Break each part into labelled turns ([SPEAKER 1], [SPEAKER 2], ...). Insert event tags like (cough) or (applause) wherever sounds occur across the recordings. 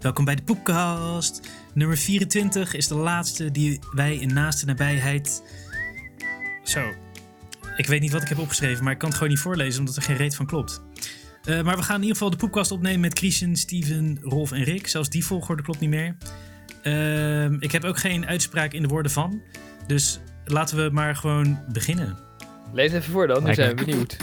[SPEAKER 1] Welkom bij de Poepkast. Nummer 24 is de laatste die wij in naaste nabijheid. Zo. Ik weet niet wat ik heb opgeschreven, maar ik kan het gewoon niet voorlezen omdat er geen reet van klopt. Eh, maar we gaan in ieder geval de Poepkast opnemen met Christian, Steven, Rolf en Rick. Zelfs die volgorde klopt niet meer. Ehm, ik heb ook geen uitspraak in de woorden van. Dus laten we maar gewoon beginnen.
[SPEAKER 2] Lees even voor dan, nu
[SPEAKER 3] Lekker.
[SPEAKER 2] zijn we benieuwd.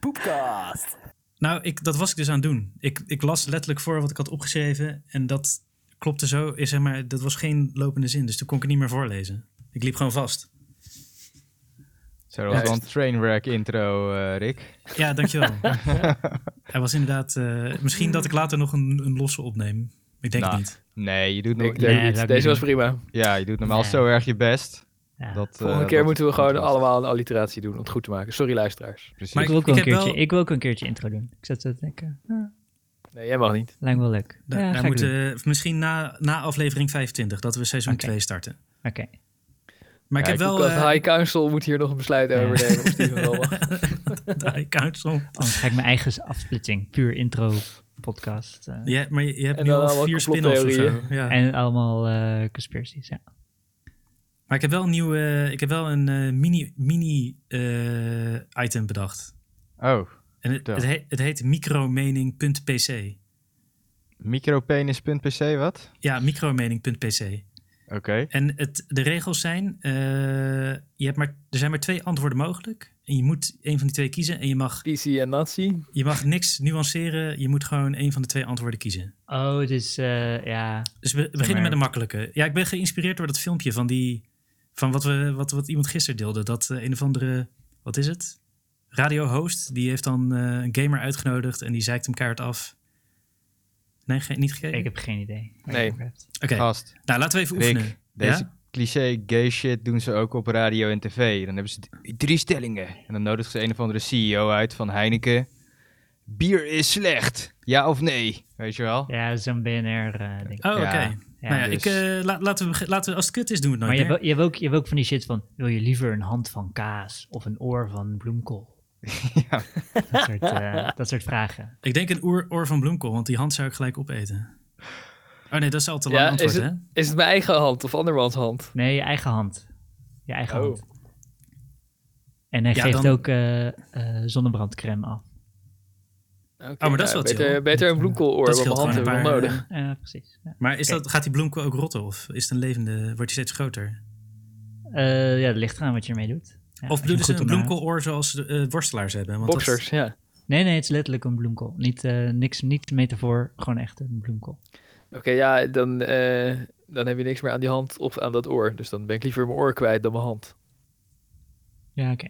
[SPEAKER 4] Poepkast.
[SPEAKER 1] Nou, ik, dat was ik dus aan het doen. Ik, ik las letterlijk voor wat ik had opgeschreven. En dat klopte zo. eh, Zeg maar, dat was geen lopende zin. Dus toen kon ik het niet meer voorlezen. Ik liep gewoon vast.
[SPEAKER 3] Zo, dat was
[SPEAKER 2] Juist.
[SPEAKER 3] wel een trainwreck intro, eh, Rick.
[SPEAKER 1] Ja,
[SPEAKER 4] (laughs)
[SPEAKER 1] dankjewel. Hij was inderdaad. eh, misschien dat ik later nog een, een losse opneem. Ik denk
[SPEAKER 3] Nou,
[SPEAKER 1] het niet.
[SPEAKER 3] Nee, je doet, nog,
[SPEAKER 2] Ik denk niet.
[SPEAKER 3] je- ja,
[SPEAKER 1] zou ik
[SPEAKER 2] Deze
[SPEAKER 1] niet
[SPEAKER 2] was prima.
[SPEAKER 3] je doet normaal
[SPEAKER 1] Nee.
[SPEAKER 3] zo erg je best.
[SPEAKER 4] Ja.
[SPEAKER 3] Dat, eh,
[SPEAKER 2] Volgende keer
[SPEAKER 3] dat-
[SPEAKER 2] moeten we gewoon
[SPEAKER 3] dat-
[SPEAKER 2] allemaal een alliteratie doen om het goed te maken. Sorry luisteraars.
[SPEAKER 3] Precies.
[SPEAKER 1] Maar
[SPEAKER 4] ik, wil ook
[SPEAKER 1] ik
[SPEAKER 4] wel een
[SPEAKER 1] heb
[SPEAKER 4] keertje,
[SPEAKER 1] wel-
[SPEAKER 4] ik wil ook een keertje intro doen. Ik zat te denken, ah,
[SPEAKER 2] Nee, jij mag niet.
[SPEAKER 4] lijkt me wel leuk.
[SPEAKER 1] Da-
[SPEAKER 4] ja,
[SPEAKER 1] daar
[SPEAKER 4] ga ik
[SPEAKER 1] moeten,
[SPEAKER 4] doen.
[SPEAKER 1] we- misschien na, na aflevering 25, dat we seizoen
[SPEAKER 4] Oké.
[SPEAKER 1] 2 starten.
[SPEAKER 4] Oké.
[SPEAKER 1] Maar ik
[SPEAKER 2] Ja,
[SPEAKER 1] heb wel.
[SPEAKER 2] Koelkast
[SPEAKER 1] eh,
[SPEAKER 2] High Council moet hier nog een besluit
[SPEAKER 4] Ja.
[SPEAKER 2] over nemen. Of
[SPEAKER 3] (laughs)
[SPEAKER 2] Steven wel
[SPEAKER 1] (laughs)
[SPEAKER 2] mag.
[SPEAKER 1] de High Council.
[SPEAKER 4] Anders ga ik mijn eigen afsplitsing, puur intro podcast. eh,
[SPEAKER 1] Ja, maar je, je hebt
[SPEAKER 2] En
[SPEAKER 1] nu
[SPEAKER 2] dan
[SPEAKER 1] al
[SPEAKER 2] allemaal
[SPEAKER 1] vier spin-offs of zo.
[SPEAKER 2] complottheorieën.
[SPEAKER 1] Ja.
[SPEAKER 4] En allemaal eh conspiracies, ja.
[SPEAKER 1] Maar ik heb wel een nieuw. eh, ik heb wel een eh, mini, mini eh, item bedacht.
[SPEAKER 3] Oh,
[SPEAKER 1] En het,
[SPEAKER 3] Vertel.
[SPEAKER 1] het, heet, het heet micromening.pc.
[SPEAKER 3] micropenis.pc, wat?
[SPEAKER 1] Ja, micromening.pc.
[SPEAKER 3] Oké.
[SPEAKER 1] En het, de regels zijn, eh, je hebt maar, er zijn maar twee antwoorden mogelijk. En je moet een van die twee kiezen. En je mag,
[SPEAKER 2] DC en Nazi.
[SPEAKER 1] je mag niks nuanceren. Je moet gewoon een van de twee antwoorden kiezen.
[SPEAKER 4] Oh, het is, eh, ja,
[SPEAKER 1] Dus we beginnen
[SPEAKER 4] maar-
[SPEAKER 1] met een makkelijke. Ja, ik ben geïnspireerd door dat filmpje van, die, van wat, we, wat, wat iemand gisteren deelde. Dat eh, een of andere, wat is het? Radio-host, die heeft dan eh, een gamer uitgenodigd. En die zeikt hem keihard af. Nee, ge- niet gekeken?
[SPEAKER 4] ik heb geen idee. waar
[SPEAKER 2] Nee.
[SPEAKER 4] je het over hebt.
[SPEAKER 1] Oké.
[SPEAKER 3] Gast,
[SPEAKER 1] Nou, laten we even
[SPEAKER 3] Rick,
[SPEAKER 1] oefenen.
[SPEAKER 3] deze
[SPEAKER 1] Ja?
[SPEAKER 3] cliché gay shit doen ze ook op radio en tv. Dan hebben ze d- drie stellingen. En dan nodigen ze een of andere CEO uit van Heineken. Bier is slecht, ja of nee? Weet je wel?
[SPEAKER 4] Ja, zo'n BNR-ding.
[SPEAKER 1] Oh, oké.
[SPEAKER 3] Ja,
[SPEAKER 4] ja,
[SPEAKER 1] nou ja, ik,
[SPEAKER 3] dus-
[SPEAKER 1] eh, la- laten, we, beg- laten we, als het kut is, doen we het
[SPEAKER 4] maar
[SPEAKER 1] nooit
[SPEAKER 4] je
[SPEAKER 1] meer.
[SPEAKER 4] hebt, ook- je, hebt ook, je hebt ook van die shit van, wil je liever een hand van kaas of een oor van
[SPEAKER 1] (laughs)
[SPEAKER 4] bloemkool?
[SPEAKER 3] Ja.
[SPEAKER 4] Dat soort, eh, dat soort vragen.
[SPEAKER 1] Ik denk een oer, oor van bloemkool, want die hand zou ik gelijk opeten. Oh nee, dat is al te
[SPEAKER 2] Ja,
[SPEAKER 1] lang antwoord,
[SPEAKER 2] is het-
[SPEAKER 1] hè?
[SPEAKER 2] Is het mijn eigen hand of andermans hand?
[SPEAKER 4] Nee, je eigen hand. Je eigen
[SPEAKER 2] Oh.
[SPEAKER 4] hand. En hij
[SPEAKER 1] Ja,
[SPEAKER 4] geeft
[SPEAKER 1] dan-
[SPEAKER 4] ook eh, eh, zonnebrandcrème af.
[SPEAKER 2] Oké,
[SPEAKER 1] Oh,
[SPEAKER 2] nou,
[SPEAKER 1] maar dat is wel
[SPEAKER 2] beter,
[SPEAKER 1] chill.
[SPEAKER 2] beter een bloemkooloor,
[SPEAKER 1] Dat
[SPEAKER 2] want mijn
[SPEAKER 1] scheelt
[SPEAKER 2] hand heb ik
[SPEAKER 1] gewoon
[SPEAKER 2] nog
[SPEAKER 1] een
[SPEAKER 2] nodig.
[SPEAKER 1] paar, eh,
[SPEAKER 4] Ja, precies. Ja.
[SPEAKER 1] Maar is
[SPEAKER 4] Oké.
[SPEAKER 1] dat, gaat die bloemkool ook rotten of is het een levende, wordt die steeds groter?
[SPEAKER 4] Eh, ja, dat ligt eraan wat je ermee doet. Ja, als
[SPEAKER 1] of
[SPEAKER 4] je hem
[SPEAKER 1] bedoelen ze
[SPEAKER 4] goed
[SPEAKER 1] een
[SPEAKER 4] onderhoudt.
[SPEAKER 1] bloemkooloor zoals de eh, worstelaars hebben? Want dat-
[SPEAKER 2] Boxers, ja.
[SPEAKER 4] Nee, nee, het is letterlijk een bloemkool. Niet, eh, niks, niet metafoor, gewoon echt een bloemkool.
[SPEAKER 2] Oké, ja, dan, eh, dan heb je niks meer aan die hand of aan dat oor. Dus dan ben ik liever mijn oor kwijt dan mijn hand.
[SPEAKER 4] Ja, oké.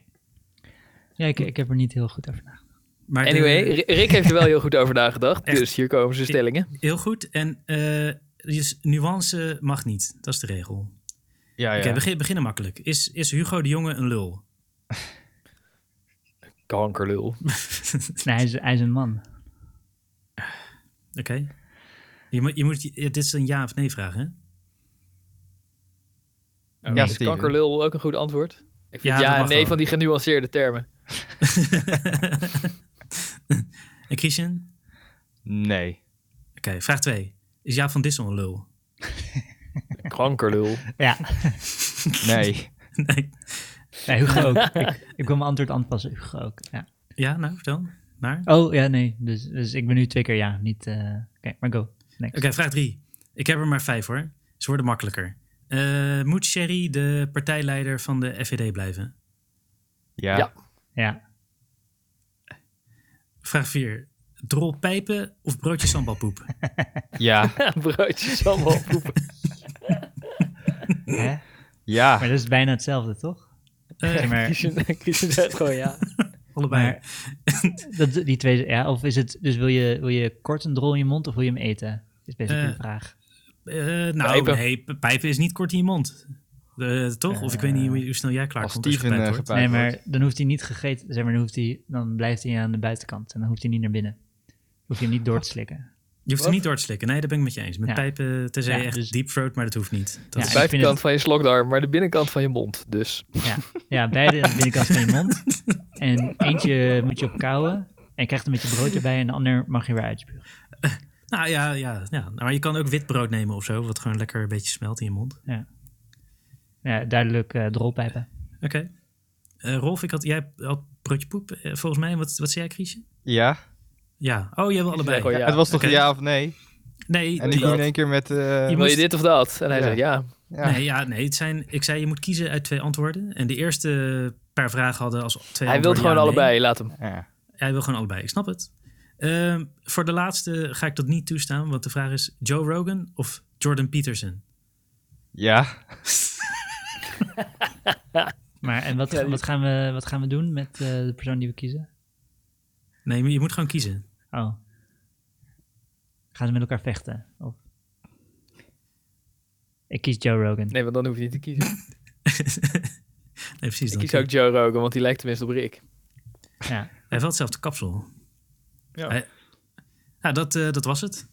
[SPEAKER 4] Ja, ik, ik heb er niet heel goed over nagedacht.
[SPEAKER 1] maar de-
[SPEAKER 2] Anyway, Ri- Rick heeft er wel heel goed over nagedacht.
[SPEAKER 1] Echt.
[SPEAKER 2] Dus hier komen zijn stellingen.
[SPEAKER 1] heel goed. En eh, dus nuance mag niet. Dat is de regel. Oké,
[SPEAKER 3] Ja, ja.
[SPEAKER 1] we begin- beginnen makkelijk. Is, is Hugo de Jonge een lul?
[SPEAKER 2] Kankerlul.
[SPEAKER 4] Nee, hij is, hij is een man.
[SPEAKER 1] Oké. Je, moet- je moet, ja, dit is een ja of nee vraag, hè?
[SPEAKER 3] Ja,
[SPEAKER 2] Ja, is
[SPEAKER 3] Steven.
[SPEAKER 2] kankerlul ook een goed antwoord? Ik
[SPEAKER 1] Ja,
[SPEAKER 2] vind ja,
[SPEAKER 1] dat
[SPEAKER 2] en
[SPEAKER 1] mag
[SPEAKER 2] nee
[SPEAKER 1] wel.
[SPEAKER 2] van die genuanceerde termen.
[SPEAKER 1] (laughs) en Eh, Christian?
[SPEAKER 3] Nee.
[SPEAKER 1] Oké, vraag 2. Is Jaap van Dissel een lul? (laughs)
[SPEAKER 2] (laughs) Kankerlul.
[SPEAKER 4] Ja,
[SPEAKER 3] Nee.
[SPEAKER 2] (laughs)
[SPEAKER 1] nee.
[SPEAKER 4] nee, Hugo ook. ik, ik wil mijn antwoord aanpassen, Hugo ook. Ja.
[SPEAKER 1] Ja, nou, vertel. Maar? Oké,
[SPEAKER 4] Oh, ja, nee. Dus, dus ik ben nu twee keer ja, niet... eh, Oké, maar go. Next.
[SPEAKER 1] vraag 3. Ik heb er maar vijf hoor. Ze worden makkelijker. Eh, moet Sherry de partijleider van de FVD blijven?
[SPEAKER 3] Ja.
[SPEAKER 2] Ja.
[SPEAKER 4] Ja,
[SPEAKER 1] Vraag 4. Drol pijpen of broodje
[SPEAKER 4] (laughs)
[SPEAKER 1] sambalpoep?
[SPEAKER 3] Ja.
[SPEAKER 2] Broodjes allemaal poepen.
[SPEAKER 4] Hè?
[SPEAKER 3] Ja.
[SPEAKER 4] maar dat is bijna hetzelfde, toch?
[SPEAKER 1] Eh,
[SPEAKER 4] Zeg maar,
[SPEAKER 2] Christian Christian zegt gewoon ja.
[SPEAKER 1] Allebei.
[SPEAKER 4] Maar dat, die twee, ja, of is het, dus wil je, wil je kort een drol in je mond of wil je hem eten? Is best een
[SPEAKER 1] Eh,
[SPEAKER 4] goede vraag.
[SPEAKER 1] Eh, nou,
[SPEAKER 2] Pijpen.
[SPEAKER 1] nee, p- pijpen is niet kort in je mond. Eh, toch? of ik weet niet hoe, hoe snel jij klaar
[SPEAKER 3] Als
[SPEAKER 1] komt als
[SPEAKER 3] Steven
[SPEAKER 1] gepijpt
[SPEAKER 3] eh,
[SPEAKER 1] wordt.
[SPEAKER 3] gepijpt
[SPEAKER 4] Nee,
[SPEAKER 3] wordt.
[SPEAKER 4] maar dan hoeft hij niet gegeten, zeg maar, dan, hoeft hij, dan blijft hij aan de buitenkant en dan hoeft hij niet naar binnen. Hoef je hem niet door te slikken.
[SPEAKER 1] Je hoeft hem niet door te slikken. Nee, dat ben ik met je eens. Met
[SPEAKER 4] Ja.
[SPEAKER 1] pijpen, tenzij
[SPEAKER 4] Ja,
[SPEAKER 1] je echt
[SPEAKER 4] dus-
[SPEAKER 1] deep throat, maar dat hoeft niet. Dat
[SPEAKER 4] Ja,
[SPEAKER 1] is-
[SPEAKER 4] en-
[SPEAKER 2] Buitenkant
[SPEAKER 4] het-
[SPEAKER 2] van je slokdarm, maar de binnenkant van je mond. Dus
[SPEAKER 4] Ja, ja beide aan de binnenkant van je mond. En eentje moet je op kouwen En je krijgt een beetje brood erbij en de ander mag je weer uitspugen.
[SPEAKER 1] Nou ja, ja, ja. Nou, maar je kan ook wit brood nemen of zo, wat gewoon lekker een beetje smelt in je mond.
[SPEAKER 4] Ja, duidelijk eh, drolpijpen.
[SPEAKER 1] Oké. Eh, Rolf, ik had, jij had broodje poep, eh, volgens mij. Wat, wat zei jij, Kriesje?
[SPEAKER 3] Ja?
[SPEAKER 1] Ja. Oh, jij wil allebei.
[SPEAKER 2] zeg gewoon ja.
[SPEAKER 3] Het was toch
[SPEAKER 1] Oké.
[SPEAKER 3] ja of nee?
[SPEAKER 1] Nee,
[SPEAKER 3] En
[SPEAKER 1] die-
[SPEAKER 3] ik doe in één keer met... eh,
[SPEAKER 1] Je
[SPEAKER 2] Wil je
[SPEAKER 1] moest-
[SPEAKER 2] dit of dat? En hij
[SPEAKER 3] Ja.
[SPEAKER 2] zegt ja.
[SPEAKER 3] Ja.
[SPEAKER 1] Nee, ja, nee het zijn, ik zei je moet kiezen uit twee antwoorden. En de eerste paar vragen hadden als twee
[SPEAKER 2] Hij wil
[SPEAKER 1] antwoorden
[SPEAKER 2] gewoon
[SPEAKER 1] ja, nee.
[SPEAKER 2] allebei, laat hem.
[SPEAKER 3] ja.
[SPEAKER 1] Hij wil gewoon allebei, ik snap het. Ehm, voor de laatste ga ik dat niet toestaan, want de vraag is Joe Rogan of Jordan Peterson?
[SPEAKER 3] Ja.
[SPEAKER 4] Maar en wat,
[SPEAKER 2] Ja, die-
[SPEAKER 4] wat, gaan we, wat gaan we doen met eh, de persoon die we kiezen?
[SPEAKER 1] Nee, maar je moet gewoon kiezen.
[SPEAKER 4] Oh. Gaan ze met elkaar vechten? Of... Ik kies Joe Rogan.
[SPEAKER 2] Nee, want dan hoef je niet te kiezen.
[SPEAKER 1] nee, precies.
[SPEAKER 2] Ik
[SPEAKER 1] Dan.
[SPEAKER 2] kies ook Joe Rogan, want die lijkt tenminste op Rick.
[SPEAKER 4] Ja.
[SPEAKER 1] Hij heeft wel hetzelfde kapsel.
[SPEAKER 2] Ja.
[SPEAKER 1] Hij- Ja, dat, eh, dat was het.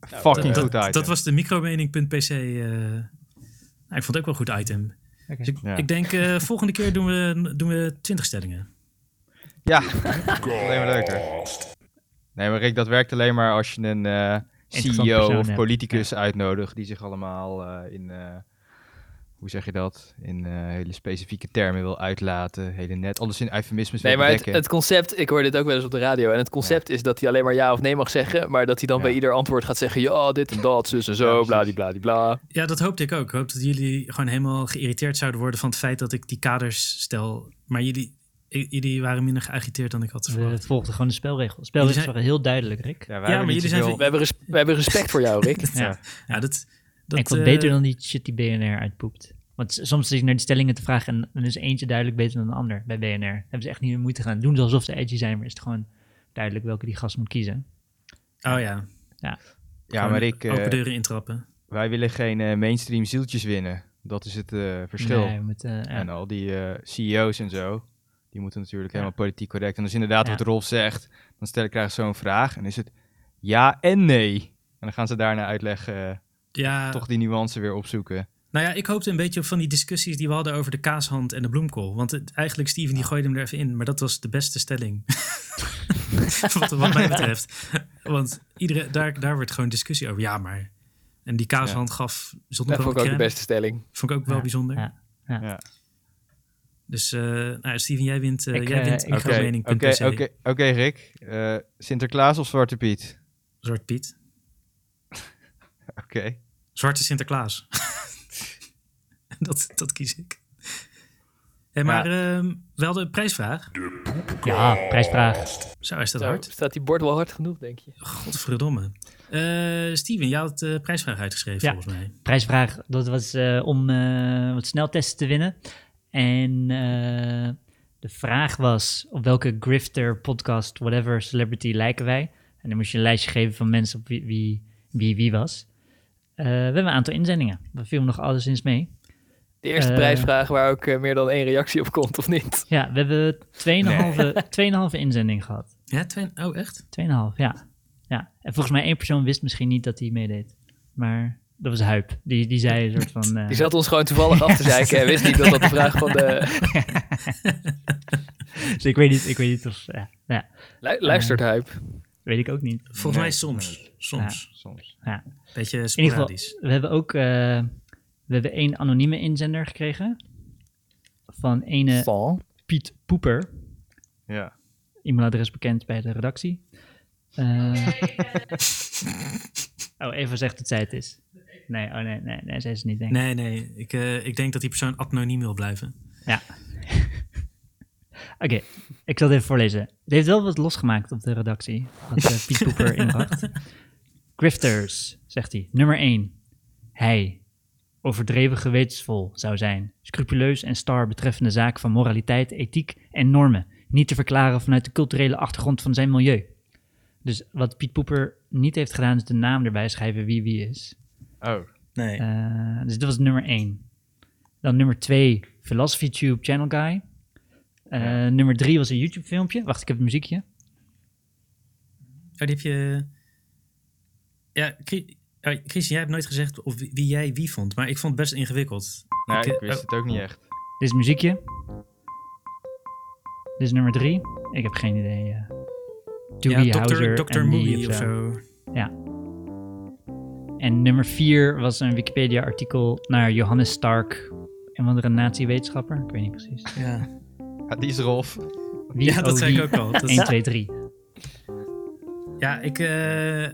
[SPEAKER 3] Fucking
[SPEAKER 1] dat,
[SPEAKER 3] goed
[SPEAKER 1] dat,
[SPEAKER 3] uit.
[SPEAKER 1] dat was de micromening.pc. eh, nou, ik vond het ook wel een goed item.
[SPEAKER 4] Oké.
[SPEAKER 1] Dus ik,
[SPEAKER 3] Ja.
[SPEAKER 1] ik denk, eh, volgende keer doen we, doen we 20 stellingen.
[SPEAKER 3] Ja. Alleen maar leuker. Nee, maar Rick, dat werkt alleen maar als je een eh,
[SPEAKER 4] Interessant
[SPEAKER 3] CEO
[SPEAKER 4] persoon
[SPEAKER 3] of
[SPEAKER 4] hebt.
[SPEAKER 3] politicus uitnodigt die zich allemaal eh, in... eh, hoe zeg je dat? In eh, hele specifieke termen wil uitlaten. Hele net. Alles in eufemismes
[SPEAKER 2] Nee,
[SPEAKER 3] wil
[SPEAKER 2] maar het,
[SPEAKER 3] bedekken.
[SPEAKER 2] het concept, ik hoor dit ook wel eens op de radio. En het concept is dat hij alleen maar ja of nee mag zeggen. Maar dat hij dan
[SPEAKER 3] Ja.
[SPEAKER 2] bij ieder antwoord gaat zeggen: ja, dit en dat, zus en zo,
[SPEAKER 3] precies.
[SPEAKER 2] bladibladibla.
[SPEAKER 1] Ja, dat hoopte ik ook. Ik hoop dat jullie gewoon helemaal geïrritererd zouden worden van het feit dat ik die kaders stel. Maar jullie, i- jullie waren minder geagiteerd dan ik had
[SPEAKER 4] We
[SPEAKER 1] verwacht.
[SPEAKER 4] het volgden gewoon de spelregels. Spelregels
[SPEAKER 1] Jullie zijn-
[SPEAKER 4] waren heel duidelijk, Rick.
[SPEAKER 3] Ja, wij
[SPEAKER 1] Ja,
[SPEAKER 3] hebben
[SPEAKER 1] maar
[SPEAKER 3] niet
[SPEAKER 1] jullie zijn
[SPEAKER 3] zoveel-
[SPEAKER 2] We hebben, res- we hebben respect voor jou, Rick.
[SPEAKER 4] Ja.
[SPEAKER 1] Ja, dat,
[SPEAKER 4] En
[SPEAKER 1] dat,
[SPEAKER 4] ik vond het
[SPEAKER 1] eh,
[SPEAKER 4] beter dan die shit die BNR uitpoept. Want s- soms zit je naar die stellingen te vragen en dan is eentje duidelijk beter dan de ander bij BNR. Daar hebben ze echt niet de moeite gaan. Doen ze alsof ze edgy zijn, maar is het gewoon duidelijk welke die gast moet kiezen.
[SPEAKER 1] Oh ja.
[SPEAKER 3] Ja, maar Rick, eh,
[SPEAKER 1] Open deuren intrappen.
[SPEAKER 3] wij willen geen eh, mainstream zieltjes winnen. Dat is het eh, verschil.
[SPEAKER 4] Nee, we moeten, eh,
[SPEAKER 3] En al die eh, CEO's en zo, die moeten natuurlijk
[SPEAKER 4] Ja.
[SPEAKER 3] helemaal politiek correct. En dat is inderdaad
[SPEAKER 4] Ja.
[SPEAKER 3] wat Rolf zegt. Dan stel ik krijg zo'n vraag en is het ja en nee. En dan gaan ze daarna uitleggen, eh,
[SPEAKER 1] Ja,
[SPEAKER 3] toch die nuance weer opzoeken.
[SPEAKER 1] nou ja, ik hoopte een beetje op van die discussies die we hadden over de kaashand en de bloemkool. Want het- eigenlijk, Steven, die gooide hem er even in. Maar dat was de beste stelling. (laughs) wat, wat mij betreft. Want iedereen, daar, daar werd gewoon discussie over. Ja, maar... En die kaashand gaf
[SPEAKER 2] Dat vond ik ook de
[SPEAKER 1] zonnebrilcrème.
[SPEAKER 2] beste stelling.
[SPEAKER 1] Vond ik ook wel
[SPEAKER 4] Ja,
[SPEAKER 1] bijzonder.
[SPEAKER 4] ja.
[SPEAKER 1] Dus eh nou, Steven, jij wint. eh,
[SPEAKER 4] Ik,
[SPEAKER 1] jij
[SPEAKER 4] eh,
[SPEAKER 1] wint
[SPEAKER 4] ik-
[SPEAKER 1] micromening.nl.
[SPEAKER 3] oké, oké, oké, Rick. Eh, Sinterklaas of Zwarte Piet?
[SPEAKER 1] Zwart Piet.
[SPEAKER 3] Oké.
[SPEAKER 1] Zwarte Sinterklaas. (laughs) dat, dat kies ik. Hé, maar ehm, wel de prijsvraag.
[SPEAKER 4] Ja, prijsvraag.
[SPEAKER 1] Zo is dat
[SPEAKER 2] Zo,
[SPEAKER 1] hard.
[SPEAKER 2] staat die bord wel hard genoeg, denk je?
[SPEAKER 1] Godverdomme. Eh, Steven, jij had de prijsvraag uitgeschreven
[SPEAKER 4] Ja.
[SPEAKER 1] volgens mij.
[SPEAKER 4] Prijsvraag, dat was eh, om eh, wat sneltesten te winnen. En eh, de vraag was, op welke grifter, podcast, whatever celebrity lijken wij? En dan moest je een lijstje geven van mensen op wie wie wie, wie was. Eh, we hebben een aantal inzendingen. We filmen nog alleszins mee.
[SPEAKER 2] De eerste
[SPEAKER 4] Eh.
[SPEAKER 2] prijsvraag waar ook eh, meer dan één reactie op komt, of niet?
[SPEAKER 4] Ja, we hebben (laughs) 2,5 2,5 inzending gehad.
[SPEAKER 1] Ja, twee, oh echt?
[SPEAKER 4] 2,5, ja. ja. En volgens mij één persoon wist misschien niet dat hij meedeed. Maar dat was Huip. Die, die zei een soort van... eh,
[SPEAKER 2] Die zat ons gewoon toevallig af te zeiken en wist niet dat dat de vraag van de...
[SPEAKER 4] dus ik weet niet, ik weet niet of... Ja, ja,
[SPEAKER 2] Lu- Luistert, Huip.
[SPEAKER 4] weet ik ook niet.
[SPEAKER 1] Volgens
[SPEAKER 3] Nee.
[SPEAKER 1] mij soms. Soms.
[SPEAKER 3] Soms.
[SPEAKER 1] Beetje
[SPEAKER 4] In ieder geval,
[SPEAKER 1] sporadisch.
[SPEAKER 4] we hebben ook eh, we hebben één anonieme inzender gekregen. Van ene
[SPEAKER 2] Van.
[SPEAKER 4] Piet Poeper.
[SPEAKER 3] Ja.
[SPEAKER 4] E-mailadres bekend bij de redactie. Eh, oh, Eva zegt dat zij het is. Nee, oh nee, nee, nee, zij is het niet, denk ik.
[SPEAKER 1] Nee, nee. Ik, eh, ik denk dat die persoon anoniem wil blijven.
[SPEAKER 4] Oké, ik zal het even voorlezen. Het heeft wel wat losgemaakt op de redactie, wat eh, Piet Poeper inbracht. Grifters, zegt hij. Nummer 1. Hij. Overdreven gewetensvol zou zijn. Scrupuleus en star betreffende zaken van moraliteit, ethiek en normen. Niet te verklaren vanuit de culturele achtergrond van zijn milieu. Dus wat Piet Poeper niet heeft gedaan, is de naam erbij schrijven wie wie is.
[SPEAKER 3] Oh.
[SPEAKER 1] Nee.
[SPEAKER 4] Eh, dus dat was nummer 1. Dan nummer 2, Philosophy Tube Channel Guy. Eh, Nummer 3 was een YouTube filmpje. Wacht, ik heb het muziekje.
[SPEAKER 1] Oh, die heb je. Ja, Chri- oh, Christian, jij hebt nooit gezegd of wie wie jij wie vond, maar ik vond het best ingewikkeld.
[SPEAKER 3] Nou,
[SPEAKER 1] Ik,
[SPEAKER 3] ik,
[SPEAKER 1] eh,
[SPEAKER 3] wist
[SPEAKER 1] oh.
[SPEAKER 3] het ook niet echt.
[SPEAKER 4] Dit is muziekje. Dit is nummer 3. Ik heb geen idee. eh. Doogie
[SPEAKER 1] ja,
[SPEAKER 4] Howser
[SPEAKER 1] Dr.
[SPEAKER 4] en die eh,
[SPEAKER 1] Moody of zo.
[SPEAKER 4] En nummer 4 was een Wikipedia-artikel naar Johannes Stark, een van de nazi-wetenschapper. Ik weet niet precies.
[SPEAKER 1] Ja,
[SPEAKER 3] Ja, die is Rolf.
[SPEAKER 4] Wie
[SPEAKER 1] (laughs) ja dat zei ik ook al. Dat-
[SPEAKER 4] 1, 2, 3.
[SPEAKER 1] Ja, ik, eh,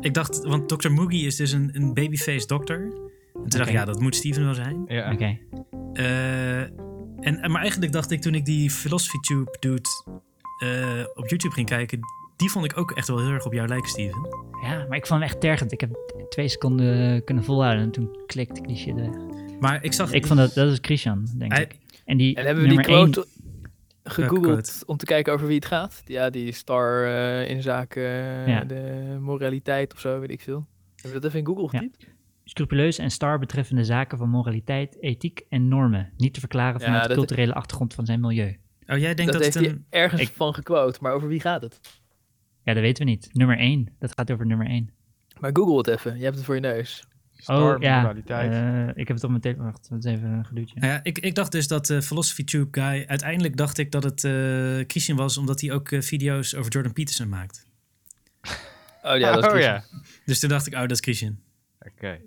[SPEAKER 1] ik dacht, want Dr. Moogie is dus een, een babyface dokter. En toen dacht ik,
[SPEAKER 4] Oké.
[SPEAKER 1] ja, dat moet Steven wel zijn.
[SPEAKER 3] Ja.
[SPEAKER 4] Oké.
[SPEAKER 1] Eh, en, en- maar eigenlijk dacht ik toen ik die Philosophy Tube dude eh, op YouTube ging kijken, die vond ik ook echt wel heel erg op jou lijken, Steven.
[SPEAKER 4] Ja, maar ik vond hem echt tergend. Ik heb twee seconden kunnen volhouden en toen klikte ik die shit weg.
[SPEAKER 1] Maar ik zag...
[SPEAKER 4] Ik vond dat, dat is Christian, denk
[SPEAKER 1] Hij-
[SPEAKER 4] ik. En die
[SPEAKER 2] En hebben we die
[SPEAKER 4] nummer één-
[SPEAKER 2] quote gegoogeld
[SPEAKER 1] quote?
[SPEAKER 2] om te kijken over wie het gaat? Ja, die star eh in zaken eh,
[SPEAKER 4] Ja.
[SPEAKER 2] de moraliteit of zo, weet ik veel. Hebben we dat even in Google
[SPEAKER 4] Ja.
[SPEAKER 2] getypt?
[SPEAKER 4] Scrupuleus en star betreffende zaken van moraliteit, ethiek en normen. Niet te verklaren
[SPEAKER 2] Ja,
[SPEAKER 4] vanuit de
[SPEAKER 2] dat-
[SPEAKER 4] culturele achtergrond van zijn milieu.
[SPEAKER 1] oh, jij denkt
[SPEAKER 2] Dat,
[SPEAKER 1] dat,
[SPEAKER 2] heeft
[SPEAKER 1] het
[SPEAKER 2] hij
[SPEAKER 1] een...
[SPEAKER 2] ergens
[SPEAKER 4] Ik-
[SPEAKER 2] van gequote, maar over wie gaat het?
[SPEAKER 4] Ja, dat weten we niet. Nummer 1. Dat gaat over nummer 1.
[SPEAKER 2] Maar Google het even, je hebt het voor je neus.
[SPEAKER 3] Star,
[SPEAKER 4] oh ja.
[SPEAKER 3] moraliteit.
[SPEAKER 4] eh, ik heb het op mijn telefoon. Wacht, dat is even een
[SPEAKER 2] (laughs)
[SPEAKER 4] geduwtje.
[SPEAKER 1] Nou ja, ik, ik dacht dus dat eh Philosophy Tube Guy... Uiteindelijk dacht ik dat het eh, Christian was, omdat hij ook eh, video's over Jordan Peterson maakt.
[SPEAKER 2] Oh ja, dat is
[SPEAKER 3] oh
[SPEAKER 2] Christian.
[SPEAKER 3] ja.
[SPEAKER 1] Dus toen dacht ik, oh, dat is Christian.
[SPEAKER 3] Oké.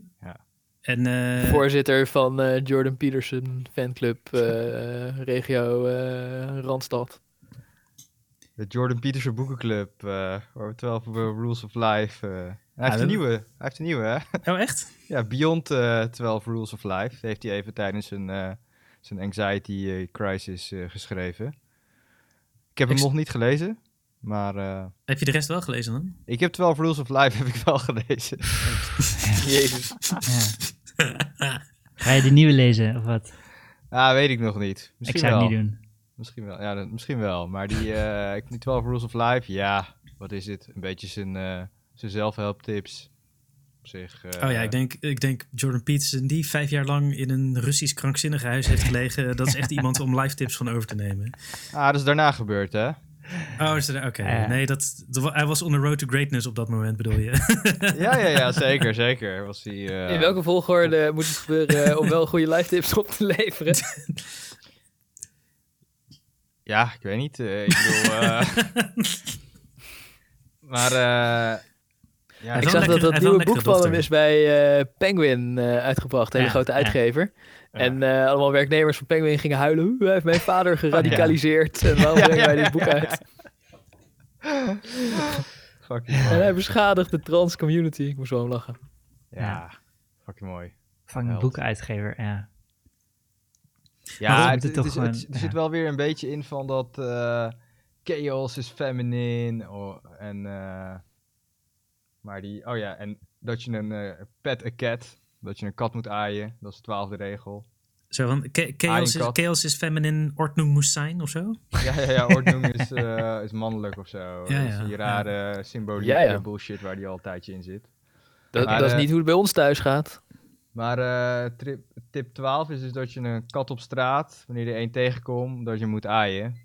[SPEAKER 1] En, eh,
[SPEAKER 2] Voorzitter van eh, Jordan Peterson fanclub eh, regio eh, Randstad.
[SPEAKER 3] De Jordan Peterson Boekenclub, eh waar 12 Rules of Life. eh, hij heeft
[SPEAKER 1] dat-
[SPEAKER 3] een nieuwe. Hij heeft een nieuwe, hè?
[SPEAKER 1] Oh, echt?
[SPEAKER 3] Ja, Beyond eh 12 Rules of Life heeft hij even tijdens zijn, eh, zijn anxiety eh, crisis eh, geschreven. Ik heb hem
[SPEAKER 1] Ik s-
[SPEAKER 3] nog niet gelezen, maar eh,
[SPEAKER 1] Heb je de rest wel gelezen dan?
[SPEAKER 3] ik heb 12 Rules of Life (laughs) heb ik wel gelezen.
[SPEAKER 2] Jezus.
[SPEAKER 4] Ja. Ga je de nieuwe lezen of wat?
[SPEAKER 3] ah, weet ik nog niet. Misschien
[SPEAKER 4] ik zou
[SPEAKER 3] wel.
[SPEAKER 4] het niet doen.
[SPEAKER 3] Misschien wel, ja, dat- misschien wel. Maar die, eh, ik- die 12 Rules of Life, ja, wat is het? Een beetje zijn, eh zijn zelfhelptips. Op zich. eh,
[SPEAKER 1] oh ja, ik denk, ik denk Jordan Peterson, die vijf jaar lang in een Russisch krankzinnige huis heeft gelegen. dat is echt iemand om live tips van over te nemen.
[SPEAKER 3] Ah, dat is daarna gebeurd, hè?
[SPEAKER 1] Oh, is dat- oké.
[SPEAKER 4] Ja.
[SPEAKER 1] Nee, dat, dat wa- hij was on the road to greatness op dat moment, bedoel je? (laughs)
[SPEAKER 3] ja, ja, ja, zeker, zeker. Was die, eh,
[SPEAKER 2] In welke volgorde moet het gebeuren eh, om wel goede live tips op te leveren?
[SPEAKER 3] Ja, ik weet niet. eh, ik bedoel... eh, maar, eh ja,
[SPEAKER 1] Hij
[SPEAKER 2] Ik
[SPEAKER 1] wel
[SPEAKER 2] zag
[SPEAKER 1] lekker- hij
[SPEAKER 2] dat dat
[SPEAKER 1] heeft
[SPEAKER 2] nieuwe
[SPEAKER 1] wel een
[SPEAKER 2] boek van hem
[SPEAKER 1] lekkere
[SPEAKER 2] is bij eh, Penguin eh, uitgebracht, een hele
[SPEAKER 4] Ja,
[SPEAKER 2] grote
[SPEAKER 4] ja.
[SPEAKER 2] uitgever.
[SPEAKER 3] Ja.
[SPEAKER 2] En eh, allemaal werknemers van Penguin gingen huilen. "Hoe, Hij heeft mijn vader geradicaliseerd en waarom brengen wij dit boek uit?
[SPEAKER 3] fucking
[SPEAKER 2] En
[SPEAKER 3] mooi.
[SPEAKER 2] hij beschadigt de trans community. Ik moest wel om lachen.
[SPEAKER 3] Ja, fucking mooi.
[SPEAKER 4] Van een
[SPEAKER 3] Held.
[SPEAKER 4] boekuitgever, ja. Maar
[SPEAKER 3] Ja,
[SPEAKER 4] goed,
[SPEAKER 3] het,
[SPEAKER 4] het toch
[SPEAKER 3] het is-
[SPEAKER 4] gewoon-
[SPEAKER 3] het- er
[SPEAKER 4] ja.
[SPEAKER 3] zit wel weer een beetje in van dat eh, chaos is feminine. o- en, eh, maar die, oh ja, en dat je een eh, pet a cat, dat je een kat moet aaien, dat is de twaalfde regel.
[SPEAKER 1] Zo van, cha- chaos, is,
[SPEAKER 3] Haaienkat.
[SPEAKER 1] chaos is feminine, ordnung moest zijn of zo?
[SPEAKER 3] Ja, ja, ja, Ordnung is, eh, is mannelijk of zo.
[SPEAKER 1] Ja,
[SPEAKER 3] dat is
[SPEAKER 1] ja,
[SPEAKER 3] die
[SPEAKER 1] ja.
[SPEAKER 3] rare symbolieke
[SPEAKER 2] Ja, ja.
[SPEAKER 3] bullshit waar die al een tijdje in zit.
[SPEAKER 2] Dat,
[SPEAKER 3] Maar,
[SPEAKER 2] dat is
[SPEAKER 3] eh,
[SPEAKER 2] niet hoe het bij ons thuis gaat.
[SPEAKER 3] Maar eh, trip, tip 12 is dus dat je een kat op straat, wanneer er één tegenkomt, dat je moet aaien.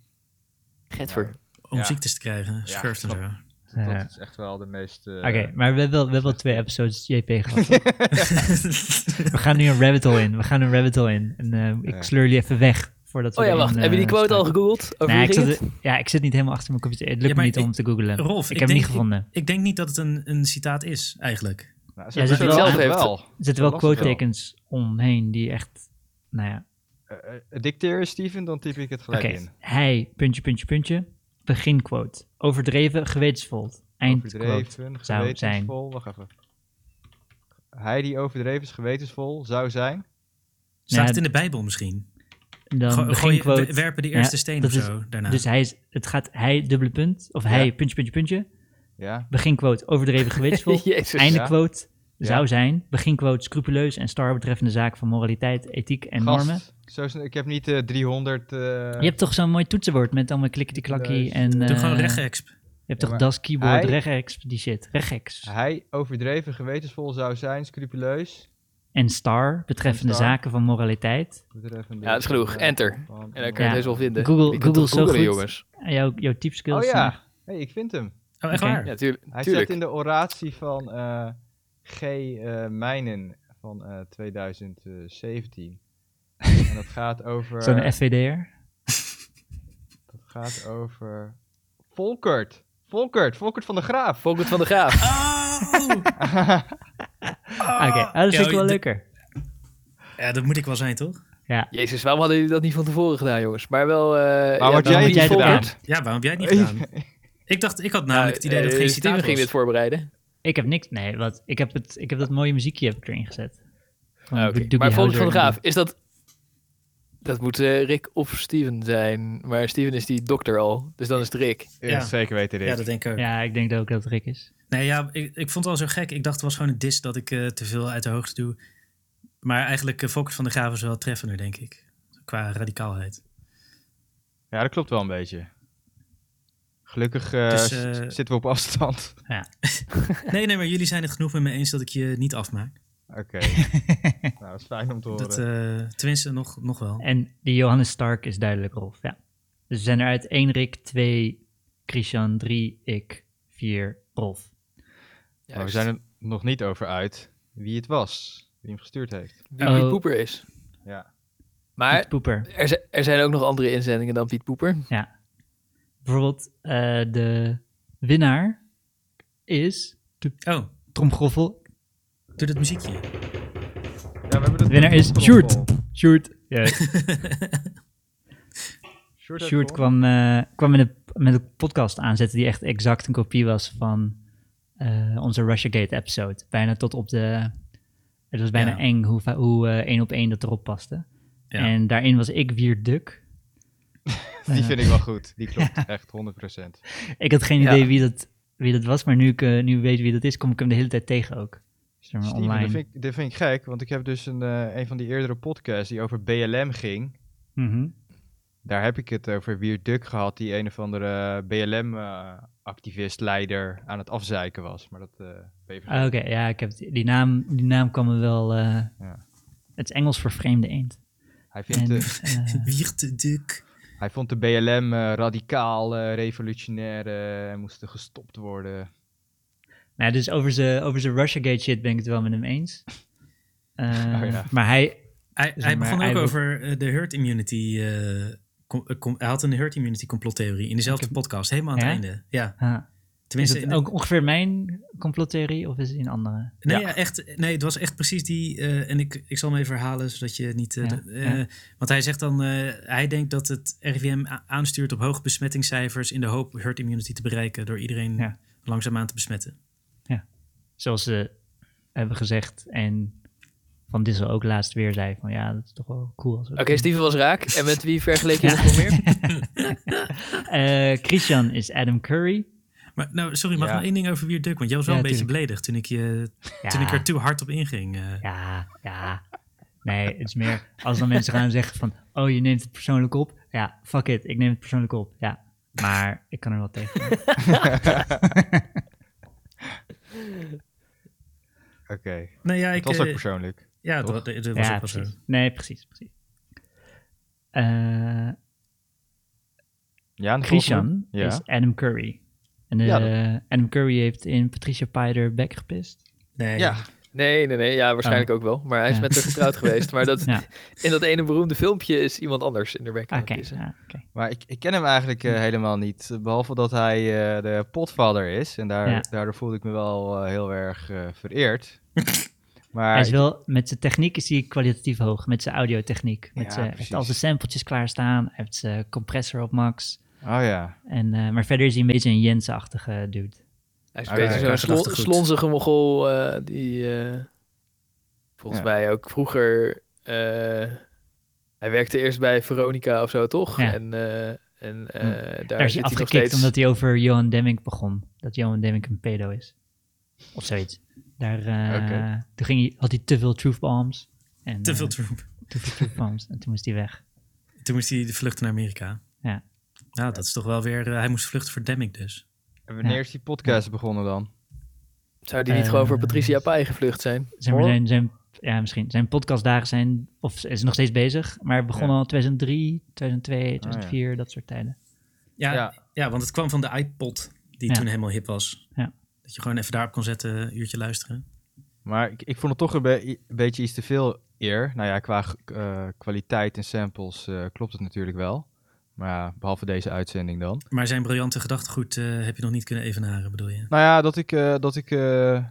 [SPEAKER 2] Getver.
[SPEAKER 1] Om
[SPEAKER 3] Ja.
[SPEAKER 1] ziektes te krijgen, schurft en
[SPEAKER 3] snap.
[SPEAKER 1] zo.
[SPEAKER 4] Ja.
[SPEAKER 3] Dus Dat is echt wel de meest... eh,
[SPEAKER 4] Oké, maar we hebben, wel, we hebben wel twee episodes JP gehad. we gaan nu een rabbit hole in. We gaan een rabbit hole in. En eh, ik
[SPEAKER 3] Ja.
[SPEAKER 4] sleur jullie even weg voordat we
[SPEAKER 2] Oh ja,
[SPEAKER 4] erin,
[SPEAKER 2] wacht. Heb je die
[SPEAKER 4] eh,
[SPEAKER 2] quote al
[SPEAKER 4] struiken.
[SPEAKER 2] gegoogeld? Over
[SPEAKER 4] Nee,
[SPEAKER 2] wie
[SPEAKER 4] ik
[SPEAKER 2] ging
[SPEAKER 4] zat,
[SPEAKER 2] het?
[SPEAKER 4] ja, ik zit niet helemaal achter mijn computer. Het lukt me
[SPEAKER 1] maar
[SPEAKER 4] niet om
[SPEAKER 1] ik-
[SPEAKER 4] te
[SPEAKER 1] (laughs)
[SPEAKER 4] googlen.
[SPEAKER 1] Rolf,
[SPEAKER 4] ik,
[SPEAKER 1] ik
[SPEAKER 4] heb hem niet
[SPEAKER 1] denk-
[SPEAKER 4] gevonden.
[SPEAKER 1] Ik denk niet dat het een, een citaat is, eigenlijk.
[SPEAKER 3] nou,
[SPEAKER 4] Ja, dus
[SPEAKER 3] zo-
[SPEAKER 4] zit
[SPEAKER 3] zo-
[SPEAKER 4] wel-
[SPEAKER 3] zelf
[SPEAKER 2] heeft-
[SPEAKER 3] wel.
[SPEAKER 4] Er zitten wel
[SPEAKER 3] Dat las ik wel.
[SPEAKER 4] quote-tekens omheen die echt... Nou ja,
[SPEAKER 3] Eh, eh, dicteer eens, Steven, dan typ ik het
[SPEAKER 4] oké.
[SPEAKER 3] gelijk in.
[SPEAKER 4] Hij, puntje, puntje, puntje. Beginquote. Overdreven, gewetensvol. Eindquote.
[SPEAKER 3] Overdreven,
[SPEAKER 4] zou zijn.
[SPEAKER 3] gewetensvol. Wacht even. Hij die overdreven is gewetensvol zou zijn.
[SPEAKER 1] Staat
[SPEAKER 4] Ja,
[SPEAKER 1] het in de Bijbel misschien?
[SPEAKER 4] Dan
[SPEAKER 1] Go- gooi-
[SPEAKER 4] beginquote.
[SPEAKER 1] we- werpen de nou. eerste
[SPEAKER 4] Ja,
[SPEAKER 1] steen
[SPEAKER 4] dat
[SPEAKER 1] of
[SPEAKER 4] is-
[SPEAKER 1] zo daarna.
[SPEAKER 4] Dus hij is, het gaat hij, dubbele punt. Of hij,
[SPEAKER 3] Ja.
[SPEAKER 4] puntje, puntje, puntje.
[SPEAKER 3] Ja.
[SPEAKER 4] Beginquote, overdreven (laughs) gewetensvol.
[SPEAKER 2] Jezus.
[SPEAKER 4] Einde
[SPEAKER 3] ja.
[SPEAKER 4] quote
[SPEAKER 3] Ja.
[SPEAKER 4] zou zijn. Beginquote, scrupuleus en star betreffende zaken van moraliteit, ethiek en
[SPEAKER 3] Gast,
[SPEAKER 4] normen.
[SPEAKER 3] Zo, sn- ik heb niet eh 300... eh,
[SPEAKER 4] Je hebt toch zo'n mooi toetsenbord met allemaal klikketie-klakkie
[SPEAKER 3] Juist.
[SPEAKER 4] en...
[SPEAKER 1] Doe gewoon
[SPEAKER 4] eh,
[SPEAKER 1] rechtexp.
[SPEAKER 4] Je hebt toch
[SPEAKER 3] Ja, maar
[SPEAKER 4] das keyboard,
[SPEAKER 3] hij-
[SPEAKER 4] regex, die shit. Regex.
[SPEAKER 3] Hij overdreven gewetensvol zou zijn, scrupuleus.
[SPEAKER 4] En star, betreffende
[SPEAKER 3] En star.
[SPEAKER 4] zaken van moraliteit.
[SPEAKER 3] Betreffende-
[SPEAKER 2] Ja, dat is genoeg. Enter.
[SPEAKER 3] Van-
[SPEAKER 2] En dan kan je
[SPEAKER 4] Ja.
[SPEAKER 2] deze wel vinden.
[SPEAKER 4] Google-
[SPEAKER 2] Je kunt
[SPEAKER 4] Google
[SPEAKER 2] toch
[SPEAKER 4] is zo
[SPEAKER 2] googlen,
[SPEAKER 4] goed.
[SPEAKER 2] jongens.
[SPEAKER 4] En jouw, jouw typeskills.
[SPEAKER 3] Oh
[SPEAKER 4] eh,
[SPEAKER 3] ja, hey, ik vind hem.
[SPEAKER 1] Oh, echt
[SPEAKER 4] Oké.
[SPEAKER 1] waar?
[SPEAKER 2] Ja, tuurlijk.
[SPEAKER 3] Hij
[SPEAKER 2] tuurlijk.
[SPEAKER 3] staat in de oratie van eh, G. eh, Mijnen van eh, 2017. en dat gaat over...
[SPEAKER 4] Zo'n FVD'er.
[SPEAKER 3] Dat gaat over Volkert. Volkert, Volkert van de Graaf.
[SPEAKER 2] Volkert van de
[SPEAKER 3] (laughs)
[SPEAKER 2] Graaf.
[SPEAKER 4] (laughs)
[SPEAKER 1] Oh!
[SPEAKER 4] Oké, ah,
[SPEAKER 1] Ja,
[SPEAKER 4] dat vind ik wel
[SPEAKER 1] de-
[SPEAKER 4] leuker.
[SPEAKER 1] Ja, dat moet ik wel zijn, toch?
[SPEAKER 4] Ja.
[SPEAKER 2] Jezus, waarom hadden jullie dat niet van tevoren gedaan, jongens? Maar wel... eh ja,
[SPEAKER 3] had
[SPEAKER 2] waarom
[SPEAKER 3] jij
[SPEAKER 2] niet
[SPEAKER 4] het
[SPEAKER 2] Volkert?
[SPEAKER 4] gedaan?
[SPEAKER 1] Ja, waarom heb jij het niet
[SPEAKER 4] (laughs)
[SPEAKER 1] gedaan?
[SPEAKER 3] (laughs)
[SPEAKER 1] Ik dacht, ik had namelijk het idee dat
[SPEAKER 2] Eh,
[SPEAKER 1] het geen
[SPEAKER 2] eh, Steven
[SPEAKER 1] citaat was.
[SPEAKER 2] ging dit voorbereiden.
[SPEAKER 4] Ik heb niks. Nee, wat? Ik heb, het, ik heb dat mooie muziekje heb ik erin gezet. Van
[SPEAKER 2] Ah, oké.
[SPEAKER 4] Doobie
[SPEAKER 2] Maar Volkert van de
[SPEAKER 4] Howser.
[SPEAKER 2] Graaf, is dat... Dat moet eh, Rick of Steven zijn. Maar Steven is die dokter al, dus dan is het Rick.
[SPEAKER 1] Ja.
[SPEAKER 3] Zeker weten dit.
[SPEAKER 1] Ja, dat denk ik ook.
[SPEAKER 4] Ja, ik denk dat ook dat het Rick is.
[SPEAKER 1] Nee, ja, ik, ik vond het al zo gek. Ik dacht, het was gewoon een dis dat ik eh, te veel uit de hoogte doe. Maar eigenlijk, uh, van de Graaf is wel treffender, denk ik. Qua
[SPEAKER 4] (laughs)
[SPEAKER 1] radicaalheid.
[SPEAKER 3] Ja, dat klopt wel een beetje. Gelukkig eh,
[SPEAKER 1] Dus,
[SPEAKER 3] z-
[SPEAKER 1] eh,
[SPEAKER 3] zitten we op
[SPEAKER 1] (laughs)
[SPEAKER 3] afstand.
[SPEAKER 1] Nee, nee, maar jullie zijn het genoeg met me eens dat ik je niet afmaak.
[SPEAKER 3] Oké. nou, dat is fijn om te horen.
[SPEAKER 1] Dat, eh, tenminste, nog, nog wel.
[SPEAKER 4] En die Johannes Stark is duidelijk Rolf, ja. Dus we zijn er uit 1 Rick, 2 Christian, 3 ik, 4 Rolf.
[SPEAKER 3] maar we zijn er nog niet over uit wie het was. Wie hem gestuurd heeft.
[SPEAKER 2] Wie
[SPEAKER 4] Oh.
[SPEAKER 2] Piet Poeper is.
[SPEAKER 3] Ja.
[SPEAKER 2] Maar
[SPEAKER 4] Piet Poeper.
[SPEAKER 2] er, zi- er zijn ook nog andere inzendingen dan Piet Poeper.
[SPEAKER 4] Bijvoorbeeld eh, de winnaar is
[SPEAKER 1] Oh,
[SPEAKER 4] Tromgroffel.
[SPEAKER 1] doe dat muziekje.
[SPEAKER 3] ja we hebben dat
[SPEAKER 4] Winnaar is
[SPEAKER 3] Tromp-
[SPEAKER 4] Sjoerd. Sjoerd. (laughs) Ja,
[SPEAKER 3] Sjoerd, heeft
[SPEAKER 4] Sjoerd
[SPEAKER 3] gewonnen.
[SPEAKER 4] kwam, eh, kwam met, een, met een podcast aanzetten die echt exact een kopie was van eh, onze Russiagate episode. Bijna tot op de... Het was bijna
[SPEAKER 1] Ja.
[SPEAKER 4] eng hoe, va- hoe eh, één op één dat erop paste.
[SPEAKER 1] Ja.
[SPEAKER 4] En daarin was ik Wierd Duk.
[SPEAKER 3] Die vind ik wel goed. Die klopt
[SPEAKER 4] (laughs)
[SPEAKER 3] echt 100%.
[SPEAKER 4] Ik had geen
[SPEAKER 2] Ja.
[SPEAKER 4] idee wie dat, wie dat was, maar nu ik eh, nu weet wie dat is, kom ik hem de hele tijd tegen ook. Is er maar
[SPEAKER 3] Steven,
[SPEAKER 4] online.
[SPEAKER 3] dat vind, ik, dat vind ik gek, want ik heb dus een, eh, een van die eerdere podcasts die over BLM ging.
[SPEAKER 4] Mhm.
[SPEAKER 3] Daar heb ik het over Wierd Duk gehad, die een of andere eh, BLM-activist, leider aan het afzeiken was. Maar dat eh ben je
[SPEAKER 4] Ah,
[SPEAKER 3] vergeten.
[SPEAKER 4] Oké, ja, ik heb die, die naam, die naam kwam me wel. eh,
[SPEAKER 3] Ja.
[SPEAKER 4] Het is Engels voor vreemde eend.
[SPEAKER 3] hij, vindt
[SPEAKER 4] En,
[SPEAKER 3] de,
[SPEAKER 4] eh,
[SPEAKER 1] (laughs) Wiert Duk.
[SPEAKER 3] hij vond de BLM eh, radicaal, eh, revolutionair eh, en moest er gestopt worden.
[SPEAKER 4] nou, dus over zijn over zijn Russiagate shit ben ik het wel met hem
[SPEAKER 1] (laughs)
[SPEAKER 4] eens.
[SPEAKER 1] Oh,
[SPEAKER 4] Eh,
[SPEAKER 3] ja.
[SPEAKER 4] Maar hij,
[SPEAKER 1] Hij,
[SPEAKER 4] Zeg
[SPEAKER 1] hij
[SPEAKER 4] maar,
[SPEAKER 1] begon ook
[SPEAKER 4] hij wil-
[SPEAKER 1] over eh, de herd immunity. eh, com- eh, com- hij had een herd immunity complottheorie in dezelfde podcast, helemaal aan het
[SPEAKER 4] Ja?
[SPEAKER 1] einde. Ja,
[SPEAKER 4] ah, is
[SPEAKER 1] tenminste, in
[SPEAKER 4] het
[SPEAKER 1] de-
[SPEAKER 4] ook ongeveer mijn complottheorie of is het in andere?
[SPEAKER 1] Nee, ja. echt, nee, het was echt precies die. eh, en ik, ik zal hem even herhalen, zodat je niet. eh,
[SPEAKER 4] Ja,
[SPEAKER 1] de- eh,
[SPEAKER 4] ja.
[SPEAKER 1] Want hij zegt dan. eh, hij denkt dat het RIVM a- aanstuurt op hoge besmettingscijfers. in de hoop herd immunity te bereiken. door iedereen
[SPEAKER 4] Ja.
[SPEAKER 1] langzaamaan te besmetten.
[SPEAKER 4] Zoals ze hebben gezegd en Van Dissel ook laatst weer zei van ja, dat is toch wel cool. als we
[SPEAKER 2] Oké,
[SPEAKER 4] dat doen.
[SPEAKER 2] Steven was raak. En met wie vergeleek je
[SPEAKER 4] Ja.
[SPEAKER 2] nog nog meer?
[SPEAKER 4] Eh, Christian is Adam Curry.
[SPEAKER 1] Maar nou, sorry, mag ik
[SPEAKER 3] Ja.
[SPEAKER 1] nog één ding over Wierd Duk? Want jij was wel
[SPEAKER 4] Ja,
[SPEAKER 1] een beetje beledigd toen ik, je,
[SPEAKER 4] Ja.
[SPEAKER 1] toen ik er te hard op inging. eh.
[SPEAKER 4] Ja, ja. Nee, het is meer als dan mensen gaan zeggen van... Oh, je neemt het persoonlijk op. Ja, fuck it, ik neem het persoonlijk op. Ja, maar ik kan er wel tegen.
[SPEAKER 3] Oké,
[SPEAKER 1] Nou ja,
[SPEAKER 3] het
[SPEAKER 1] ik.
[SPEAKER 3] was ook
[SPEAKER 1] eh,
[SPEAKER 3] persoonlijk.
[SPEAKER 1] ja,
[SPEAKER 3] toch?
[SPEAKER 1] dat, dat- dat was
[SPEAKER 4] Ja,
[SPEAKER 1] ook wel zo.
[SPEAKER 4] precies. Nee, precies, precies. Eh,
[SPEAKER 3] Ja, en de volgende?
[SPEAKER 4] Christian
[SPEAKER 3] Ja.
[SPEAKER 4] is Adam Curry. En eh,
[SPEAKER 3] Ja,
[SPEAKER 4] Adam Curry heeft in Patricia Pider bek gepist.
[SPEAKER 1] Nee,
[SPEAKER 3] Ja,
[SPEAKER 2] Nee, nee, nee. Ja, waarschijnlijk ook wel. Maar hij is
[SPEAKER 4] Oh. Ja.
[SPEAKER 2] met haar
[SPEAKER 4] (laughs)
[SPEAKER 2] getrouwd geweest. Maar dat,
[SPEAKER 4] Ja.
[SPEAKER 2] in dat ene beroemde filmpje is iemand anders in de bek aan
[SPEAKER 4] Oké,
[SPEAKER 2] het pissen.
[SPEAKER 4] ja, Ah, oké.
[SPEAKER 3] maar ik, ik ken hem eigenlijk eh, helemaal niet. Behalve dat hij eh, de potvader is. En daar,
[SPEAKER 4] Ja.
[SPEAKER 3] daardoor voelde ik me wel eh, heel erg eh,
[SPEAKER 4] (laughs)
[SPEAKER 3] vereerd. maar
[SPEAKER 4] Hij is wel, met zijn techniek is hij kwalitatief hoog. Met zijn audiotechniek. Met
[SPEAKER 3] Ja,
[SPEAKER 4] zijn, hij heeft
[SPEAKER 3] precies.
[SPEAKER 4] al zijn sampletjes klaarstaan. Hij heeft zijn compressor op max.
[SPEAKER 3] Oh ja.
[SPEAKER 4] En, eh, maar verder is hij een beetje een Jensen-achtige dude.
[SPEAKER 2] Hij is
[SPEAKER 3] Ah,
[SPEAKER 2] een
[SPEAKER 3] ja,
[SPEAKER 2] beetje
[SPEAKER 1] ja,
[SPEAKER 2] zo'n slon-
[SPEAKER 1] gedachtegoed.
[SPEAKER 2] slonzige mogol eh, die eh, volgens
[SPEAKER 3] Ja.
[SPEAKER 2] mij ook vroeger... eh, hij werkte eerst bij Veronica of zo, toch?
[SPEAKER 4] Ja.
[SPEAKER 2] En, eh, en eh,
[SPEAKER 4] Daar
[SPEAKER 2] daar,
[SPEAKER 4] Daar is
[SPEAKER 2] zit
[SPEAKER 4] hij
[SPEAKER 2] hij nog
[SPEAKER 4] afgekikt
[SPEAKER 2] steeds...
[SPEAKER 4] omdat hij over Johan Demmink begon. Dat Johan Demmink een pedo is. Of zoiets. Daar, eh,
[SPEAKER 3] Oké.
[SPEAKER 4] Toen ging hij, had hij te veel truth bombs. En,
[SPEAKER 1] Te veel
[SPEAKER 4] eh,
[SPEAKER 1] troep.
[SPEAKER 4] te veel truth bombs. En toen moest hij weg.
[SPEAKER 1] Toen moest hij vluchten naar Amerika.
[SPEAKER 4] Ja.
[SPEAKER 1] Nou, dat is toch wel weer. eh, hij moest vluchten voor Demming dus.
[SPEAKER 3] En wanneer
[SPEAKER 4] Ja.
[SPEAKER 3] is die podcast begonnen dan?
[SPEAKER 2] Zou die niet
[SPEAKER 4] Eh,
[SPEAKER 2] gewoon voor Patricia Pai gevlucht zijn?
[SPEAKER 4] Zijn, maar
[SPEAKER 2] Hoor.
[SPEAKER 4] zijn, zijn, ja, misschien. Zijn podcastdagen zijn, of is nog steeds bezig. Maar begon
[SPEAKER 3] Ja.
[SPEAKER 4] al 2003, 2002, 2004, dat soort tijden.
[SPEAKER 1] Ja, ja.
[SPEAKER 3] Ja.
[SPEAKER 1] want het kwam van de iPod, die
[SPEAKER 4] Ja.
[SPEAKER 1] toen helemaal hip was.
[SPEAKER 4] Ja.
[SPEAKER 1] Dat je gewoon even daarop kon zetten, een uurtje luisteren.
[SPEAKER 3] Maar ik, ik vond het toch een, be- een beetje iets te veel eer. Nou ja, qua eh, kwaliteit en samples eh, klopt het natuurlijk wel. Maar ja, behalve deze uitzending dan.
[SPEAKER 1] Maar zijn briljante gedachtegoed eh, heb je nog niet kunnen evenaren, bedoel je?
[SPEAKER 3] Nou ja, dat ik, eh, dat ik eh, eh,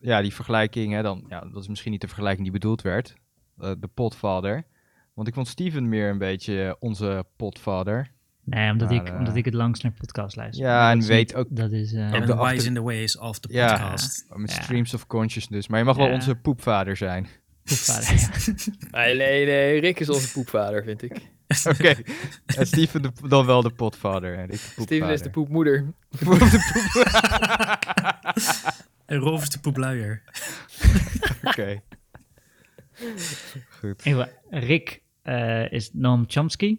[SPEAKER 3] ja, die vergelijking, hè, dan, ja, dat is misschien niet de vergelijking die bedoeld werd. eh, de potvader. Want ik vond Steven meer een beetje eh, onze potvader.
[SPEAKER 4] Nee, omdat,
[SPEAKER 3] Maar,
[SPEAKER 4] ik,
[SPEAKER 3] eh,
[SPEAKER 4] omdat ik het langst naar podcast luister.
[SPEAKER 3] Ja, en
[SPEAKER 4] Dat is
[SPEAKER 3] weet
[SPEAKER 4] niet-
[SPEAKER 3] ook-
[SPEAKER 4] Dat is... eh,
[SPEAKER 1] En
[SPEAKER 3] de
[SPEAKER 1] de
[SPEAKER 3] achter-
[SPEAKER 1] Wise in the Ways of the
[SPEAKER 3] Ja.
[SPEAKER 1] podcast.
[SPEAKER 3] Met
[SPEAKER 4] Ja.
[SPEAKER 3] streams of consciousness. Maar je mag
[SPEAKER 4] Ja.
[SPEAKER 3] wel onze poepvader zijn. (laughs)
[SPEAKER 1] (laughs)
[SPEAKER 4] Poepvader, ja.
[SPEAKER 2] Nee, nee, nee. Rick is onze poepvader, vind ik.
[SPEAKER 3] Oké.
[SPEAKER 4] (laughs)
[SPEAKER 3] en Steven de- dan wel de potvader. En ik de
[SPEAKER 2] Steven is de poepmoeder.
[SPEAKER 1] En Rolf is de poepluier.
[SPEAKER 3] poep. (laughs) Oké. Goed.
[SPEAKER 4] Anyway, Rick eh, is Noam Chomsky,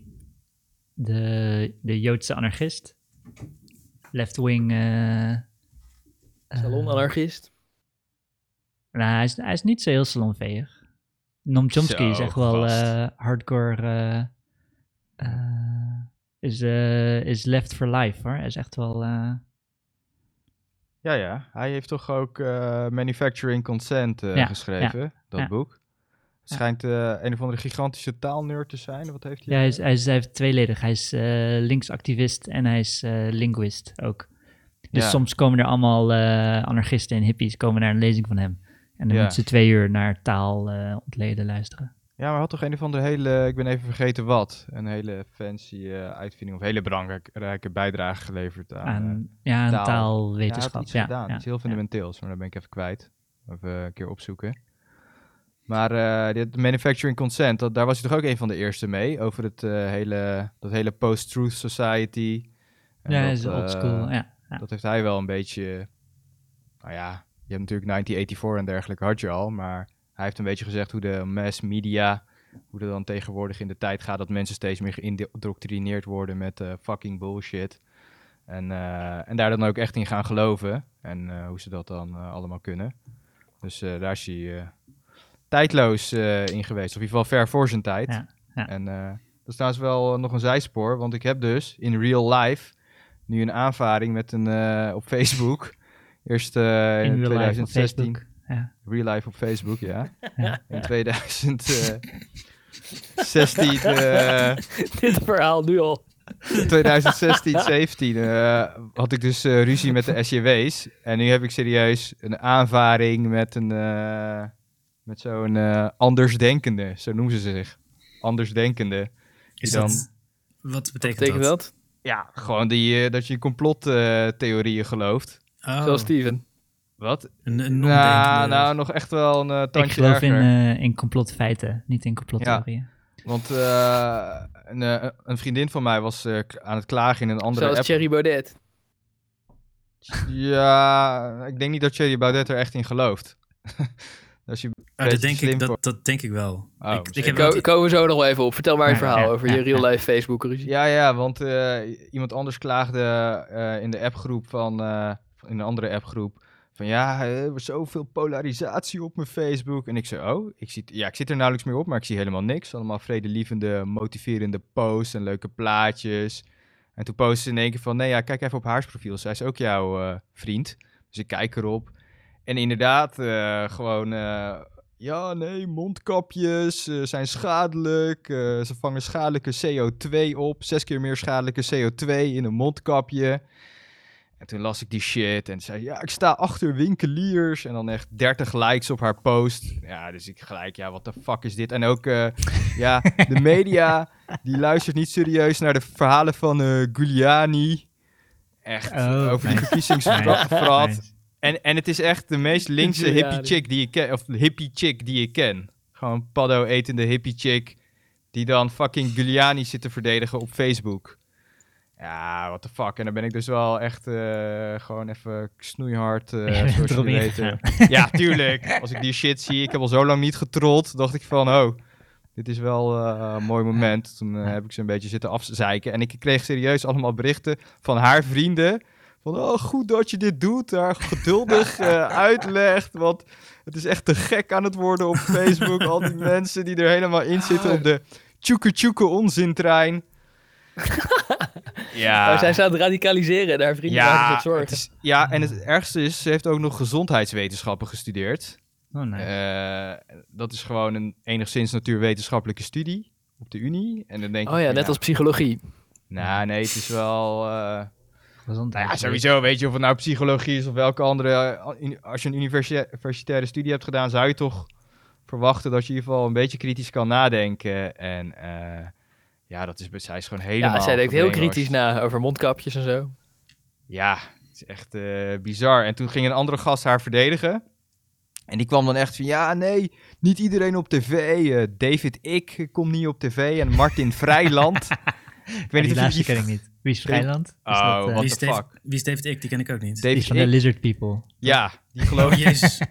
[SPEAKER 4] de, de Joodse anarchist. Left-wing... eh, eh,
[SPEAKER 2] Salonanarchist.
[SPEAKER 4] nou, hij, is, hij is niet zo heel salonveeg. Noam Chomsky is
[SPEAKER 3] Zo,
[SPEAKER 4] echt wel
[SPEAKER 3] gast.
[SPEAKER 4] eh, hardcore... eh, eh, is, eh, is left for life, hoor. Hij is echt wel... eh,
[SPEAKER 3] Ja, ja. Hij heeft toch ook eh, Manufacturing Consent eh,
[SPEAKER 4] Ja,
[SPEAKER 3] geschreven, dat
[SPEAKER 4] ja.
[SPEAKER 3] boek. Het
[SPEAKER 4] Ja.
[SPEAKER 3] schijnt eh, een of andere gigantische taalnerd te zijn. Wat heeft
[SPEAKER 4] Ja, hij, is, hij, is, hij heeft tweeledig. Hij is eh, linksactivist en hij is eh linguist ook. Dus
[SPEAKER 3] Ja.
[SPEAKER 4] soms komen er allemaal eh, anarchisten en hippies komen naar een lezing van hem. En dan
[SPEAKER 3] Ja.
[SPEAKER 4] moeten ze twee uur naar taal eh, ontleden luisteren.
[SPEAKER 3] Ja, maar hij had toch een van de hele, ik ben even vergeten wat, een hele fancy eh, uitvinding of hele belangrijke bijdrage geleverd aan. eh,
[SPEAKER 4] aan, ja, aan
[SPEAKER 3] taal. ja, hij had
[SPEAKER 4] taalwetenschap.
[SPEAKER 3] iets
[SPEAKER 4] Ja,
[SPEAKER 3] gedaan,
[SPEAKER 4] ja,
[SPEAKER 3] iets heel
[SPEAKER 4] ja.
[SPEAKER 3] fundamenteels, maar dat ben ik even kwijt. Even een keer opzoeken. Maar eh, dit manufacturing consent, dat, daar was hij toch ook een van de eerste mee, over het eh, hele, dat hele post-truth society. En
[SPEAKER 4] Ja, hij
[SPEAKER 3] dat,
[SPEAKER 4] is old
[SPEAKER 3] eh,
[SPEAKER 4] school. ja, ja.
[SPEAKER 3] Dat heeft hij wel een beetje, nou ja, je hebt natuurlijk 1984 en dergelijke had je al, maar hij heeft een beetje gezegd hoe de mass media, hoe er dan tegenwoordig in de tijd gaat dat mensen steeds meer geïndoctrineerd worden met eh, fucking bullshit. En, eh, en daar dan ook echt in gaan geloven en eh, hoe ze dat dan eh, allemaal kunnen. Dus eh, daar is hij eh, tijdloos eh, in geweest, of in ieder geval ver voor zijn tijd.
[SPEAKER 4] Ja, ja.
[SPEAKER 3] En eh, dat is trouwens wel eh, nog een zijspoor, want ik heb dus in real life nu een aanvaring met een eh, op Facebook. Eerst eh,
[SPEAKER 4] In
[SPEAKER 3] in
[SPEAKER 4] real life op
[SPEAKER 3] 2016.
[SPEAKER 4] Facebook. Ja.
[SPEAKER 3] Real life op Facebook, ja.
[SPEAKER 4] Ja.
[SPEAKER 3] In 2016. eh,
[SPEAKER 2] Dit verhaal nu al.
[SPEAKER 4] (laughs)
[SPEAKER 3] 2016, 17 eh, had ik dus eh, ruzie met de SJW's. En nu heb ik serieus een aanvaring met een. eh, met zo'n eh, andersdenkende, zo noemen ze zich. Andersdenkende.
[SPEAKER 1] Is
[SPEAKER 3] dan-
[SPEAKER 1] dat... Wat betekent,
[SPEAKER 2] Betekent dat?
[SPEAKER 3] Ja, gewoon die, eh, dat je in complottheorieën gelooft.
[SPEAKER 1] Oh,
[SPEAKER 2] Zoals Steven.
[SPEAKER 3] Wat?
[SPEAKER 1] Een, een non-denkende. Oh,
[SPEAKER 3] Nou, nou, nog echt wel een eh,
[SPEAKER 4] Ik
[SPEAKER 3] tandje
[SPEAKER 4] geloof in,
[SPEAKER 3] erger.
[SPEAKER 4] eh, in complotfeiten, niet in complottheorieën.
[SPEAKER 3] Want eh, een, eh, een vriendin van mij was eh, k- aan het klagen in een andere
[SPEAKER 2] Zoals
[SPEAKER 3] app.
[SPEAKER 2] Thierry Baudet.
[SPEAKER 3] Ja, ik denk niet dat Thierry Baudet er echt in gelooft. (laughs) Als je,
[SPEAKER 1] Oh, dat,
[SPEAKER 3] beetje
[SPEAKER 1] denk
[SPEAKER 3] slim
[SPEAKER 1] ik,
[SPEAKER 3] voor-
[SPEAKER 1] dat, dat denk ik wel.
[SPEAKER 3] Oh,
[SPEAKER 1] ik, ik
[SPEAKER 3] zeker.
[SPEAKER 1] heb wel
[SPEAKER 2] Ko
[SPEAKER 1] het-
[SPEAKER 2] komen we zo nog wel even op. Vertel maar een
[SPEAKER 4] Ja,
[SPEAKER 2] verhaal
[SPEAKER 4] ja,
[SPEAKER 2] over
[SPEAKER 4] ja,
[SPEAKER 2] je real
[SPEAKER 4] ja.
[SPEAKER 2] life Facebook ruzie.
[SPEAKER 3] ja, ja, want eh, iemand anders klaagde eh, in de appgroep van, eh, in een andere appgroep, van ja, eh, er was zoveel polarisatie op mijn Facebook. En ik zei, oh, ik, zie, ja, ik zit er nauwelijks meer op, maar ik zie helemaal niks. Allemaal vredelievende, motiverende posts en leuke plaatjes. En toen postte ze in één keer van, nee, ja, kijk even op haar profiel. Zij is ook jouw eh, vriend. Dus ik kijk erop. En inderdaad, eh, gewoon, eh, ja, nee, mondkapjes eh, zijn schadelijk. eh, ze vangen schadelijke CO2 op. Zes keer meer schadelijke CO2 in een mondkapje. En toen las ik die shit en zei, ja, ik sta achter winkeliers. En dan echt 30 likes op haar post. Ja, dus ik gelijk, ja, wat de fuck is dit? En ook, eh, ja, de media, die luistert niet serieus naar de verhalen van eh Giuliani. Echt,
[SPEAKER 4] Oh,
[SPEAKER 3] over die
[SPEAKER 4] nice.
[SPEAKER 3] verkiezingsfraud.
[SPEAKER 4] Nice.
[SPEAKER 3] En, en het is echt de meest linkse
[SPEAKER 2] Giuliani.
[SPEAKER 3] hippie chick die ik ken. Of hippie chick die ik ken. Gewoon paddo etende hippie chick. Die dan fucking Giuliani zit te verdedigen op Facebook. Ja, what the fuck. En dan ben ik dus wel echt eh, gewoon even snoeihard. eh,
[SPEAKER 4] Je bent
[SPEAKER 3] zoals
[SPEAKER 4] erop
[SPEAKER 3] jullie weten.
[SPEAKER 4] ingegaan.
[SPEAKER 3] (laughs) Ja, tuurlijk. Als ik die shit zie, ik heb al zo lang niet getrold. Dacht ik van, oh, dit is wel eh, een mooi moment. Toen eh, heb ik ze een beetje zitten afzeiken. En ik kreeg serieus allemaal berichten van haar vrienden. Van, oh, goed dat je dit doet. Haar (laughs) geduldig eh, uitlegt. Want het is echt te gek aan het worden op Facebook. Al (laughs) die mensen die er helemaal in zitten op de tjoeke tjoeke onzintrein. ja.
[SPEAKER 2] Oh, zij is aan het radicaliseren en haar vrienden maken zich zorgen.
[SPEAKER 3] het is- ja, en het ergste is, ze heeft ook nog gezondheidswetenschappen gestudeerd.
[SPEAKER 4] Oh, nice.
[SPEAKER 3] Eh, dat is gewoon een enigszins natuurwetenschappelijke studie op de Unie. En dan denk
[SPEAKER 2] Oh
[SPEAKER 3] ik,
[SPEAKER 2] ja,
[SPEAKER 3] van,
[SPEAKER 2] net als psychologie.
[SPEAKER 3] Nou, nee, het is wel... eh,
[SPEAKER 4] Gezondheid.
[SPEAKER 3] Nou ja, sowieso, weet je, of het nou psychologie is of welke andere... eh, uni- Als je een universi- universitaire studie hebt gedaan, zou je toch verwachten dat je in ieder geval een beetje kritisch kan nadenken. En eh, ja, dat is, bij- zij is gewoon helemaal...
[SPEAKER 2] ja, zij denkt heel
[SPEAKER 3] geblengeld.
[SPEAKER 2] kritisch na over mondkapjes en zo.
[SPEAKER 3] Ja, het is echt eh, bizar. En toen ging een andere gast haar verdedigen. En die kwam dan echt van, ja, nee, niet iedereen op tv. Eh, David Ik komt niet op tv en Martin
[SPEAKER 2] (laughs)
[SPEAKER 3] Vrijland. ik
[SPEAKER 4] Ja,
[SPEAKER 3] weet niet
[SPEAKER 4] die
[SPEAKER 3] of
[SPEAKER 4] laatste
[SPEAKER 3] je
[SPEAKER 4] ken ik niet. Wie is Vrijland? Is
[SPEAKER 3] Oh,
[SPEAKER 4] dat, eh,
[SPEAKER 3] what
[SPEAKER 1] Wie
[SPEAKER 4] die
[SPEAKER 1] is,
[SPEAKER 3] the
[SPEAKER 1] David,
[SPEAKER 3] fuck?
[SPEAKER 1] wie is David Ik? Die ken ik ook niet.
[SPEAKER 4] is
[SPEAKER 3] David
[SPEAKER 4] van de
[SPEAKER 3] Ik-
[SPEAKER 4] Lizard People.
[SPEAKER 3] Ja, die, geloof,
[SPEAKER 1] Oh jezus.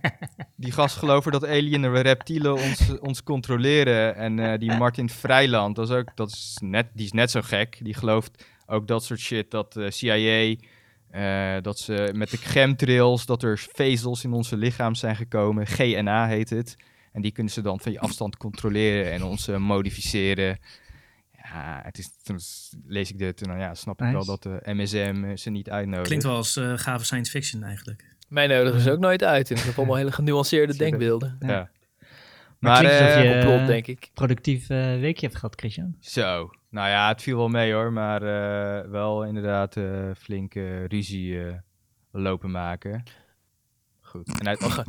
[SPEAKER 3] die gast geloven dat alien en reptielen ons, ons controleren. En eh,
[SPEAKER 4] (laughs)
[SPEAKER 3] die Martin Vrijland, dat is ook, dat is net, die is net zo gek. Die gelooft ook dat soort shit, dat eh, CIA, eh, dat ze met de chemtrails, dat er vezels in onze lichaam zijn gekomen. GNA heet het. En die kunnen ze dan van je afstand controleren en ons eh, modificeren. Ja, het is, toen lees ik dit en dan ja, snap ik wel
[SPEAKER 4] Nice.
[SPEAKER 3] dat eh, de MSM ze niet uitnodigt.
[SPEAKER 1] Klinkt wel als eh, gave science fiction eigenlijk.
[SPEAKER 2] Mij nodigen ze ook nooit uit. En ik heb allemaal hele genuanceerde denkbeelden.
[SPEAKER 4] Ja.
[SPEAKER 3] Ja.
[SPEAKER 4] Maar het klinkt
[SPEAKER 3] eh,
[SPEAKER 4] alsof je-
[SPEAKER 2] Complot,
[SPEAKER 4] Eh,
[SPEAKER 2] denk ik.
[SPEAKER 4] Productief eh, weekje hebt gehad, Christian.
[SPEAKER 3] Zo. Nou ja, het viel wel mee hoor, maar eh, wel inderdaad eh flink eh, ruzie eh, lopen maken. Goed. En
[SPEAKER 1] Oh,
[SPEAKER 3] uit,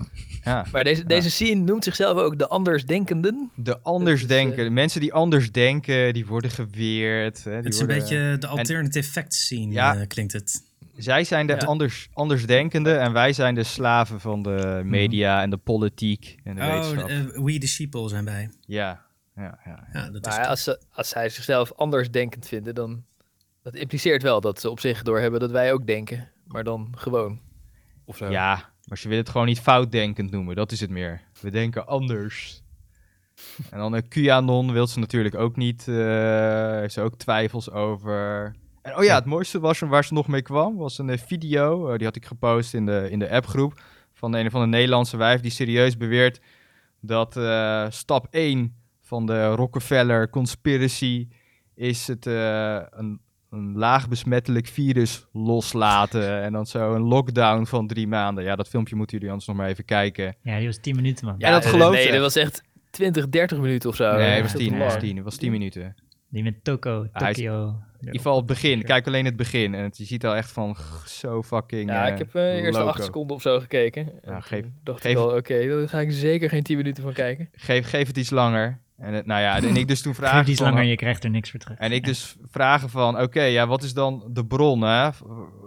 [SPEAKER 3] ja,
[SPEAKER 2] Maar deze, deze scene noemt zichzelf ook de andersdenkenden.
[SPEAKER 3] de andersdenken, de mensen die anders denken, die worden geweerd. Hè, die
[SPEAKER 1] eh, Het is een
[SPEAKER 3] worden-
[SPEAKER 1] beetje de alternative fact scene,
[SPEAKER 3] Ja.
[SPEAKER 1] eh, klinkt het.
[SPEAKER 3] Zij zijn de
[SPEAKER 2] Ja.
[SPEAKER 3] anders, andersdenkenden en wij zijn de slaven van de media en de politiek en de
[SPEAKER 1] Mhm. Oh,
[SPEAKER 3] wetenschap.
[SPEAKER 1] eh, We the Sheeple zijn wij.
[SPEAKER 3] ja. Ja, ja.
[SPEAKER 1] Ja, dat is
[SPEAKER 2] Maar ja, Dus als, ze, als zij zichzelf andersdenkend vinden, dan... Dat impliceert wel dat ze op zich doorhebben dat wij ook denken. Maar dan gewoon. Of zo.
[SPEAKER 3] ja, maar ze willen het gewoon niet foutdenkend noemen, dat is het meer. We
[SPEAKER 2] (laughs)
[SPEAKER 3] denken anders. En dan een QAnon wil ze natuurlijk ook niet. eh heeft ze ook twijfels over. En oh ja, het mooiste was waar ze nog mee kwam, was een eh, video. eh, die had ik gepost in de, in de appgroep. Van een van de Nederlandse wijf die serieus beweert dat eh, stap 1 van de Rockefeller conspiracy is het eh, een, een laag besmettelijk virus loslaten. en dan zo een lockdown van drie maanden. Ja, dat filmpje moeten jullie anders nog maar even kijken.
[SPEAKER 4] Ja, die was 10 minuten, man.
[SPEAKER 3] Ja, dat
[SPEAKER 2] eh,
[SPEAKER 3] geloof
[SPEAKER 2] Nee,
[SPEAKER 3] ik.
[SPEAKER 2] dat was echt 20, 30 minuten of zo.
[SPEAKER 3] nee,
[SPEAKER 2] Oh, Dat
[SPEAKER 3] het
[SPEAKER 2] is
[SPEAKER 3] was
[SPEAKER 2] veel
[SPEAKER 3] tien,
[SPEAKER 2] te
[SPEAKER 3] het was
[SPEAKER 2] lang.
[SPEAKER 3] tien, het was tien minuten.
[SPEAKER 4] Die met Toko,
[SPEAKER 3] Hij is-
[SPEAKER 4] Tokio.
[SPEAKER 3] In ieder geval het begin. Kijk alleen het begin. En het, je ziet al echt van g- zo fucking.
[SPEAKER 2] Ja,
[SPEAKER 3] eh,
[SPEAKER 2] ik heb eh, eerst
[SPEAKER 3] loco.
[SPEAKER 2] acht seconden of zo gekeken. En
[SPEAKER 3] Nou, geef-
[SPEAKER 2] toen dacht
[SPEAKER 3] geef-
[SPEAKER 2] ik al, oké, daar ga ik zeker geen 10 minuten van (laughs) kijken.
[SPEAKER 3] Geef, geef het iets langer. En het- nou ja, en ik dus
[SPEAKER 2] (laughs)
[SPEAKER 3] toen vragen.
[SPEAKER 4] Geef die is
[SPEAKER 3] van-
[SPEAKER 4] langer en je krijgt er niks voor terug.
[SPEAKER 3] En ik dus vragen van, oké, ja, wat is dan de bron, hè, v-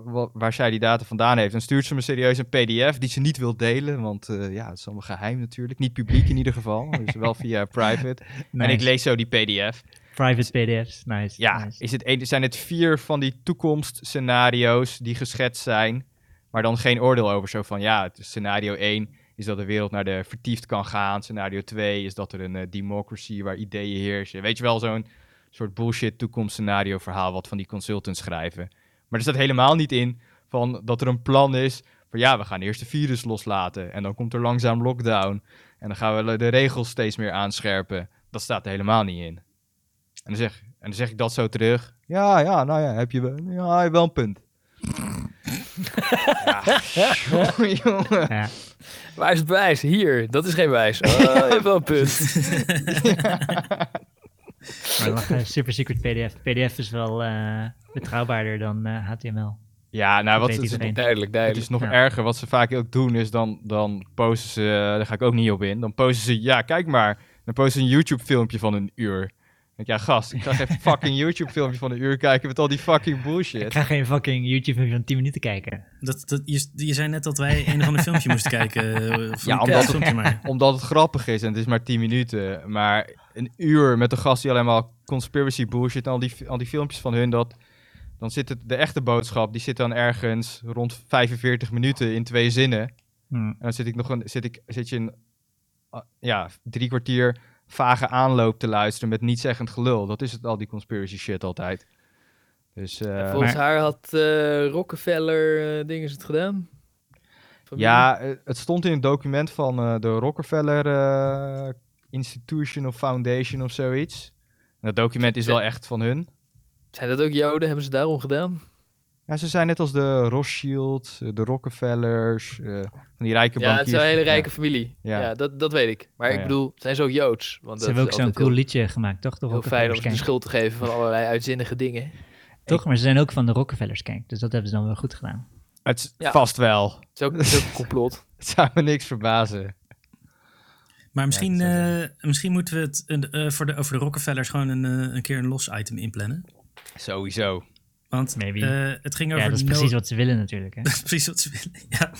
[SPEAKER 3] wa- waar zij die data vandaan heeft? En stuurt ze me serieus een pdf die ze niet wil delen, want eh, ja, het is allemaal geheim natuurlijk. Niet publiek in ieder geval, dus wel
[SPEAKER 2] (laughs)
[SPEAKER 3] via private. En
[SPEAKER 4] Nice.
[SPEAKER 3] ik lees zo die pdf.
[SPEAKER 4] Private PDF's, nice.
[SPEAKER 3] Ja,
[SPEAKER 4] nice.
[SPEAKER 3] is het een, zijn het vier van die toekomstscenario's die geschetst zijn, maar dan geen oordeel over? Zo van, ja, het is scenario 1 is dat de wereld naar de vertiefd kan gaan. Scenario 2 is dat er een eh, democracy waar ideeën heersen. Weet je wel, zo'n soort bullshit toekomstscenario verhaal wat van die consultants schrijven. Maar er staat helemaal niet in van dat er een plan is van ja, we gaan eerst de virus loslaten en dan komt er langzaam lockdown en dan gaan we de regels steeds meer aanscherpen. Dat staat er helemaal niet in. En dan zeg, en dan zeg ik dat zo terug. Ja, ja, nou ja, heb je wel, ja, heb je wel een punt. ja, jongen, jongen.
[SPEAKER 4] Ja.
[SPEAKER 2] Waar is het bewijs? Hier, dat is geen bewijs. (laughs) Ah, je hebt wel een punt.
[SPEAKER 3] (laughs)
[SPEAKER 4] Maar wacht, eh, super secret PDF. PDF is wel eh, betrouwbaarder dan eh, HTML.
[SPEAKER 3] Ja, nou, wat
[SPEAKER 4] weet
[SPEAKER 3] het, is-
[SPEAKER 4] iedereen.
[SPEAKER 2] Duidelijk,
[SPEAKER 3] het
[SPEAKER 2] duidelijk.
[SPEAKER 3] is nog
[SPEAKER 4] Ja.
[SPEAKER 3] erger. Wat ze vaak ook doen is dan, dan posten ze, eh, daar ga ik ook niet op in, dan posten ze, ja, kijk maar. Dan posten ze een YouTube filmpje van een uur. Dan denk ik, ja, gast, ik ga
[SPEAKER 4] (laughs)
[SPEAKER 3] geen fucking YouTube filmpje van een uur kijken met al die fucking
[SPEAKER 4] Ik
[SPEAKER 3] bullshit.
[SPEAKER 4] ga geen fucking YouTube-filmpje van 10 minuten kijken.
[SPEAKER 1] Dat, dat, je, je zei net dat wij een van de filmpje moesten kijken. eh, Of
[SPEAKER 3] Ja,
[SPEAKER 1] een kort
[SPEAKER 3] omdat het-
[SPEAKER 1] filmpje maar.
[SPEAKER 3] Omdat het grappig is en het is maar 10 minuten. Maar een uur met de gast die alleen maar conspiracy bullshit en al die, al die filmpjes van hun, dat, dan zit het, de echte boodschap, die zit dan ergens rond 45 minuten in twee zinnen.
[SPEAKER 4] Hm.
[SPEAKER 3] En dan zit ik nog een, zit ik, zit je een, ah, ja, drie kwartier vage aanloop te luisteren met niet-zeggend gelul. Dat is het, al die conspiracy shit altijd. Dus, eh,
[SPEAKER 2] Volgens haar had eh, Rockefeller eh dingen het gedaan. Familie.
[SPEAKER 3] ja, eh, het stond in het document van eh, de Rockefeller eh, Institution of Foundation of zoiets. En dat document is wel echt van hun.
[SPEAKER 2] Zijn dat ook Joden? Hebben ze daarom gedaan?
[SPEAKER 3] Ja, ze zijn net als de Rothschild, eh, de Rockefellers, eh, van die rijke
[SPEAKER 2] Ja, het
[SPEAKER 3] bankiers.
[SPEAKER 2] is een hele rijke
[SPEAKER 3] Ja.
[SPEAKER 2] familie.
[SPEAKER 3] Ja.
[SPEAKER 2] Ja, dat, dat weet ik. Maar
[SPEAKER 3] Ja,
[SPEAKER 2] ik
[SPEAKER 3] ja.
[SPEAKER 2] bedoel, zijn ze ook Joods? Want dat
[SPEAKER 4] Ze hebben ook
[SPEAKER 2] is
[SPEAKER 4] zo'n
[SPEAKER 2] altijd
[SPEAKER 4] cool
[SPEAKER 2] heel-
[SPEAKER 4] liedje gemaakt, toch?
[SPEAKER 2] Heel
[SPEAKER 4] De
[SPEAKER 2] fijn om
[SPEAKER 4] Rockefellers
[SPEAKER 2] ze de
[SPEAKER 4] Gang.
[SPEAKER 2] schuld te geven van allerlei uitzinnige dingen.
[SPEAKER 4] Toch? Maar ze zijn ook van de Rockefellers, kijk. Dus dat hebben ze dan wel goed gedaan.
[SPEAKER 3] Het is
[SPEAKER 2] Ja.
[SPEAKER 3] vast wel.
[SPEAKER 2] Het is ook, het is ook een complot.
[SPEAKER 3] Het zou me niks verbazen.
[SPEAKER 1] Maar misschien,
[SPEAKER 3] dat is wel
[SPEAKER 1] eh, misschien moeten we het eh, eh, voor de, over de Rockefellers gewoon een, eh, een keer een los item inplannen.
[SPEAKER 3] Sowieso.
[SPEAKER 1] Want
[SPEAKER 4] Maybe.
[SPEAKER 1] eh, het ging over
[SPEAKER 4] Ja, dat is
[SPEAKER 1] no-
[SPEAKER 4] precies wat ze willen
[SPEAKER 1] (laughs)
[SPEAKER 4] natuurlijk. Hè?
[SPEAKER 1] Dat is precies wat ze willen. (laughs) Ja.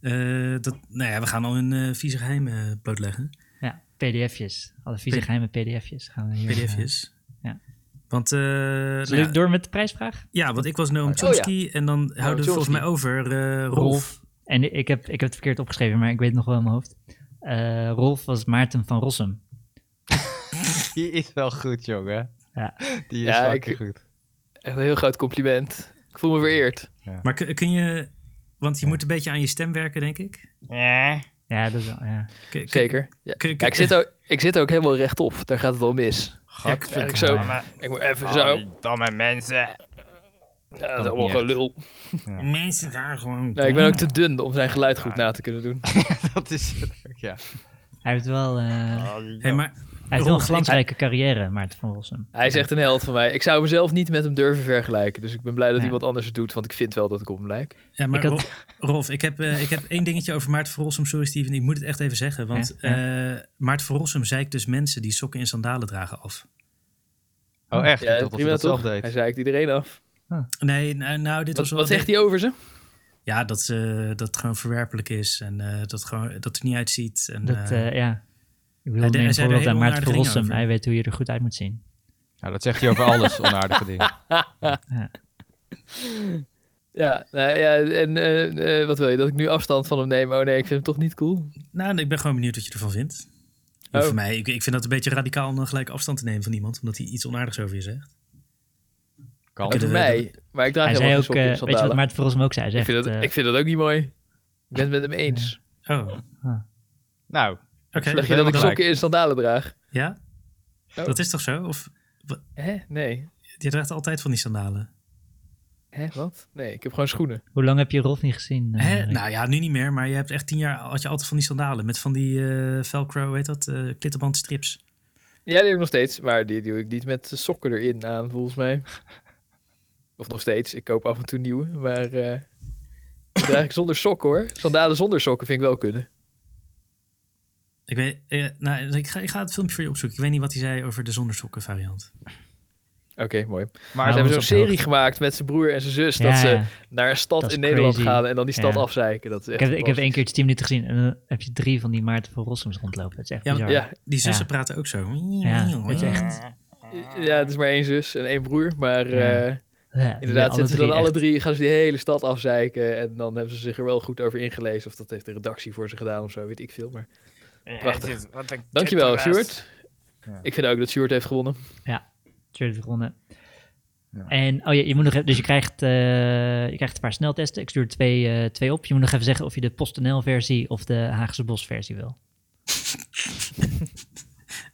[SPEAKER 1] Eh, dat, nou ja, we gaan al hun eh, vieze geheimen blootleggen.
[SPEAKER 4] Ja, pdf'jes. Alle vieze
[SPEAKER 1] P-
[SPEAKER 4] geheime pdf'jes gaan we hier... eh,
[SPEAKER 1] PDF's.
[SPEAKER 4] ja.
[SPEAKER 1] Want, eh, nou
[SPEAKER 4] Zullen
[SPEAKER 1] ja,
[SPEAKER 4] we door met de prijsvraag?
[SPEAKER 1] ja, want ik was Noam
[SPEAKER 2] Oh, ja.
[SPEAKER 1] Chomsky en dan houden we
[SPEAKER 2] Chomsky.
[SPEAKER 1] volgens mij over eh, Rolf.
[SPEAKER 4] En ik heb, ik heb het verkeerd opgeschreven, maar ik weet het nog wel in mijn hoofd. Eh, Rolf was Maarten van Rossum.
[SPEAKER 3] Die is wel goed, jongen.
[SPEAKER 4] Ja.
[SPEAKER 3] Die is
[SPEAKER 2] Ja,
[SPEAKER 3] fucking
[SPEAKER 2] ik-
[SPEAKER 3] goed.
[SPEAKER 2] Echt een heel groot compliment. Ik voel me vereerd.
[SPEAKER 1] Maar kun, kun je, want je moet een beetje aan je stem werken, denk ik.
[SPEAKER 3] Eh,
[SPEAKER 4] Ja, dat is wel, ja.
[SPEAKER 1] Kun- kun-
[SPEAKER 2] Zeker. Ja.
[SPEAKER 1] kun-
[SPEAKER 2] Kijk, ik zit, ook, ik zit ook helemaal rechtop. Daar gaat het al mis.
[SPEAKER 1] Ja, ik-
[SPEAKER 2] Eigenlijk zo. Ik moet even
[SPEAKER 4] Ah,
[SPEAKER 2] zo.
[SPEAKER 3] Domme mensen.
[SPEAKER 2] Ja, dat is allemaal gewoon lul.
[SPEAKER 1] Mensen daar gewoon.
[SPEAKER 2] Nee, ik ben ook te dun om zijn geluid goed na te kunnen doen.
[SPEAKER 3] (laughs) Dat is het ook, ja. Oh,
[SPEAKER 4] Hij heeft wel, eh, hij
[SPEAKER 1] Hey, maar
[SPEAKER 4] heeft wel een
[SPEAKER 1] Rolf,
[SPEAKER 4] glansrijke carrière, Maarten van Rossum.
[SPEAKER 2] Hij is echt een held van mij. Ik zou mezelf niet met hem durven vergelijken. Dus ik ben blij dat
[SPEAKER 4] Ja.
[SPEAKER 2] iemand anders het doet, want ik vind wel dat ik op hem lijk.
[SPEAKER 1] Ja, maar
[SPEAKER 4] Ik had-
[SPEAKER 1] Rolf, Rolf, ik, heb, eh, ik heb één dingetje over Maarten van Rossum. Sorry Steven, ik moet het echt even zeggen. Want
[SPEAKER 4] Ja,
[SPEAKER 1] eh, Maarten van Rossum zeikt dus mensen die sokken en sandalen dragen af.
[SPEAKER 3] Oh, echt?
[SPEAKER 2] Ja,
[SPEAKER 3] ik dacht dat hij
[SPEAKER 2] prima
[SPEAKER 3] dat zelf
[SPEAKER 2] toch?
[SPEAKER 3] deed.
[SPEAKER 2] Hij zeikt iedereen af.
[SPEAKER 1] Nee, nou, nou dit
[SPEAKER 2] Wat,
[SPEAKER 1] was wel...
[SPEAKER 2] wat zegt hij over ze?
[SPEAKER 1] Ja, dat, ze dat het gewoon verwerpelijk is en eh, dat, gewoon, dat het er niet uitziet. En,
[SPEAKER 4] Dat,
[SPEAKER 1] eh,
[SPEAKER 4] eh, ja. Ik bedoel,
[SPEAKER 1] Hij de- hij
[SPEAKER 4] neem een
[SPEAKER 1] zei er
[SPEAKER 4] voorbeeld aan
[SPEAKER 1] hele onaardige
[SPEAKER 4] Maarten van
[SPEAKER 1] dingen
[SPEAKER 4] Rossum.
[SPEAKER 1] over.
[SPEAKER 4] Hij weet hoe je er goed uit moet zien.
[SPEAKER 3] Nou, dat zegt hij over alles,
[SPEAKER 2] (laughs)
[SPEAKER 3] onaardige dingen.
[SPEAKER 2] Ja, nou ja en eh, eh, wat wil je? Dat ik nu afstand van hem neem? Oh nee, ik vind hem toch niet cool.
[SPEAKER 1] nou, ik ben gewoon benieuwd wat je ervan vindt.
[SPEAKER 2] Oh.
[SPEAKER 1] Voor mij, ik, ik vind dat een beetje radicaal om dan gelijk afstand te nemen van iemand. Omdat hij iets onaardigs over je zegt.
[SPEAKER 3] Kan.
[SPEAKER 1] Oké,
[SPEAKER 2] Voor
[SPEAKER 1] de-
[SPEAKER 2] mij. Maar ik draag
[SPEAKER 4] Hij zei
[SPEAKER 2] helemaal
[SPEAKER 4] ook,
[SPEAKER 2] geen
[SPEAKER 4] eh,
[SPEAKER 2] sokjes
[SPEAKER 4] weet je wat
[SPEAKER 2] sandalen.
[SPEAKER 4] Maarten van Rossum ook zei? Hij
[SPEAKER 2] Ik vind,
[SPEAKER 4] zegt,
[SPEAKER 2] dat,
[SPEAKER 4] eh,
[SPEAKER 2] ik vind dat ook niet mooi. Ik ben het
[SPEAKER 4] (laughs)
[SPEAKER 2] met hem eens.
[SPEAKER 1] Oh, oké.
[SPEAKER 3] Nou,
[SPEAKER 2] Zeg je dat ik
[SPEAKER 1] dan-
[SPEAKER 3] gelijk.
[SPEAKER 2] sokken in sandalen draag?
[SPEAKER 1] Ja?
[SPEAKER 2] Oh.
[SPEAKER 1] Dat is toch zo? Of
[SPEAKER 2] Hè? Nee.
[SPEAKER 1] je draagt altijd van die sandalen.
[SPEAKER 2] Hè, wat? Nee, ik heb gewoon schoenen.
[SPEAKER 4] hoe lang heb je Rolf niet gezien? eh,
[SPEAKER 1] Hè?
[SPEAKER 4] Rick?
[SPEAKER 1] Nou ja, nu niet meer. Maar je hebt echt tien jaar had je altijd van die sandalen. Met van die eh, velcro, hoe heet dat? eh klittenbandstrips.
[SPEAKER 2] Ja, die heb ik nog steeds, maar die doe ik niet met sokken erin aan, volgens mij. Of nog steeds, ik koop af en toe nieuwe, maar eh die draag ik zonder sokken hoor. Sandalen zonder sokken vind ik wel kunnen.
[SPEAKER 1] Ik, weet, eh, nou, ik, ga, ik ga het filmpje voor je opzoeken. Ik weet niet wat hij zei over de zonder sokken variant.
[SPEAKER 2] Oké, mooi.
[SPEAKER 3] maar
[SPEAKER 2] Maar ze hebben
[SPEAKER 4] ons
[SPEAKER 2] zo'n
[SPEAKER 4] op de hoogte.
[SPEAKER 2] serie gemaakt met zijn broer en zijn zus, dat eh,
[SPEAKER 4] Ja,
[SPEAKER 2] ze
[SPEAKER 4] ja.
[SPEAKER 2] naar een stad
[SPEAKER 4] Dat is
[SPEAKER 2] in Nederland
[SPEAKER 4] crazy.
[SPEAKER 2] gaan en dan die stad
[SPEAKER 4] Ja.
[SPEAKER 2] afzeiken. Dat is
[SPEAKER 4] Ik
[SPEAKER 2] echt
[SPEAKER 4] heb, ik heb één
[SPEAKER 2] fantastisch.
[SPEAKER 4] keer 10 minuten gezien en dan heb je drie van die Maarten van Rossums rondlopen. Dat is echt
[SPEAKER 1] Ja,
[SPEAKER 4] bizar.
[SPEAKER 2] Ja,
[SPEAKER 1] Die zussen
[SPEAKER 4] Ja.
[SPEAKER 1] praten ook zo.
[SPEAKER 4] Ja, dat is echt...
[SPEAKER 2] ja, het is maar één zus en één broer, maar eh, inderdaad
[SPEAKER 4] Ja, alle
[SPEAKER 2] zitten ze dan
[SPEAKER 4] drie
[SPEAKER 2] alle
[SPEAKER 4] echt-
[SPEAKER 2] drie, gaan ze die hele stad afzeiken en dan hebben ze zich er wel goed over ingelezen. Of dat heeft de redactie voor ze gedaan of zo, weet ik veel, maar... Prachtig. Dankjewel, Stuart.
[SPEAKER 3] Ja.
[SPEAKER 2] Ik vind ook dat Stuart heeft gewonnen.
[SPEAKER 4] Tweede ronde.
[SPEAKER 3] Ja.
[SPEAKER 4] En, oh ja, je moet nog even, dus je krijgt, eh, je krijgt een paar sneltesten. Ik stuur er twee, eh, twee op. Je moet nog even zeggen of je de PostNL-versie of de Haagse Bos-versie wil.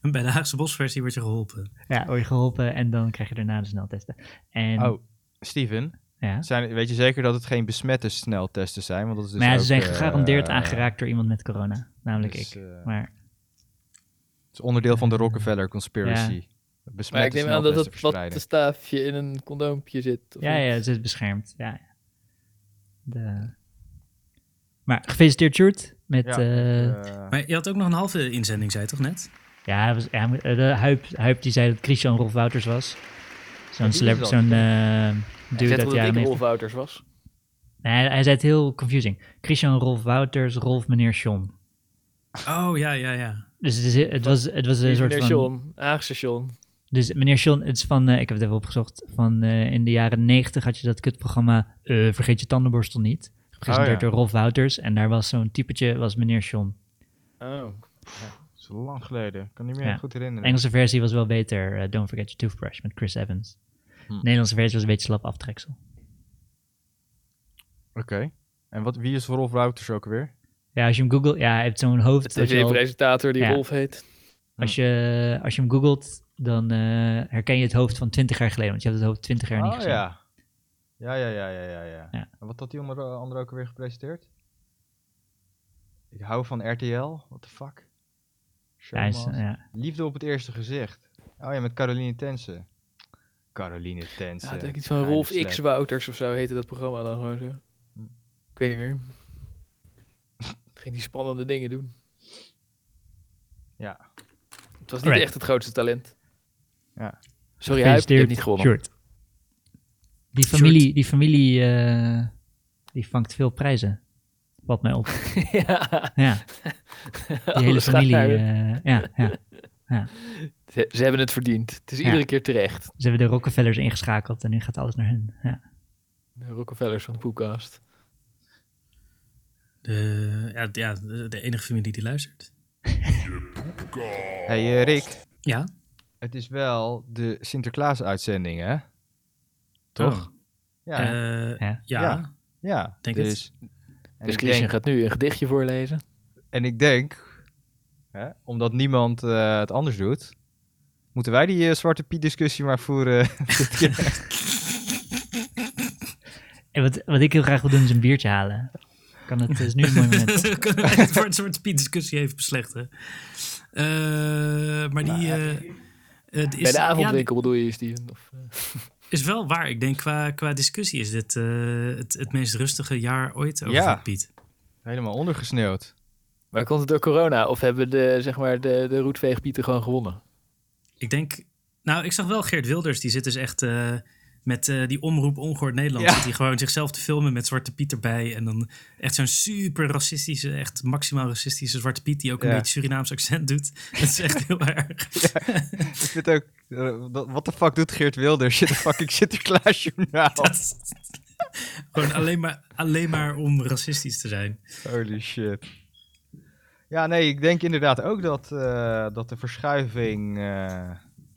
[SPEAKER 1] En bij de Haagse Bosversie word je geholpen.
[SPEAKER 4] Ja, word je geholpen en dan krijg je daarna de sneltesten. En,
[SPEAKER 3] Oh, dus Steven,
[SPEAKER 4] ja.
[SPEAKER 3] zijn, weet je zeker dat het geen besmette sneltesten zijn? Want dat is dus
[SPEAKER 4] maar ja,
[SPEAKER 3] ook,
[SPEAKER 4] ze zijn
[SPEAKER 3] eh,
[SPEAKER 4] gegarandeerd aangeraakt door iemand met corona. Namelijk
[SPEAKER 3] dus,
[SPEAKER 4] ik.
[SPEAKER 3] eh,
[SPEAKER 4] Maar
[SPEAKER 3] Het is onderdeel van de Rockefeller Conspiracy. Besmette
[SPEAKER 2] Maar ik neem aan dat
[SPEAKER 3] sneltesten
[SPEAKER 2] dat
[SPEAKER 3] verspreiden.
[SPEAKER 2] plattenstaafje in een condoompje zit. of
[SPEAKER 4] ja,
[SPEAKER 2] niet?
[SPEAKER 4] ja, het is beschermd. Ja, ja. De... Maar gefeliciteerd, Sjoerd. Met,
[SPEAKER 3] Ja,
[SPEAKER 4] eh,
[SPEAKER 3] Eh,
[SPEAKER 1] Maar je had ook nog een halve inzending, zei je toch net?
[SPEAKER 4] Ja, hij was, ja, maar, eh, de Huip, Huip die zei dat Christian Rolf Wouters was. Zo'n
[SPEAKER 3] is
[SPEAKER 4] celeb,
[SPEAKER 3] dat?
[SPEAKER 4] zo'n eh,
[SPEAKER 2] Hij
[SPEAKER 4] dude
[SPEAKER 2] zegt
[SPEAKER 4] dat
[SPEAKER 2] dat
[SPEAKER 4] ja,
[SPEAKER 2] ik
[SPEAKER 4] nee,
[SPEAKER 2] Rolf Wouters was.
[SPEAKER 4] nee, hij zei het heel confusing. Christian Rolf Wouters, Rolf meneer John.
[SPEAKER 1] Oh, ja, ja, ja.
[SPEAKER 4] Dus het, is, het, was, het was een
[SPEAKER 2] Meneer
[SPEAKER 4] soort van...
[SPEAKER 2] John, Haagse John.
[SPEAKER 4] Dus meneer John, het is van, eh, ik heb het even opgezocht, van eh, in de jaren negentig had je dat kutprogramma eh, Vergeet je tandenborstel niet. Gepresenteerd
[SPEAKER 3] Oh, ja.
[SPEAKER 4] door Rolf Wouters en daar was zo'n typetje, was meneer John.
[SPEAKER 2] Oh.
[SPEAKER 3] dat is lang geleden. Ik kan niet meer
[SPEAKER 4] Ja.
[SPEAKER 3] goed
[SPEAKER 4] De
[SPEAKER 3] herinneren.
[SPEAKER 4] Engelse versie was wel beter, eh, Don't Forget Your Toothbrush met Chris Evans.
[SPEAKER 3] Hm.
[SPEAKER 4] De Nederlandse versie was een beetje slap aftreksel.
[SPEAKER 3] Oké. En wat, wie is Rolf Wouters ook weer?
[SPEAKER 4] Ja, als je hem googelt, ja, hij heeft zo'n
[SPEAKER 2] De
[SPEAKER 4] hoofd. dat je al-
[SPEAKER 2] tv-presentator die
[SPEAKER 4] Ja.
[SPEAKER 2] Rolf heet.
[SPEAKER 4] als, je, als je hem googelt, dan eh, herken je het hoofd van 20 jaar geleden, want je hebt het hoofd 20 jaar niet
[SPEAKER 3] Oh
[SPEAKER 4] gezien.
[SPEAKER 3] ja. Ja, ja, ja, ja, ja, ja.
[SPEAKER 4] Ja.
[SPEAKER 3] En wat had die onder eh, andere ook alweer gepresenteerd? Ik hou van RTL. What the fuck?
[SPEAKER 4] Ja, hij is- eh,
[SPEAKER 3] Showmans.
[SPEAKER 4] ja.
[SPEAKER 3] Liefde op het eerste gezicht. Oh ja, met Caroline Tense. Caroline Tense.
[SPEAKER 2] Ja, ik denk iets van Rolf X Wouters of zo heette dat programma dan gewoon zo. Ik weet niet
[SPEAKER 3] (laughs)
[SPEAKER 2] meer. Ging die spannende dingen doen.
[SPEAKER 3] Ja.
[SPEAKER 2] Het was niet
[SPEAKER 4] Alright.
[SPEAKER 2] echt het grootste talent.
[SPEAKER 3] Ja.
[SPEAKER 2] Sorry, hij heeft
[SPEAKER 4] Gefeliciteerd,
[SPEAKER 2] niet gewonnen.
[SPEAKER 4] Sjoerd. Die familie, die, familie eh, die vangt veel prijzen. Wat mij op.
[SPEAKER 2] (laughs) ja.
[SPEAKER 3] (laughs)
[SPEAKER 4] Ja, die hele
[SPEAKER 2] Alles gaat
[SPEAKER 4] familie.
[SPEAKER 2] naar hun.
[SPEAKER 4] eh, ja, ja.
[SPEAKER 2] ze, ze hebben het verdiend. Het is
[SPEAKER 4] Ja.
[SPEAKER 2] iedere keer terecht.
[SPEAKER 4] Ze hebben de Rockefellers ingeschakeld en nu gaat alles naar hun. Ja.
[SPEAKER 2] De Rockefellers van de podcast.
[SPEAKER 1] De, ja, d- ja de, de enige familie die luistert.
[SPEAKER 3] Hey eh, Rick,
[SPEAKER 1] Ja,
[SPEAKER 3] het is wel de Sinterklaas-uitzending, hè?
[SPEAKER 4] Toch?
[SPEAKER 3] Ja,
[SPEAKER 1] Ja, ja.
[SPEAKER 4] Ja.
[SPEAKER 3] Ja. ja.
[SPEAKER 1] Eh, denk het.
[SPEAKER 3] dus, En
[SPEAKER 2] dus
[SPEAKER 3] ik
[SPEAKER 2] Christian
[SPEAKER 3] denk-
[SPEAKER 2] gaat nu een gedichtje voorlezen.
[SPEAKER 3] En ik denk, hè, omdat niemand eh, het anders doet, moeten wij die eh, Zwarte Piet-discussie maar eh, voeren. dit keer.
[SPEAKER 4] En wat, wat ik heel graag wil doen is een biertje halen. Kan het, is nu een mooi
[SPEAKER 3] (laughs)
[SPEAKER 4] moment.
[SPEAKER 1] Kunnen (laughs) we het voor een soort discussie even beslechten. Eh, maar die... eh, eh, het is,
[SPEAKER 2] Bij de
[SPEAKER 1] ja,
[SPEAKER 2] avondwinkel bedoel je, Steven? Of, eh,
[SPEAKER 1] is wel waar. Ik denk qua, qua discussie is dit eh, het, het meest rustige jaar ooit over
[SPEAKER 3] Ja.
[SPEAKER 1] Zwarte Piet.
[SPEAKER 3] (laughs) Helemaal ondergesneeuwd.
[SPEAKER 2] maar komt het door corona? Of hebben de, zeg maar, de, de roetveegpieten gewoon gewonnen?
[SPEAKER 1] Ik denk... Nou, ik zag wel Geert Wilders. Die zit dus echt eh, met eh, die omroep Ongehoord Nederland.
[SPEAKER 3] Ja.
[SPEAKER 1] Zit hij gewoon zichzelf te filmen met Zwarte Piet erbij. En dan echt zo'n super racistische, echt maximaal racistische Zwarte Piet... die ook een
[SPEAKER 3] Ja.
[SPEAKER 1] beetje Surinaams accent doet. (laughs) Dat is echt heel erg.
[SPEAKER 3] Ik vind ook, eh, wat de fuck doet Geert Wilders? Zit een fucking (laughs) Sinterklaasjournaal.
[SPEAKER 1] Gewoon alleen maar, alleen maar om racistisch te zijn.
[SPEAKER 3] Holy shit. Ja, nee, ik denk inderdaad ook dat, eh, dat de verschuiving, eh,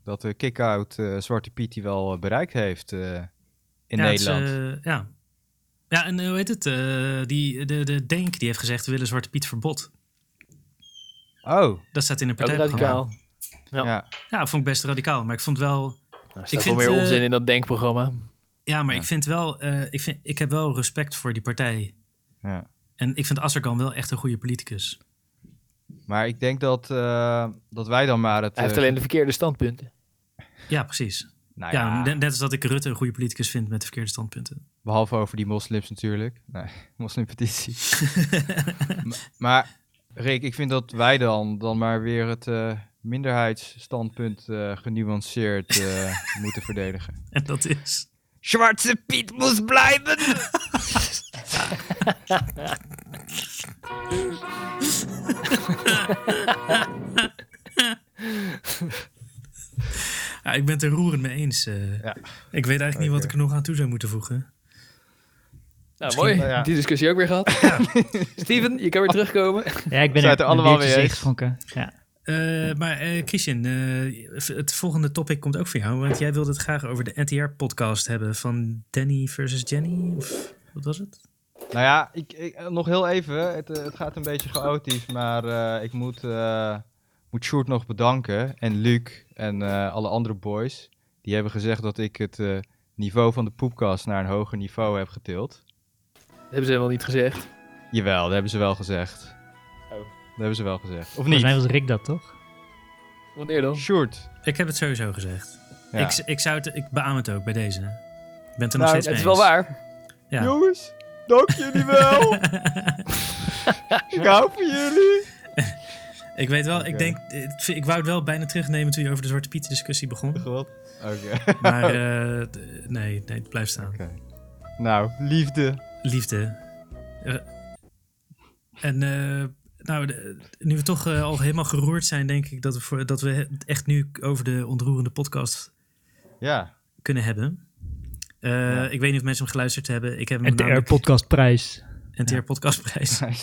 [SPEAKER 3] dat de kick-out eh, Zwarte Piet die wel eh, bereikt heeft eh, in
[SPEAKER 1] ja, het is,
[SPEAKER 3] Nederland.
[SPEAKER 1] eh, ja. ja, en eh, hoe heet het? eh, die, de, de Denk die heeft gezegd, we willen Zwarte Piet verbod.
[SPEAKER 3] Oh,
[SPEAKER 1] Dat staat in een
[SPEAKER 2] Ook
[SPEAKER 1] partijprogramma.
[SPEAKER 2] radicaal. Ja.
[SPEAKER 3] ja.
[SPEAKER 1] eh, Ja, vond ik best radicaal. Maar ik vond wel...
[SPEAKER 2] Nou, er
[SPEAKER 1] Ik
[SPEAKER 2] staat wel
[SPEAKER 1] vind,
[SPEAKER 2] meer
[SPEAKER 1] eh,
[SPEAKER 2] onzin in dat denkprogramma.
[SPEAKER 1] Ja, maar
[SPEAKER 3] Ja.
[SPEAKER 1] ik vind wel... eh, ik, vind, ik heb wel respect voor die partij.
[SPEAKER 3] ja.
[SPEAKER 1] En ik vind Asserkan wel echt een goede politicus.
[SPEAKER 3] Maar ik denk dat, eh, dat wij dan maar het...
[SPEAKER 2] Hij heeft
[SPEAKER 3] eh,
[SPEAKER 2] alleen de verkeerde standpunten.
[SPEAKER 1] Ja, precies.
[SPEAKER 3] nou
[SPEAKER 1] ja,
[SPEAKER 3] ja,
[SPEAKER 1] Net, net als dat ik Rutte een goede politicus vind met de verkeerde standpunten. (laughs)
[SPEAKER 3] behalve over die moslims natuurlijk. Nee, (laughs)
[SPEAKER 1] (laughs)
[SPEAKER 3] moslimpetitie. M- maar Rick, ik vind dat wij dan, dan maar weer het eh, minderheidsstandpunt eh, genuanceerd eh, (laughs) moeten verdedigen.
[SPEAKER 1] En dat is...
[SPEAKER 3] Zwarte Piet moest blijven!
[SPEAKER 1] Ja, ik ben het er roerend mee eens. eh.
[SPEAKER 3] Ja.
[SPEAKER 1] Ik weet eigenlijk niet wat
[SPEAKER 3] Oké.
[SPEAKER 1] ik er nog aan toe zou moeten voegen.
[SPEAKER 2] Nou,
[SPEAKER 1] Misschien-
[SPEAKER 2] mooi.
[SPEAKER 3] Nou ja.
[SPEAKER 2] Die discussie ook weer
[SPEAKER 3] (laughs)
[SPEAKER 2] gehad. Steven, je kan weer terugkomen.
[SPEAKER 4] Ja, ik ben
[SPEAKER 3] Zijn het er allemaal
[SPEAKER 4] een biertje
[SPEAKER 3] mee eens?
[SPEAKER 4] ingeschonken. Ja.
[SPEAKER 1] Eh, maar eh, Christian, eh, v- het volgende topic komt ook voor jou. Want jij wilde het graag over de NTR-podcast hebben van Danny versus Jenny. Of wat was het?
[SPEAKER 3] Nou ja, ik, ik- eh, nog heel even. Het, eh, het gaat een beetje chaotisch, maar eh, ik moet, eh moet Sjoerd nog bedanken. En Luc en eh, alle andere boys. Die hebben gezegd dat ik het eh, niveau van de poepkast naar een hoger niveau heb getild.
[SPEAKER 2] Dat hebben ze helemaal niet gezegd.
[SPEAKER 3] Jawel, dat hebben ze wel gezegd.
[SPEAKER 2] Oh.
[SPEAKER 3] Dat hebben ze wel gezegd. Of
[SPEAKER 4] Volgens mij
[SPEAKER 3] niet?
[SPEAKER 4] was Rick dat, toch?
[SPEAKER 2] Wanneer dan?
[SPEAKER 3] Sjoerd.
[SPEAKER 1] Ik heb het sowieso gezegd.
[SPEAKER 3] Ja.
[SPEAKER 1] Ik, ik, zou het, ik beaam het ook bij deze. Ik ben het er nog
[SPEAKER 3] Nou,
[SPEAKER 1] steeds
[SPEAKER 2] Het
[SPEAKER 1] mee
[SPEAKER 2] is wel
[SPEAKER 1] eens.
[SPEAKER 2] waar.
[SPEAKER 1] Ja.
[SPEAKER 3] Jongens, dank jullie wel. ik hou van jullie.
[SPEAKER 1] Ik weet wel,
[SPEAKER 3] Oké.
[SPEAKER 1] ik denk, ik, vind- ik wou het wel bijna terugnemen toen je over de Zwarte Piet discussie
[SPEAKER 3] (laughs)
[SPEAKER 1] begon.
[SPEAKER 3] God. Oké.
[SPEAKER 1] Maar eh, d- nee, nee, het blijft staan.
[SPEAKER 3] Oké. Nou, liefde.
[SPEAKER 1] Liefde. Eh, en eh, nou, de- nu we toch eh, al helemaal geroerd zijn, denk ik dat we, voor, dat we het echt nu over de ontroerende podcast
[SPEAKER 3] Ja.
[SPEAKER 1] kunnen hebben. Eh, Ik weet niet of mensen hem geluisterd hebben. Ik heb hem
[SPEAKER 4] En de
[SPEAKER 1] namelijk- (laughs)
[SPEAKER 4] Airpodcastprijs.
[SPEAKER 1] NTR
[SPEAKER 3] (laughs)
[SPEAKER 1] podcastprijs. Ah,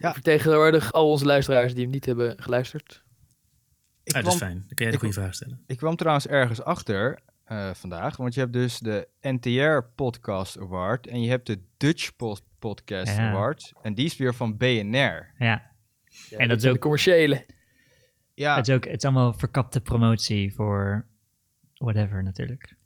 [SPEAKER 3] Ja.
[SPEAKER 2] Vertegenwoordig al onze luisteraars die hem niet hebben geluisterd.
[SPEAKER 3] Ik
[SPEAKER 1] Ah, dat
[SPEAKER 3] kwam-
[SPEAKER 1] is fijn. Dan kun jij de
[SPEAKER 3] ik
[SPEAKER 1] goede vraag stellen.
[SPEAKER 3] Ik kwam trouwens ergens achter eh, vandaag, want je hebt dus de NTR Podcast Award en je hebt de Dutch Pod- Podcast
[SPEAKER 4] Ja.
[SPEAKER 3] Award. En die is weer van BNR.
[SPEAKER 4] Ja,
[SPEAKER 2] Ja,
[SPEAKER 4] dat is
[SPEAKER 2] zijn
[SPEAKER 4] ook-
[SPEAKER 2] de commerciële.
[SPEAKER 3] Ja,
[SPEAKER 4] Het, is ook, het is allemaal verkapte promotie voor whatever natuurlijk.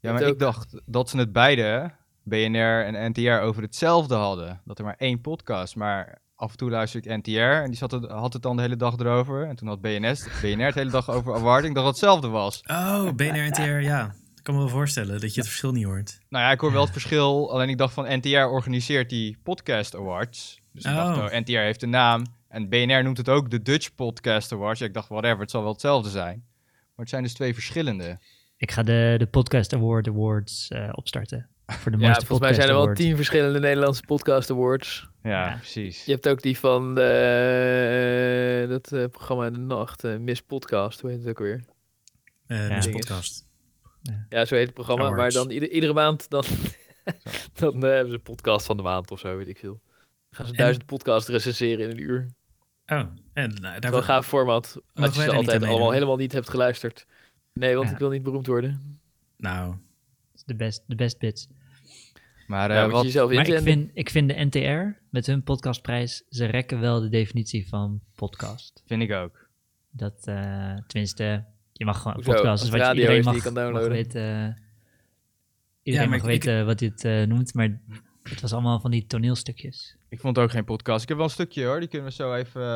[SPEAKER 3] ja maar
[SPEAKER 2] het
[SPEAKER 3] ik
[SPEAKER 2] ook.
[SPEAKER 3] dacht dat ze het beide, BNR en NTR, over hetzelfde hadden. Dat er maar één podcast, maar af en toe luisterde ik NTR en die zat het, had het dan de hele dag erover. En toen had BNS, BNR het hele dag over award. Ik dacht dat het hetzelfde was.
[SPEAKER 1] Oh, BNR NTR, ja. Ik kan me wel voorstellen dat je het verschil niet hoort.
[SPEAKER 3] Nou ja, ik hoor wel het verschil. Alleen ik dacht van NTR organiseert die podcast awards. Dus ik dacht,
[SPEAKER 1] Oh.
[SPEAKER 3] oh, NTR heeft een naam. En BNR noemt het ook de Dutch Podcast Awards. Ja, ik dacht, whatever, het zal wel hetzelfde zijn. Maar het zijn dus twee verschillende.
[SPEAKER 4] Ik ga de, de Podcast Award Awards eh, opstarten. Voor de
[SPEAKER 2] Ja,
[SPEAKER 4] mooiste
[SPEAKER 2] volgens mij zijn er wel
[SPEAKER 4] podcast award.
[SPEAKER 2] tien verschillende Nederlandse podcast awards.
[SPEAKER 3] Ja,
[SPEAKER 4] Ja.
[SPEAKER 3] precies.
[SPEAKER 2] Je hebt ook die van eh, dat eh, programma in de nacht, eh, Miss Podcast, hoe heet het ook weer?
[SPEAKER 1] Eh
[SPEAKER 4] Ja.
[SPEAKER 1] dus
[SPEAKER 2] Ding is-
[SPEAKER 1] podcast.
[SPEAKER 2] Ja, zo heet het programma,
[SPEAKER 1] Awards.
[SPEAKER 2] maar dan ieder- iedere maand dan, (laughs) dan eh, hebben ze een podcast van de maand of zo, weet ik veel. Dan gaan ze
[SPEAKER 1] En-
[SPEAKER 2] duizend podcasts recenseren in een uur.
[SPEAKER 1] Oh, en nou, daar
[SPEAKER 2] Wel een gaaf format, als je
[SPEAKER 1] wij daar
[SPEAKER 2] ze
[SPEAKER 1] niet aan
[SPEAKER 2] altijd allemaal
[SPEAKER 1] meedoen?
[SPEAKER 2] helemaal niet hebt geluisterd. Nee, want
[SPEAKER 4] Ja.
[SPEAKER 2] ik wil niet beroemd worden.
[SPEAKER 1] Nou,
[SPEAKER 4] De best, de best bits.
[SPEAKER 3] Maar eh,
[SPEAKER 2] Ja, moet
[SPEAKER 3] wat,
[SPEAKER 2] je jezelf
[SPEAKER 4] Maar ik
[SPEAKER 2] inzenden.
[SPEAKER 4] vind, ik vind de NTR met hun podcastprijs, ze rekken wel de definitie van podcast.
[SPEAKER 3] vind ik ook.
[SPEAKER 4] Dat, eh, tenminste, je mag gewoon
[SPEAKER 2] Hoezo?
[SPEAKER 4] podcast,
[SPEAKER 2] Als
[SPEAKER 4] is wat je
[SPEAKER 2] radio
[SPEAKER 4] iedereen
[SPEAKER 2] is die
[SPEAKER 4] mag,
[SPEAKER 2] je kan
[SPEAKER 4] mag
[SPEAKER 2] downloaden.
[SPEAKER 4] weten. eh, iedereen
[SPEAKER 1] maar
[SPEAKER 4] mag
[SPEAKER 1] ik- ik-
[SPEAKER 4] weten wat dit eh, noemt, maar het was allemaal van die toneelstukjes.
[SPEAKER 3] Ik vond het ook geen podcast. Ik heb wel een stukje hoor, die kunnen we zo even eh,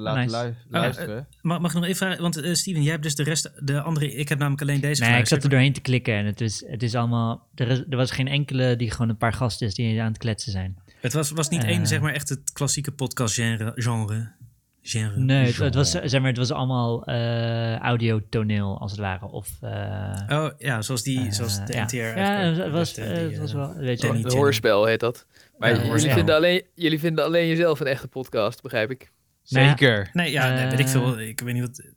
[SPEAKER 3] laten
[SPEAKER 4] Nice.
[SPEAKER 3] lui- luisteren.
[SPEAKER 1] mag, mag ik nog even vragen? Want eh, Steven, jij hebt dus de rest, de andere, ik heb namelijk alleen deze
[SPEAKER 4] Nee, ik
[SPEAKER 1] geluisterd.
[SPEAKER 4] zat er doorheen te klikken en het is, het is allemaal, er, is- er was geen enkele die gewoon een paar gasten is die aan het kletsen zijn.
[SPEAKER 1] Het was, was niet
[SPEAKER 4] Eh.
[SPEAKER 1] één, zeg maar, echt het klassieke podcast genre. genre. genre.
[SPEAKER 4] Nee, het, het was, zeg maar, het was allemaal eh audio toneel als het ware. Of, eh,
[SPEAKER 1] Oh ja, zoals die,
[SPEAKER 4] eh,
[SPEAKER 1] zoals de
[SPEAKER 4] ja.
[SPEAKER 1] NTR.
[SPEAKER 4] Ja, het was,
[SPEAKER 1] die,
[SPEAKER 4] eh, het
[SPEAKER 1] eh,
[SPEAKER 4] was wel, weet je
[SPEAKER 1] Danny
[SPEAKER 4] wel.
[SPEAKER 2] Een
[SPEAKER 1] Channel.
[SPEAKER 2] hoorspel heet dat. Maar
[SPEAKER 4] Ja,
[SPEAKER 2] jullie,
[SPEAKER 4] hoorspel.
[SPEAKER 2] vinden alleen, jullie vinden alleen jezelf een echte podcast, begrijp ik.
[SPEAKER 4] Nou ja,
[SPEAKER 3] Zeker.
[SPEAKER 1] Nee, ja, nee,
[SPEAKER 4] Eh.
[SPEAKER 1] weet ik veel. Ik weet niet wat.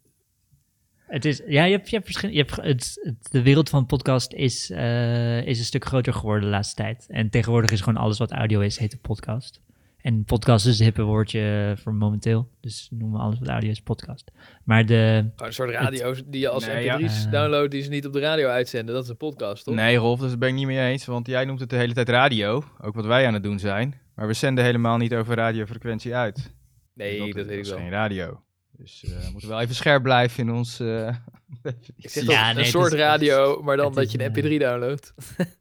[SPEAKER 4] Het is, ja, je hebt, je hebt verschillende. Je hebt, ge- het, het- de wereld van podcast is, eh, is een stuk groter geworden de laatste tijd. En tegenwoordig is gewoon alles wat audio is, heet een podcast. En podcast is het hippe woordje voor momenteel. Dus noemen we alles wat audio is podcast. Maar de.
[SPEAKER 2] Oh, een soort radio's die je als
[SPEAKER 3] Nee, ja.
[SPEAKER 2] mp3's
[SPEAKER 4] Eh.
[SPEAKER 2] downloadt, die ze niet op de radio uitzenden. Dat is een podcast, toch?
[SPEAKER 3] Nee, Rolf, dat ben ik niet mee eens. Want jij noemt het de hele tijd radio. Ook wat wij aan het doen zijn. Maar we zenden helemaal niet over radiofrequentie uit.
[SPEAKER 2] Nee,
[SPEAKER 3] Dus
[SPEAKER 2] dat, weet ik
[SPEAKER 3] is
[SPEAKER 2] wel.
[SPEAKER 3] geen radio. Dus
[SPEAKER 2] (laughs)
[SPEAKER 3] eh, we moeten wel even scherp blijven in ons... eh, (laughs)
[SPEAKER 2] Ik zeg
[SPEAKER 4] Ja,
[SPEAKER 3] definitie.
[SPEAKER 2] dat,
[SPEAKER 4] nee,
[SPEAKER 2] een
[SPEAKER 4] het
[SPEAKER 2] soort
[SPEAKER 4] is-
[SPEAKER 2] radio, maar dan
[SPEAKER 4] het
[SPEAKER 2] dat
[SPEAKER 4] is
[SPEAKER 2] je
[SPEAKER 4] een,
[SPEAKER 2] een
[SPEAKER 4] eh,
[SPEAKER 2] mp3 downloadt.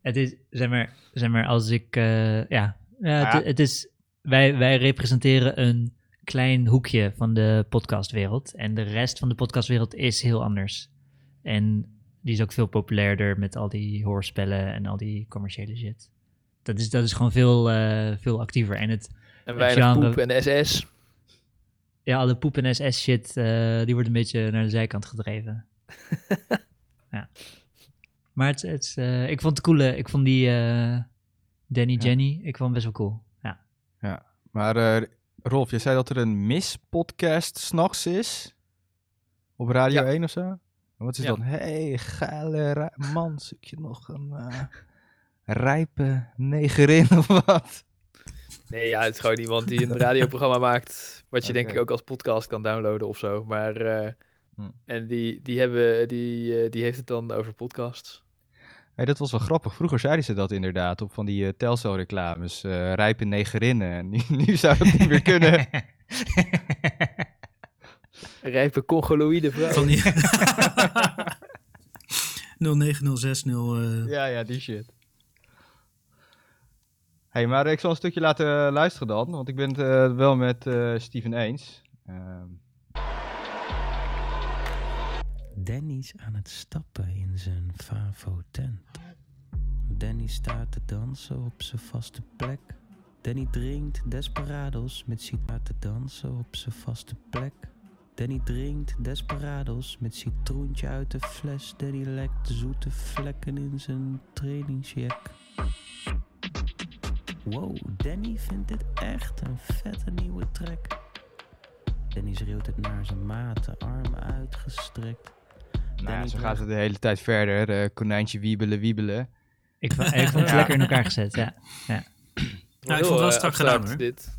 [SPEAKER 4] Het is, zeg maar, zeg maar als ik. eh, ja, ja, het,
[SPEAKER 3] Ja.
[SPEAKER 4] het is. Wij, wij representeren een klein hoekje van de podcastwereld. En de rest van de podcastwereld is heel anders. En die is ook veel populairder met al die hoorspellen en al die commerciële shit. Dat is, dat is gewoon veel, eh, veel actiever. En het,
[SPEAKER 2] En weinig
[SPEAKER 4] genre-
[SPEAKER 2] poep en SS.
[SPEAKER 4] ja, alle poep en SS shit, eh, die wordt een beetje naar de
[SPEAKER 1] (laughs)
[SPEAKER 4] zijkant gedreven. ja. Maar het, het, is, eh, ik vond het coole. Ik vond die eh, Danny Jenny, ik vond hem best wel cool. Ja.
[SPEAKER 3] Maar eh, Rolf, jij zei dat er een mispodcast s'nachts is. Op Radio
[SPEAKER 2] Ja.
[SPEAKER 3] 1 of zo. En wat is
[SPEAKER 2] Ja.
[SPEAKER 3] dat? hey, geile ra- man, zoek je nog een eh, (laughs) rijpe negerin of wat?
[SPEAKER 2] Nee, ja, het is gewoon iemand die een radioprogramma maakt. Wat je denk
[SPEAKER 3] Oké.
[SPEAKER 2] ik ook als podcast kan downloaden of zo. Maar, eh,
[SPEAKER 3] Hm.
[SPEAKER 2] En die, die, hebben, die, eh, die heeft het dan over podcasts.
[SPEAKER 3] Hey, dat was wel grappig. Vroeger zeiden ze dat inderdaad op van die eh Telcel-reclames. eh, rijpe negerinnen. En nu, (laughs) nu zou dat niet meer kunnen.
[SPEAKER 2] (laughs) Rijpe congoloïde vrouw.
[SPEAKER 1] Van die. 09060.
[SPEAKER 3] (laughs)
[SPEAKER 1] eh,
[SPEAKER 3] ja, ja, die shit. hey, maar ik zal een stukje laten eh, luisteren dan. Want ik ben het eh, wel met eh, Steven eens. Ehm,
[SPEAKER 5] Danny's aan het stappen in zijn Favo-tent. Danny staat te dansen op zijn vaste plek. Danny drinkt desperados met citroen te dansen op zijn vaste plek. Danny drinkt desperados met citroentje uit de fles. Danny lekt zoete vlekken in zijn trainingsjack. Wow, Danny vindt dit echt een vette nieuwe track. Danny schreeuwt het naar zijn maten, armen uitgestrekt.
[SPEAKER 3] Nou, ja,
[SPEAKER 5] Danny
[SPEAKER 3] zo
[SPEAKER 5] Brug.
[SPEAKER 3] gaat het de hele tijd verder. eh, konijntje wiebelen, wiebelen.
[SPEAKER 4] ik,
[SPEAKER 1] (laughs)
[SPEAKER 4] vond- ik vond het
[SPEAKER 2] Ja.
[SPEAKER 4] lekker in elkaar gezet. Ja.
[SPEAKER 1] Nou, ik vond het wel
[SPEAKER 2] Heel, eh,
[SPEAKER 1] strak
[SPEAKER 2] abstract
[SPEAKER 1] gedaan, hoor.
[SPEAKER 2] Dit.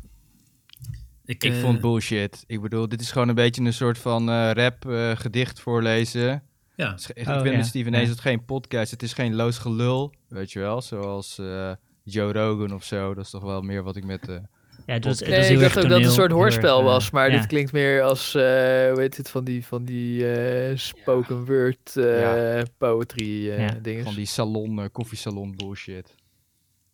[SPEAKER 3] Ik
[SPEAKER 1] eh,
[SPEAKER 3] vond bullshit. Ik bedoel, dit is gewoon een beetje een soort van eh, rap eh, gedicht voorlezen.
[SPEAKER 1] Ja,
[SPEAKER 3] Het is ge- ik
[SPEAKER 4] Oh,
[SPEAKER 3] ben
[SPEAKER 4] ja.
[SPEAKER 3] met Steven eens,
[SPEAKER 4] Ja.
[SPEAKER 3] het is geen podcast. Het is geen loos gelul, weet je wel. Zoals eh, Joe Rogan of zo. Dat is toch wel meer wat ik met... eh,
[SPEAKER 4] Ja, het was, het was
[SPEAKER 2] Nee,
[SPEAKER 4] heel
[SPEAKER 2] ik dacht
[SPEAKER 4] erg
[SPEAKER 2] ook dat het een
[SPEAKER 4] toneel,
[SPEAKER 2] soort
[SPEAKER 4] heel
[SPEAKER 2] hoorspel
[SPEAKER 4] erg, eh,
[SPEAKER 2] was, maar
[SPEAKER 4] ja.
[SPEAKER 2] dit klinkt meer als, eh hoe heet het, van die, van die eh, spoken word eh,
[SPEAKER 3] Ja.
[SPEAKER 2] poetry eh
[SPEAKER 4] Ja,
[SPEAKER 2] dingen.
[SPEAKER 3] van die salon, eh, koffiesalon bullshit.
[SPEAKER 4] Nee,
[SPEAKER 2] dat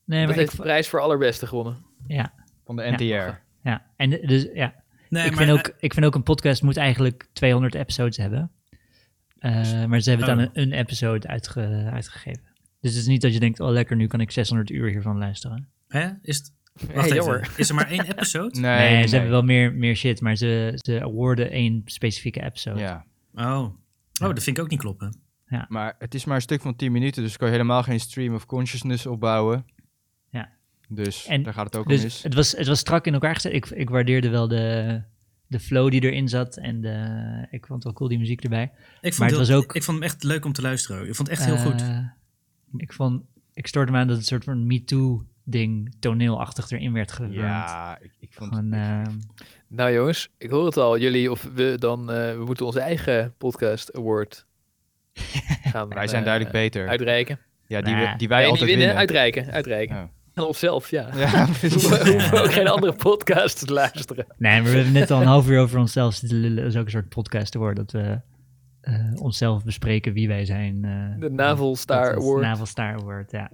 [SPEAKER 4] maar ik
[SPEAKER 2] heeft de
[SPEAKER 4] vond-
[SPEAKER 2] prijs voor allerbeste gewonnen.
[SPEAKER 4] ja,
[SPEAKER 3] Van de
[SPEAKER 4] Ja.
[SPEAKER 3] NTR.
[SPEAKER 4] ja. En dus, ja,
[SPEAKER 1] nee,
[SPEAKER 4] ik,
[SPEAKER 1] maar
[SPEAKER 4] vind
[SPEAKER 1] eh,
[SPEAKER 4] ook, ik vind ook een podcast moet eigenlijk 200 episodes hebben. Eh, maar ze hebben het
[SPEAKER 1] Oh.
[SPEAKER 4] aan een, een episode uitge- uitgegeven. Dus het is niet dat je denkt, oh lekker, nu kan ik 600 uur hiervan luisteren.
[SPEAKER 1] eh, Hè? Is het... Wacht
[SPEAKER 2] Hey,
[SPEAKER 1] even.
[SPEAKER 2] jammer.
[SPEAKER 1] Is er maar één
[SPEAKER 4] (laughs)
[SPEAKER 1] episode?
[SPEAKER 3] Nee,
[SPEAKER 4] Nee,
[SPEAKER 3] nee.
[SPEAKER 4] ze hebben wel meer, meer shit, maar ze, ze awarden één specifieke episode.
[SPEAKER 3] Ja,
[SPEAKER 1] Oh. Oh, dat vind ik ook niet kloppen.
[SPEAKER 3] maar het is maar een stuk van 10 minuten, dus kan je helemaal geen stream of consciousness opbouwen.
[SPEAKER 4] Ja.
[SPEAKER 3] Dus
[SPEAKER 4] En-
[SPEAKER 3] daar gaat het ook om
[SPEAKER 4] Dus
[SPEAKER 3] mis.
[SPEAKER 4] het was, het was strak in elkaar gezet. Ik, ik waardeerde wel de, de flow die erin zat en de, ik vond wel cool die muziek erbij.
[SPEAKER 1] Ik vond,
[SPEAKER 4] Maar het
[SPEAKER 1] heel-
[SPEAKER 4] was ook-
[SPEAKER 1] ik vond hem echt leuk om te luisteren. ook. Ik vond het echt heel goed.
[SPEAKER 4] Eh, Ik, vond, ik stoorde me aan dat het een soort van MeToo-ding toneelachtig erin werd gewurmd.
[SPEAKER 3] Ja, ik, ik vond
[SPEAKER 4] Gewoon, eh,
[SPEAKER 2] Nou jongens, ik hoor het al. Jullie of we dan, eh, we moeten onze eigen podcast
[SPEAKER 4] (laughs)
[SPEAKER 2] award gaan
[SPEAKER 3] wij zijn duidelijk
[SPEAKER 2] eh,
[SPEAKER 3] beter.
[SPEAKER 2] uitreiken.
[SPEAKER 3] ja, die,
[SPEAKER 4] Nah.
[SPEAKER 3] we- die
[SPEAKER 2] Nee,
[SPEAKER 3] wij
[SPEAKER 2] niet
[SPEAKER 3] altijd
[SPEAKER 2] winnen,
[SPEAKER 3] winnen.
[SPEAKER 2] uitreiken. uitreiken.
[SPEAKER 3] Ja.
[SPEAKER 2] Aan onszelf, ja. (laughs)
[SPEAKER 3] Ja, (laughs)
[SPEAKER 2] We
[SPEAKER 3] precies.
[SPEAKER 2] hoeven ook geen andere podcast te luisteren.
[SPEAKER 4] nee, maar we hebben net al een half uur over onszelf zitten lullen. Dat is ook een soort podcast te worden, dat we eh, onszelf bespreken wie wij zijn. eh,
[SPEAKER 2] De Navelstaar
[SPEAKER 4] dat is
[SPEAKER 2] Award.
[SPEAKER 4] Navelstaar Award, ja.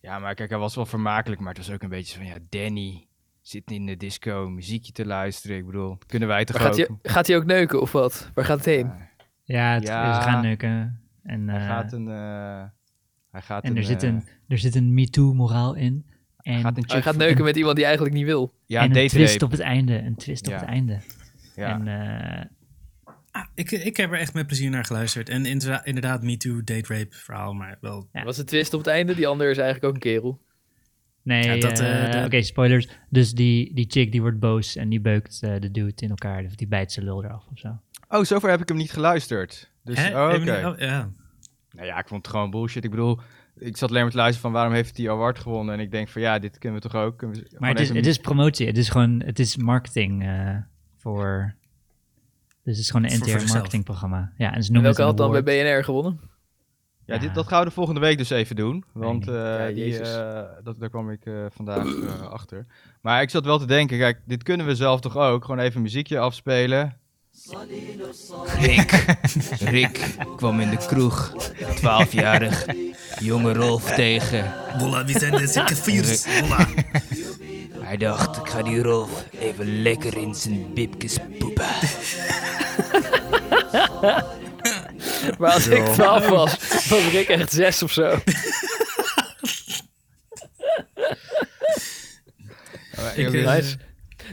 [SPEAKER 3] Ja, maar kijk, hij was wel vermakelijk, maar het was ook een beetje van, ja, Danny zit in de disco muziekje te luisteren. Ik bedoel, kunnen wij toch
[SPEAKER 2] Maar gaat,
[SPEAKER 3] ook?
[SPEAKER 2] hij, gaat hij ook neuken of wat? Waar gaat het heen?
[SPEAKER 4] Ja, het,
[SPEAKER 3] Ja.
[SPEAKER 4] ze gaan neuken. En,
[SPEAKER 3] Hij
[SPEAKER 4] eh,
[SPEAKER 3] gaat een... eh, hij gaat
[SPEAKER 4] en
[SPEAKER 3] een,
[SPEAKER 4] er, zit
[SPEAKER 3] eh,
[SPEAKER 4] een, er zit een MeToo-moraal in. En,
[SPEAKER 3] gaat een
[SPEAKER 2] hij
[SPEAKER 3] chick...
[SPEAKER 2] gaat neuken met iemand die eigenlijk niet wil.
[SPEAKER 3] ja,
[SPEAKER 4] en een
[SPEAKER 3] date
[SPEAKER 4] twist
[SPEAKER 3] rape.
[SPEAKER 4] op het einde. Een twist
[SPEAKER 3] Ja.
[SPEAKER 4] op het einde.
[SPEAKER 3] Ja.
[SPEAKER 4] En, eh,
[SPEAKER 1] Ah, ik, ik heb er echt met plezier naar geluisterd. En inderdaad- inderdaad, Me Too, date rape verhaal, maar wel...
[SPEAKER 4] Ja.
[SPEAKER 2] Was een twist op het einde. Die ander is eigenlijk ook een kerel.
[SPEAKER 4] nee,
[SPEAKER 1] Ja, dat,
[SPEAKER 4] eh,
[SPEAKER 1] eh, de-
[SPEAKER 4] oké, spoilers. Dus die, die chick die wordt boos en die beukt eh, de dude in elkaar. Of die bijt zijn lul eraf of zo.
[SPEAKER 3] Oh, zover heb ik hem niet geluisterd. Dus,
[SPEAKER 1] Hè?
[SPEAKER 3] oh, oké.
[SPEAKER 1] Heb je niet- oh, ja.
[SPEAKER 3] Nou ja, ik vond het gewoon bullshit. Ik bedoel, ik zat alleen maar te luisteren van waarom heeft die award gewonnen? En ik denk van, ja, dit kunnen we toch ook? Kunnen we
[SPEAKER 4] Maar
[SPEAKER 3] gewoon
[SPEAKER 4] het is,
[SPEAKER 3] even-
[SPEAKER 4] het is promotie. Het is gewoon het is marketing eh, voor... Dus het is gewoon een
[SPEAKER 1] Voor- voor
[SPEAKER 4] NTR
[SPEAKER 1] zichzelf.
[SPEAKER 4] marketingprogramma. Ja, en ze
[SPEAKER 2] En
[SPEAKER 4] noemen het
[SPEAKER 2] welke
[SPEAKER 4] een
[SPEAKER 2] had dan bij
[SPEAKER 4] award.
[SPEAKER 2] BNR
[SPEAKER 3] (laughs)
[SPEAKER 2] gewonnen?
[SPEAKER 3] Ja,
[SPEAKER 4] Ja.
[SPEAKER 3] dit, dat gaan we de volgende week dus even doen. Want
[SPEAKER 4] Nee.
[SPEAKER 3] eh,
[SPEAKER 2] Ja,
[SPEAKER 3] die,
[SPEAKER 2] Jezus.
[SPEAKER 3] eh, dat, daar kwam ik eh, vandaag eh, achter. Maar ik zat wel te denken, kijk, dit kunnen we zelf toch ook? Gewoon even een muziekje afspelen.
[SPEAKER 6] Rick. Rick kwam in de kroeg. 12-jarig jonge Rolf tegen.
[SPEAKER 1] Bolla, wie zijn deze
[SPEAKER 3] (laughs)
[SPEAKER 1] kafirs? Bolla.
[SPEAKER 6] Hij dacht, ik ga die Rolf even lekker in zijn bibkes poepen.
[SPEAKER 2] Maar als ik 12 was, was Rick echt 6 of zo.
[SPEAKER 1] Ik, eh,
[SPEAKER 2] Nice.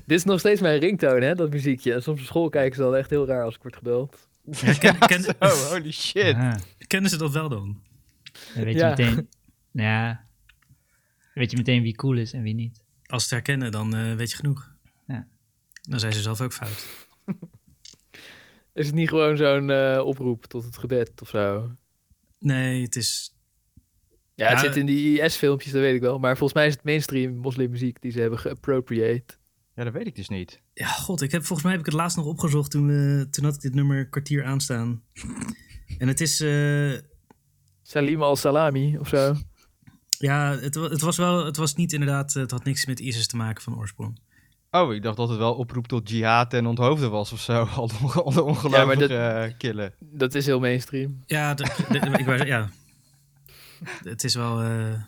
[SPEAKER 2] Dit is nog steeds mijn ringtone, hè, dat muziekje. En soms op school kijken ze dan echt heel raar als ik word gebeld.
[SPEAKER 1] ja, ken- ken-
[SPEAKER 3] (laughs) Oh, holy shit.
[SPEAKER 4] Ah.
[SPEAKER 1] kennen ze dat wel dan?
[SPEAKER 4] Dan weet
[SPEAKER 2] Ja.
[SPEAKER 4] je meteen. nou Ja. Dan weet je meteen wie cool is en wie niet.
[SPEAKER 1] Als ze het herkennen, dan eh, weet je genoeg.
[SPEAKER 4] Ja.
[SPEAKER 1] Dan zijn ze zelf ook fout.
[SPEAKER 2] Is het niet gewoon zo'n eh, oproep tot het gebed of zo?
[SPEAKER 1] Nee, het is...
[SPEAKER 2] Ja, het
[SPEAKER 1] Ja,
[SPEAKER 2] zit in die IS-filmpjes, dat weet ik wel. Maar volgens mij is het mainstream moslimmuziek die ze hebben geappropriate.
[SPEAKER 3] Ja, dat weet ik dus niet.
[SPEAKER 1] Ja, god, ik heb, volgens mij heb ik het laatst nog opgezocht toen, eh, toen had ik dit nummer kwartier aanstaan. En het is... eh,
[SPEAKER 2] Salim al-Salami of zo.
[SPEAKER 1] ja, het, wa- het was wel... Het was niet inderdaad... Het had niks met ISIS te maken van oorsprong.
[SPEAKER 3] Oh, ik dacht dat het wel oproep tot jihad en onthoofden was of zo. (laughs) Al de onge- al de ongelovige eh, killen.
[SPEAKER 2] Dat is heel mainstream.
[SPEAKER 1] Ja, de- de- ik wou- ja. Het is wel... eh,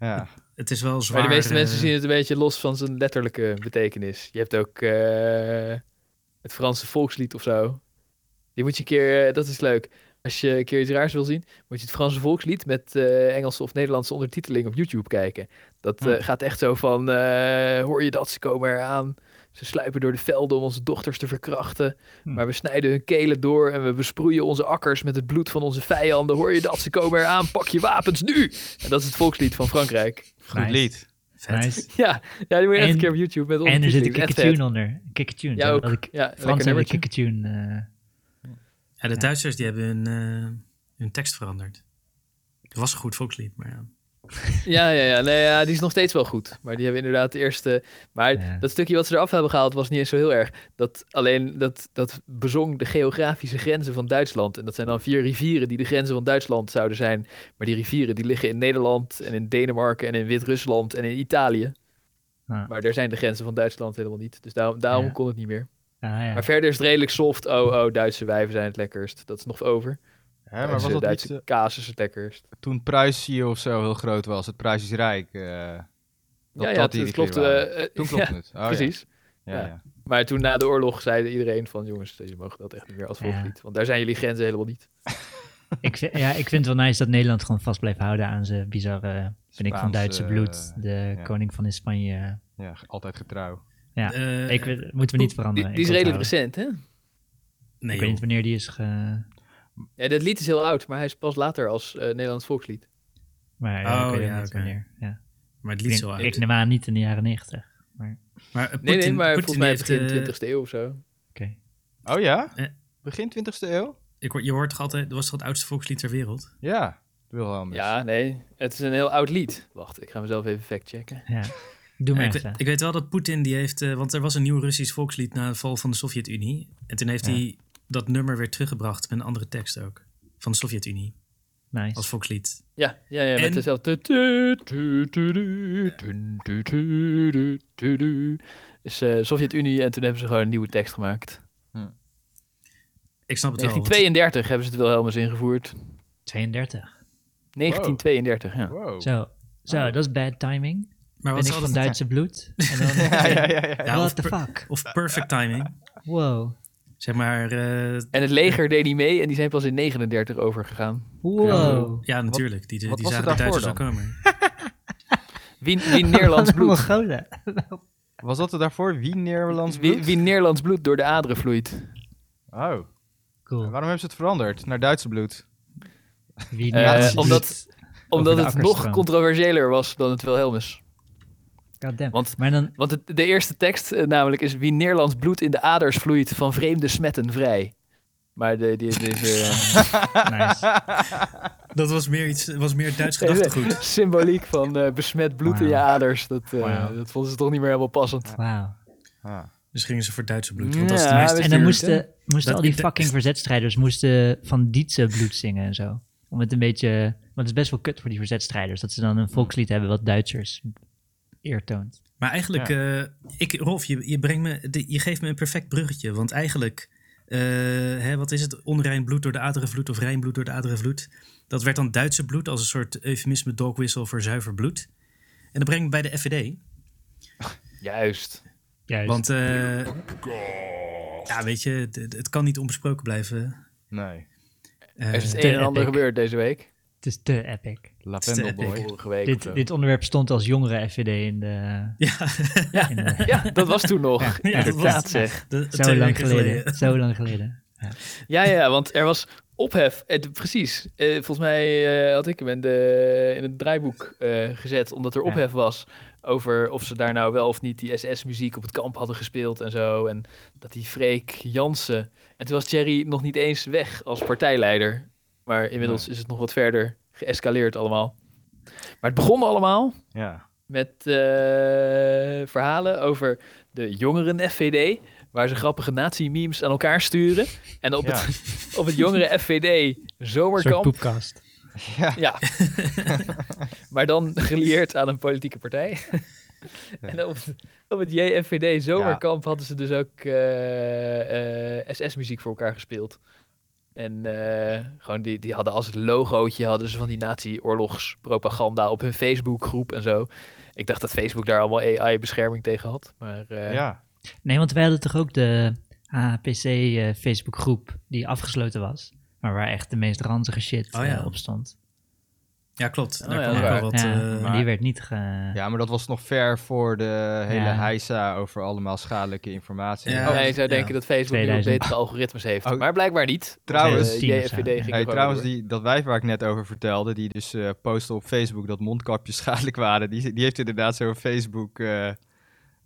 [SPEAKER 3] Ja.
[SPEAKER 1] het is wel zwaar...
[SPEAKER 2] Maar de meeste
[SPEAKER 1] eh,
[SPEAKER 2] mensen zien het een beetje los van zijn letterlijke betekenis. Je hebt ook eh, het Franse volkslied of zo. Die moet je een keer, eh, dat is leuk. Als je een keer iets raars wil zien, moet je het Franse volkslied met eh, Engelse of Nederlandse ondertiteling op YouTube kijken. Dat eh, gaat echt zo van, eh, hoor je dat, ze komen eraan. Ze sluipen door de velden om onze dochters te verkrachten.
[SPEAKER 4] Hm.
[SPEAKER 2] Maar we snijden hun kelen door en we besproeien onze akkers met het bloed van onze vijanden. Hoor je dat, ze komen eraan, pak je wapens nu. En dat is het volkslied van Frankrijk.
[SPEAKER 3] Goed
[SPEAKER 4] Nice.
[SPEAKER 3] lied.
[SPEAKER 1] Vet.
[SPEAKER 4] Nice.
[SPEAKER 2] (laughs) Ja, ja die moet je echt
[SPEAKER 4] En-
[SPEAKER 2] een keer op YouTube met
[SPEAKER 4] En er zit een
[SPEAKER 2] ondertiteling. Echt vet.
[SPEAKER 4] kikkertune onder. Een kikkertune.
[SPEAKER 2] Ja,
[SPEAKER 4] zo,
[SPEAKER 2] ook.
[SPEAKER 4] dat ik-
[SPEAKER 2] Ja,
[SPEAKER 4] Frans
[SPEAKER 2] lekker
[SPEAKER 4] hebben
[SPEAKER 2] nummertje.
[SPEAKER 4] kikkertune. eh
[SPEAKER 1] Ja, de Duitsers die hebben hun, eh, hun tekst veranderd. Het was een goed volkslied, maar ja.
[SPEAKER 2] Ja, ja, ja. Nee, ja, die is nog steeds wel goed. Maar die hebben inderdaad de eerste... Maar
[SPEAKER 4] Ja.
[SPEAKER 2] dat stukje wat ze eraf hebben gehaald was niet eens zo heel erg. Dat, alleen dat, dat bezong de geografische grenzen van Duitsland. En dat zijn dan vier rivieren die de grenzen van Duitsland zouden zijn. Maar die rivieren die liggen in Nederland en in Denemarken en in Wit-Rusland en in Italië.
[SPEAKER 4] Ja.
[SPEAKER 2] Maar daar zijn de grenzen van Duitsland helemaal niet. Dus daarom, daarom
[SPEAKER 4] Ja.
[SPEAKER 2] kon het niet meer. (laughs)
[SPEAKER 4] ah, ja.
[SPEAKER 2] Maar verder is het redelijk soft. Oh, oh, Duitse wijven zijn het lekkerst. Dat is nog over.
[SPEAKER 3] Hè, maar
[SPEAKER 2] Duitse,
[SPEAKER 3] was dat eh, niet,
[SPEAKER 2] Duitse kaas is het lekkerst.
[SPEAKER 3] eh, toen Pruisië of zo heel groot was, het Pruisisch Rijk? eh, dat
[SPEAKER 2] ja, ja, het-
[SPEAKER 3] dat die
[SPEAKER 2] het
[SPEAKER 3] die
[SPEAKER 2] klopt.
[SPEAKER 3] killen waren?
[SPEAKER 2] eh, eh,
[SPEAKER 3] (laughs) Toen klopte
[SPEAKER 2] (laughs) ja,
[SPEAKER 3] het. Oh, ja.
[SPEAKER 2] precies.
[SPEAKER 3] Ja. Ja, ja.
[SPEAKER 2] Maar toen na de oorlog zeiden iedereen van jongens, je mag dat echt niet meer als
[SPEAKER 4] Ja.
[SPEAKER 2] volgebied. Want daar zijn jullie grenzen helemaal niet.
[SPEAKER 4] ik, vind- ja, ik vind het wel nice dat Nederland gewoon vast blijft houden aan zijn bizarre... Ben ik van
[SPEAKER 3] Spaanse,
[SPEAKER 4] Duitse bloed,
[SPEAKER 2] eh,
[SPEAKER 4] de
[SPEAKER 3] ja.
[SPEAKER 4] koning van Spanje.
[SPEAKER 3] eh, Ja, g- altijd getrouw.
[SPEAKER 4] Ja,
[SPEAKER 1] Eh,
[SPEAKER 4] ik, weet- moeten we niet
[SPEAKER 2] Die,
[SPEAKER 4] veranderen.
[SPEAKER 2] die is
[SPEAKER 4] Ik wil het
[SPEAKER 2] redelijk recent,
[SPEAKER 4] houden.
[SPEAKER 2] hè?
[SPEAKER 1] nee,
[SPEAKER 4] Ik weet
[SPEAKER 1] joh.
[SPEAKER 4] niet wanneer die is ge...
[SPEAKER 2] Ja, dat lied is heel oud, maar hij is pas later als eh, Nederlands volkslied.
[SPEAKER 4] Maar ja,
[SPEAKER 1] Oh,
[SPEAKER 4] ik weet
[SPEAKER 1] ja,
[SPEAKER 4] ook niet
[SPEAKER 1] oké.
[SPEAKER 4] wanneer. Ja.
[SPEAKER 1] maar het
[SPEAKER 4] Ik,
[SPEAKER 1] liet
[SPEAKER 4] denk-
[SPEAKER 1] zo uit.
[SPEAKER 4] ik neem aan niet in de jaren negentig.
[SPEAKER 1] maar eh, Poetin,
[SPEAKER 2] Nee, nee, maar
[SPEAKER 1] Poetin
[SPEAKER 2] volgens mij
[SPEAKER 1] heeft,
[SPEAKER 2] begin
[SPEAKER 1] eh,
[SPEAKER 2] 20e eeuw of zo.
[SPEAKER 4] Oké.
[SPEAKER 3] Oh ja?
[SPEAKER 1] Eh.
[SPEAKER 3] Begin 20e eeuw?
[SPEAKER 1] ik, hoor- je hoort toch altijd, dat was toch het oudste volkslied ter wereld?
[SPEAKER 3] Ja, Wilhelmus.
[SPEAKER 2] Ja, nee, het is een heel oud lied. Wacht, ik ga mezelf even factchecken.
[SPEAKER 4] Ja.
[SPEAKER 1] Ja,
[SPEAKER 4] Doe maar
[SPEAKER 1] ik,
[SPEAKER 4] even.
[SPEAKER 1] weet, ik weet wel dat Poetin die heeft, eh, want er was een nieuw Russisch volkslied na de val van de Sovjet-Unie. En toen heeft
[SPEAKER 4] Ja.
[SPEAKER 1] hij dat nummer weer teruggebracht met een andere tekst ook. Van de Sovjet-Unie als
[SPEAKER 4] Nice.
[SPEAKER 1] volkslied.
[SPEAKER 2] Ja, ja, ja,
[SPEAKER 1] En-
[SPEAKER 2] met dezelfde... tu- tu- tu- tu- tu- tu- tu- tu- tu- tu. Dus eh, Sovjet-Unie en toen hebben ze gewoon een nieuwe tekst gemaakt.
[SPEAKER 1] Ik snap het wel. want-
[SPEAKER 2] 1932 hebben ze het Wilhelmus ingevoerd. Oh.
[SPEAKER 4] 32.
[SPEAKER 2] 1932, ja.
[SPEAKER 3] Wow.
[SPEAKER 4] Zo. Zo, dat is bad timing.
[SPEAKER 1] Oh. Maar
[SPEAKER 4] Ben
[SPEAKER 1] wat
[SPEAKER 4] ik
[SPEAKER 1] ze
[SPEAKER 4] van
[SPEAKER 1] altijd...
[SPEAKER 4] Duitse bloed?
[SPEAKER 1] (laughs)
[SPEAKER 4] En dan,
[SPEAKER 3] Ja, ja, ja, ja.
[SPEAKER 1] Ja, of,
[SPEAKER 4] what the
[SPEAKER 1] per-
[SPEAKER 4] fuck?
[SPEAKER 1] of perfect timing.
[SPEAKER 4] Wow.
[SPEAKER 1] Zeg maar... eh,
[SPEAKER 2] En het leger deed niet mee en die zijn pas in 39 overgegaan.
[SPEAKER 4] (laughs) Wow.
[SPEAKER 1] ja, natuurlijk. Die, die,
[SPEAKER 3] Oh. wat
[SPEAKER 1] die
[SPEAKER 3] was er
[SPEAKER 1] zagen de
[SPEAKER 3] daarvoor
[SPEAKER 1] Duitsers al komen.
[SPEAKER 3] (laughs)
[SPEAKER 2] Wie, wie Nederlands bloed...
[SPEAKER 4] Mongolen.
[SPEAKER 3] Was dat er daarvoor? Wie Nederlands
[SPEAKER 2] Wie,
[SPEAKER 3] bloed?
[SPEAKER 2] wie Nederlands bloed door de aderen vloeit.
[SPEAKER 3] Oh, en
[SPEAKER 4] Cool.
[SPEAKER 3] waarom hebben ze het veranderd naar Duitse bloed?
[SPEAKER 4] Wie
[SPEAKER 2] Eh,
[SPEAKER 4] Nederlands bloed?
[SPEAKER 2] omdat- Omdat
[SPEAKER 4] de
[SPEAKER 2] het nog
[SPEAKER 4] akkerstroom.
[SPEAKER 2] controversiëler was dan het Wilhelmus.
[SPEAKER 4] God damn.
[SPEAKER 2] want-
[SPEAKER 4] maar (laughs) dan...
[SPEAKER 2] Want het- de eerste tekst eh, namelijk is wie Nederlands bloed in de aders vloeit van vreemde smetten vrij. Maar de, die, deze eh,
[SPEAKER 4] Nice.
[SPEAKER 1] Dat was meer, iets, was meer Duits gedachtegoed.
[SPEAKER 2] symboliek van eh, besmet bloed in je
[SPEAKER 4] Wauw.
[SPEAKER 2] aders, dat, eh,
[SPEAKER 4] Wauw.
[SPEAKER 2] dat vonden ze toch niet meer helemaal passend.
[SPEAKER 4] Wauw.
[SPEAKER 3] Ah.
[SPEAKER 1] Dus gingen ze voor Duitse bloed. Want dat is de
[SPEAKER 2] Ja,
[SPEAKER 1] meeste
[SPEAKER 2] we-
[SPEAKER 4] En dan
[SPEAKER 2] Tuurlijk,
[SPEAKER 4] moesten, moesten
[SPEAKER 1] Dat
[SPEAKER 4] al die
[SPEAKER 1] inter-
[SPEAKER 4] fucking verzetstrijders moesten van Dietse bloed zingen en zo. Om het een beetje... Want het is best wel kut voor die verzetstrijders. Dat ze dan een volkslied hebben wat Duitsers eertoont.
[SPEAKER 1] Maar eigenlijk, eh, ik, Rolf, je, je, brengt me, de- je geeft me een perfect bruggetje. Want eigenlijk, eh, hè, wat is het? Onrein bloed door de aderenvloed of rein bloed door de aderenvloed. Dat werd dan Duitse bloed als een soort eufemisme dogwissel voor zuiver bloed. En dat brengt me bij de FVD.
[SPEAKER 2] Juist.
[SPEAKER 4] Juist.
[SPEAKER 1] Want, eh,
[SPEAKER 2] Oh,
[SPEAKER 1] ja, weet je, het- het- het kan niet onbesproken blijven.
[SPEAKER 3] Nee,
[SPEAKER 1] Eh,
[SPEAKER 2] Er is het
[SPEAKER 4] te
[SPEAKER 2] een en ander
[SPEAKER 4] epic.
[SPEAKER 2] gebeurd deze week.
[SPEAKER 4] het is te epic. (laughs)
[SPEAKER 3] Lavendel
[SPEAKER 1] epic.
[SPEAKER 3] Boy.
[SPEAKER 2] Vorige week eh. of zo.
[SPEAKER 4] Dit, dit onderwerp stond als jongere FVD in de...
[SPEAKER 1] ja,
[SPEAKER 2] ja.
[SPEAKER 4] (laughs) in de-
[SPEAKER 2] ja, dat was toen
[SPEAKER 4] (laughs)
[SPEAKER 2] nog.
[SPEAKER 1] ja, dat
[SPEAKER 2] Inderdaad
[SPEAKER 1] was-
[SPEAKER 2] zeg.
[SPEAKER 1] de-
[SPEAKER 4] zo
[SPEAKER 1] twee
[SPEAKER 4] lang
[SPEAKER 1] weken
[SPEAKER 4] geleden. Zo lang geleden.
[SPEAKER 2] Ja, ja, want er was ophef. Eh, d- precies. Eh, volgens mij eh, had ik hem in, de, in het draaiboek eh, gezet, omdat er
[SPEAKER 4] Ja.
[SPEAKER 2] ophef was over of ze daar nou wel of niet die SS-muziek op het kamp hadden gespeeld en zo. En dat die Freek Jansen... En toen was Thierry nog niet eens weg als partijleider. Maar inmiddels is het nog wat verder geëscaleerd allemaal. Maar het begon allemaal
[SPEAKER 3] Ja.
[SPEAKER 2] met eh, verhalen over de jongeren FVD, waar ze grappige nazi-memes aan elkaar sturen. En op,
[SPEAKER 3] Ja.
[SPEAKER 2] het, op het jongere FVD
[SPEAKER 4] Een soort
[SPEAKER 2] zomerkamp.
[SPEAKER 4] poepkast.
[SPEAKER 3] Ja. (laughs)
[SPEAKER 2] Ja. maar dan gelieerd aan een politieke partij. en op, het- op het JFVD zomerkamp hadden ze dus ook eh, eh, SS-muziek voor elkaar gespeeld. En eh, gewoon die, die hadden als het logootje hadden ze van die nazi-oorlogspropaganda op hun Facebookgroep en zo. Ik dacht dat Facebook daar allemaal AI-bescherming tegen had. Maar eh,
[SPEAKER 3] ja.
[SPEAKER 4] Nee, want wij hadden toch ook de APC eh Facebookgroep die afgesloten was. Maar waar echt de meest ranzige shit
[SPEAKER 1] Oh ja.
[SPEAKER 4] eh, op stond.
[SPEAKER 1] Ja, klopt.
[SPEAKER 2] Oh,
[SPEAKER 1] Daar
[SPEAKER 2] ja,
[SPEAKER 1] kwam
[SPEAKER 2] dat
[SPEAKER 1] ook
[SPEAKER 2] is
[SPEAKER 1] wel wat...
[SPEAKER 4] ja,
[SPEAKER 1] eh,
[SPEAKER 4] maar die werd niet ge...
[SPEAKER 3] ja, maar dat was nog ver voor de hele
[SPEAKER 4] Ja.
[SPEAKER 3] heisa over allemaal schadelijke informatie.
[SPEAKER 1] Ja.
[SPEAKER 3] Oh,
[SPEAKER 2] ja, je zou
[SPEAKER 1] ja.
[SPEAKER 2] denken dat Facebook nu
[SPEAKER 4] 2000.
[SPEAKER 2] betere algoritmes heeft.
[SPEAKER 3] Oh.
[SPEAKER 2] Maar blijkbaar niet.
[SPEAKER 3] Trouwens-
[SPEAKER 2] Eh,
[SPEAKER 4] Tien of zo.
[SPEAKER 2] JFVD ging
[SPEAKER 4] Hey,
[SPEAKER 3] Hey,
[SPEAKER 2] gewoon
[SPEAKER 3] trouwens,
[SPEAKER 2] door.
[SPEAKER 3] die, dat wijf waar ik net over vertelde, die dus eh postte op Facebook dat mondkapjes (laughs) schadelijk waren, die, die heeft inderdaad zo'n Facebook eh,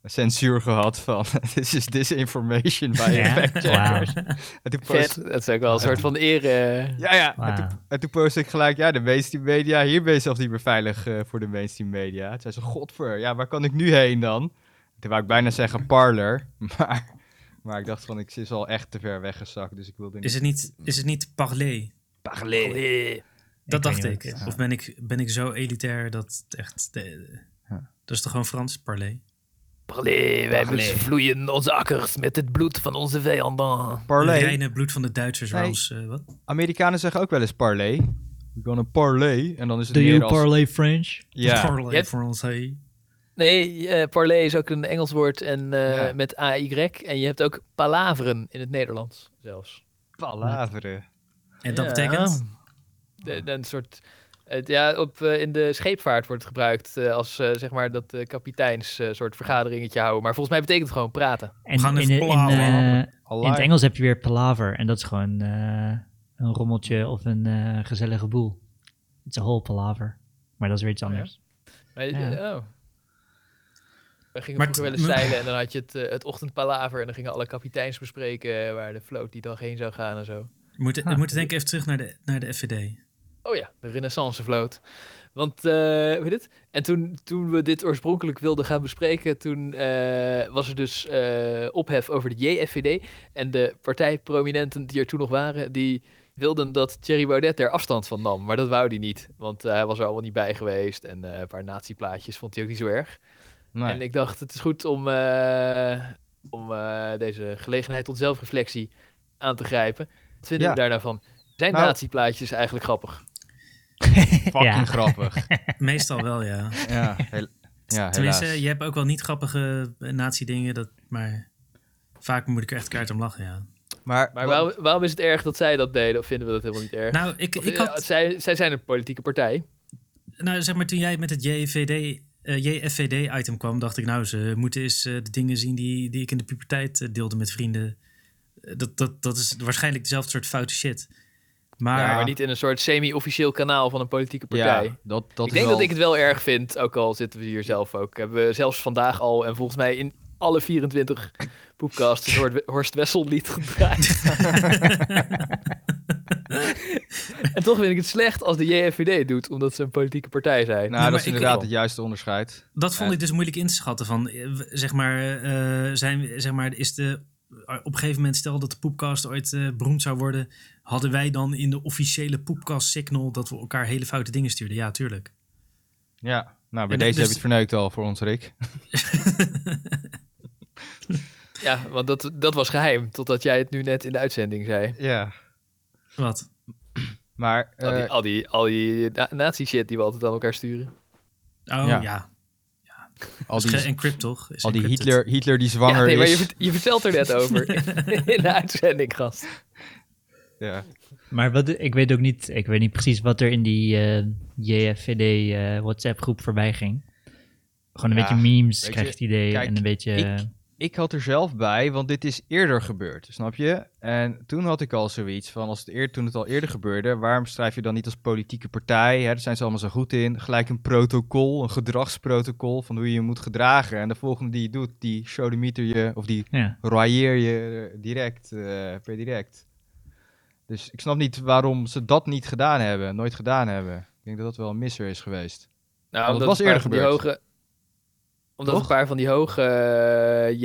[SPEAKER 3] censuur gehad van (laughs) this is disinformation (laughs) by
[SPEAKER 4] Ja?
[SPEAKER 3] fact-checkers. En toen post-
[SPEAKER 2] Vet, (laughs) dat is ook wel een soort van eer. eh.
[SPEAKER 3] Ja, ja.
[SPEAKER 4] Wauw.
[SPEAKER 3] En, toen, en toen postte ik gelijk, ja, de mainstream media, hier ben je zelfs niet meer veilig eh, voor de mainstream media. Toen zei ze, godver, ja, waar kan ik nu heen dan? Toen wou ik bijna zeggen parlor, (laughs) maar, maar ik dacht van, ik is al echt te ver weggezakt, dus ik wilde niet...
[SPEAKER 1] is, het niet, is het niet parler?
[SPEAKER 2] Parler.
[SPEAKER 1] Dat
[SPEAKER 4] weet
[SPEAKER 1] dacht
[SPEAKER 4] niet
[SPEAKER 1] ik.
[SPEAKER 4] wat het
[SPEAKER 1] Of ben ik, ben ik zo elitair dat het echt... De,
[SPEAKER 3] Ja.
[SPEAKER 1] Dat is toch gewoon Frans, parler?
[SPEAKER 2] Parler. Wij
[SPEAKER 4] Parler.
[SPEAKER 2] vloeien onze akkers met het bloed van onze vijanden.
[SPEAKER 1] Het
[SPEAKER 3] Parley.
[SPEAKER 1] reine bloed van de Duitsers. waar
[SPEAKER 3] Nee.
[SPEAKER 1] ons, eh, wat?
[SPEAKER 3] Amerikanen zeggen ook wel eens parley. We gaan een parley. En dan is het
[SPEAKER 4] Do
[SPEAKER 3] meer
[SPEAKER 4] you
[SPEAKER 1] (laughs)
[SPEAKER 3] als...
[SPEAKER 4] parlay French?
[SPEAKER 3] Ja,
[SPEAKER 1] Parler
[SPEAKER 2] Yep.
[SPEAKER 1] voor ons, hey.
[SPEAKER 2] Nee, eh parley is ook een Engels woord en eh,
[SPEAKER 3] Ja.
[SPEAKER 2] met AY. En je hebt ook palaveren in het Nederlands zelfs.
[SPEAKER 3] Palaveren.
[SPEAKER 1] En dat
[SPEAKER 2] Ja.
[SPEAKER 1] betekent?
[SPEAKER 3] Oh.
[SPEAKER 2] De- de- een soort. het- ja, op, eh, in de scheepvaart wordt het gebruikt eh, als eh, zeg maar dat eh, kapiteins eh, soort vergaderingetje houden. Maar volgens mij betekent het gewoon praten.
[SPEAKER 4] En
[SPEAKER 1] gaan
[SPEAKER 4] in,
[SPEAKER 1] even
[SPEAKER 4] in, in,
[SPEAKER 1] bladeren.
[SPEAKER 4] eh, in het Engels heb je weer palaver. En dat is gewoon eh, een rommeltje of een eh, gezellige boel. Het is een whole palaver. Maar dat is weer iets
[SPEAKER 2] Oh ja?
[SPEAKER 4] anders.
[SPEAKER 2] Maar,
[SPEAKER 4] Ja.
[SPEAKER 2] oh. We gingen
[SPEAKER 1] Maar
[SPEAKER 2] vroeger wel
[SPEAKER 1] het-
[SPEAKER 2] eens zeilen en dan had je het, eh, het ochtendpalaver en dan gingen alle kapiteins bespreken eh, waar de vloot die dag heen zou gaan en zo.
[SPEAKER 1] We moeten, we
[SPEAKER 4] Ah.
[SPEAKER 1] moeten denk ik even terug naar de, naar de FVD.
[SPEAKER 2] Oh ja, de renaissancevloot. Want, eh, hoe heet het? En toen, toen we dit oorspronkelijk wilden gaan bespreken, toen eh, was er dus eh, ophef over de JFVD. En de partijprominenten die er toen nog waren, die wilden dat Thierry Baudet er afstand van nam. Maar dat wou hij niet, want eh, hij was er allemaal niet bij geweest. En eh, een paar natieplaatjes vond hij ook niet zo erg. En ik dacht, het is goed om, eh, om eh, deze gelegenheid tot zelfreflectie aan te grijpen. Wat vinden jullie
[SPEAKER 3] Ja.
[SPEAKER 2] daar nou van? Zijn
[SPEAKER 3] Nou-
[SPEAKER 2] natieplaatjes eigenlijk grappig?
[SPEAKER 3] Fucking
[SPEAKER 4] Ja.
[SPEAKER 1] (laughs)
[SPEAKER 3] grappig.
[SPEAKER 1] Meestal wel,
[SPEAKER 3] (laughs)
[SPEAKER 1] ja.
[SPEAKER 3] Ja, heel- ja helaas.
[SPEAKER 1] Tenminste, je hebt ook wel niet grappige eh, nazi-dingen, dat, maar vaak moet ik er echt kaart om lachen, ja.
[SPEAKER 3] Maar,
[SPEAKER 2] Maar
[SPEAKER 3] wat-
[SPEAKER 2] waarom, waarom is het erg dat zij dat deden? Of vinden we dat helemaal niet erg?
[SPEAKER 1] Nou, ik,
[SPEAKER 2] Of,
[SPEAKER 1] ik
[SPEAKER 2] eh,
[SPEAKER 1] had,
[SPEAKER 2] zij, zij zijn een politieke partij.
[SPEAKER 1] nou, zeg maar, toen jij met het JVD, eh, JFVD-item kwam, dacht ik, nou, ze moeten eens eh, de dingen zien die, die ik in de puberteit eh, deelde met vrienden. Eh, dat, dat, dat is waarschijnlijk dezelfde soort foute shit. Maar,
[SPEAKER 2] Ja, maar niet in een soort semi-officieel kanaal van een politieke partij.
[SPEAKER 3] ja, dat,
[SPEAKER 2] ik
[SPEAKER 3] dat is
[SPEAKER 2] denk
[SPEAKER 3] wel...
[SPEAKER 2] dat ik het wel erg vind, ook al zitten we hier zelf ook. Hebben we zelfs vandaag al en volgens mij in alle 24 podcasts een soort Horst Wessel lied gedraaid. en toch vind ik het slecht als de JFVD het doet, omdat ze een politieke partij zijn.
[SPEAKER 3] Nou,
[SPEAKER 1] Ja,
[SPEAKER 3] dat
[SPEAKER 1] maar
[SPEAKER 3] is
[SPEAKER 1] ik-
[SPEAKER 3] inderdaad het juiste onderscheid.
[SPEAKER 1] Dat vond
[SPEAKER 3] Eh.
[SPEAKER 1] ik dus moeilijk in te schatten. Van, eh, w- zeg, maar, eh, zijn, zeg maar, is de, eh, op een gegeven moment, stel dat de poepcast ooit eh, beroemd zou worden, hadden wij dan in de officiële poepcast signal dat we elkaar hele foute dingen stuurden? Ja, tuurlijk.
[SPEAKER 3] Ja, nou, bij
[SPEAKER 1] En dat-
[SPEAKER 3] deze
[SPEAKER 1] dus-
[SPEAKER 3] heb je het verneukt al voor ons, Rick. (laughs)
[SPEAKER 2] Ja, want dat, dat was geheim, totdat jij het nu net in de uitzending zei.
[SPEAKER 3] Ja.
[SPEAKER 1] Wat?
[SPEAKER 3] Maar,
[SPEAKER 2] Al die,
[SPEAKER 3] eh,
[SPEAKER 2] al die, al die na- nazi-shit die we altijd aan elkaar sturen.
[SPEAKER 1] Oh ja.
[SPEAKER 3] Ja.
[SPEAKER 1] Al
[SPEAKER 3] al
[SPEAKER 1] die,
[SPEAKER 3] die,
[SPEAKER 1] encrypt toch? Is
[SPEAKER 3] al die
[SPEAKER 1] encrypted.
[SPEAKER 3] Hitler, Hitler die zwanger
[SPEAKER 2] ja, nee, maar je,
[SPEAKER 3] is.
[SPEAKER 2] vert- je vertelt er net over in de uitzending, gast.
[SPEAKER 3] Ja.
[SPEAKER 4] Maar wat, ik weet ook niet, ik weet niet precies wat er in die eh, JFVD eh, WhatsApp groep voorbij ging. Gewoon een
[SPEAKER 3] Ja,
[SPEAKER 4] beetje memes,
[SPEAKER 3] weet
[SPEAKER 4] krijg je
[SPEAKER 3] je,
[SPEAKER 4] het idee.
[SPEAKER 3] kijk,
[SPEAKER 4] en een beetje...
[SPEAKER 3] ik- Ik had er zelf bij, want dit is eerder gebeurd, snap je? En toen had ik al zoiets van, als het eer, toen het al eerder gebeurde, waarom schrijf je dan niet als politieke partij, hè, daar zijn ze allemaal zo goed in, gelijk een protocol, een gedragsprotocol van hoe je je moet gedragen. En de volgende die je doet, die sodemieter je, of die
[SPEAKER 4] ja.
[SPEAKER 3] royeer je eh, direct, eh, per direct. Dus ik snap niet waarom ze dat niet gedaan hebben, nooit gedaan hebben. Ik denk dat dat wel een misser is geweest.
[SPEAKER 2] Nou,
[SPEAKER 3] dat
[SPEAKER 2] omdat
[SPEAKER 3] was
[SPEAKER 2] een paar
[SPEAKER 3] eerder
[SPEAKER 2] van die
[SPEAKER 3] gebeurd.
[SPEAKER 2] hoge- omdat
[SPEAKER 3] Toch?
[SPEAKER 2] een paar van die hoge eh,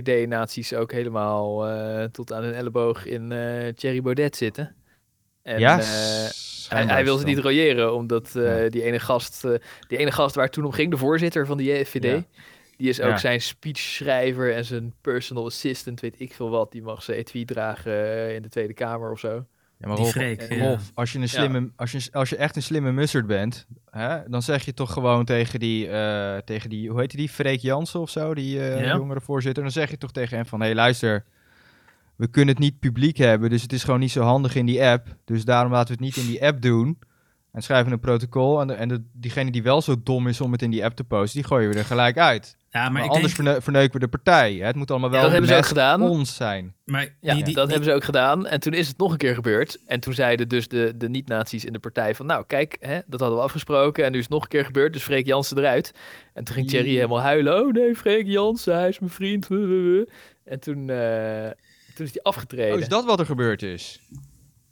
[SPEAKER 2] JFVD-naties ook helemaal eh, tot aan hun elleboog in eh Thierry Baudet zitten. En,
[SPEAKER 3] ja,
[SPEAKER 2] eh, hij, hij wil ze niet royeren, omdat eh, die, ene gast, eh, die ene gast waar het toen om ging, de voorzitter van de JFVD,
[SPEAKER 3] Ja.
[SPEAKER 2] die is ook
[SPEAKER 3] Ja.
[SPEAKER 2] zijn speechschrijver en zijn personal assistant, weet ik veel wat. Die mag zijn etui dragen eh, in de Tweede Kamer of zo.
[SPEAKER 3] Ja, maar
[SPEAKER 1] Die
[SPEAKER 3] Rolf,
[SPEAKER 1] Freek,
[SPEAKER 3] eh,
[SPEAKER 1] ja.
[SPEAKER 3] Rolf, als, je een slimme, als, je, als je echt een slimme mussert bent, hè, dan zeg je toch gewoon tegen die, eh, tegen die, hoe heet die, Freek Jansen of zo, die eh
[SPEAKER 1] Ja.
[SPEAKER 3] jongere voorzitter, dan zeg je toch tegen hem van, hé hey, luister, we kunnen het niet publiek hebben, dus het is gewoon niet zo handig in die app, dus daarom laten we het niet in die app doen. En schrijven een protocol en, de- en de- diegene die wel zo dom is om het in die app te posten, die gooien we er gelijk uit.
[SPEAKER 1] Ja, maar,
[SPEAKER 3] Maar,
[SPEAKER 1] ik
[SPEAKER 3] anders
[SPEAKER 1] denk,
[SPEAKER 3] verne- verneuken we de partij. hè. Het moet allemaal wel
[SPEAKER 2] dat hebben ze ook
[SPEAKER 3] met
[SPEAKER 2] gedaan.
[SPEAKER 3] ons zijn.
[SPEAKER 1] maar
[SPEAKER 2] Ja,
[SPEAKER 1] die, die,
[SPEAKER 2] dat hebben ze ook gedaan. En toen is het nog een keer gebeurd. En toen zeiden dus de, de niet-nazi's in de partij van... nou, kijk, hè, dat hadden we afgesproken. En nu is het nog een keer gebeurd, dus Freek Jansen eruit. En toen ging Thierry helemaal huilen. Oh nee, Freek Jansen, hij is mijn vriend. En toen, eh, toen is hij afgetreden.
[SPEAKER 3] Oh, is dat wat er gebeurd is?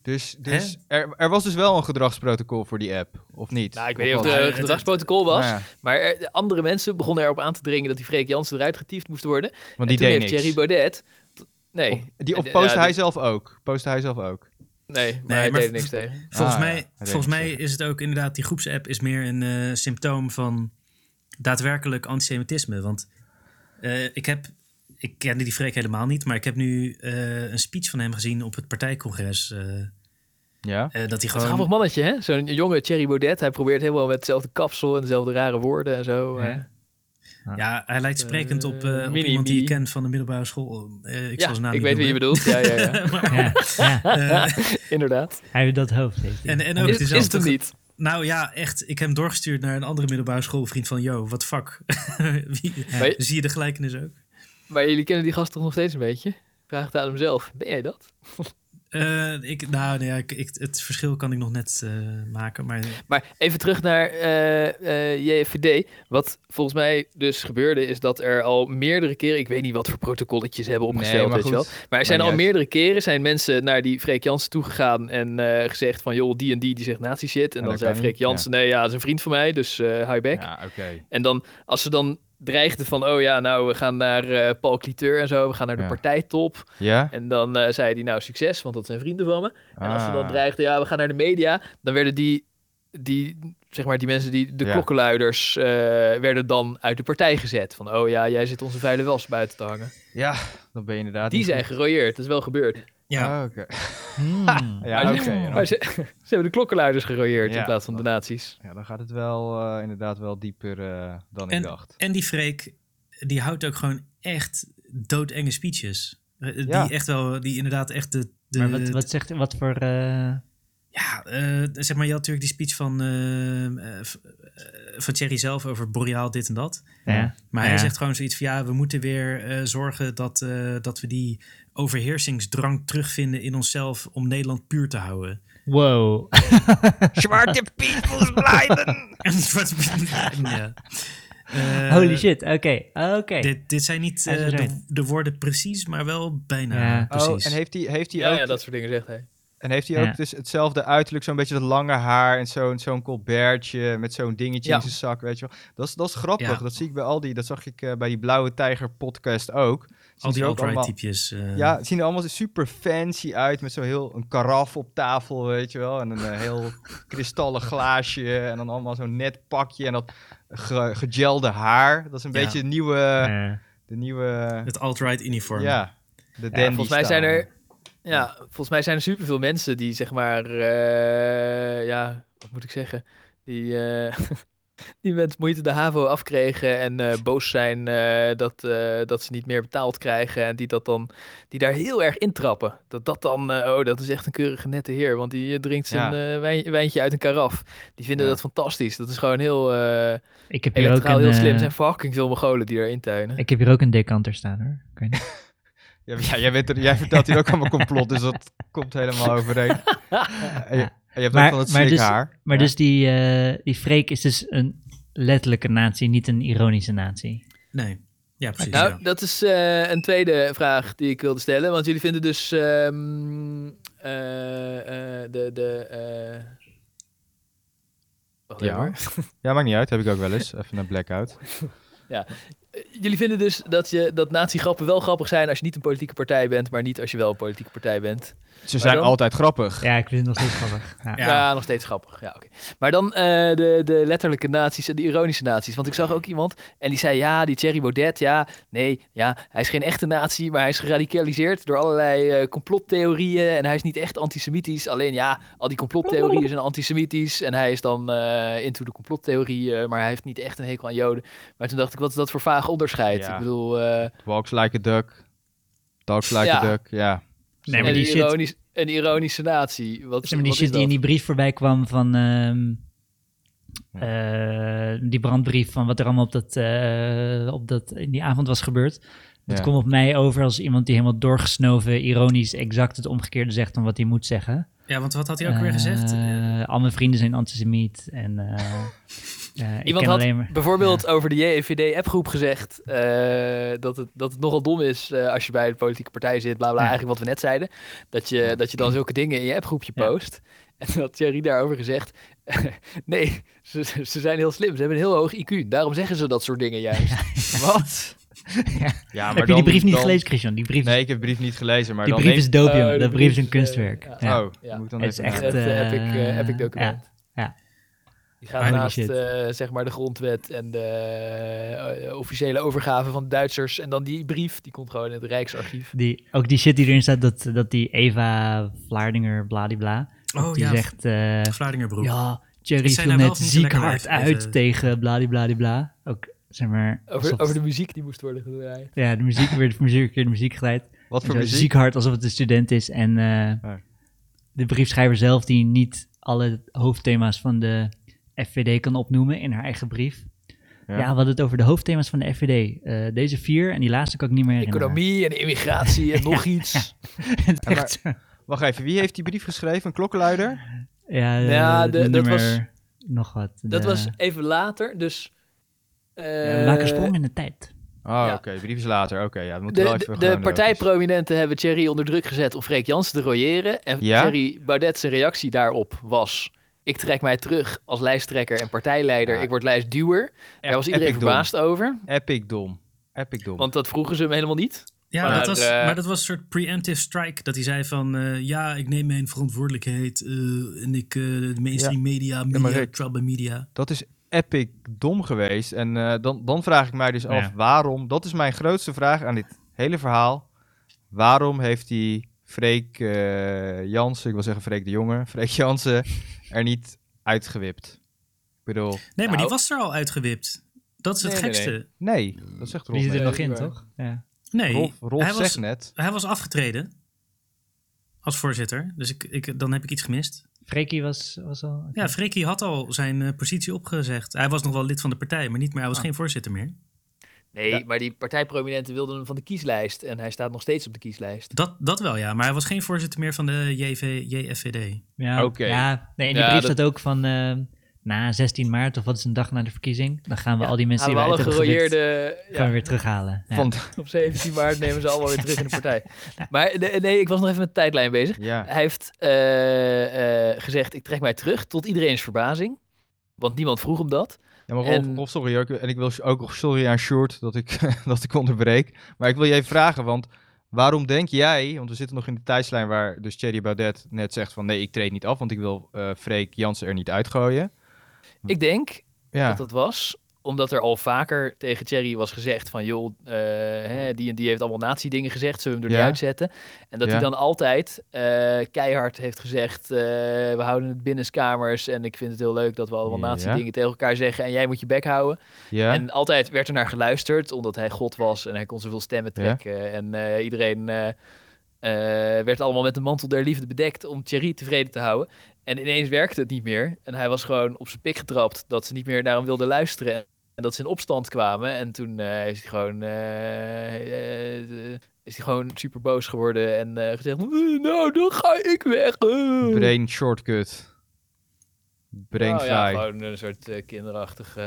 [SPEAKER 3] Dus, dus er, er was dus wel een gedragsprotocol voor die app, of niet?
[SPEAKER 2] Nou, ik weet niet of
[SPEAKER 3] wat?
[SPEAKER 2] er
[SPEAKER 1] Ja,
[SPEAKER 2] een
[SPEAKER 1] het-
[SPEAKER 2] gedragsprotocol was.
[SPEAKER 3] Nou Oh, ja,
[SPEAKER 2] Maar er- de andere mensen begonnen erop aan te dringen... dat die Freek Jansen eruit getiefd moest worden.
[SPEAKER 3] want
[SPEAKER 2] en
[SPEAKER 3] die
[SPEAKER 2] toen
[SPEAKER 3] deed
[SPEAKER 2] heeft
[SPEAKER 3] niks.
[SPEAKER 2] Thierry Baudet... t- Nee, Eh,
[SPEAKER 3] Of, die, of
[SPEAKER 2] Ja,
[SPEAKER 3] postte
[SPEAKER 2] die-
[SPEAKER 3] hij zelf ook? Postte hij zelf ook?
[SPEAKER 2] nee, maar
[SPEAKER 1] Nee,
[SPEAKER 2] hij
[SPEAKER 1] maar-
[SPEAKER 2] deed er niks tegen.
[SPEAKER 1] Volgens
[SPEAKER 3] Ah, ja.
[SPEAKER 1] mij,
[SPEAKER 3] Dat weet
[SPEAKER 1] volgens
[SPEAKER 3] ik
[SPEAKER 1] mij is het ook inderdaad, die groepsapp is meer een eh, symptoom van daadwerkelijk antisemitisme. Want eh, ik heb, ik kende die Freek helemaal niet, maar ik heb nu eh, een speech van hem gezien op het partijcongres. eh, eh,
[SPEAKER 3] Ja?
[SPEAKER 1] dat hij
[SPEAKER 2] Het is een
[SPEAKER 1] gewoon.
[SPEAKER 2] grappig mannetje, hè? Zo'n jonge Thierry Baudet. Hij probeert helemaal met hetzelfde kapsel en dezelfde rare woorden en zo. eh.
[SPEAKER 1] Ja, hij lijkt sprekend op, eh,
[SPEAKER 2] Eh,
[SPEAKER 1] op
[SPEAKER 2] mini,
[SPEAKER 1] iemand die je
[SPEAKER 2] mini.
[SPEAKER 1] kent van de middelbare school. Eh, ik
[SPEAKER 2] ja,
[SPEAKER 1] zal zijn naam
[SPEAKER 2] ik
[SPEAKER 1] niet
[SPEAKER 2] weet wie je
[SPEAKER 1] noemen.
[SPEAKER 2] bedoelt. Ja, ja,
[SPEAKER 1] (laughs)
[SPEAKER 2] ja.
[SPEAKER 4] Ja, ja.
[SPEAKER 1] Eh,
[SPEAKER 2] Inderdaad.
[SPEAKER 4] Hij dat hoofd heeft. hij.
[SPEAKER 1] en, en ook
[SPEAKER 2] Is,
[SPEAKER 1] dezelfde-
[SPEAKER 2] is het hem niet?
[SPEAKER 1] Nou ja, echt. Ik heb hem doorgestuurd naar een andere middelbare schoolvriend van... Yo, what the fuck? (laughs) Wie-
[SPEAKER 2] Maar, je-
[SPEAKER 1] Zie je de gelijkenis ook?
[SPEAKER 2] maar jullie kennen die gast toch nog steeds een beetje? Vraag het aan hemzelf. Ben jij dat?
[SPEAKER 1] Eh, ik, nou nee, ja, ik, ik- het verschil kan ik nog net eh, maken. Maar
[SPEAKER 2] Maar even terug naar eh, eh, JFVD. Wat volgens mij dus gebeurde, is dat er al meerdere keren, ik weet niet wat voor protocolletjes ze hebben opgesteld,
[SPEAKER 3] Nee, maar
[SPEAKER 2] weet je wel.
[SPEAKER 3] goed.
[SPEAKER 2] Maar er zijn
[SPEAKER 3] niet
[SPEAKER 2] al
[SPEAKER 3] uit.
[SPEAKER 2] meerdere keren zijn mensen naar die Freek Jansen toegegaan en eh, gezegd van, joh, die en die, die zegt nazi shit. En,
[SPEAKER 3] En
[SPEAKER 2] dan
[SPEAKER 3] dat
[SPEAKER 2] zei
[SPEAKER 3] kan
[SPEAKER 2] Freek
[SPEAKER 3] niet, ja.
[SPEAKER 2] Jansen, nee, ja, dat is een vriend van mij, dus eh hou je bek.
[SPEAKER 3] Ja, oké.
[SPEAKER 2] En dan, als ze dan dreigden van, oh ja, nou, we gaan naar eh, Paul Cliteur en zo, we gaan naar de
[SPEAKER 3] Ja.
[SPEAKER 2] partijtop.
[SPEAKER 3] Ja?
[SPEAKER 2] En dan eh, zei hij, nou, succes, want dat zijn vrienden van me. En als ze dan
[SPEAKER 3] Ah.
[SPEAKER 2] dreigden, ja, we gaan naar de media, dan werden die, die zeg maar, die mensen, die, de
[SPEAKER 3] Ja.
[SPEAKER 2] klokkenluiders, eh, werden dan uit de partij gezet. Van, oh ja, jij zit onze vuile was buiten te hangen.
[SPEAKER 3] Ja, dan ben je inderdaad...
[SPEAKER 2] Die
[SPEAKER 3] niet
[SPEAKER 2] zijn
[SPEAKER 3] goed.
[SPEAKER 2] gerooieerd, dat is wel gebeurd.
[SPEAKER 1] ja,
[SPEAKER 3] Ah, oké.
[SPEAKER 4] Hmm.
[SPEAKER 3] (laughs) Ja, oké. ja,
[SPEAKER 2] (laughs) Maar ze, ze hebben de klokkenluiders gerooieerd in
[SPEAKER 3] Ja.
[SPEAKER 2] plaats van de nazi's.
[SPEAKER 3] Ja, dan gaat het wel eh, inderdaad wel dieper eh, dan ik dacht.
[SPEAKER 1] en die Freek, die houdt ook gewoon echt doodenge speeches. Eh, Die
[SPEAKER 3] Ja.
[SPEAKER 1] echt wel, die inderdaad echt de... de
[SPEAKER 4] Maar wat, wat zegt wat voor. eh,
[SPEAKER 1] Ja, eh, zeg maar, je had natuurlijk die speech van, eh, eh, v- eh, van Thierry zelf over boreaal dit en dat.
[SPEAKER 4] ja.
[SPEAKER 1] Maar
[SPEAKER 4] Ja.
[SPEAKER 1] hij zegt gewoon zoiets van ja, we moeten weer eh, zorgen dat, eh, dat we die overheersingsdrang terugvinden in onszelf om Nederland puur te houden. (laughs)
[SPEAKER 4] Wow.
[SPEAKER 6] Zwarte Piet moest blijven.
[SPEAKER 1] Wat- (laughs) ja. Eh,
[SPEAKER 4] Holy shit. Oké. Oké.
[SPEAKER 1] Dit, dit zijn niet
[SPEAKER 4] Hij is
[SPEAKER 1] eh,
[SPEAKER 4] er
[SPEAKER 1] de,
[SPEAKER 4] zijn.
[SPEAKER 1] de woorden precies, maar wel bijna
[SPEAKER 4] Ja.
[SPEAKER 1] precies.
[SPEAKER 3] Oh, en heeft hij heeft hij
[SPEAKER 2] Ja,
[SPEAKER 3] ook,
[SPEAKER 2] ja, dat soort dingen zegt hij.
[SPEAKER 3] en heeft hij
[SPEAKER 4] Ja.
[SPEAKER 3] ook dus hetzelfde uiterlijk, zo'n beetje dat lange haar en zo'n zo'n colbertje met zo'n dingetje
[SPEAKER 2] Ja.
[SPEAKER 3] in zijn zak, weet je wel. Dat is, dat is grappig,
[SPEAKER 1] Ja.
[SPEAKER 3] dat zie ik bij al die, dat zag ik eh, bij die Blauwe Tijger podcast ook. Zien
[SPEAKER 1] Al
[SPEAKER 3] ze
[SPEAKER 1] die
[SPEAKER 3] dus ook
[SPEAKER 1] alt-right
[SPEAKER 3] allemaal-
[SPEAKER 1] typjes. eh,
[SPEAKER 3] Ja, het zien er allemaal super fancy uit met zo'n heel een karaf op tafel, weet je wel. En een
[SPEAKER 2] (laughs)
[SPEAKER 3] eh, heel kristallen glaasje en dan allemaal zo'n net pakje en dat ge, gegelde haar. Dat is een
[SPEAKER 1] Ja.
[SPEAKER 3] beetje de nieuwe,
[SPEAKER 4] Eh,
[SPEAKER 3] de nieuwe,
[SPEAKER 1] Het alt-right uniform.
[SPEAKER 3] ja, de
[SPEAKER 2] Ja,
[SPEAKER 3] dandy
[SPEAKER 2] volgens mij zijn
[SPEAKER 3] style.
[SPEAKER 2] er... Ja, volgens mij zijn er superveel mensen die zeg maar... eh, ja, wat moet ik zeggen? Die, eh, (laughs) die met moeite de HAVO afkregen en eh, boos zijn eh, dat, eh, dat ze niet meer betaald krijgen. En die, dat dan, die daar heel erg intrappen. Dat dat dan... eh, oh, dat is echt een keurige nette heer. Want die eh, drinkt zijn eh, wijn- wijntje uit een karaf. Die vinden
[SPEAKER 3] Ja.
[SPEAKER 2] dat fantastisch. Dat is gewoon heel... eh
[SPEAKER 4] ik heb hier ook
[SPEAKER 2] electraal,
[SPEAKER 4] een.
[SPEAKER 2] heel
[SPEAKER 4] eh,
[SPEAKER 2] slim. Er zijn fucking veel Mongolen die erin tuinen.
[SPEAKER 4] ik heb hier ook een decanter staan hoor. Ik weet niet.
[SPEAKER 3] Ja, maar ja, jij, weet er, jij vertelt hier ook allemaal complot, dus dat komt helemaal
[SPEAKER 2] (laughs)
[SPEAKER 3] overeen. En je, en je hebt
[SPEAKER 4] Maar-
[SPEAKER 3] ook van het
[SPEAKER 4] maar dus-
[SPEAKER 3] slik haar.
[SPEAKER 4] Maar
[SPEAKER 3] Ja.
[SPEAKER 4] dus die, eh, die Freek is dus een letterlijke natie, niet een ironische natie.
[SPEAKER 1] Nee. Ja, precies.
[SPEAKER 2] Nou,
[SPEAKER 1] ja.
[SPEAKER 2] dat is eh, een tweede vraag die ik wilde stellen. Want jullie vinden dus ehm, eh, eh, de. de eh, wacht even
[SPEAKER 3] Ja.
[SPEAKER 2] hoor.
[SPEAKER 3] (laughs) Ja, maakt niet uit, heb ik ook wel eens. Even een blackout.
[SPEAKER 2] Eh, Jullie vinden dus dat, je, dat nazi-grappen wel grappig zijn als je niet een politieke partij bent, maar niet als je wel een politieke partij bent.
[SPEAKER 3] Ze zijn
[SPEAKER 2] dan?
[SPEAKER 3] altijd grappig.
[SPEAKER 4] Ja, ik vind het nog steeds grappig. Ja.
[SPEAKER 2] Ja,
[SPEAKER 1] Ja.
[SPEAKER 2] nog steeds grappig. Ja, oké. Maar dan eh, de, de letterlijke nazi's en de ironische nazi's. Want ik zag ook iemand en die zei: ja, die Thierry Baudet, ja, nee, ja, hij is geen echte nazi, maar hij is geradicaliseerd door allerlei eh, complottheorieën. En hij is niet echt antisemitisch. Alleen ja, al die complottheorieën zijn antisemitisch. En hij is dan eh into de complottheorieën, maar hij heeft niet echt een hekel aan Joden. Maar toen dacht ik: wat is dat voor vaag onderscheid?
[SPEAKER 3] Ja.
[SPEAKER 2] Ik bedoel, eh,
[SPEAKER 3] Walks like a duck. Talks like
[SPEAKER 2] Ja.
[SPEAKER 3] a duck, ja.
[SPEAKER 4] Nee, maar
[SPEAKER 2] een,
[SPEAKER 4] die shit,
[SPEAKER 2] ironisch- een ironische nazi. Wat,
[SPEAKER 4] zeg maar die,
[SPEAKER 2] wat
[SPEAKER 4] shit
[SPEAKER 2] is
[SPEAKER 4] die
[SPEAKER 2] dat?
[SPEAKER 4] in die brief voorbij kwam van. ehm, eh, die brandbrief van wat er allemaal op dat, eh, op dat in die avond was gebeurd. Dat
[SPEAKER 3] Ja.
[SPEAKER 4] kwam op mij over als iemand die helemaal doorgesnoven, ironisch, exact het omgekeerde zegt van wat hij moet zeggen.
[SPEAKER 1] ja, want wat had hij ook weer gezegd? Eh,
[SPEAKER 4] Eh, al mijn vrienden zijn antisemiet en eh, eh, ik
[SPEAKER 2] Iemand
[SPEAKER 4] ken
[SPEAKER 2] had
[SPEAKER 4] alleen maar...
[SPEAKER 2] bijvoorbeeld over de JVD-appgroep gezegd eh, dat, het, dat het nogal dom is eh, als je bij een politieke partij zit, bla bla,
[SPEAKER 4] Ja.
[SPEAKER 2] eigenlijk wat we net zeiden, dat je, dat je dan zulke dingen in je appgroepje
[SPEAKER 4] Ja.
[SPEAKER 2] post. En dat had Thierry daarover gezegd, (laughs) nee, ze, ze zijn heel slim, ze hebben een heel hoog IQ, daarom zeggen ze dat soort dingen juist. Wat?
[SPEAKER 3] ja maar
[SPEAKER 4] Heb je die
[SPEAKER 3] dan-
[SPEAKER 4] brief niet
[SPEAKER 3] dan-
[SPEAKER 4] gelezen, Christian? Die brief,
[SPEAKER 3] Nee, ik heb de brief niet gelezen, maar
[SPEAKER 4] die
[SPEAKER 3] dan
[SPEAKER 4] brief
[SPEAKER 3] neemt-
[SPEAKER 4] is dope,
[SPEAKER 2] Oh,
[SPEAKER 4] jongen.
[SPEAKER 2] die
[SPEAKER 4] Dat brief is
[SPEAKER 2] brief
[SPEAKER 4] een
[SPEAKER 2] is, eh,
[SPEAKER 4] kunstwerk.
[SPEAKER 2] ja.
[SPEAKER 4] ja.
[SPEAKER 3] Oh,
[SPEAKER 2] Ja.
[SPEAKER 3] moet ik dan
[SPEAKER 4] Het is
[SPEAKER 3] even...
[SPEAKER 4] echt...
[SPEAKER 2] Het, eh,
[SPEAKER 4] eh,
[SPEAKER 2] epic, eh, epic document.
[SPEAKER 4] Ja, ja.
[SPEAKER 2] Die gaan
[SPEAKER 1] Maar-
[SPEAKER 2] naast
[SPEAKER 4] shit.
[SPEAKER 2] eh, zeg maar de grondwet en de eh, officiële overgave van de Duitsers en dan die brief, die komt gewoon in het Rijksarchief.
[SPEAKER 4] Die, ook die shit die erin staat, dat, dat die Eva Vlaardinger, bladibla,
[SPEAKER 1] oh
[SPEAKER 4] die
[SPEAKER 1] ja,
[SPEAKER 4] zegt... eh,
[SPEAKER 1] Vladingerbroek.
[SPEAKER 4] ja, Jerry
[SPEAKER 1] Is zij
[SPEAKER 4] viel
[SPEAKER 1] nou wel
[SPEAKER 4] net
[SPEAKER 1] of niet
[SPEAKER 4] ziek
[SPEAKER 1] lekker eh.
[SPEAKER 4] hard
[SPEAKER 1] hard?
[SPEAKER 4] uit
[SPEAKER 1] Even-
[SPEAKER 4] tegen bladibladibla. Ook zeg maar...
[SPEAKER 2] Over,
[SPEAKER 4] alsof-
[SPEAKER 2] over de muziek die moest worden gedraaid.
[SPEAKER 4] Ja, de muziek weer de muziek, weer de muziek geleid.
[SPEAKER 3] Wat voor
[SPEAKER 4] Zo
[SPEAKER 3] muziek?
[SPEAKER 4] Ziek hard, alsof het een student is. En eh,
[SPEAKER 3] Ja.
[SPEAKER 4] de briefschrijver zelf, die niet alle hoofdthema's van de FVD kan opnoemen in haar eigen brief. Ja,
[SPEAKER 3] Ja.
[SPEAKER 4] we hadden het over de hoofdthema's van de FVD. Eh, deze vier, en die laatste kan ik niet meer herinneren.
[SPEAKER 2] Economie en immigratie en nog iets.
[SPEAKER 4] (laughs) Het is echt zo.
[SPEAKER 3] Wacht even, wie heeft die brief geschreven? Een klokkenluider?
[SPEAKER 4] (laughs) Ja,
[SPEAKER 2] Ja,
[SPEAKER 4] eh,
[SPEAKER 2] de- dat
[SPEAKER 4] nummer-
[SPEAKER 2] was-
[SPEAKER 4] Nog wat.
[SPEAKER 2] Dat
[SPEAKER 4] De-
[SPEAKER 2] was even later, dus...
[SPEAKER 4] ja,
[SPEAKER 2] eh,
[SPEAKER 4] we maken een sprong in de tijd.
[SPEAKER 3] Oh,
[SPEAKER 2] Ja.
[SPEAKER 3] oké, brief is later. Oké, ja, dat moet wel
[SPEAKER 2] De,
[SPEAKER 3] even
[SPEAKER 2] de,
[SPEAKER 3] gewoon
[SPEAKER 2] de
[SPEAKER 3] er ook
[SPEAKER 2] partijprominenten hebben Thierry onder druk gezet om Freek Jansen te royeren. En
[SPEAKER 3] Ja?
[SPEAKER 2] Thierry Baudet's reactie daarop was... Ik trek mij terug als lijsttrekker en partijleider.
[SPEAKER 3] Ja.
[SPEAKER 2] Ik word lijstduwer.
[SPEAKER 3] eens.
[SPEAKER 2] Daar was iedereen
[SPEAKER 3] Epic dom.
[SPEAKER 2] verbaasd over.
[SPEAKER 3] Epic dom. Epic dom.
[SPEAKER 2] Want dat vroegen ze hem helemaal niet.
[SPEAKER 1] Ja,
[SPEAKER 2] Maar,
[SPEAKER 1] dat was,
[SPEAKER 2] eh,
[SPEAKER 1] maar dat was een soort preemptive strike. Dat hij zei van, eh, ja, ik neem mijn verantwoordelijkheid. eh, en ik, eh, de mainstream media,
[SPEAKER 3] maar
[SPEAKER 1] media,
[SPEAKER 3] Rick-
[SPEAKER 1] trouble media.
[SPEAKER 3] Dat is epic dom geweest. En eh, dan, dan vraag ik mij dus af
[SPEAKER 4] Ja.
[SPEAKER 3] waarom. Dat is mijn grootste vraag aan dit hele verhaal. Waarom heeft die Freek eh, Jansen, ik wil zeggen Freek de Jonge, (laughs) Freek Jansen, er niet uitgewipt? Ik bedoel,
[SPEAKER 1] Nee, maar
[SPEAKER 2] Nou.
[SPEAKER 1] die was er al uitgewipt. Dat is het
[SPEAKER 2] Nee, nee,
[SPEAKER 1] gekste. Nee,
[SPEAKER 3] nee, dat zegt Rolf.
[SPEAKER 4] Die zit er
[SPEAKER 3] net.
[SPEAKER 4] nog in,
[SPEAKER 2] waar.
[SPEAKER 4] toch? Ja.
[SPEAKER 3] Rolf, Rolf
[SPEAKER 1] hij,
[SPEAKER 3] zegt
[SPEAKER 1] was,
[SPEAKER 3] net.
[SPEAKER 1] hij was afgetreden als voorzitter. Dus ik, ik, dan heb ik iets gemist.
[SPEAKER 4] Freekie was, was al... oké.
[SPEAKER 1] Ja, Freekie had al zijn eh, positie opgezegd. Hij was nog wel lid van de partij, maar niet meer. Hij was geen voorzitter meer.
[SPEAKER 2] Nee, maar die partijprominenten wilden hem van de kieslijst. En hij staat nog steeds op de kieslijst.
[SPEAKER 1] Dat, dat wel, ja. Maar hij was geen voorzitter meer van de JV, JFVD.
[SPEAKER 4] Ja,
[SPEAKER 3] Oké.
[SPEAKER 4] ja. Nee, in die
[SPEAKER 2] Ja,
[SPEAKER 4] brief
[SPEAKER 2] dat-
[SPEAKER 4] staat ook van eh, na 16 maart, of wat is een dag na de verkiezing, dan gaan we al die mensen die we
[SPEAKER 2] Halen
[SPEAKER 4] uit
[SPEAKER 2] we
[SPEAKER 4] hebben
[SPEAKER 2] alle
[SPEAKER 4] gewipt,
[SPEAKER 2] gerooieerde...
[SPEAKER 4] gaan we
[SPEAKER 2] Ja,
[SPEAKER 4] weer terughalen. Ja.
[SPEAKER 3] Van,
[SPEAKER 2] op
[SPEAKER 3] (laughs)
[SPEAKER 2] 17 maart nemen ze allemaal weer terug in de partij. Maar nee, nee, ik was nog even met de tijdlijn bezig.
[SPEAKER 3] ja.
[SPEAKER 2] Hij heeft eh, eh, gezegd, ik trek mij terug, tot iedereen's verbazing. Want niemand vroeg hem dat.
[SPEAKER 3] Ja, maar Rolf,
[SPEAKER 2] En-
[SPEAKER 3] Rolf, sorry. ook- En ik wil ook nog sorry aan Short dat ik, (laughs) dat ik onderbreek. Maar ik wil je even vragen, want waarom denk jij... Want we zitten nog in de tijdslijn waar dus Thierry Baudet net zegt van... Nee, ik treed niet af, want ik wil eh Freek Jansen er niet uitgooien.
[SPEAKER 2] Ik denk
[SPEAKER 3] Hm. Ja,
[SPEAKER 2] dat dat was omdat er al vaker tegen Thierry was gezegd van... joh, eh, hè, die en die heeft allemaal nazi-dingen gezegd, zullen we hem er
[SPEAKER 3] Ja.
[SPEAKER 2] niet uitzetten? En dat
[SPEAKER 3] Ja.
[SPEAKER 2] hij dan altijd eh, keihard heeft gezegd... eh, we houden het binnenskamers en ik vind het heel leuk dat we allemaal
[SPEAKER 3] Ja.
[SPEAKER 2] nazi-dingen tegen elkaar zeggen... en jij moet je bek houden.
[SPEAKER 3] ja.
[SPEAKER 2] En altijd werd er naar geluisterd, omdat hij god was en hij kon zoveel stemmen
[SPEAKER 3] Ja.
[SPEAKER 2] trekken. En eh, iedereen eh, eh, werd allemaal met de mantel der liefde bedekt om Thierry tevreden te houden. En ineens werkte het niet meer. En hij was gewoon op zijn pik getrapt dat ze niet meer naar hem wilden luisteren. En dat ze in opstand kwamen. En toen eh, is hij gewoon, eh, eh, is hij gewoon super boos geworden. En eh, gezegd, "Eh, nou dan ga ik weg. eh."
[SPEAKER 3] Brain shortcut. Brain
[SPEAKER 2] Nou ja,
[SPEAKER 3] fry.
[SPEAKER 2] gewoon een soort eh, kinderachtig... eh,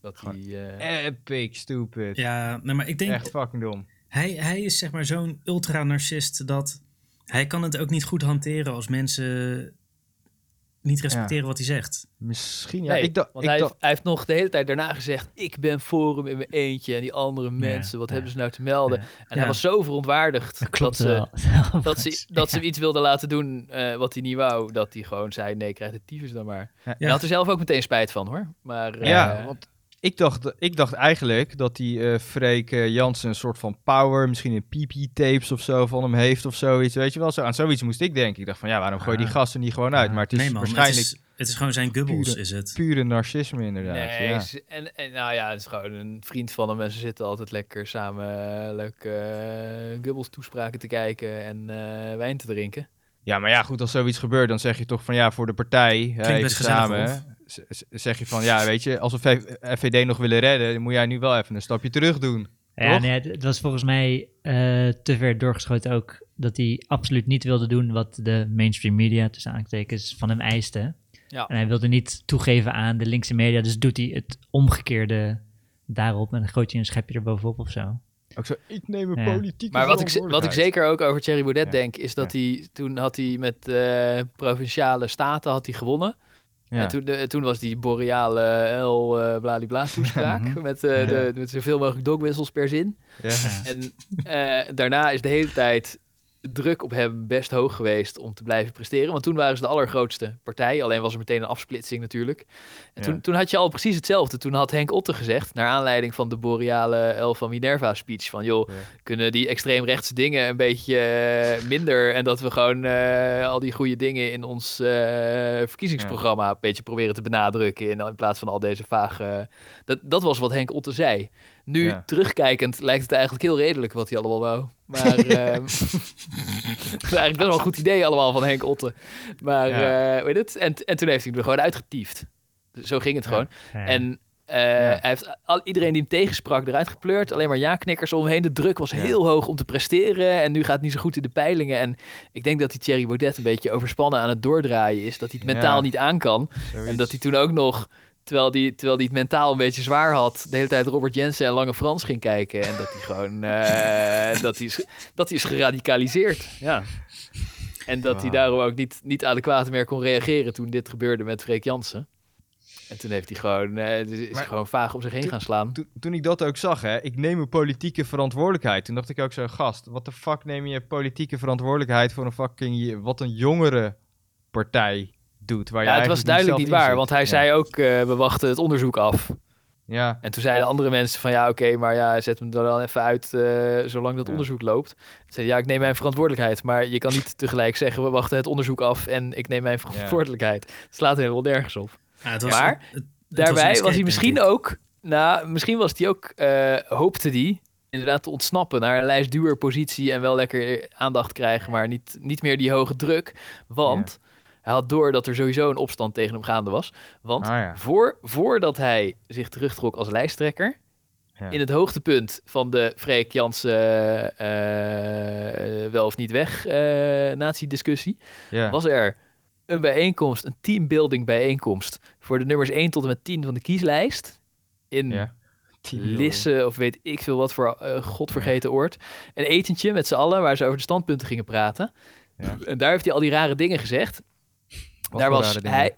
[SPEAKER 2] dat hij...
[SPEAKER 3] Gewoon
[SPEAKER 2] eh,
[SPEAKER 3] Epic stupid.
[SPEAKER 1] Ja, nee, maar ik denk...
[SPEAKER 3] Echt fucking dom.
[SPEAKER 1] Hij, hij is zeg maar zo'n ultra-narcist dat... Hij kan het ook niet goed hanteren als mensen niet respecteren wat hij zegt.
[SPEAKER 3] Misschien, ja.
[SPEAKER 2] Nee,
[SPEAKER 3] ik dacht,
[SPEAKER 2] want
[SPEAKER 3] ik
[SPEAKER 2] hij,
[SPEAKER 3] dacht-
[SPEAKER 2] heeft, hij heeft nog de hele tijd daarna gezegd... ik ben voor hem in mijn eentje en die andere mensen... wat
[SPEAKER 4] ja.
[SPEAKER 2] hebben ze nou te melden?
[SPEAKER 4] Ja.
[SPEAKER 2] En
[SPEAKER 1] Ja.
[SPEAKER 2] hij was zo verontwaardigd
[SPEAKER 4] Dat
[SPEAKER 2] dat,
[SPEAKER 4] klopt
[SPEAKER 2] ze,
[SPEAKER 4] wel. (laughs)
[SPEAKER 2] dat, ze, dat ze hem iets wilden laten doen eh, wat hij niet wou... dat hij gewoon zei, nee, krijg de tyfus dan maar.
[SPEAKER 3] Ja.
[SPEAKER 2] Hij had er zelf ook meteen spijt van, hoor. Maar, eh,
[SPEAKER 3] Ja, want ik dacht, ik dacht eigenlijk dat die eh, Freek eh, Jansen een soort van power, misschien een PP-tapes of zo van hem heeft of zoiets. Weet je wel, zo, aan zoiets moest ik denken. Ik dacht van ja, waarom gooi je die
[SPEAKER 4] Ah.
[SPEAKER 3] gasten niet gewoon uit?
[SPEAKER 4] Ah.
[SPEAKER 3] Maar het is
[SPEAKER 1] nee man,
[SPEAKER 3] waarschijnlijk
[SPEAKER 1] het, is, het is gewoon zijn gubbels, is het.
[SPEAKER 3] pure narcisme inderdaad.
[SPEAKER 2] nee,
[SPEAKER 3] ja.
[SPEAKER 2] ze- en, en nou ja, het is gewoon een vriend van hem... en ze zitten altijd lekker samen eh, leuk eh gubbels toespraken te kijken... en eh, wijn te drinken.
[SPEAKER 3] ja, maar ja, goed, als zoiets gebeurt, dan zeg je toch van ja, voor de partij, hè, even
[SPEAKER 1] best gezellig,
[SPEAKER 3] samen. z- z- Zeg je van ja, weet je, als we V- FVD nog willen redden, dan moet jij nu wel even een stapje terug doen.
[SPEAKER 4] Ja,
[SPEAKER 3] Toch?
[SPEAKER 4] nee, het, het was volgens mij eh, te ver doorgeschoten ook dat hij absoluut niet wilde doen wat de mainstream media, tussen aantekens, van hem eiste.
[SPEAKER 2] Ja.
[SPEAKER 4] En hij wilde niet toegeven aan de linkse media, dus doet hij het omgekeerde daarop en dan gooit hij een schepje erbovenop of zo.
[SPEAKER 3] Ook zo, ik neem een
[SPEAKER 4] Ja.
[SPEAKER 3] politieke
[SPEAKER 2] Maar wat ik, ze- wat ik
[SPEAKER 3] verantwoordelijkheid.
[SPEAKER 2] zeker ook over Thierry Baudet
[SPEAKER 3] Ja.
[SPEAKER 2] denk, is dat hij toen had hij met eh, provinciale staten had hij gewonnen.
[SPEAKER 3] Ja.
[SPEAKER 2] En toen, eh, toen was die boreale el eh bladibla
[SPEAKER 3] (laughs)
[SPEAKER 2] toespraak
[SPEAKER 3] Mhm.
[SPEAKER 2] met, eh, de, met zoveel mogelijk dogwissels per zin.
[SPEAKER 3] Ja.
[SPEAKER 2] En eh, daarna is de hele tijd de druk op hem best hoog geweest om te blijven presteren. Want toen waren ze de allergrootste partij. Alleen was er meteen een afsplitsing natuurlijk. En
[SPEAKER 3] Ja.
[SPEAKER 2] toen, toen had je al precies hetzelfde. Toen had Henk Otte gezegd, naar aanleiding van de boreale El van Minerva speech. Van joh,
[SPEAKER 3] Ja.
[SPEAKER 2] kunnen die extreemrechtse dingen een beetje eh, minder. En dat we gewoon eh, al die goede dingen in ons eh, verkiezingsprogramma een beetje proberen te benadrukken. In, in plaats van al deze vage... Dat, dat was wat Henk Otte zei. Nu,
[SPEAKER 3] Ja.
[SPEAKER 2] terugkijkend, lijkt het eigenlijk heel redelijk wat hij allemaal wou.
[SPEAKER 3] (laughs)
[SPEAKER 2] Maar (laughs) ehm, het is eigenlijk best wel een goed idee allemaal van Henk Otte. Maar
[SPEAKER 3] Ja.
[SPEAKER 2] eh, weet het? En, en toen heeft hij hem er gewoon uitgetiefd. Zo ging het
[SPEAKER 3] Ja.
[SPEAKER 2] gewoon.
[SPEAKER 4] Ja.
[SPEAKER 2] En eh,
[SPEAKER 3] Ja.
[SPEAKER 2] hij heeft al, iedereen die hem tegensprak eruit gepleurd. Alleen maar ja-knikkers omheen. De druk was
[SPEAKER 3] Ja.
[SPEAKER 2] heel hoog om te presteren. En nu gaat het niet zo goed in de peilingen. En ik denk dat die Thierry Baudet een beetje overspannen aan het doordraaien is. Dat hij het
[SPEAKER 3] Ja.
[SPEAKER 2] mentaal niet aan kan. En dat hij toen ook nog, terwijl hij, terwijl hij het mentaal een beetje zwaar had, de hele tijd Robert Jensen en Lange Frans ging kijken. En dat hij gewoon, eh, (laughs) dat, hij is, dat hij is geradicaliseerd. Ja. En dat hij
[SPEAKER 3] Wauw.
[SPEAKER 2] daarom ook niet, niet adequaat meer kon reageren toen dit gebeurde met Freek Jansen. En toen heeft hij gewoon, eh, is- is hij
[SPEAKER 3] Maar-
[SPEAKER 2] gewoon vaag om zich heen
[SPEAKER 3] Toen-
[SPEAKER 2] gaan slaan.
[SPEAKER 3] Toen, toen ik dat ook zag, hè, ik neem mijn politieke verantwoordelijkheid. Toen dacht ik ook zo, gast, wat de fuck neem je politieke verantwoordelijkheid voor een fucking, wat een jongere partij doet. Waar je
[SPEAKER 2] Ja, het
[SPEAKER 3] eigenlijk
[SPEAKER 2] was duidelijk
[SPEAKER 3] zelf
[SPEAKER 2] niet
[SPEAKER 3] in
[SPEAKER 2] waar,
[SPEAKER 3] zit.
[SPEAKER 2] want hij
[SPEAKER 3] Ja.
[SPEAKER 2] zei ook, eh, we wachten het onderzoek af.
[SPEAKER 3] Ja,
[SPEAKER 2] En toen zeiden andere mensen van ja, oké, maar ja, zet hem er dan even uit eh, zolang dat
[SPEAKER 3] Ja.
[SPEAKER 2] onderzoek loopt. Toen zei hij, ja, ik neem mijn verantwoordelijkheid, maar je kan niet tegelijk zeggen we wachten het onderzoek af en ik neem mijn verantwoordelijkheid. Het slaat helemaal nergens op.
[SPEAKER 1] Ja, het was,
[SPEAKER 2] Maar
[SPEAKER 1] het- het
[SPEAKER 2] Daarbij was,
[SPEAKER 1] een escape,
[SPEAKER 2] hij
[SPEAKER 1] denk
[SPEAKER 2] misschien
[SPEAKER 1] ik.
[SPEAKER 2] ook, nou, misschien was hij ook, eh, hoopte hij inderdaad te ontsnappen naar een lijstduwer positie en wel lekker aandacht krijgen, maar niet, niet meer die hoge druk. Want hij had door dat er sowieso een opstand tegen hem gaande was. Want
[SPEAKER 3] Ah, ja.
[SPEAKER 2] voor, voordat hij zich terugtrok als lijsttrekker,
[SPEAKER 3] Ja.
[SPEAKER 2] in het hoogtepunt van de Freek Jansen eh, eh, wel of niet weg eh nazi-discussie,
[SPEAKER 3] ja.
[SPEAKER 2] was er een bijeenkomst, een teambuilding bijeenkomst voor de nummers 1 tot en met 10 van de kieslijst in
[SPEAKER 3] Ja.
[SPEAKER 2] Lisse of weet ik veel wat voor eh, godvergeten oord. Een etentje met z'n allen waar ze over de standpunten gingen praten.
[SPEAKER 3] Ja.
[SPEAKER 2] En daar heeft hij al die rare dingen gezegd.
[SPEAKER 3] Wat
[SPEAKER 2] daar
[SPEAKER 3] voor
[SPEAKER 2] was
[SPEAKER 3] rare dingen?
[SPEAKER 2] hij...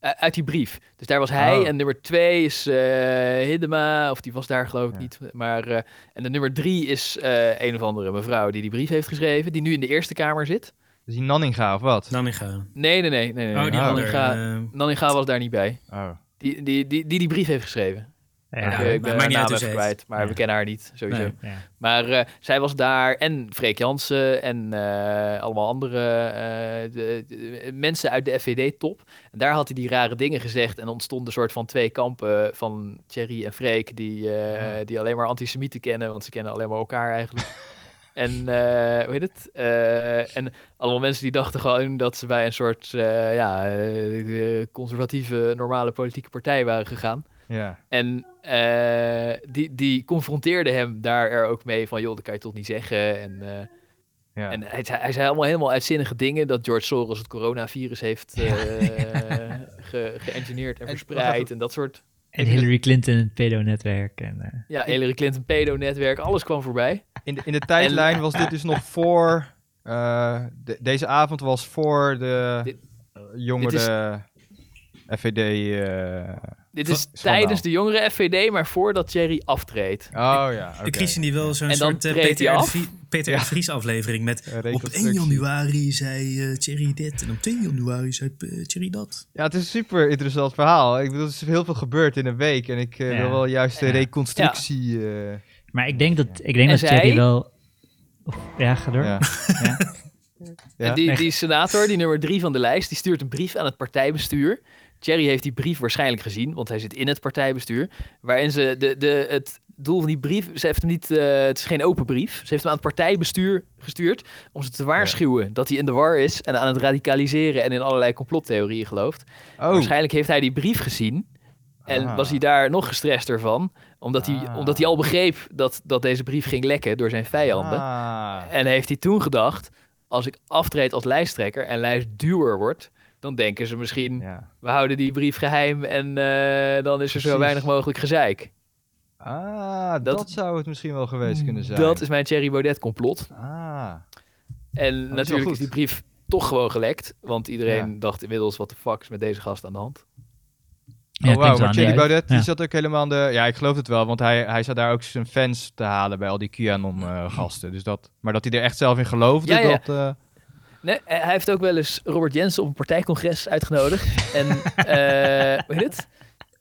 [SPEAKER 2] eh, uit die brief. Dus daar was hij
[SPEAKER 3] Oh.
[SPEAKER 2] en nummer twee is eh Hidema, of die was daar geloof ik
[SPEAKER 3] Ja.
[SPEAKER 2] niet. Maar, eh, en de nummer drie is eh, een of andere mevrouw die die brief heeft geschreven, die nu in de Eerste Kamer zit.
[SPEAKER 3] Is hij Nanninga of wat?
[SPEAKER 1] Dan in gaan.
[SPEAKER 2] Nee, nee, nee. nee, nee.
[SPEAKER 1] Oh, die
[SPEAKER 3] Ah,
[SPEAKER 1] ander.
[SPEAKER 2] Nanninga,
[SPEAKER 1] eh,
[SPEAKER 2] Nanninga was daar niet bij.
[SPEAKER 3] Oh.
[SPEAKER 2] Die die, die, die die brief heeft geschreven.
[SPEAKER 4] Ja.
[SPEAKER 2] ik ben
[SPEAKER 1] maakt
[SPEAKER 2] haar
[SPEAKER 1] niet uit
[SPEAKER 2] naam
[SPEAKER 1] hoe
[SPEAKER 2] even
[SPEAKER 1] ze heet.
[SPEAKER 2] kwijt, maar
[SPEAKER 4] Ja.
[SPEAKER 2] we kennen haar niet, sowieso.
[SPEAKER 1] Nee.
[SPEAKER 4] Ja.
[SPEAKER 2] Maar eh, zij was daar en Freek Jansen en eh, allemaal andere eh, de- de- mensen uit de FVD-top. En daar had hij die rare dingen gezegd en ontstonden soort van twee kampen van Thierry en Freek... die, eh, die alleen maar antisemieten kennen, want ze kennen alleen maar elkaar eigenlijk. en eh, hoe heet het? Eh, en allemaal mensen die dachten gewoon dat ze bij een soort eh, ja, eh, conservatieve, normale politieke partij waren gegaan.
[SPEAKER 3] Ja.
[SPEAKER 2] En eh, die, die confronteerde hem daar er ook mee van, joh, dat kan je toch niet zeggen. En, eh,
[SPEAKER 3] Ja.
[SPEAKER 2] en hij, zei- hij zei allemaal helemaal uitzinnige dingen, dat George Soros het coronavirus
[SPEAKER 3] (laughs)
[SPEAKER 2] heeft eh ge- geëngineerd en
[SPEAKER 3] En-
[SPEAKER 2] verspreid en dat soort.
[SPEAKER 4] En Hillary Clinton en het pedo-netwerk. En, eh,
[SPEAKER 2] Ja, Hillary Clinton, pedo-netwerk, alles kwam voorbij.
[SPEAKER 3] In, de, in de tijdlijn was dit dus nog voor... eh, de- deze avond was voor de
[SPEAKER 2] Dit-
[SPEAKER 3] jongere FVD... eh,
[SPEAKER 2] Dit is
[SPEAKER 3] Schandaal.
[SPEAKER 2] tijdens de jongere FVD, maar voordat Thierry aftreedt.
[SPEAKER 3] Oh ja, oké.
[SPEAKER 1] Ik Christian die wel zo'n
[SPEAKER 2] En dan
[SPEAKER 1] soort eh,
[SPEAKER 2] treedt
[SPEAKER 1] Peter,
[SPEAKER 2] hij
[SPEAKER 1] R. de
[SPEAKER 2] af?
[SPEAKER 1] Vrie- Peter R. de Vries aflevering met...
[SPEAKER 3] Eh,
[SPEAKER 1] Op 1
[SPEAKER 3] reconstructie.
[SPEAKER 1] januari zei eh, Thierry dit en op 10 januari zei eh, Thierry dat.
[SPEAKER 3] Ja, het is een super interessant verhaal. Ik bedoel, er is heel veel gebeurd in een week. En ik eh,
[SPEAKER 4] Ja.
[SPEAKER 3] wil wel juist de
[SPEAKER 4] Ja.
[SPEAKER 3] reconstructie... eh,
[SPEAKER 4] maar ik denk dat, ik denk
[SPEAKER 2] En
[SPEAKER 4] dat Thierry
[SPEAKER 2] zij?
[SPEAKER 4] wel... Of- ja, ga door.
[SPEAKER 2] (laughs)
[SPEAKER 3] ja. Oh, Ja.
[SPEAKER 2] En die,
[SPEAKER 4] Nee.
[SPEAKER 2] die senator, die nummer drie van de lijst, die stuurt een brief aan het partijbestuur. Thierry heeft die brief waarschijnlijk gezien, want hij zit in het partijbestuur. Waarin ze de, de, het doel van die brief, ze heeft hem niet, eh, het is geen open brief. Ze heeft hem aan het partijbestuur gestuurd om ze te waarschuwen dat hij in de war is en aan het radicaliseren en in allerlei complottheorieën gelooft.
[SPEAKER 3] Oh,
[SPEAKER 2] Waarschijnlijk heeft hij die brief gezien en
[SPEAKER 3] Ah.
[SPEAKER 2] was hij daar nog gestrest ervan, omdat hij,
[SPEAKER 3] Ah.
[SPEAKER 2] omdat hij al begreep dat, dat deze brief ging lekken door zijn vijanden.
[SPEAKER 3] Ah.
[SPEAKER 2] En heeft hij toen gedacht, als ik aftreed als lijsttrekker en lijstduwer word, dan denken ze misschien,
[SPEAKER 3] Ja.
[SPEAKER 2] we houden die brief geheim en eh, dan is er zo
[SPEAKER 3] Precies.
[SPEAKER 2] weinig mogelijk gezeik.
[SPEAKER 3] Ah, dat,
[SPEAKER 2] Dat-
[SPEAKER 3] zou het misschien wel
[SPEAKER 4] Hmm.
[SPEAKER 3] geweest kunnen zijn.
[SPEAKER 2] Dat is mijn Thierry Baudet complot.
[SPEAKER 3] Ah,
[SPEAKER 2] En
[SPEAKER 3] wel
[SPEAKER 2] natuurlijk is
[SPEAKER 3] goed.
[SPEAKER 2] die brief toch gewoon gelekt, want iedereen dacht inmiddels, wat de fuck is met deze gast aan de hand?
[SPEAKER 4] Ja,
[SPEAKER 3] oh, wauw,
[SPEAKER 4] klinkt
[SPEAKER 3] maar
[SPEAKER 4] wel
[SPEAKER 3] Thierry
[SPEAKER 4] aan, ja.
[SPEAKER 3] Baudet, die
[SPEAKER 4] Ja.
[SPEAKER 3] zat ook helemaal aan de... Ja, ik geloof het wel, want hij, hij zat daar ook zijn fans te halen bij al die
[SPEAKER 4] Hmm.
[SPEAKER 3] QAnon-gasten. dus dat, maar dat hij er echt zelf in geloofde,
[SPEAKER 2] Ja, ja.
[SPEAKER 3] dat... eh,
[SPEAKER 2] Nee, eh, hij heeft ook wel eens Robert Jensen op een partijcongres uitgenodigd. en eh hoe heet het?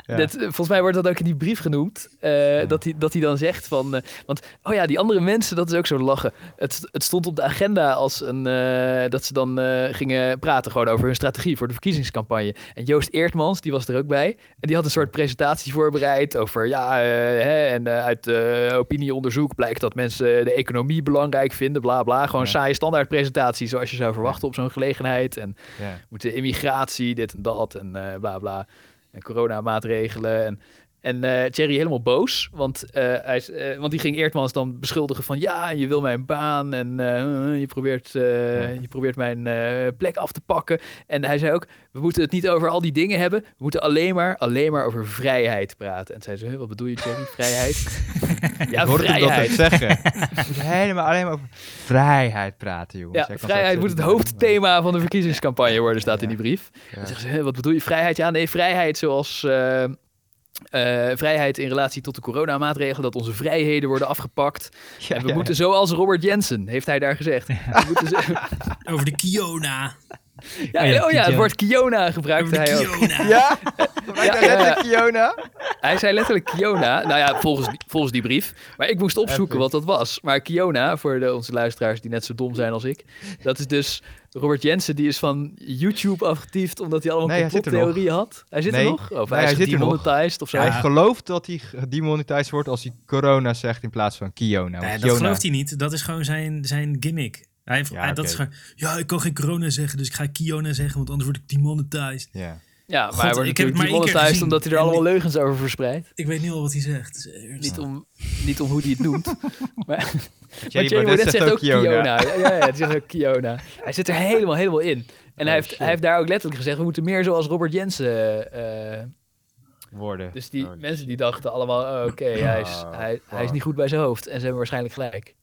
[SPEAKER 3] Ja.
[SPEAKER 2] Dat, eh, volgens mij wordt dat ook in die brief genoemd. eh, dat, hij, dat hij dan zegt van. eh, want, oh ja, die andere mensen, dat is ook zo lachen. Het, het stond op de agenda als een, eh, dat ze dan eh, gingen praten gewoon over hun strategie voor de verkiezingscampagne. En Joost Eertmans, die was er ook bij. En die had een soort presentatie voorbereid over. Ja, eh, hè, en eh, uit eh, opinieonderzoek blijkt dat mensen de economie belangrijk vinden, bla bla. Gewoon
[SPEAKER 3] Ja.
[SPEAKER 2] saaie standaardpresentatie, zoals je zou verwachten op zo'n gelegenheid. En
[SPEAKER 3] ja.
[SPEAKER 2] moeten immigratie, dit en dat en eh, bla bla. En coronamaatregelen. En, en eh, Thierry helemaal boos, want, eh, hij, is- eh, want die ging Eertmans dan beschuldigen van... ja, je wil mijn baan en eh, je, probeert, eh, je probeert mijn eh, plek af te pakken. En hij zei ook, we moeten het niet over al die dingen hebben. We moeten alleen maar, alleen maar over vrijheid praten. En zei ze, "Huh, wat bedoel je Thierry,
[SPEAKER 3] (laughs)
[SPEAKER 2] vrijheid? ja,
[SPEAKER 3] Ik hoorde hem dat ook
[SPEAKER 2] vrijheid.
[SPEAKER 3] zeggen.
[SPEAKER 2] (laughs)
[SPEAKER 3] Helemaal alleen maar over vrijheid praten, jongens.
[SPEAKER 2] Ja,
[SPEAKER 3] Jij kan
[SPEAKER 2] vrijheid
[SPEAKER 3] zeggen,
[SPEAKER 2] moet het
[SPEAKER 3] maar-
[SPEAKER 2] hoofdthema van de verkiezingscampagne worden, staat in die brief.
[SPEAKER 3] Ja.
[SPEAKER 2] Dan zeggen ze, "Hè, wat bedoel je vrijheid? Ja, nee, vrijheid zoals eh, eh, vrijheid in relatie tot de coronamaatregelen, dat onze vrijheden worden afgepakt.
[SPEAKER 3] (laughs) Ja,
[SPEAKER 2] en we
[SPEAKER 3] ja.
[SPEAKER 2] moeten zoals Robert Jensen, heeft hij daar gezegd. We moeten
[SPEAKER 3] (laughs)
[SPEAKER 2] zo- ja,
[SPEAKER 1] Over de Kiona.
[SPEAKER 2] en-
[SPEAKER 4] ja,
[SPEAKER 2] oh ja, het
[SPEAKER 4] Kiona.
[SPEAKER 2] woord Kiona
[SPEAKER 1] Over
[SPEAKER 2] gebruikte
[SPEAKER 1] de
[SPEAKER 2] hij ook.
[SPEAKER 1] Kiona.
[SPEAKER 3] Ja,
[SPEAKER 2] Ja,
[SPEAKER 3] ja,
[SPEAKER 2] ja,
[SPEAKER 3] letterlijk Jona.
[SPEAKER 2] hij zei letterlijk Kiona. Nou ja, volgens, die- volgens die brief. Maar ik moest opzoeken wat dat was. Maar Kiona, voor de, onze luisteraars die net zo dom zijn als ik. Dat is dus Robert Jensen, die is van YouTube afgetiefd. Omdat hij allemaal
[SPEAKER 3] Nee, hij zit er nog.
[SPEAKER 2] complottheorieën had. Hij zit
[SPEAKER 3] Nee.
[SPEAKER 2] er nog? Of
[SPEAKER 3] Nee,
[SPEAKER 2] hij
[SPEAKER 3] hij
[SPEAKER 2] is
[SPEAKER 3] zit er nog.
[SPEAKER 2] demonetized of zo.
[SPEAKER 3] Hij gelooft dat hij gedemonetized wordt als hij corona zegt in plaats van Kiona.
[SPEAKER 1] Nee,
[SPEAKER 3] want
[SPEAKER 1] dat
[SPEAKER 3] Kiona-
[SPEAKER 1] gelooft hij niet. Dat is gewoon zijn, zijn gimmick. Hij heeft,
[SPEAKER 3] Ja,
[SPEAKER 1] hij- dat
[SPEAKER 3] oké.
[SPEAKER 1] is gewoon, ja, ik kan geen corona zeggen, dus ik ga Kiona zeggen, want anders word ik demonetized.
[SPEAKER 3] Ja.
[SPEAKER 2] Ja, maar
[SPEAKER 1] God,
[SPEAKER 2] hij
[SPEAKER 1] ik
[SPEAKER 2] wordt
[SPEAKER 1] heb het
[SPEAKER 2] natuurlijk
[SPEAKER 1] maar één keer
[SPEAKER 2] demonetized
[SPEAKER 1] gezien.
[SPEAKER 2] omdat hij er
[SPEAKER 1] En
[SPEAKER 2] allemaal leugens over verspreidt.
[SPEAKER 1] Ik weet niet al wat hij zegt. (laughs)
[SPEAKER 2] Niet om, niet om hoe hij het noemt. maar
[SPEAKER 3] Thierry
[SPEAKER 2] Thierry
[SPEAKER 3] Baudet zegt ook
[SPEAKER 2] Kiona.
[SPEAKER 3] Kiona.
[SPEAKER 2] Ja, ja, ja, het is ook Kiona. Hij zit er helemaal, helemaal in. En
[SPEAKER 1] Oh,
[SPEAKER 2] hij, heeft, hij heeft daar ook letterlijk gezegd, we moeten meer zoals Robert Jensen eh,
[SPEAKER 3] Worden.
[SPEAKER 2] Dus die
[SPEAKER 3] Oh, shit.
[SPEAKER 2] mensen die dachten allemaal, oh, oké, hij, is,
[SPEAKER 3] Ah,
[SPEAKER 2] hij, hij is
[SPEAKER 3] fuck.
[SPEAKER 2] niet goed bij zijn hoofd. En ze hebben waarschijnlijk gelijk.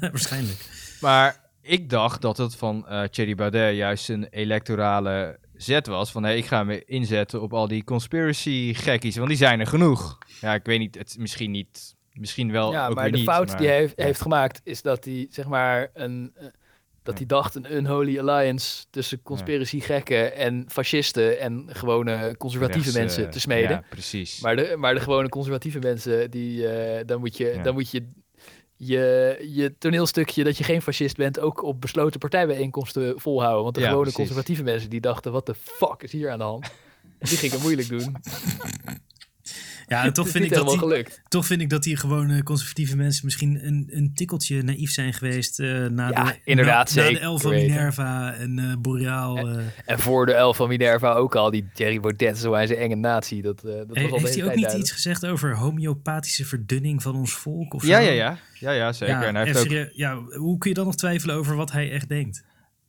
[SPEAKER 1] Waarschijnlijk.
[SPEAKER 3] Maar ik dacht dat het van eh Thierry Baudet juist een electorale zet was. Van hey, ik ga me inzetten op al die conspiracy gekkies, want die zijn er genoeg. Ja, ik weet niet, het, misschien niet, misschien wel
[SPEAKER 2] ja,
[SPEAKER 3] ook
[SPEAKER 2] maar
[SPEAKER 3] weer
[SPEAKER 2] de
[SPEAKER 3] niet,
[SPEAKER 2] fout
[SPEAKER 3] maar-
[SPEAKER 2] die hij heeft,
[SPEAKER 3] ja.
[SPEAKER 2] heeft gemaakt is dat hij, zeg maar, een, eh, dat hij dacht een unholy alliance tussen conspiracy gekken en fascisten en gewone conservatieve
[SPEAKER 3] rechts,
[SPEAKER 2] mensen
[SPEAKER 3] eh,
[SPEAKER 2] te smeden.
[SPEAKER 3] Ja, precies.
[SPEAKER 2] Maar, de, maar de gewone conservatieve mensen, die, eh, dan moet je,
[SPEAKER 3] Ja.
[SPEAKER 2] dan moet je, je je toneelstukje dat je geen fascist bent ook op besloten partijbijeenkomsten volhouden. Want de
[SPEAKER 3] Ja,
[SPEAKER 2] gewone
[SPEAKER 3] precies.
[SPEAKER 2] conservatieve mensen die dachten, wat de fuck is hier aan de hand? Die gingen moeilijk doen.
[SPEAKER 1] Ja, en toch
[SPEAKER 2] Het is
[SPEAKER 1] vind,
[SPEAKER 2] niet
[SPEAKER 1] ik dat
[SPEAKER 2] helemaal
[SPEAKER 1] die,
[SPEAKER 2] gelukt.
[SPEAKER 1] toch vind ik dat die gewone conservatieve mensen misschien een, een tikkeltje naïef zijn geweest eh, na,
[SPEAKER 2] Ja,
[SPEAKER 1] de,
[SPEAKER 2] inderdaad,
[SPEAKER 1] na, na de
[SPEAKER 2] zeker
[SPEAKER 1] Elva
[SPEAKER 2] weten.
[SPEAKER 1] Minerva en eh, Boreal. eh.
[SPEAKER 2] En voor de elf van Minerva ook al, die Jerry Baudet, zo hij zijn enge natie. Dat, eh, dat was al de hele
[SPEAKER 1] heeft hij ook
[SPEAKER 2] tijd
[SPEAKER 1] niet iets
[SPEAKER 2] duidelijk.
[SPEAKER 1] gezegd over homeopathische verdunning van ons volk? Of
[SPEAKER 3] ja,
[SPEAKER 1] zo?
[SPEAKER 3] ja, ja, ja, ja, zeker. en hij
[SPEAKER 1] even
[SPEAKER 3] heeft ook
[SPEAKER 1] serieus, ja, hoe kun je dan nog twijfelen over wat hij echt denkt?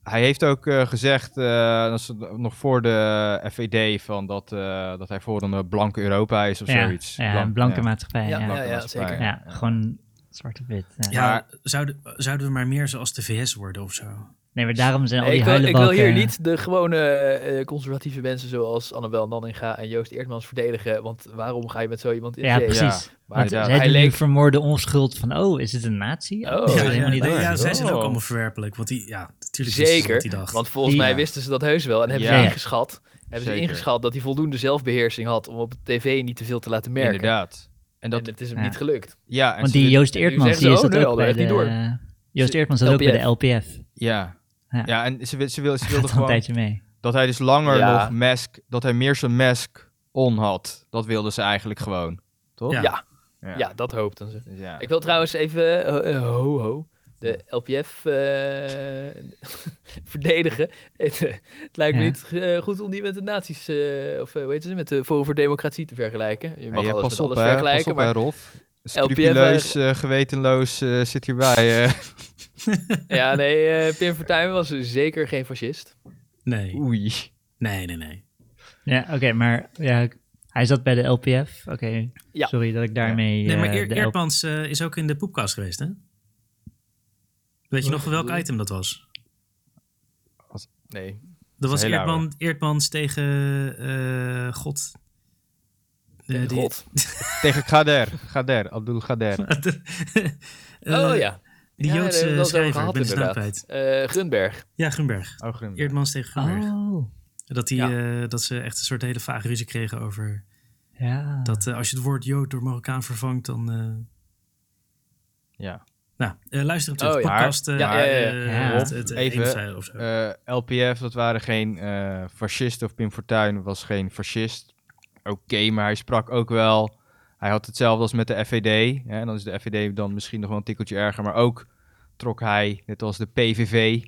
[SPEAKER 3] Hij heeft ook eh, gezegd, eh, dat is nog voor de FVD, van dat, eh, dat hij voor een eh, blanke Europa is of
[SPEAKER 4] Ja,
[SPEAKER 3] zoiets.
[SPEAKER 4] ja,
[SPEAKER 3] Blank-
[SPEAKER 4] een blanke
[SPEAKER 3] ja.
[SPEAKER 4] maatschappij.
[SPEAKER 2] Ja,
[SPEAKER 4] Ja, ja.
[SPEAKER 2] ja, ja,
[SPEAKER 3] maatschappij.
[SPEAKER 2] zeker.
[SPEAKER 4] gewoon zwart op wit. Ja.
[SPEAKER 1] Ja, zouden, zouden we maar meer zoals de VS worden of
[SPEAKER 2] Oh,
[SPEAKER 1] zo?
[SPEAKER 4] Nee, maar daarom zijn al
[SPEAKER 2] Nee,
[SPEAKER 4] die
[SPEAKER 2] ik, wil, ik wil
[SPEAKER 4] huilenbalken...
[SPEAKER 2] hier niet de gewone eh, eh, conservatieve mensen zoals Annabel Nanninga en Joost Eertmans verdedigen. Want waarom ga je met zo iemand in
[SPEAKER 4] Ja,
[SPEAKER 2] zee?
[SPEAKER 4] precies.
[SPEAKER 2] Maar
[SPEAKER 4] Want
[SPEAKER 3] ja,
[SPEAKER 4] zij
[SPEAKER 2] hij
[SPEAKER 4] doen nu
[SPEAKER 2] leek-
[SPEAKER 4] vermoorde onschuld van... Oh, is het een natie?
[SPEAKER 2] Oh,
[SPEAKER 4] dat is
[SPEAKER 2] ja,
[SPEAKER 4] helemaal niet
[SPEAKER 1] nee,
[SPEAKER 4] door.
[SPEAKER 1] ja, zij zijn ook
[SPEAKER 3] Oh.
[SPEAKER 1] allemaal verwerpelijk. Want die, ja, natuurlijk wisten ze wat hij
[SPEAKER 2] Zeker,
[SPEAKER 1] dacht.
[SPEAKER 2] want volgens
[SPEAKER 4] Ja.
[SPEAKER 2] mij wisten ze dat heus wel. En hebben
[SPEAKER 3] Ja.
[SPEAKER 2] ze ingeschat, hebben ze
[SPEAKER 3] Zeker.
[SPEAKER 2] ingeschat dat hij voldoende zelfbeheersing had om op de tv niet te veel te laten merken.
[SPEAKER 3] Inderdaad. En dat,
[SPEAKER 2] En het is hem
[SPEAKER 4] Ja.
[SPEAKER 2] niet gelukt.
[SPEAKER 3] ja, en
[SPEAKER 4] Want
[SPEAKER 3] ze-
[SPEAKER 4] die Joost
[SPEAKER 2] nu
[SPEAKER 4] Eertmans,
[SPEAKER 2] zeggen ze,
[SPEAKER 4] die is
[SPEAKER 2] oh,
[SPEAKER 4] dat
[SPEAKER 2] nee,
[SPEAKER 4] ook
[SPEAKER 2] al
[SPEAKER 4] bij
[SPEAKER 2] echt niet door.
[SPEAKER 4] de... Joost Eertmans zat ook bij de LPF.
[SPEAKER 3] ja.
[SPEAKER 4] Ja.
[SPEAKER 3] Ja. en ze, wil-
[SPEAKER 4] (laughs)
[SPEAKER 3] ze, wil, ze
[SPEAKER 4] Gaat
[SPEAKER 3] wilde
[SPEAKER 4] al een
[SPEAKER 3] gewoon
[SPEAKER 4] tijdje mee.
[SPEAKER 3] dat hij dus langer
[SPEAKER 2] Ja.
[SPEAKER 3] nog mask, dat hij meer zijn mask on had. Dat wilde ze eigenlijk gewoon, Dus toch?
[SPEAKER 1] Ja.
[SPEAKER 2] Ja, ja. dat hoopten ze. Ik wil trouwens even, eh, eh, ho ho, de LPF eh, (laughs) verdedigen. het, eh, het lijkt me
[SPEAKER 4] Ja.
[SPEAKER 2] niet eh, goed om die met de nazi's, eh, of eh, hoe heet ze, met de Forum voor Democratie te vergelijken. Je
[SPEAKER 3] Ja,
[SPEAKER 2] mag
[SPEAKER 3] ja,
[SPEAKER 2] alles
[SPEAKER 3] pas
[SPEAKER 2] met
[SPEAKER 3] op,
[SPEAKER 2] alles
[SPEAKER 3] hè,
[SPEAKER 2] vergelijken,
[SPEAKER 3] pas op, hè,
[SPEAKER 2] maar
[SPEAKER 3] Rolf.
[SPEAKER 2] LPF,
[SPEAKER 3] Scrupuleus, eh, gewetenloos eh, zit
[SPEAKER 4] (laughs)
[SPEAKER 3] hierbij. eh.
[SPEAKER 2] ja, nee, eh, Pim Fortuyn was zeker geen fascist.
[SPEAKER 1] Nee,
[SPEAKER 3] Oei.
[SPEAKER 1] nee, nee, nee.
[SPEAKER 4] Ja, oké, maar ja, ik- hij zat bij de LPF. Oké,
[SPEAKER 2] Ja.
[SPEAKER 4] sorry dat ik daarmee...
[SPEAKER 1] Nee, maar
[SPEAKER 4] eh,
[SPEAKER 1] Eer,
[SPEAKER 4] de LPF
[SPEAKER 1] Eerdmans eh, is ook in de poepkast geweest, hè? Weet je nog welk item dat was?
[SPEAKER 2] Nee.
[SPEAKER 1] Dat was
[SPEAKER 3] Heel oude.
[SPEAKER 1] Eerdman, Eerdmans tegen eh, God. De, die-
[SPEAKER 2] God.
[SPEAKER 3] Tegen Gader. Gader. Abdul Gader.
[SPEAKER 1] (laughs) Eh,
[SPEAKER 2] oh ja.
[SPEAKER 1] Die
[SPEAKER 2] Ja,
[SPEAKER 1] Joodse
[SPEAKER 2] daar hebben we het over
[SPEAKER 1] schrijver, ik
[SPEAKER 2] gehad,
[SPEAKER 1] ben de naam
[SPEAKER 2] inderdaad.
[SPEAKER 1] kwijt.
[SPEAKER 2] Eh, Grunberg.
[SPEAKER 1] Ja, Grunberg.
[SPEAKER 3] Oh, Grim.
[SPEAKER 1] Eerdmans tegen Grunberg.
[SPEAKER 4] Oh.
[SPEAKER 1] Dat, die,
[SPEAKER 2] Ah. Ja.
[SPEAKER 1] eh, dat ze echt een soort hele vage ruzie kregen over...
[SPEAKER 4] Ja.
[SPEAKER 1] dat eh, als je het woord Jood door Marokkaan vervangt, dan... eh,
[SPEAKER 3] Ja.
[SPEAKER 1] nou, eh, luister op de
[SPEAKER 2] Oh, ja.
[SPEAKER 1] podcast. eh,
[SPEAKER 2] Ja, ja, ja, ja.
[SPEAKER 1] eh,
[SPEAKER 4] Ja.
[SPEAKER 1] het- het
[SPEAKER 3] Even,
[SPEAKER 1] een of zij- of zo.
[SPEAKER 3] Eh, LPF, dat waren geen eh, fascisten. Of Pim Fortuyn was geen fascist. Oké, maar hij sprak ook wel. Hij had hetzelfde als met de FVD. Hè? Dan is de FVD dan misschien nog wel een tikkeltje erger. Maar ook trok hij, net als de PVV,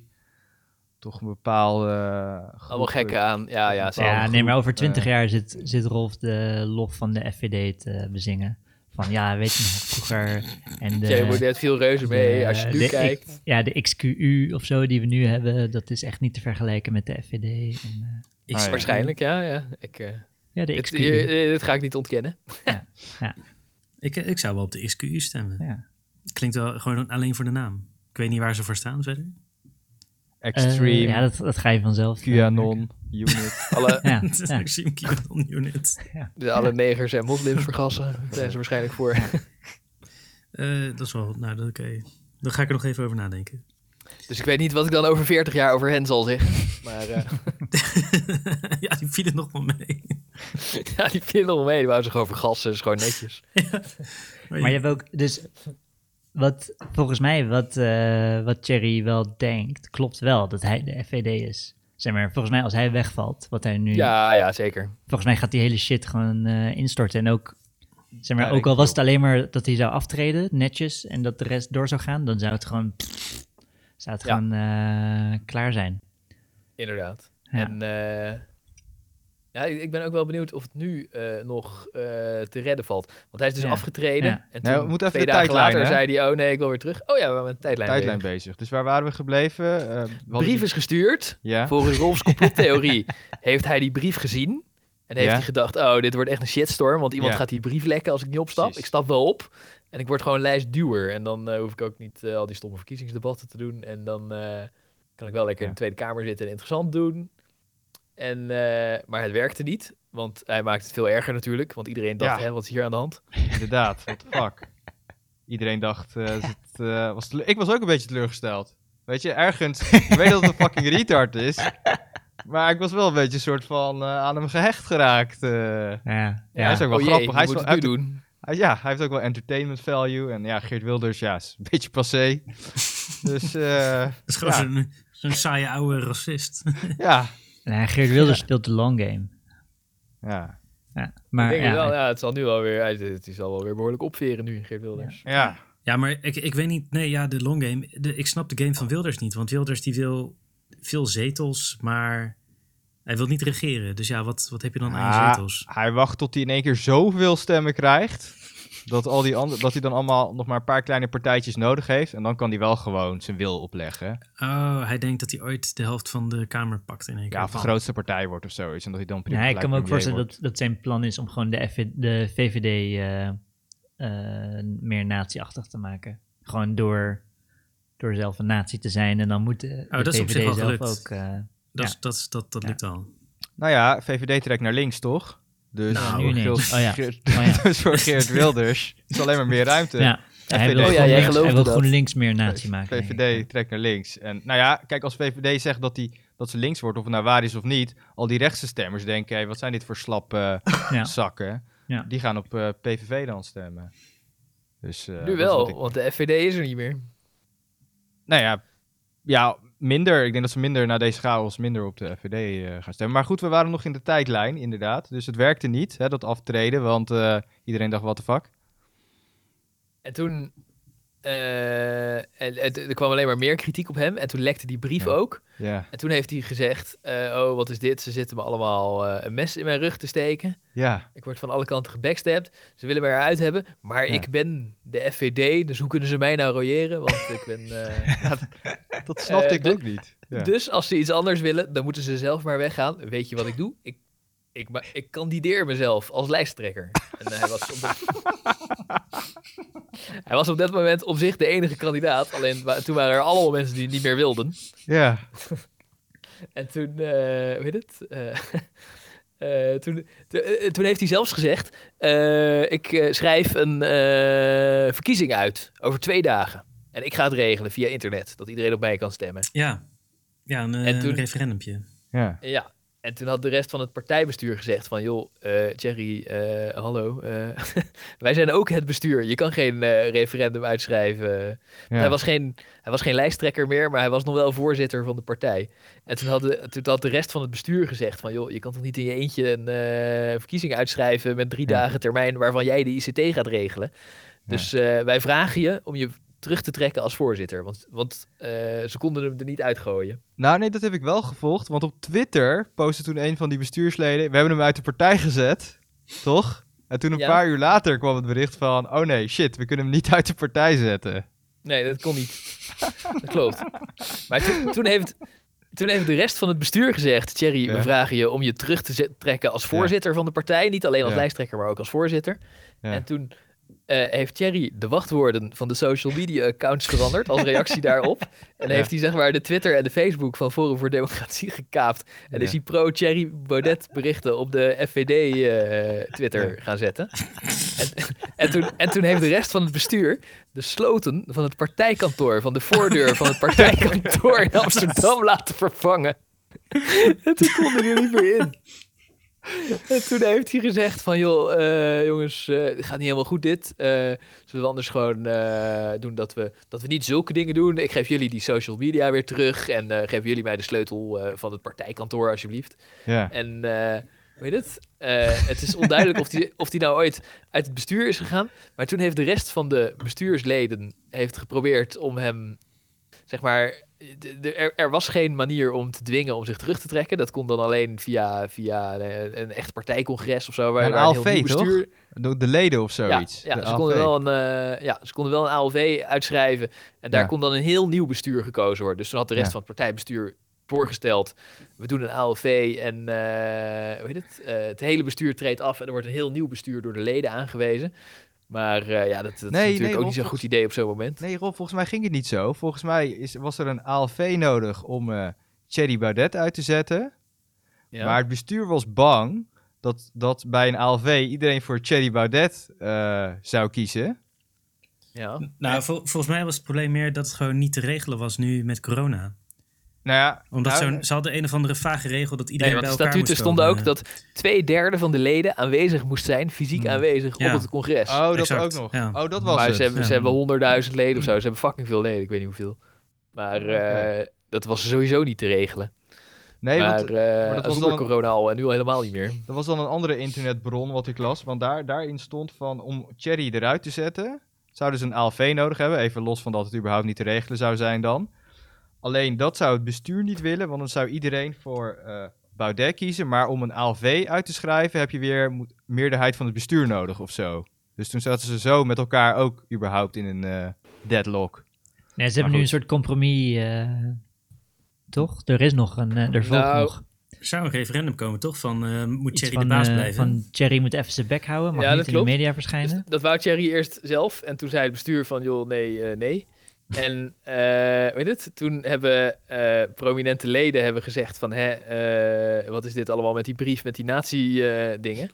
[SPEAKER 3] toch een bepaalde... eh,
[SPEAKER 2] Allemaal
[SPEAKER 3] groep,
[SPEAKER 2] gekken aan. Ja, ja,
[SPEAKER 3] Ja,
[SPEAKER 2] zeker.
[SPEAKER 4] Ja,
[SPEAKER 3] goed,
[SPEAKER 4] nee, maar over twintig
[SPEAKER 3] eh.
[SPEAKER 4] jaar zit, zit Rolf de lof van de FVD te eh, bezingen. Van ja, weet je nog, vroeger... En de,
[SPEAKER 2] Jij moet net veel reuze mee
[SPEAKER 4] de-
[SPEAKER 2] als je nu
[SPEAKER 4] de ik-
[SPEAKER 2] kijkt.
[SPEAKER 4] ja, de XQU of zo die we nu hebben, dat is echt niet te vergelijken met de FVD. En, eh,
[SPEAKER 1] Ik
[SPEAKER 3] Ah, ja.
[SPEAKER 2] Waarschijnlijk, ja. ja. Ik, eh,
[SPEAKER 4] ja, de
[SPEAKER 2] dit,
[SPEAKER 4] XQU.
[SPEAKER 2] hier- eh, dit ga ik niet ontkennen.
[SPEAKER 1] Ik, eh, ik zou wel op de XQU stemmen.
[SPEAKER 4] Ja.
[SPEAKER 1] Klinkt wel gewoon alleen voor de naam. Ik weet niet waar ze voor staan verder.
[SPEAKER 3] Extreme,
[SPEAKER 4] Eh, ja, dat, dat ga je vanzelf. eh, merken.
[SPEAKER 3] QAnon, unit.
[SPEAKER 1] (laughs)
[SPEAKER 2] Alle,
[SPEAKER 4] Ja,
[SPEAKER 1] Het is
[SPEAKER 4] ja.
[SPEAKER 1] Maxime Kielman Unit.
[SPEAKER 2] de-
[SPEAKER 3] (laughs)
[SPEAKER 2] alle negers en moslims vergassen. Daar zijn ze waarschijnlijk voor.
[SPEAKER 1] Eh, dat is wel, nou, dat- oké. Daar ga ik er nog even over nadenken. (laughs)
[SPEAKER 2] Dus ik weet niet wat ik dan over 40 jaar over hen zal zeggen. Maar
[SPEAKER 3] (laughs)
[SPEAKER 2] eh,
[SPEAKER 1] ja, die viel het nog wel mee.
[SPEAKER 2] ja, die vinden om mee. Die wouden zich over gassen. is gewoon netjes.
[SPEAKER 4] Maar je hebt ook, dus wat volgens mij, wat, eh, wat Thierry wel denkt, klopt wel dat hij de FVD is. Zeg maar, volgens mij als hij wegvalt, wat hij nu,
[SPEAKER 2] Ja, ja, zeker.
[SPEAKER 4] volgens mij gaat die hele shit gewoon eh, instorten. En ook, zeg maar,
[SPEAKER 3] Ja,
[SPEAKER 4] ook
[SPEAKER 3] denk
[SPEAKER 4] al
[SPEAKER 3] ik
[SPEAKER 4] was
[SPEAKER 3] ook.
[SPEAKER 4] het alleen maar dat hij zou aftreden, netjes, en dat de rest door zou gaan, dan zou het gewoon, zou het
[SPEAKER 2] Ja.
[SPEAKER 4] gewoon eh, klaar zijn.
[SPEAKER 2] Inderdaad.
[SPEAKER 4] Ja.
[SPEAKER 2] En eh, ja, ik ik ben ook wel benieuwd of het nu eh, nog eh, te redden valt. Want hij is dus
[SPEAKER 4] Ja.
[SPEAKER 2] afgetreden.
[SPEAKER 4] Ja.
[SPEAKER 2] En
[SPEAKER 3] Nou,
[SPEAKER 2] toen,
[SPEAKER 3] we moeten even
[SPEAKER 2] twee
[SPEAKER 3] de
[SPEAKER 2] dagen
[SPEAKER 3] tijdlijn,
[SPEAKER 2] later
[SPEAKER 3] hè?
[SPEAKER 2] zei hij, oh nee, ik wil weer terug. Oh (laughs) ja, we hebben een tijdlijn.
[SPEAKER 3] Tijdlijn bezig. Dus waar waren we gebleven? Eh, we
[SPEAKER 2] bezig.
[SPEAKER 3] hadden-
[SPEAKER 2] Brief is gestuurd.
[SPEAKER 3] Ja.
[SPEAKER 2] Volgens Rolfs
[SPEAKER 3] (laughs)
[SPEAKER 2] complottheorie heeft hij die brief gezien. En heeft
[SPEAKER 3] Ja.
[SPEAKER 2] hij gedacht, oh, dit wordt echt een shitstorm. Want iemand
[SPEAKER 3] Ja.
[SPEAKER 2] gaat die brief lekken als ik niet opstap.
[SPEAKER 3] Precies.
[SPEAKER 2] Ik stap wel op. En ik word gewoon lijstduwer. En dan eh, hoef ik ook niet eh, al die stomme verkiezingsdebatten te doen. En dan eh, kan ik wel lekker in
[SPEAKER 3] Ja.
[SPEAKER 2] de Tweede Kamer zitten en interessant doen. En, eh, maar het werkte niet. Want hij maakte het veel erger natuurlijk. Want iedereen dacht,
[SPEAKER 3] Ja.
[SPEAKER 2] hè, wat is hier aan de hand?
[SPEAKER 3] Inderdaad, what the fuck. Iedereen dacht, eh, is het, eh, was tele- ik was ook een beetje teleurgesteld. Weet je, ergens, ik weet dat het een fucking retard is, maar ik was wel een beetje een soort van eh, aan hem gehecht geraakt. eh.
[SPEAKER 4] Ja,
[SPEAKER 3] Hij is ook wel
[SPEAKER 2] Oh jee,
[SPEAKER 3] grappig.
[SPEAKER 2] je
[SPEAKER 3] Hij, is
[SPEAKER 2] moet
[SPEAKER 3] wel,
[SPEAKER 2] het nu
[SPEAKER 3] hij-
[SPEAKER 2] doen.
[SPEAKER 3] hij- ja, hij heeft ook wel entertainment value en ja, Geert Wilders, ja, is een beetje passé. dus eh,
[SPEAKER 1] Dat is gewoon
[SPEAKER 3] Ja.
[SPEAKER 1] zo'n, zo'n saaie oude racist. (laughs)
[SPEAKER 3] ja,
[SPEAKER 4] Nou, Geert Wilders speelt de long game.
[SPEAKER 3] ja,
[SPEAKER 4] Ja,
[SPEAKER 2] Maar,
[SPEAKER 4] maar
[SPEAKER 2] denk ik
[SPEAKER 4] ja,
[SPEAKER 2] wel, ja, het zal nu alweer, hij- het is al wel weer behoorlijk opveren nu, Geert Wilders.
[SPEAKER 3] ja.
[SPEAKER 1] ja, maar ik, ik weet niet. Nee, ja, de long game. De, ik snap de game van Wilders niet. Want Wilders die wil veel zetels, maar hij wil niet regeren. Dus ja, wat, wat heb je dan aan je
[SPEAKER 3] Ah,
[SPEAKER 1] zetels?
[SPEAKER 3] Hij wacht tot hij in één keer zoveel stemmen krijgt. Dat, al die ander- dat hij dan allemaal nog maar een paar kleine partijtjes nodig heeft. En dan kan hij wel gewoon zijn wil opleggen.
[SPEAKER 1] Oh, hij denkt dat hij ooit de helft van de Kamer pakt in één keer.
[SPEAKER 3] Ja, of de grootste partij wordt of zoiets. En dat hij dan prima
[SPEAKER 4] Ja, ik
[SPEAKER 3] gelijk
[SPEAKER 4] kan me ook
[SPEAKER 3] premier
[SPEAKER 4] voorstellen
[SPEAKER 3] wordt.
[SPEAKER 4] dat, dat zijn plan is om gewoon de, FV de VVD eh, eh, meer natieachtig te maken. Gewoon door, door zelf een natie te zijn. En dan moet de, de
[SPEAKER 1] Oh, dat is op
[SPEAKER 4] VVD
[SPEAKER 1] zich wel
[SPEAKER 4] zelf
[SPEAKER 1] gelukt.
[SPEAKER 4] ook... eh,
[SPEAKER 1] Dat, is-
[SPEAKER 4] Ja.
[SPEAKER 1] dat, is- dat, dat lukt al.
[SPEAKER 3] Nou ja, VVD trekt naar links, toch? Dus
[SPEAKER 4] Nou,
[SPEAKER 3] voor
[SPEAKER 4] nu
[SPEAKER 3] Geert-
[SPEAKER 4] niet. Oh ja.
[SPEAKER 3] Geert- (laughs)
[SPEAKER 4] Oh ja.
[SPEAKER 3] dus voor Geert Wilders is alleen maar meer ruimte.
[SPEAKER 4] ja, hij wil,
[SPEAKER 3] Oh ja,
[SPEAKER 2] jij
[SPEAKER 4] GroenLinks,
[SPEAKER 2] geloofde
[SPEAKER 4] hij wil
[SPEAKER 2] dat.
[SPEAKER 4] GroenLinks meer natie maken. denk ik.
[SPEAKER 3] VVD trekt naar links. En nou ja, kijk, als VVD zegt dat, die, dat ze links wordt, of het nou waar is of niet, al die rechtse stemmers denken, hé, wat zijn dit voor slap eh,
[SPEAKER 4] Ja.
[SPEAKER 3] zakken?
[SPEAKER 4] Ja.
[SPEAKER 3] Die gaan op eh, PVV dan stemmen. Dus, eh, dat
[SPEAKER 2] nu
[SPEAKER 3] is wat ik-
[SPEAKER 2] wel, want de FVD is er niet meer.
[SPEAKER 3] nou ja, ja, minder. Ik denk dat ze minder na deze chaos minder op de FVD eh, gaan stemmen. Maar goed, we waren nog in de tijdlijn, inderdaad. Dus het werkte niet, hè, dat aftreden, want eh, iedereen dacht, what the fuck?
[SPEAKER 2] En toen eh, en, en t- er kwam alleen maar meer kritiek op hem. En toen lekte die brief
[SPEAKER 3] Ja.
[SPEAKER 2] ook.
[SPEAKER 3] Ja,
[SPEAKER 2] En toen heeft hij gezegd: eh, Oh, wat is dit? Ze zitten me allemaal eh, een mes in mijn rug te steken.
[SPEAKER 3] ja,
[SPEAKER 2] Ik word van alle kanten gebackstabbed. Ze willen me eruit hebben. Maar
[SPEAKER 3] Ja.
[SPEAKER 2] ik ben de FVD, dus hoe kunnen ze mij nou royeren? Want ik ben. eh,
[SPEAKER 3] (laughs) dat snapte
[SPEAKER 2] Eh,
[SPEAKER 3] ik
[SPEAKER 2] de-
[SPEAKER 3] ook niet. Ja.
[SPEAKER 2] Dus als ze iets anders willen, dan moeten ze zelf maar weggaan. Weet je wat ik doe? Ik, ik, ma- ik kandideer mezelf als lijsttrekker. En hij was, op dat... hij was op dat moment op zich de enige kandidaat. Alleen wa- toen waren er allemaal mensen die het niet meer wilden.
[SPEAKER 3] ja.
[SPEAKER 2] En toen, eh, hoe weet het? Eh, Eh, (laughs) toen, toen- eh, toen heeft hij zelfs gezegd: eh, Ik eh, schrijf een eh, verkiezing uit over twee dagen. En ik ga het regelen via internet, dat iedereen op mij kan stemmen.
[SPEAKER 1] Ja, ja een, eh,
[SPEAKER 2] En toen-
[SPEAKER 1] een referendumpje.
[SPEAKER 3] Ja.
[SPEAKER 2] Ja, en toen had de rest van het partijbestuur gezegd van... joh, eh Thierry, eh, hallo, eh, (laughs) wij zijn ook het bestuur. Je kan geen eh, referendum uitschrijven.
[SPEAKER 3] ja.
[SPEAKER 2] Hij, was geen, hij was geen lijsttrekker meer, maar hij was nog wel voorzitter van de partij. En toen had de, toen had de rest van het bestuur gezegd van... joh, je kan toch niet in je eentje een eh, verkiezing uitschrijven... met drie
[SPEAKER 3] Ja.
[SPEAKER 2] dagen termijn waarvan jij de ICT gaat regelen. Dus eh, wij vragen je om je terug te trekken als voorzitter. Want, want eh, ze konden hem er niet uitgooien.
[SPEAKER 3] Nou nee, dat heb ik wel gevolgd. Want op Twitter postte toen een van die bestuursleden... We hebben hem uit de partij gezet, toch? En toen een
[SPEAKER 2] Ja.
[SPEAKER 3] paar uur later kwam het bericht van... Oh nee, shit, we kunnen hem niet uit de partij zetten.
[SPEAKER 2] Nee, dat kon niet. dat klopt. Maar toen, toen, heeft, toen heeft de rest van het bestuur gezegd... Thierry,
[SPEAKER 3] Ja.
[SPEAKER 2] we vragen je om je terug te zet- trekken als voorzitter van de partij. Niet alleen als
[SPEAKER 3] Ja.
[SPEAKER 2] lijsttrekker, maar ook als voorzitter.
[SPEAKER 3] Ja.
[SPEAKER 2] En toen eh, heeft Thierry de wachtwoorden van de social media accounts veranderd... als reactie
[SPEAKER 3] (laughs)
[SPEAKER 2] daarop. En
[SPEAKER 3] Ja.
[SPEAKER 2] heeft hij zeg maar de Twitter en de Facebook van Forum voor Democratie gekaapt. En
[SPEAKER 3] Ja.
[SPEAKER 2] is hij pro-Thierry Baudet berichten op de FVD eh, Twitter gaan zetten. En, en, toen, en toen heeft de rest van het bestuur de sloten van het partijkantoor, van de voordeur van
[SPEAKER 3] (laughs)
[SPEAKER 2] het partijkantoor in Amsterdam laten vervangen. En toen kon hij er niet meer in. (laughs) En toen heeft hij gezegd van, joh, eh, jongens, eh, het gaat niet helemaal goed dit. Eh, zullen we anders gewoon eh, doen dat we, dat we niet zulke dingen doen. Ik geef jullie die social media weer terug en eh, geef jullie mij de sleutel eh, van het partijkantoor alsjeblieft.
[SPEAKER 3] Ja.
[SPEAKER 2] En eh weet het? Eh, het is onduidelijk of die, of die nou ooit uit het bestuur is gegaan. Maar toen heeft de rest van de bestuursleden heeft geprobeerd om hem, zeg maar. de- de- Er, er was geen manier om te dwingen om zich terug te trekken. Dat kon dan alleen via, via eh, een echt partijcongres of zo. Waar,
[SPEAKER 3] Een
[SPEAKER 2] waar heel
[SPEAKER 3] ALV,
[SPEAKER 2] nieuw
[SPEAKER 3] toch?
[SPEAKER 2] bestuur,
[SPEAKER 3] De, de leden of
[SPEAKER 2] ja,
[SPEAKER 3] zoiets.
[SPEAKER 2] ja,
[SPEAKER 3] De
[SPEAKER 2] ze konden
[SPEAKER 3] ALV.
[SPEAKER 2] wel een, eh, ja, ze konden wel een ALV uitschrijven. En daar
[SPEAKER 3] Ja.
[SPEAKER 2] kon dan een heel nieuw bestuur gekozen worden. Dus toen had de rest
[SPEAKER 3] Ja.
[SPEAKER 2] van het partijbestuur voorgesteld... we doen een ALV en eh, hoe heet het? Eh, het hele bestuur treedt af... en er wordt een heel nieuw bestuur door de leden aangewezen. Maar eh, ja, dat, dat
[SPEAKER 3] Nee,
[SPEAKER 2] is
[SPEAKER 3] nee,
[SPEAKER 2] natuurlijk ook
[SPEAKER 3] Rolf,
[SPEAKER 2] niet zo'n goed idee op zo'n moment.
[SPEAKER 3] Nee Rob, volgens mij ging het niet zo. Volgens mij is, was er een ALV nodig om eh Thierry Baudet uit te zetten.
[SPEAKER 2] Ja.
[SPEAKER 3] Maar het bestuur was bang dat, dat bij een ALV iedereen voor Thierry Baudet eh, zou kiezen.
[SPEAKER 2] ja.
[SPEAKER 1] Nou, vol- volgens mij was het probleem meer dat het gewoon niet te regelen was nu met corona.
[SPEAKER 3] Nou ja,
[SPEAKER 1] Omdat
[SPEAKER 3] nou,
[SPEAKER 1] zo'n- ze hadden een of andere vage regel dat iedereen
[SPEAKER 2] eh, Nee, want
[SPEAKER 1] bij
[SPEAKER 2] de
[SPEAKER 1] elkaar
[SPEAKER 2] statuten
[SPEAKER 1] moest eh, komen.
[SPEAKER 2] stonden ook dat twee derde van de leden aanwezig moest zijn, fysiek
[SPEAKER 1] Hmm.
[SPEAKER 2] aanwezig
[SPEAKER 1] Ja.
[SPEAKER 2] op het congres.
[SPEAKER 3] Oh, dat
[SPEAKER 1] Exact,
[SPEAKER 3] ook nog.
[SPEAKER 1] ja.
[SPEAKER 3] Oh, dat was
[SPEAKER 2] Maar
[SPEAKER 3] het.
[SPEAKER 2] ze hebben, ze
[SPEAKER 1] Ja.
[SPEAKER 2] hebben honderdduizend leden of zo. Ze hebben fucking veel leden. Ik weet niet hoeveel. Maar eh, dat was sowieso niet te regelen.
[SPEAKER 3] Nee,
[SPEAKER 2] maar,
[SPEAKER 3] want
[SPEAKER 2] eh,
[SPEAKER 3] maar dat was
[SPEAKER 2] zonder
[SPEAKER 3] dan-
[SPEAKER 2] corona al en nu al helemaal niet meer.
[SPEAKER 3] dat was dan een andere internetbron wat ik las. Want daar, daarin stond van om Thierry eruit te zetten, zouden ze een ALV nodig hebben. Even los van dat het überhaupt niet te regelen zou zijn dan. Alleen dat zou het bestuur niet willen, want dan zou iedereen voor eh, Baudet kiezen. Maar om een ALV uit te schrijven heb je weer moet- meerderheid van het bestuur nodig of zo. Dus toen zaten ze zo met elkaar ook überhaupt in een eh, deadlock.
[SPEAKER 4] Nee, ze hebben nu
[SPEAKER 3] goed.
[SPEAKER 4] een soort compromis, eh, toch? Er is nog een, eh, er volgt
[SPEAKER 2] Nou,
[SPEAKER 4] nog
[SPEAKER 1] Er zou een referendum komen, toch? Van eh, moet
[SPEAKER 4] iets
[SPEAKER 1] Thierry
[SPEAKER 4] van,
[SPEAKER 1] de baas
[SPEAKER 4] eh,
[SPEAKER 1] blijven?
[SPEAKER 4] van Thierry moet even zijn bek houden, mag
[SPEAKER 2] Ja,
[SPEAKER 4] niet
[SPEAKER 2] dat
[SPEAKER 4] in
[SPEAKER 2] klopt.
[SPEAKER 4] de media
[SPEAKER 2] Dus
[SPEAKER 4] verschijnen.
[SPEAKER 2] dat wou Thierry eerst zelf. En toen zei het bestuur van, joh, nee, eh, nee. En eh, weet het, toen hebben eh, prominente leden hebben gezegd van, hè, eh, wat is dit allemaal met die brief, met die nazi-dingen.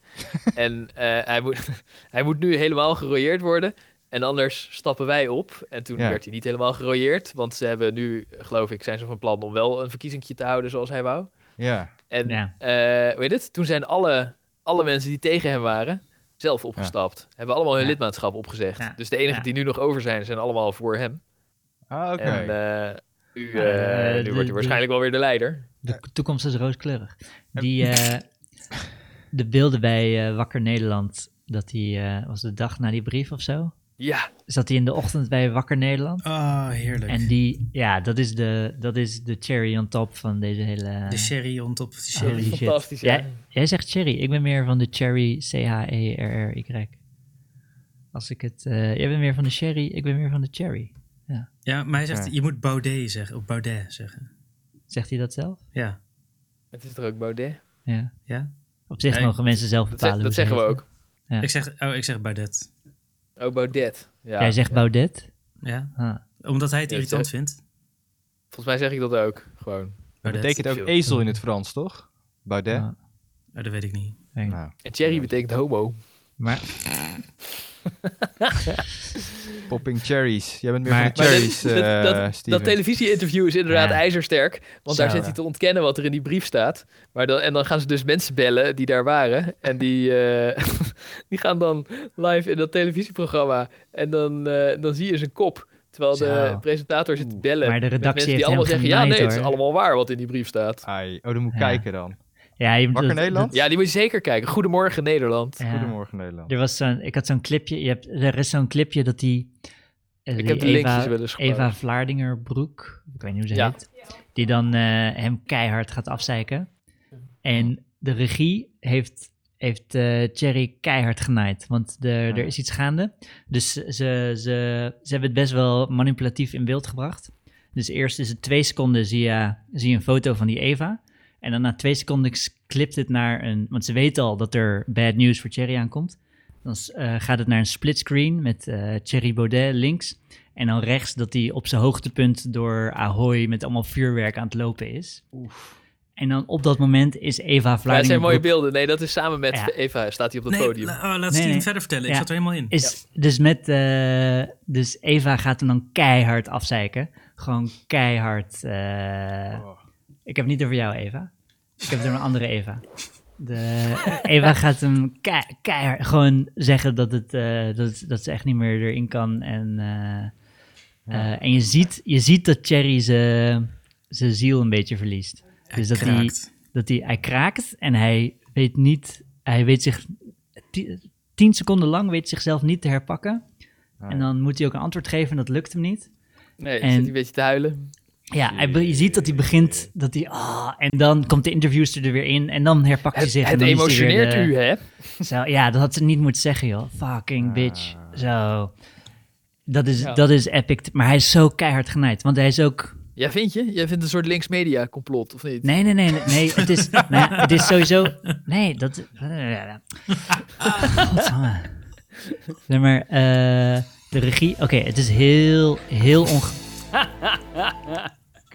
[SPEAKER 2] en eh, hij, moet, (laughs) hij moet nu helemaal gerooieerd worden. En anders stappen wij op. En toen
[SPEAKER 3] Ja.
[SPEAKER 2] werd hij niet helemaal gerooieerd. Want ze hebben nu, geloof ik, zijn ze van plan om wel een verkiezingje te houden zoals hij wou.
[SPEAKER 3] Ja,
[SPEAKER 2] En
[SPEAKER 4] Ja.
[SPEAKER 2] eh, weet het, toen zijn alle, alle mensen die tegen hem waren zelf opgestapt. Hebben allemaal hun
[SPEAKER 4] Ja.
[SPEAKER 2] lidmaatschap opgezegd.
[SPEAKER 4] Ja.
[SPEAKER 2] Dus de enigen
[SPEAKER 4] Ja.
[SPEAKER 2] die nu nog over zijn, zijn allemaal voor hem.
[SPEAKER 3] ah, oké.
[SPEAKER 2] En eh, u,
[SPEAKER 4] Ja,
[SPEAKER 2] eh,
[SPEAKER 4] eh,
[SPEAKER 2] nu
[SPEAKER 4] de-
[SPEAKER 2] wordt hij
[SPEAKER 4] de-
[SPEAKER 2] waarschijnlijk wel weer de leider.
[SPEAKER 4] De k- toekomst is rooskleurig. Die, eh, de beelden bij eh, Wakker Nederland, dat hij, eh, was de dag na die brief of zo?
[SPEAKER 2] Ja,
[SPEAKER 4] Zat hij in de ochtend bij Wakker Nederland?
[SPEAKER 1] Ah, heerlijk.
[SPEAKER 4] En die, ja, dat is de, dat is de cherry on top van deze hele...
[SPEAKER 1] De sherry on top of the
[SPEAKER 4] holy
[SPEAKER 1] sherry.
[SPEAKER 4] shit.
[SPEAKER 2] fantastisch, ja.
[SPEAKER 4] Jij, jij zegt cherry, ik ben meer van de cherry, E C-H-E-R-R-Y. Als ik het, eh, jij bent meer van de sherry, ik ben meer van de cherry.
[SPEAKER 1] Ja, maar hij zegt,
[SPEAKER 3] Ja.
[SPEAKER 1] je moet Baudet zeggen, of Baudet zeggen.
[SPEAKER 4] Zegt hij dat zelf?
[SPEAKER 1] Ja,
[SPEAKER 2] het is toch ook Baudet?
[SPEAKER 4] Ja.
[SPEAKER 1] ja.
[SPEAKER 4] Op zich
[SPEAKER 1] Nee,
[SPEAKER 4] mogen mensen zelf
[SPEAKER 2] Dat, ze-
[SPEAKER 4] bepalen.
[SPEAKER 2] dat
[SPEAKER 4] hoe ze
[SPEAKER 2] zeggen we
[SPEAKER 4] heten.
[SPEAKER 2] ook.
[SPEAKER 4] Ja.
[SPEAKER 1] Ik zeg, oh, ik zeg Baudet.
[SPEAKER 2] Oh, Baudet. Ja.
[SPEAKER 4] Jij zegt Baudet?
[SPEAKER 1] Ja,
[SPEAKER 4] Ah,
[SPEAKER 1] omdat hij het
[SPEAKER 2] Ja,
[SPEAKER 1] irritant
[SPEAKER 2] dat-
[SPEAKER 1] vindt.
[SPEAKER 2] Volgens mij zeg ik dat ook, gewoon.
[SPEAKER 1] Baudet.
[SPEAKER 3] betekent ook
[SPEAKER 2] Chill.
[SPEAKER 3] ezel in het Frans, toch? Baudet.
[SPEAKER 4] ah.
[SPEAKER 1] Oh, dat weet ik niet.
[SPEAKER 4] Nee.
[SPEAKER 3] Nou,
[SPEAKER 2] En Cherry betekent homo.
[SPEAKER 4] Maar,
[SPEAKER 3] popping cherries. Jij bent meer
[SPEAKER 4] Maar-
[SPEAKER 3] van de
[SPEAKER 2] Maar
[SPEAKER 3] cherries,
[SPEAKER 2] dat, dat,
[SPEAKER 3] eh,
[SPEAKER 2] dat,
[SPEAKER 3] Steven.
[SPEAKER 2] dat televisie-interview is inderdaad
[SPEAKER 4] Ja.
[SPEAKER 2] ijzersterk. Want daar
[SPEAKER 4] Zo.
[SPEAKER 2] zit hij te ontkennen wat er in die brief staat. Maar dan, en dan gaan ze dus mensen bellen die daar waren. En die, eh, (laughs) die gaan dan live in dat televisieprogramma. En dan, eh, dan zie je zijn kop. Terwijl de
[SPEAKER 4] Zo.
[SPEAKER 2] presentator zit te bellen.
[SPEAKER 4] maar
[SPEAKER 2] met
[SPEAKER 4] de
[SPEAKER 2] mensen
[SPEAKER 4] redactie heeft
[SPEAKER 2] die
[SPEAKER 4] hem
[SPEAKER 2] allemaal zeggen: Ja, nee,
[SPEAKER 4] genaaid,
[SPEAKER 2] het is
[SPEAKER 4] hoor. Ah.
[SPEAKER 2] allemaal waar wat in die brief staat.
[SPEAKER 3] Ai, oh, dan moet ik
[SPEAKER 4] Ja.
[SPEAKER 3] kijken dan.
[SPEAKER 4] Ja, je,
[SPEAKER 3] Wakker
[SPEAKER 4] dat-
[SPEAKER 3] Nederland?
[SPEAKER 2] Ja, die moet je zeker kijken. Goedemorgen Nederland.
[SPEAKER 4] dat- ja.
[SPEAKER 3] Goedemorgen Nederland.
[SPEAKER 4] Er was zo'n, ik had zo'n clipje, je hebt, er is zo'n clipje dat die, eh,
[SPEAKER 2] Ik
[SPEAKER 4] die
[SPEAKER 2] heb de linkjes
[SPEAKER 4] Eva,
[SPEAKER 2] wel eens
[SPEAKER 4] Eva
[SPEAKER 2] gehad.
[SPEAKER 4] Vlaardingerbroek, ik weet niet hoe ze
[SPEAKER 2] Ja.
[SPEAKER 4] heet, die dan eh, hem keihard gaat afzeiken. En de regie heeft, heeft eh Thierry keihard genaaid, want de,
[SPEAKER 2] Ah.
[SPEAKER 4] er is iets gaande. Dus ze, ze, ze hebben het best wel manipulatief in beeld gebracht. Dus eerst is het twee seconden zie je, zie je een foto van die Eva. En dan na twee seconden klipt het naar een... Want ze weten al dat er bad news voor Thierry aankomt. Dan s- eh, gaat het naar een splitscreen met eh Thierry Baudet links. En dan rechts dat hij op zijn hoogtepunt door Ahoy met allemaal vuurwerk aan het lopen is. En dan op dat moment is Eva
[SPEAKER 2] Ja, het zijn mooie
[SPEAKER 4] Vlaardingerbroek...
[SPEAKER 2] beelden. Nee, dat is samen met
[SPEAKER 4] Ja.
[SPEAKER 2] Eva. Staat hij op dat
[SPEAKER 1] Nee,
[SPEAKER 2] podium.
[SPEAKER 1] la- oh, laat
[SPEAKER 4] Nee,
[SPEAKER 1] Steven
[SPEAKER 4] nee.
[SPEAKER 1] verder vertellen. Ik
[SPEAKER 4] Ja.
[SPEAKER 1] zat er helemaal in.
[SPEAKER 4] Is, dus, met, eh, dus Eva gaat hem dan keihard afzeiken. Gewoon keihard. eh, Ik heb het niet over jou, Eva. Ik heb het over een andere Eva. De, eh, Eva gaat hem kei- keihard gewoon zeggen dat, het, eh, dat, het- dat ze echt niet meer erin kan. En, eh, eh, en je, ziet, je ziet dat Thierry zijn zijn ziel een beetje verliest.
[SPEAKER 1] Hij
[SPEAKER 4] dus dat hij,
[SPEAKER 1] kraakt.
[SPEAKER 4] dat hij, hij kraakt en hij weet niet, hij weet zich ti- tien seconden lang weet zichzelf niet te herpakken. En dan moet hij ook een antwoord geven en dat lukt hem niet.
[SPEAKER 2] Nee,
[SPEAKER 4] En-
[SPEAKER 2] zit hij een beetje te huilen.
[SPEAKER 4] Ja, hij, be- je ziet dat hij begint, dat hij, ah, en dan komt de interviewster er weer in en dan herpakt hij
[SPEAKER 2] Het,
[SPEAKER 4] zich.
[SPEAKER 2] het
[SPEAKER 4] en dan is hij weer
[SPEAKER 2] emotioneert
[SPEAKER 4] de-
[SPEAKER 2] u, hè?
[SPEAKER 4] Zo, ja, dat had ze niet moeten zeggen, joh.
[SPEAKER 1] Ah.
[SPEAKER 4] Fucking bitch. Zo. Dat is,
[SPEAKER 2] Ja.
[SPEAKER 4] dat is epic. t- Maar hij is zo keihard genaaid. Want hij is ook...
[SPEAKER 2] Ja, vind je? Jij vindt een soort linksmedia complot, of niet?
[SPEAKER 4] Nee, nee, nee. nee, nee het, is, nou ja, het is sowieso... Nee, dat... Godsamme. Nee, maar eh, de regie... Oké, het is heel, heel onge...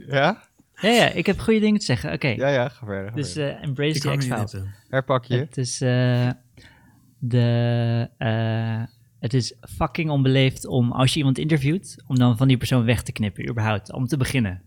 [SPEAKER 3] Ja?
[SPEAKER 4] Ja, ja, ik heb goede dingen te zeggen. Oké,
[SPEAKER 3] Ja, ja, ga verder. ga
[SPEAKER 4] dus
[SPEAKER 3] verder.
[SPEAKER 4] eh, embrace
[SPEAKER 1] Ik
[SPEAKER 4] the
[SPEAKER 1] kan me
[SPEAKER 4] X-Files.
[SPEAKER 1] niet
[SPEAKER 3] Herpak je.
[SPEAKER 4] Het is, eh, de, eh, het is fucking onbeleefd om, als je iemand interviewt, om dan van die persoon weg te knippen, überhaupt, om te beginnen.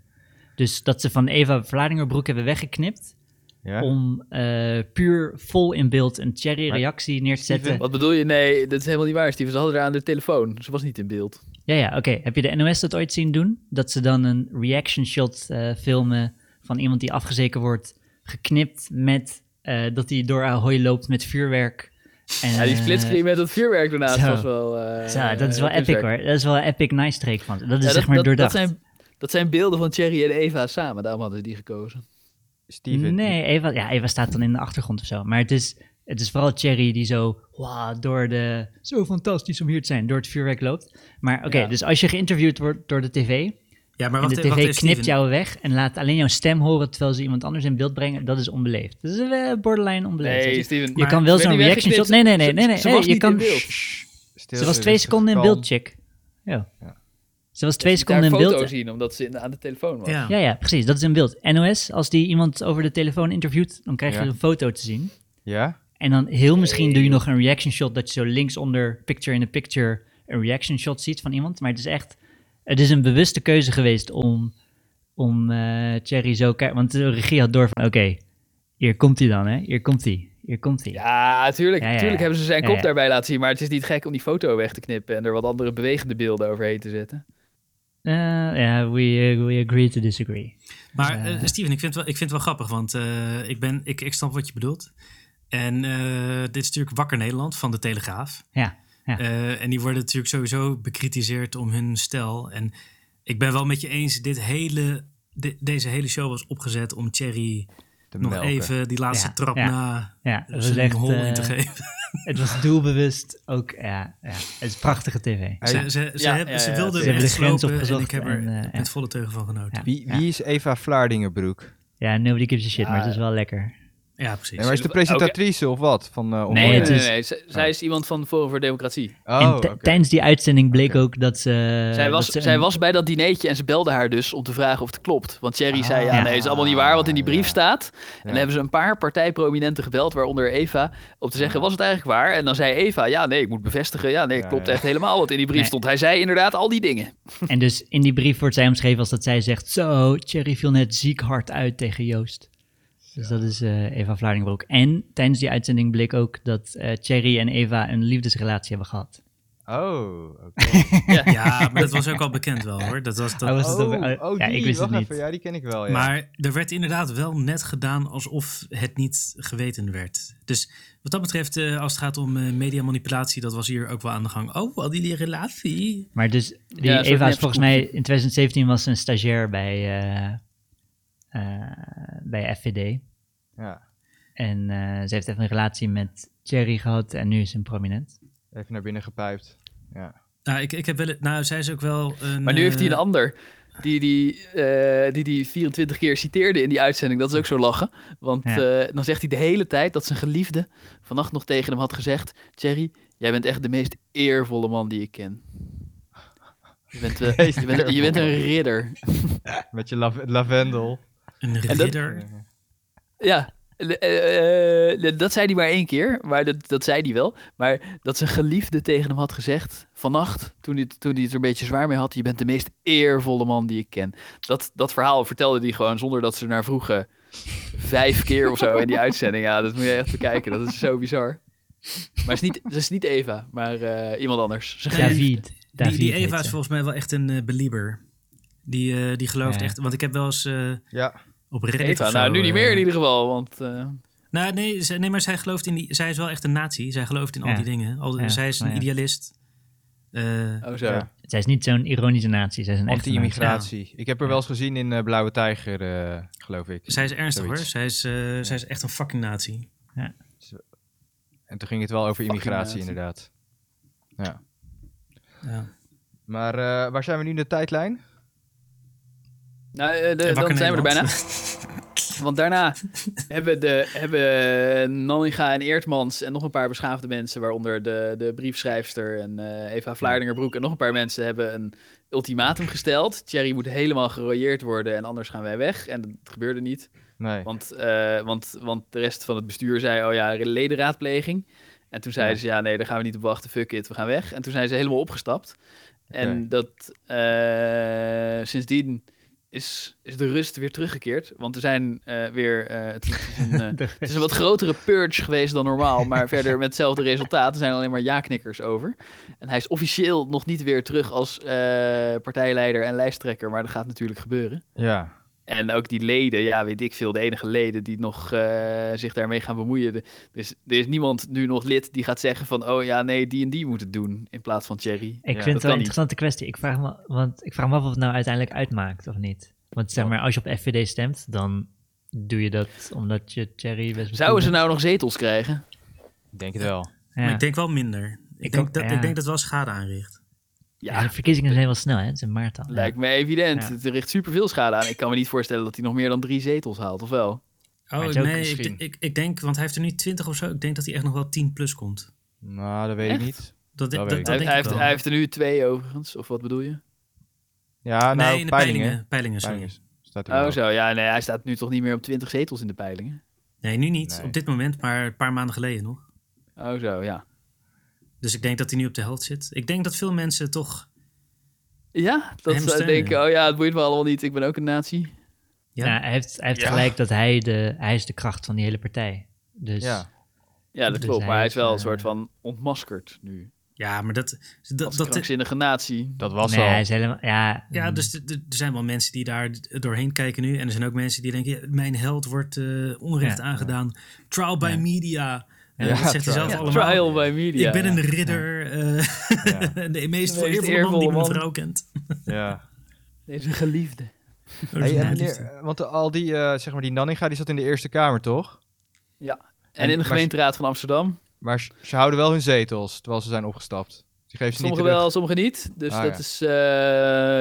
[SPEAKER 4] Dus dat ze van Eva Vlaardingerbroek hebben weggeknipt,
[SPEAKER 3] Ja?
[SPEAKER 4] om eh, puur vol in beeld een cherry-reactie neer te zetten.
[SPEAKER 2] Wat bedoel je? Nee, dat is helemaal niet waar, Steven. Ze hadden haar aan de telefoon. Ze was niet in beeld.
[SPEAKER 4] Ja, ja, oké. Heb je de NOS dat ooit zien doen? Dat ze dan een reaction shot eh, filmen van iemand die afgezeken wordt, geknipt met eh, dat hij door Ahoy loopt met vuurwerk. En,
[SPEAKER 2] Ja, die
[SPEAKER 4] eh,
[SPEAKER 2] splitscreen met dat vuurwerk daarnaast
[SPEAKER 4] zo.
[SPEAKER 2] was wel... eh,
[SPEAKER 4] Zo, dat is wel
[SPEAKER 2] eh,
[SPEAKER 4] epic
[SPEAKER 2] kunstwerk.
[SPEAKER 4] hoor. Dat is wel een epic nice streak van. ze. Dat is
[SPEAKER 2] Ja,
[SPEAKER 4] zeg maar
[SPEAKER 2] dat,
[SPEAKER 4] doordacht.
[SPEAKER 2] zijn, dat zijn beelden van Thierry en Eva samen. Daarom hadden ze die gekozen.
[SPEAKER 3] Steven.
[SPEAKER 4] Nee, Eva, ja, Eva staat dan in de achtergrond of zo. Maar het is, het is vooral Cherry die zo wow, door de... Zo fantastisch om hier te zijn, door het vuurwerk loopt. Maar oké,
[SPEAKER 2] Ja.
[SPEAKER 4] dus als je geïnterviewd wordt door de tv...
[SPEAKER 1] Ja, maar
[SPEAKER 4] en
[SPEAKER 1] wacht,
[SPEAKER 4] de
[SPEAKER 1] even, wacht
[SPEAKER 4] tv
[SPEAKER 1] even,
[SPEAKER 4] knipt
[SPEAKER 1] Steven.
[SPEAKER 4] jou weg en laat alleen jouw stem horen... terwijl ze iemand anders in beeld brengen, dat is onbeleefd. Dat is eh, borderline onbeleefd.
[SPEAKER 2] Nee,
[SPEAKER 4] Dus
[SPEAKER 2] Steven.
[SPEAKER 4] je kan wel
[SPEAKER 2] ze
[SPEAKER 4] zo'n
[SPEAKER 2] werd niet
[SPEAKER 4] reaction shot... Nee,
[SPEAKER 2] weggeknipt.
[SPEAKER 4] nee, nee.
[SPEAKER 2] Ze-
[SPEAKER 4] nee, nee.
[SPEAKER 2] ze was
[SPEAKER 4] Hey, je
[SPEAKER 2] niet in
[SPEAKER 4] kan...
[SPEAKER 2] beeld.
[SPEAKER 3] Stil,
[SPEAKER 4] Ze was twee
[SPEAKER 3] rustig,
[SPEAKER 4] seconden in
[SPEAKER 3] kalm.
[SPEAKER 4] beeld, chick. Ja.
[SPEAKER 3] Ja.
[SPEAKER 4] Ze was twee seconden in
[SPEAKER 2] Daar
[SPEAKER 4] beeld.
[SPEAKER 2] foto zien, omdat ze in- aan de telefoon was.
[SPEAKER 1] Ja.
[SPEAKER 4] Ja, ja, precies. Dat is in beeld. NOS, als die iemand over de telefoon interviewt, dan krijg
[SPEAKER 3] Ja.
[SPEAKER 4] je een foto te zien.
[SPEAKER 3] Ja?
[SPEAKER 4] En dan heel misschien doe je nog een reaction shot dat je zo linksonder picture in the picture een reaction shot ziet van iemand. Maar het is echt, het is een bewuste keuze geweest om, om eh Thierry zo... ke- Want de regie had door van, oké, hier komt hij dan, hè. Hier komt hij, hier komt hij.
[SPEAKER 2] Ja, tuurlijk,
[SPEAKER 4] Ja, ja,
[SPEAKER 2] tuurlijk
[SPEAKER 4] ja.
[SPEAKER 2] hebben ze zijn
[SPEAKER 4] Ja,
[SPEAKER 2] kop
[SPEAKER 4] ja.
[SPEAKER 2] daarbij laten zien. Maar het is niet gek om die foto weg te knippen en er wat andere bewegende beelden overheen te zetten.
[SPEAKER 4] Eh, ja, we, we agree to disagree.
[SPEAKER 1] Maar eh, Steven, ik vind, het wel, ik vind het wel grappig, want eh, ik, ben, ik, ik snap wat je bedoelt. En eh, dit is natuurlijk Wakker Nederland van de Telegraaf.
[SPEAKER 4] Ja, ja.
[SPEAKER 1] Eh, en die worden natuurlijk sowieso bekritiseerd om hun stijl. En ik ben wel met je eens, dit hele, de- deze hele show was opgezet om Thierry
[SPEAKER 3] Te
[SPEAKER 1] nog
[SPEAKER 3] melken.
[SPEAKER 1] even die laatste
[SPEAKER 4] Ja,
[SPEAKER 1] trap
[SPEAKER 4] ja.
[SPEAKER 1] na
[SPEAKER 4] ja, dat is
[SPEAKER 1] zijn
[SPEAKER 4] echt,
[SPEAKER 1] hol in te
[SPEAKER 4] eh,
[SPEAKER 1] geven.
[SPEAKER 4] Het was doelbewust ook, ja, ja. Het is prachtige tv.
[SPEAKER 1] (laughs) Ze, ze, ze,
[SPEAKER 2] ja,
[SPEAKER 1] hebben-
[SPEAKER 2] ja,
[SPEAKER 1] ze
[SPEAKER 2] ja,
[SPEAKER 1] wilden hem
[SPEAKER 4] ze hebben de
[SPEAKER 1] echt
[SPEAKER 4] grens
[SPEAKER 1] slopen en
[SPEAKER 4] opgezocht
[SPEAKER 1] ik heb er
[SPEAKER 4] en, eh,
[SPEAKER 1] met
[SPEAKER 4] ja.
[SPEAKER 1] volle teugen van genoten.
[SPEAKER 4] Ja.
[SPEAKER 3] Wie, wie is Eva Vlaardingerbroek?
[SPEAKER 4] Ja, nobody gives a shit, maar
[SPEAKER 2] Ja,
[SPEAKER 4] het is wel lekker.
[SPEAKER 1] Ja, precies.
[SPEAKER 3] Nee, maar is de presentatrice of wat? Van, eh,
[SPEAKER 4] Nee,
[SPEAKER 2] Nee,
[SPEAKER 4] het
[SPEAKER 2] nee,
[SPEAKER 4] is-
[SPEAKER 2] nee. Z- Zij is iemand van Forum voor Democratie.
[SPEAKER 3] Oh,
[SPEAKER 4] en t-
[SPEAKER 3] oké.
[SPEAKER 4] tijdens die uitzending bleek
[SPEAKER 3] Oké.
[SPEAKER 4] ook dat ze...
[SPEAKER 2] zij was,
[SPEAKER 4] dat ze
[SPEAKER 2] zij
[SPEAKER 4] een-
[SPEAKER 2] was bij dat dinertje en ze belde haar dus om te vragen of het klopt. Want Thierry zei, ja,
[SPEAKER 4] Ah,
[SPEAKER 2] nee, is allemaal niet waar wat in die brief
[SPEAKER 3] ja.
[SPEAKER 2] staat. En
[SPEAKER 3] Ja.
[SPEAKER 2] dan hebben ze een paar partijprominenten gebeld, waaronder Eva, om te zeggen, was het eigenlijk waar? En dan zei Eva, ja, nee, ik moet bevestigen. Ja, nee,
[SPEAKER 3] Ja,
[SPEAKER 2] klopt
[SPEAKER 3] ja.
[SPEAKER 2] echt helemaal wat in die brief
[SPEAKER 4] Nee.
[SPEAKER 2] stond. Hij zei inderdaad al die dingen.
[SPEAKER 4] En dus in die brief wordt zij omschreven als dat zij zegt... Zo, Thierry viel net ziek hard uit tegen Joost. Dus dat is eh, Eva Vlaardingbroek. En tijdens die uitzending bleek ook dat eh Thierry en Eva een liefdesrelatie hebben gehad.
[SPEAKER 3] Oh, oké.
[SPEAKER 1] Ja, maar dat was ook al bekend wel hoor. Dat was, dat,
[SPEAKER 4] Oh, was het
[SPEAKER 3] Oh,
[SPEAKER 4] dat- oh,
[SPEAKER 3] oh,
[SPEAKER 4] ja,
[SPEAKER 3] die,
[SPEAKER 4] ik wist het
[SPEAKER 3] wacht
[SPEAKER 4] niet.
[SPEAKER 3] even, ja, die ken ik wel, ja.
[SPEAKER 1] Maar er werd inderdaad wel net gedaan alsof het niet geweten werd. Dus wat dat betreft, eh, als het gaat om eh, mediamanipulatie, dat was hier ook wel aan de gang. Oh, al die relatie.
[SPEAKER 4] Maar dus die
[SPEAKER 2] een soort
[SPEAKER 4] Eva is
[SPEAKER 2] nep
[SPEAKER 4] volgens mij... In 2017 was ze een stagiair bij, eh, eh, bij FVD.
[SPEAKER 3] ja.
[SPEAKER 4] En eh, ze heeft even een relatie met Thierry gehad. En nu is ze een prominent.
[SPEAKER 3] Even naar binnen gepijpt. Ja.
[SPEAKER 1] Nou, ik, ik heb wel, nou, zij is ook wel een...
[SPEAKER 2] Maar nu heeft hij een
[SPEAKER 1] eh,
[SPEAKER 2] ander, die die, eh, die die 24 keer citeerde in die uitzending. Dat is ook zo lachen. Want
[SPEAKER 4] Ja.
[SPEAKER 2] eh, dan zegt hij de hele tijd dat zijn geliefde vannacht nog tegen hem had gezegd... Thierry, jij bent echt de meest eervolle man die ik ken. Je bent, eh,
[SPEAKER 3] Meest
[SPEAKER 2] je bent, je bent een
[SPEAKER 3] eervolle.
[SPEAKER 2] ridder.
[SPEAKER 3] Met je lav- lavendel.
[SPEAKER 1] een
[SPEAKER 2] dat-
[SPEAKER 1] ridder.
[SPEAKER 2] Ja, eh, eh, eh, dat zei hij maar één keer, maar dat, dat zei hij wel. Maar dat zijn geliefde tegen hem had gezegd vannacht, toen hij, toen hij het er een beetje zwaar mee had, je bent de meest eervolle man die ik ken. Dat, dat verhaal vertelde hij gewoon zonder dat ze naar vroegen. Vijf keer of zo in die uitzending. Ja, dat moet je echt bekijken. Dat is zo bizar. Maar het is niet, het is niet Eva, maar eh, iemand anders. Ze-
[SPEAKER 4] David.
[SPEAKER 1] Die,
[SPEAKER 4] David
[SPEAKER 1] die
[SPEAKER 4] heet
[SPEAKER 1] Eva is
[SPEAKER 4] ze.
[SPEAKER 1] volgens mij wel echt een eh, belieber. Die, eh, die gelooft
[SPEAKER 4] Ja.
[SPEAKER 1] echt... Want ik heb wel eens eh,
[SPEAKER 3] Ja.
[SPEAKER 1] op Reddit
[SPEAKER 2] Eva,
[SPEAKER 1] of zo,
[SPEAKER 2] nou nu niet meer in
[SPEAKER 1] eh,
[SPEAKER 2] ieder geval, want... eh,
[SPEAKER 1] Nou, nee, zij, nee, maar zij gelooft in die. Zij is wel echt een nazi. Zij gelooft in al
[SPEAKER 4] Ja.
[SPEAKER 1] die dingen. Al,
[SPEAKER 4] Ja,
[SPEAKER 1] zij is een
[SPEAKER 4] nou ja.
[SPEAKER 1] idealist. Eh,
[SPEAKER 2] oh zo.
[SPEAKER 3] Ja.
[SPEAKER 4] Zij is niet zo'n ironische natie, zij is een echte natie.
[SPEAKER 3] Anti-immigratie. Ik heb haar wel eens gezien in eh, Blauwe Tijger, eh, geloof ik.
[SPEAKER 1] zij is ernstig
[SPEAKER 3] Zoiets.
[SPEAKER 1] hoor. Zij is, eh, zij is echt een fucking nazi.
[SPEAKER 3] En toen ging het wel over
[SPEAKER 2] Fucking
[SPEAKER 3] immigratie,
[SPEAKER 2] nazi.
[SPEAKER 3] inderdaad. Ja.
[SPEAKER 1] Ja.
[SPEAKER 3] Maar eh, waar zijn we nu in de tijdlijn?
[SPEAKER 2] Nou, eh, de-
[SPEAKER 1] En wakker
[SPEAKER 2] dan zijn we er bijna.
[SPEAKER 1] Nederland. (laughs)
[SPEAKER 2] Want daarna hebben, de, hebben Nanninga en Eertmans en nog een paar beschaafde mensen, waaronder de, de briefschrijfster en eh, Eva Vlaardingerbroek en nog een paar mensen, hebben een ultimatum gesteld. Thierry moet helemaal gerooieerd worden en anders gaan wij weg. En dat gebeurde niet,
[SPEAKER 3] Nee.
[SPEAKER 2] want, eh, want, want de rest van het bestuur zei, oh ja, ledenraadpleging. En toen zeiden ze, ja nee, daar gaan we niet op wachten, fuck it, we gaan weg. En toen zijn ze helemaal opgestapt. En dat eh, sindsdien is, is de rust weer teruggekeerd. Want er zijn eh, weer. eh, het, het is een, eh, het is een wat grotere purge geweest dan normaal. Maar verder met hetzelfde resultaat. Er zijn alleen maar ja-knikkers over. En hij is officieel nog niet weer terug als eh, partijleider en lijsttrekker. Maar dat gaat natuurlijk gebeuren.
[SPEAKER 3] Ja.
[SPEAKER 2] En ook die leden, ja, weet ik veel. De enige leden die nog eh, zich daarmee gaan bemoeien. De- dus er is niemand nu nog lid die gaat zeggen van... oh ja, nee, die en die moet het doen in plaats van Thierry.
[SPEAKER 4] Ik
[SPEAKER 3] Ja,
[SPEAKER 4] vind
[SPEAKER 2] dat
[SPEAKER 4] het
[SPEAKER 2] kan
[SPEAKER 4] wel een
[SPEAKER 2] niet.
[SPEAKER 4] interessante kwestie. Ik vraag, me, want ik vraag me af of het nou uiteindelijk uitmaakt of niet. Want zeg maar, als je op FVD stemt, dan doe je dat omdat je Thierry best
[SPEAKER 2] Zouden ze
[SPEAKER 4] bedoelt.
[SPEAKER 2] nou nog zetels krijgen?
[SPEAKER 3] Ik denk het wel.
[SPEAKER 1] Maar
[SPEAKER 4] Ja.
[SPEAKER 1] ik denk wel minder. Ik, denk,
[SPEAKER 4] ook,
[SPEAKER 1] dat,
[SPEAKER 4] ja.
[SPEAKER 1] ik denk dat wel schade aanricht.
[SPEAKER 4] Ja, de verkiezingen zijn wel snel, hè? Het is in maart al.
[SPEAKER 2] Lijkt me evident.
[SPEAKER 4] Ja.
[SPEAKER 2] Het richt superveel schade aan. Ik kan me niet voorstellen dat hij nog meer dan drie zetels haalt, of wel?
[SPEAKER 1] Oh
[SPEAKER 4] het is ook
[SPEAKER 1] nee,
[SPEAKER 3] misschien.
[SPEAKER 1] ik, ik, ik denk, want hij heeft er nu 20 of zo. Ik denk dat hij echt nog wel 10 plus komt.
[SPEAKER 3] Nou, dat weet
[SPEAKER 2] Echt?
[SPEAKER 3] ik niet.
[SPEAKER 1] Dat,
[SPEAKER 3] Dat
[SPEAKER 1] dat,
[SPEAKER 3] weet
[SPEAKER 1] dat,
[SPEAKER 3] ik niet.
[SPEAKER 2] Hij,
[SPEAKER 1] denk
[SPEAKER 2] hij
[SPEAKER 1] ik
[SPEAKER 2] heeft,
[SPEAKER 1] wel.
[SPEAKER 2] hij heeft er nu twee overigens, of wat bedoel je?
[SPEAKER 3] Ja, nou,
[SPEAKER 1] nee, in de
[SPEAKER 3] peilingen.
[SPEAKER 1] peilingen. Peilingen, sorry.
[SPEAKER 3] Peilingen staat er wel
[SPEAKER 2] Oh
[SPEAKER 3] op.
[SPEAKER 2] zo, ja, nee, hij staat nu toch niet meer op twintig zetels in de peilingen?
[SPEAKER 1] Nee, nu niet.
[SPEAKER 3] Nee.
[SPEAKER 1] Op dit moment, maar een paar maanden geleden nog.
[SPEAKER 2] Oh zo, ja.
[SPEAKER 1] Dus ik denk dat hij nu op de helft zit. Ik denk dat veel mensen toch...
[SPEAKER 2] Ja, dat
[SPEAKER 1] Hem
[SPEAKER 2] ze
[SPEAKER 1] steunen.
[SPEAKER 2] denken, oh ja, het boeit me allemaal niet, ik ben ook een nazi.
[SPEAKER 1] Ja,
[SPEAKER 4] Nou, hij heeft, hij heeft gelijk dat hij de, hij is de kracht van die hele partij. Dus
[SPEAKER 3] Ja.
[SPEAKER 2] Ja, dat
[SPEAKER 4] Dus
[SPEAKER 2] klopt,
[SPEAKER 4] hij
[SPEAKER 2] maar hij
[SPEAKER 4] is,
[SPEAKER 2] is wel een
[SPEAKER 4] eh,
[SPEAKER 2] soort van ontmaskerd nu.
[SPEAKER 1] ja maar dat...
[SPEAKER 2] Als
[SPEAKER 1] dat,
[SPEAKER 2] dat,
[SPEAKER 1] dat
[SPEAKER 2] krankzinnige nazi.
[SPEAKER 3] Dat was
[SPEAKER 4] nee,
[SPEAKER 3] al.
[SPEAKER 4] hij is helemaal. Ja,
[SPEAKER 1] Ja,
[SPEAKER 4] mm,
[SPEAKER 1] dus d- d- er zijn wel mensen die daar d- doorheen kijken nu. En er zijn ook mensen die denken, ja, mijn held wordt eh, onrecht
[SPEAKER 4] Ja.
[SPEAKER 1] aangedaan. Trial by
[SPEAKER 4] Ja.
[SPEAKER 1] media. Eh,
[SPEAKER 3] Ja,
[SPEAKER 1] dat zegt hij
[SPEAKER 3] trial.
[SPEAKER 1] zelf
[SPEAKER 3] Ja,
[SPEAKER 1] allemaal.
[SPEAKER 2] Trial by media.
[SPEAKER 1] Ik ben een ridder. eh, (laughs)
[SPEAKER 3] Ja.
[SPEAKER 1] de meest
[SPEAKER 2] De meest
[SPEAKER 1] eervolle man die
[SPEAKER 2] eervolle
[SPEAKER 1] mijn
[SPEAKER 2] man.
[SPEAKER 1] vrouw kent.
[SPEAKER 3] Ja.
[SPEAKER 2] Deze geliefde.
[SPEAKER 3] Hey, en
[SPEAKER 1] Ja,
[SPEAKER 3] meneer,
[SPEAKER 1] liefde.
[SPEAKER 3] eh, want de- al die, eh, zeg maar, die Nanninga, die zat in de Eerste Kamer, toch?
[SPEAKER 2] En in de gemeenteraad van Amsterdam.
[SPEAKER 3] Maar ze, ze houden wel hun zetels, terwijl ze zijn opgestapt. Die geeft ze niet
[SPEAKER 2] Sommige
[SPEAKER 3] terug.
[SPEAKER 2] wel, sommige niet. Dus
[SPEAKER 3] Ah,
[SPEAKER 2] dat
[SPEAKER 3] ja.
[SPEAKER 2] is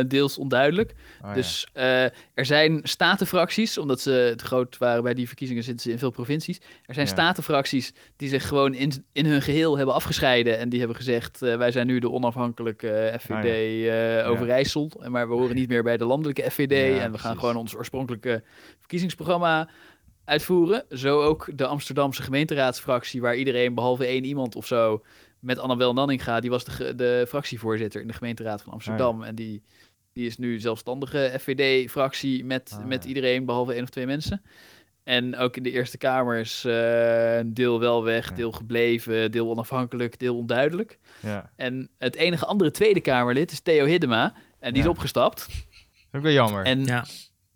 [SPEAKER 2] eh, deels onduidelijk.
[SPEAKER 3] Oh, ja.
[SPEAKER 2] Dus eh, er zijn statenfracties, omdat ze te groot waren bij die verkiezingen, zitten ze in veel provincies. Er zijn
[SPEAKER 3] Ja.
[SPEAKER 2] statenfracties die zich gewoon in, in hun geheel hebben afgescheiden. En die hebben gezegd: eh, wij zijn nu de onafhankelijke eh,
[SPEAKER 3] Oh,
[SPEAKER 2] FVD eh, Overijssel. en Maar we horen niet meer bij de landelijke FVD.
[SPEAKER 3] Ja,
[SPEAKER 2] en we gaan
[SPEAKER 3] precies.
[SPEAKER 2] gewoon ons oorspronkelijke verkiezingsprogramma uitvoeren. Zo ook de Amsterdamse gemeenteraadsfractie, waar iedereen behalve één iemand of zo. Met Annabel Nanninga, die was de, ge- de fractievoorzitter in de gemeenteraad
[SPEAKER 3] Oh,
[SPEAKER 2] van Amsterdam. En die die is nu zelfstandige FVD-fractie met,
[SPEAKER 3] Ah,
[SPEAKER 2] met
[SPEAKER 3] ja.
[SPEAKER 2] iedereen, behalve één of twee mensen. En ook in de Eerste Kamer is eh, een deel wel weg,
[SPEAKER 3] Ja.
[SPEAKER 2] deel gebleven, deel onafhankelijk, deel onduidelijk.
[SPEAKER 3] ja.
[SPEAKER 2] En het enige andere Tweede Kamerlid is Theo Hiddema. En die
[SPEAKER 3] Ja.
[SPEAKER 2] is opgestapt.
[SPEAKER 3] Dat is ook wel jammer.
[SPEAKER 2] En,
[SPEAKER 1] Ja.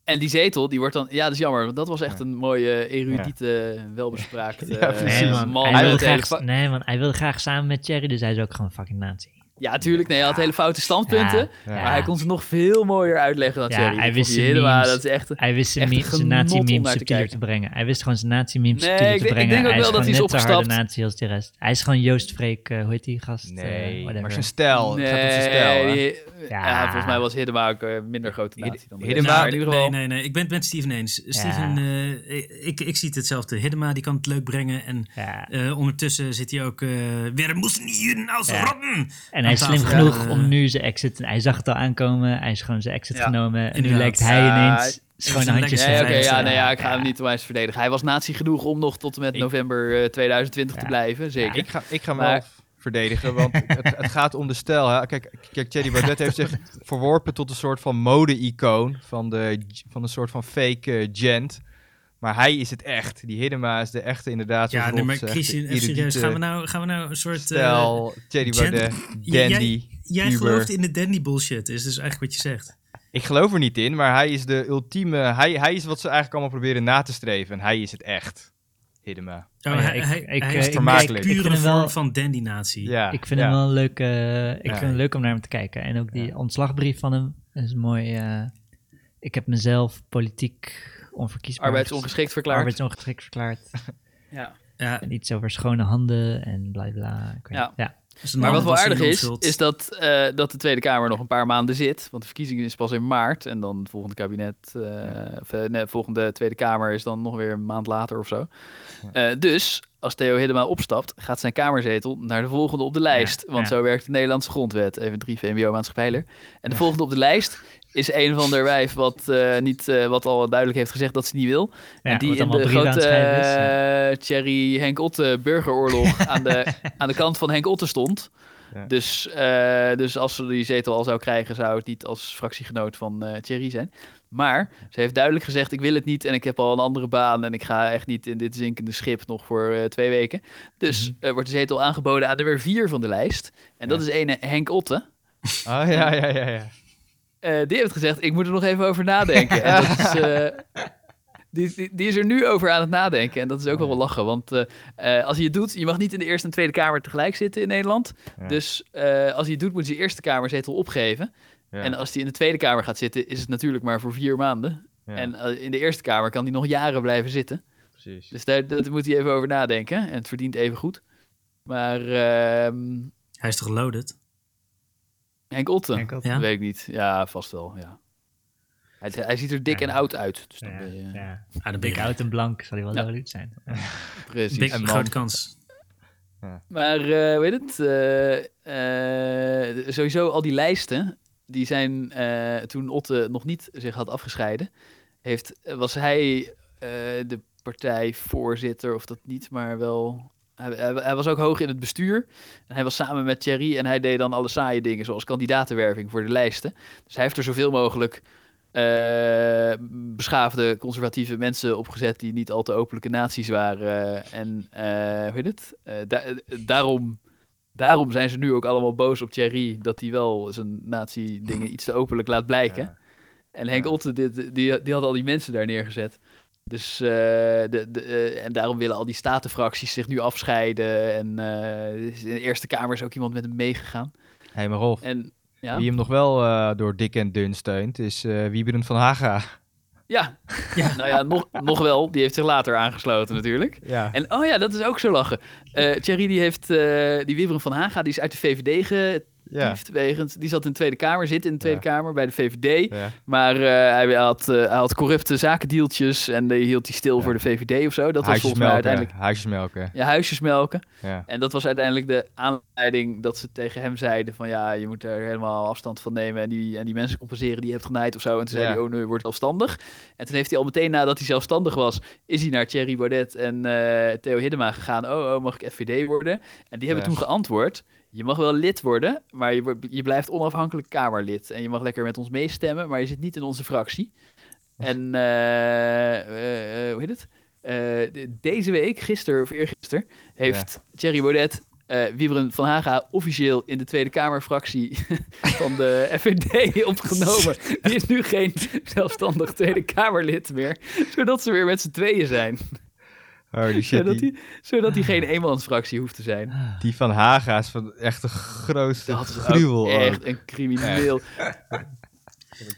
[SPEAKER 2] en die zetel, die wordt dan... Ja, dat is jammer, want dat was echt
[SPEAKER 3] Ja.
[SPEAKER 2] een mooie, erudite, welbespraakte
[SPEAKER 3] (laughs) Ja,
[SPEAKER 2] eh,
[SPEAKER 3] precies.
[SPEAKER 4] Nee man,
[SPEAKER 2] man.
[SPEAKER 4] hij
[SPEAKER 2] met
[SPEAKER 4] wilde
[SPEAKER 2] het hele
[SPEAKER 4] graag,
[SPEAKER 2] fa-
[SPEAKER 4] nee, want hij wilde graag samen met Thierry, dus hij is ook gewoon fucking nazi.
[SPEAKER 2] Ja, tuurlijk. Nee, hij had hele foute standpunten.
[SPEAKER 3] Ja.
[SPEAKER 2] Maar hij kon ze nog veel mooier uitleggen dan
[SPEAKER 4] Ja,
[SPEAKER 2] Thierry.
[SPEAKER 4] hij
[SPEAKER 2] Ik vond
[SPEAKER 4] wist
[SPEAKER 2] die
[SPEAKER 4] de
[SPEAKER 2] Hiddema,
[SPEAKER 4] memes.
[SPEAKER 2] dat is echt...
[SPEAKER 4] Hij wist zijn,
[SPEAKER 2] Echt
[SPEAKER 4] meme-
[SPEAKER 2] een
[SPEAKER 4] zijn
[SPEAKER 2] genot om
[SPEAKER 4] nazi-meme
[SPEAKER 2] naar te
[SPEAKER 4] subtieler
[SPEAKER 2] kijken.
[SPEAKER 4] te brengen. Hij wist gewoon zijn nazi-meme
[SPEAKER 2] Nee,
[SPEAKER 4] subtieler
[SPEAKER 2] ik
[SPEAKER 4] te
[SPEAKER 2] denk- ik
[SPEAKER 4] brengen.
[SPEAKER 2] denk ook
[SPEAKER 4] hij
[SPEAKER 2] wel dat hij is
[SPEAKER 4] gewoon net zo harde
[SPEAKER 2] opgestapt.
[SPEAKER 4] nazi als de rest. Hij is gewoon Joost Freek, eh, hoe heet die gast? Eh,
[SPEAKER 3] Nee,
[SPEAKER 4] whatever.
[SPEAKER 3] maar zijn stijl. Oh, Het gaat om zijn stijl.
[SPEAKER 2] Nee,
[SPEAKER 3] hè?
[SPEAKER 2] die- ja.
[SPEAKER 4] Ja.
[SPEAKER 2] volgens mij was Hiddema ook eh, minder grote
[SPEAKER 3] Hid-
[SPEAKER 2] natie dan de
[SPEAKER 3] Hiddema-
[SPEAKER 2] rest. Maar
[SPEAKER 1] Nou,
[SPEAKER 2] in ieder
[SPEAKER 1] nee,
[SPEAKER 2] geval,
[SPEAKER 1] nee, nee. Ik ben het met Steven eens. Steven, eh, ik, ik zie het hetzelfde. Hiddema, die kan het leuk brengen. En
[SPEAKER 4] Ja.
[SPEAKER 1] eh, ondertussen zit hij ook... eh weer moesten niet als
[SPEAKER 4] Ja.
[SPEAKER 1] rotten!
[SPEAKER 4] En hij is
[SPEAKER 1] Aan tafel,
[SPEAKER 4] slim genoeg
[SPEAKER 1] eh,
[SPEAKER 4] om nu zijn exit... Hij zag het al aankomen. Hij is gewoon zijn exit
[SPEAKER 1] Ja,
[SPEAKER 4] genomen. En nu
[SPEAKER 1] inderdaad.
[SPEAKER 4] lijkt hij
[SPEAKER 2] Ja,
[SPEAKER 4] ineens schone
[SPEAKER 1] een
[SPEAKER 4] handjes
[SPEAKER 1] lekker-
[SPEAKER 2] Nee,
[SPEAKER 4] te
[SPEAKER 2] oké,
[SPEAKER 1] Nee,
[SPEAKER 2] ja,
[SPEAKER 4] verrijzen.
[SPEAKER 2] nee, ja, ik ga hem niet onwijs verdedigen. Hij was natie genoeg om nog tot en met
[SPEAKER 3] Ik-
[SPEAKER 2] november eh, 2020 te
[SPEAKER 4] Ja.
[SPEAKER 2] blijven,
[SPEAKER 3] Ja,
[SPEAKER 2] zeker.
[SPEAKER 3] ik ga, ik ga hem
[SPEAKER 2] Maar-
[SPEAKER 3] wel verdedigen, want het, het gaat om de stijl. Hè? Kijk, kijk, Thierry Baudet heeft zich verworpen tot een soort van mode-icoon van, de, van een soort van fake eh, gent. Maar hij is het echt. Die Hiddema is de echte inderdaad.
[SPEAKER 1] Ja,
[SPEAKER 3] zoals
[SPEAKER 1] nee,
[SPEAKER 3] Rob
[SPEAKER 1] maar
[SPEAKER 4] eh,
[SPEAKER 3] zegt,
[SPEAKER 1] Christian,
[SPEAKER 3] de
[SPEAKER 1] even serieus.
[SPEAKER 3] erudite
[SPEAKER 1] Gaan we nou, gaan we nou een soort... eh,
[SPEAKER 3] stijl, Thierry
[SPEAKER 1] gent-
[SPEAKER 3] Baudet,
[SPEAKER 1] Jij-
[SPEAKER 3] dandy.
[SPEAKER 1] jij
[SPEAKER 3] Uber.
[SPEAKER 1] gelooft in de dandy bullshit, is dus eigenlijk wat je
[SPEAKER 4] Oh
[SPEAKER 1] zegt.
[SPEAKER 3] Ik geloof er niet in, maar hij is de ultieme... Hij, hij is wat ze eigenlijk allemaal proberen na te streven. En hij is het echt. Hiddema.
[SPEAKER 1] Oh,
[SPEAKER 4] ja,
[SPEAKER 1] hij,
[SPEAKER 4] ik-
[SPEAKER 1] hij,
[SPEAKER 4] ik,
[SPEAKER 1] hij
[SPEAKER 4] eh,
[SPEAKER 1] is
[SPEAKER 4] ik-
[SPEAKER 1] de
[SPEAKER 3] vermakelijk.
[SPEAKER 4] Ik vind
[SPEAKER 1] pure
[SPEAKER 4] hem wel-
[SPEAKER 1] vorm van dandy-natie.
[SPEAKER 3] Ja,
[SPEAKER 4] Ik vind
[SPEAKER 3] ja.
[SPEAKER 4] hem wel leuk, eh, ik
[SPEAKER 3] Ja.
[SPEAKER 4] vind hem leuk om naar hem te kijken. En ook die
[SPEAKER 3] Ja.
[SPEAKER 4] ontslagbrief van hem is mooi. eh, ik heb mezelf politiek onverkiesbaar...
[SPEAKER 2] Arbeidsongeschikt verklaard.
[SPEAKER 4] arbeidsongeschikt verklaard.
[SPEAKER 2] Ja.
[SPEAKER 1] Ja,
[SPEAKER 4] En iets over schone handen en bla bla. Ik weet
[SPEAKER 2] Ja.
[SPEAKER 4] niet. ja.
[SPEAKER 1] dus een
[SPEAKER 2] Maar wat
[SPEAKER 1] ander
[SPEAKER 2] wel
[SPEAKER 1] was
[SPEAKER 2] aardig
[SPEAKER 1] in de
[SPEAKER 2] is,
[SPEAKER 1] onschuld.
[SPEAKER 2] is dat, eh, dat de Tweede Kamer nog een paar maanden zit. Want de verkiezingen is pas in maart. En dan het volgende kabinet, eh, of eh, nee, volgende Tweede Kamer is dan nog weer een maand later of zo. Eh, dus als Theo Hiddema opstapt, gaat zijn kamerzetel naar de volgende op de lijst. want
[SPEAKER 4] ja.
[SPEAKER 2] zo werkt de Nederlandse grondwet. Even drie VMBO-maatschappijler. En de volgende op de lijst is een van der wijf wat, eh, niet, eh, wat al duidelijk heeft gezegd dat ze niet wil.
[SPEAKER 4] Ja,
[SPEAKER 2] en die
[SPEAKER 4] wat
[SPEAKER 2] in
[SPEAKER 4] allemaal
[SPEAKER 2] de
[SPEAKER 4] brieven aan het
[SPEAKER 2] grote
[SPEAKER 4] schrijven is,
[SPEAKER 2] eh, Thierry Henk Otte
[SPEAKER 4] (laughs)
[SPEAKER 2] burgeroorlog aan de, aan de kant van Henk Otte stond.
[SPEAKER 3] Ja.
[SPEAKER 2] Dus, eh, dus als ze die zetel al zou krijgen, zou het niet als fractiegenoot van eh, Thierry zijn. Maar ze heeft duidelijk gezegd, ik wil het niet en ik heb al een andere baan... en ik ga echt niet in dit zinkende schip nog voor eh, twee weken. Dus
[SPEAKER 4] Mhm.
[SPEAKER 2] eh, wordt de zetel aangeboden aan nummer vier van de lijst. En dat
[SPEAKER 3] Ja.
[SPEAKER 2] is ene Henk Otte.
[SPEAKER 3] Ah, ja, ja, ja, ja.
[SPEAKER 2] Eh, die heeft gezegd, ik moet er nog even over nadenken. En dat is,
[SPEAKER 3] (laughs)
[SPEAKER 2] eh, die, die, die is er nu over aan het nadenken. En dat is ook wel wel lachen. Want eh, eh, als je het doet, je mag niet in de Eerste en Tweede Kamer tegelijk zitten in Nederland.
[SPEAKER 3] Ja.
[SPEAKER 2] Dus eh, als je het doet, moet je de Eerste Kamerzetel opgeven.
[SPEAKER 3] Ja,
[SPEAKER 2] En als die in de Tweede Kamer gaat zitten, is het natuurlijk maar voor vier maanden.
[SPEAKER 3] ja,
[SPEAKER 2] En eh, in de Eerste Kamer kan die nog jaren blijven zitten.
[SPEAKER 3] precies.
[SPEAKER 2] Dus daar, daar moet hij even over nadenken. En het verdient even goed. Maar ehm,
[SPEAKER 1] Hij is toch loaded?
[SPEAKER 2] Henk Otten,
[SPEAKER 4] Henk Otte.
[SPEAKER 2] dat
[SPEAKER 1] Ja.
[SPEAKER 2] weet ik niet. Ja, vast wel, ja. Hij, hij ziet er dik
[SPEAKER 4] Ja.
[SPEAKER 2] en oud uit. Dus dan
[SPEAKER 4] ja.
[SPEAKER 2] ben je-
[SPEAKER 4] Ja. Ja.
[SPEAKER 1] Ah, dan ben
[SPEAKER 4] Dik,
[SPEAKER 1] je
[SPEAKER 4] oud en blank zal hij wel
[SPEAKER 2] Ja.
[SPEAKER 4] logisch zijn.
[SPEAKER 2] Precies.
[SPEAKER 1] Big,
[SPEAKER 2] En man.
[SPEAKER 1] grote kans.
[SPEAKER 2] Maar eh weet het, eh, eh, sowieso al die lijsten, die zijn eh, toen Otte nog niet zich had afgescheiden, heeft, was hij eh, de partijvoorzitter, of dat niet, maar wel... Hij, hij- hij was ook hoog in het bestuur. En hij was samen met Thierry en hij deed dan alle saaie dingen, zoals kandidatenwerving voor de lijsten. Dus hij heeft er zoveel mogelijk eh, beschaafde conservatieve mensen opgezet die niet al te openlijke naties waren. En eh, hoe heet het? Eh, da- eh, daarom, daarom zijn ze nu ook allemaal boos op Thierry dat hij wel zijn nazi-dingen iets te openlijk laat blijken.
[SPEAKER 3] Ja.
[SPEAKER 2] En Henk
[SPEAKER 3] Ja.
[SPEAKER 2] Otte, die, die, die had al die mensen daar neergezet. Dus eh, de, de, eh, en daarom willen al die statenfracties zich nu afscheiden. En eh, in de Eerste Kamer is ook iemand met hem meegegaan.
[SPEAKER 3] Hey, maar Rolf,
[SPEAKER 2] En ja,
[SPEAKER 3] Wie hem nog wel eh, door dik en dun steunt, is eh Wieberen van Haga.
[SPEAKER 2] Ja,
[SPEAKER 1] Ja.
[SPEAKER 2] (laughs) nou ja, nog, nog wel. Die heeft zich later aangesloten natuurlijk.
[SPEAKER 3] Ja.
[SPEAKER 2] En oh ja, dat is ook zo lachen. Eh Thierry die heeft, eh, die Wiebren van Haga, die is uit de VVD getiefd
[SPEAKER 3] ja.
[SPEAKER 2] wegens... Die zat in de Tweede Kamer, zit in de Tweede
[SPEAKER 3] Ja.
[SPEAKER 2] Kamer bij de VVD.
[SPEAKER 3] ja.
[SPEAKER 2] Maar eh, hij, had, eh, hij had corrupte zakendeeltjes en die hield hij stil
[SPEAKER 3] Ja.
[SPEAKER 2] voor de VVD of zo. Dat was
[SPEAKER 3] Huisjes
[SPEAKER 2] volgens mij
[SPEAKER 3] melken.
[SPEAKER 2] uiteindelijk...
[SPEAKER 3] Huisjes melken.
[SPEAKER 2] Ja, huisjes melken.
[SPEAKER 3] Ja.
[SPEAKER 2] En dat was uiteindelijk de aanleiding dat ze tegen hem zeiden van ja, je moet er helemaal afstand van nemen en die, en die mensen compenseren die je hebt genaaid of zo. En toen zei
[SPEAKER 3] Ja.
[SPEAKER 2] hij, oh nee, je wordt zelfstandig. En toen heeft hij al meteen nadat hij zelfstandig was, is hij naar Thierry Baudet en eh, Theo Hiddema gegaan. Oh, oh, mag ik FVD worden? En die hebben
[SPEAKER 3] Ja.
[SPEAKER 2] toen geantwoord, je mag wel lid worden, maar je, wordt- je blijft onafhankelijk Kamerlid. En je mag lekker met ons meestemmen, maar je zit niet in onze fractie. En eh, eh, eh, hoe heet het? Eh, de- deze week, gisteren of eergisteren, heeft Thierry Baudet eh Wiebren van Haga officieel in de Tweede Kamerfractie (laughs) van
[SPEAKER 3] (laughs)
[SPEAKER 2] de FVD opgenomen. Die is nu geen zelfstandig Tweede Kamerlid meer, zodat ze weer met z'n tweeën zijn.
[SPEAKER 3] Holy shit,
[SPEAKER 2] Zodat
[SPEAKER 3] die,
[SPEAKER 2] hij, zodat hij geen eenmansfractie hoeft te zijn.
[SPEAKER 3] die van Haga is van echt de grootste
[SPEAKER 2] Dat is ook
[SPEAKER 3] gruwel. ook.
[SPEAKER 2] echt een crimineel. (laughs)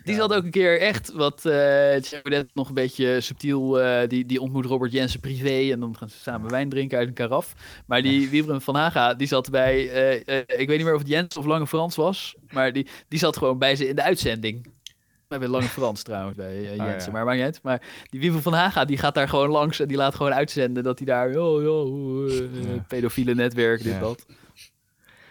[SPEAKER 2] Die zat ook een keer echt wat eh Thierry Baudet nog een beetje subtiel. eh, die, die ontmoet Robert Jensen privé en dan gaan ze samen wijn drinken uit een karaf. Maar die Wiebren van Haga, die zat bij. eh, eh, ik weet niet meer of het Jensen of Lange Frans was. Maar die, die zat gewoon bij ze in de uitzending. Bij bij Lange Frans trouwens, bij eh, Jensen.
[SPEAKER 3] Ah, ja.
[SPEAKER 2] Maar maakt niet uit. Maar die Wiebren van Haga, die gaat daar gewoon langs en die laat gewoon uitzenden dat hij daar. Oh, oh, eh,
[SPEAKER 3] Ja.
[SPEAKER 2] pedofiele netwerk, dit,
[SPEAKER 3] Ja.
[SPEAKER 2] dat.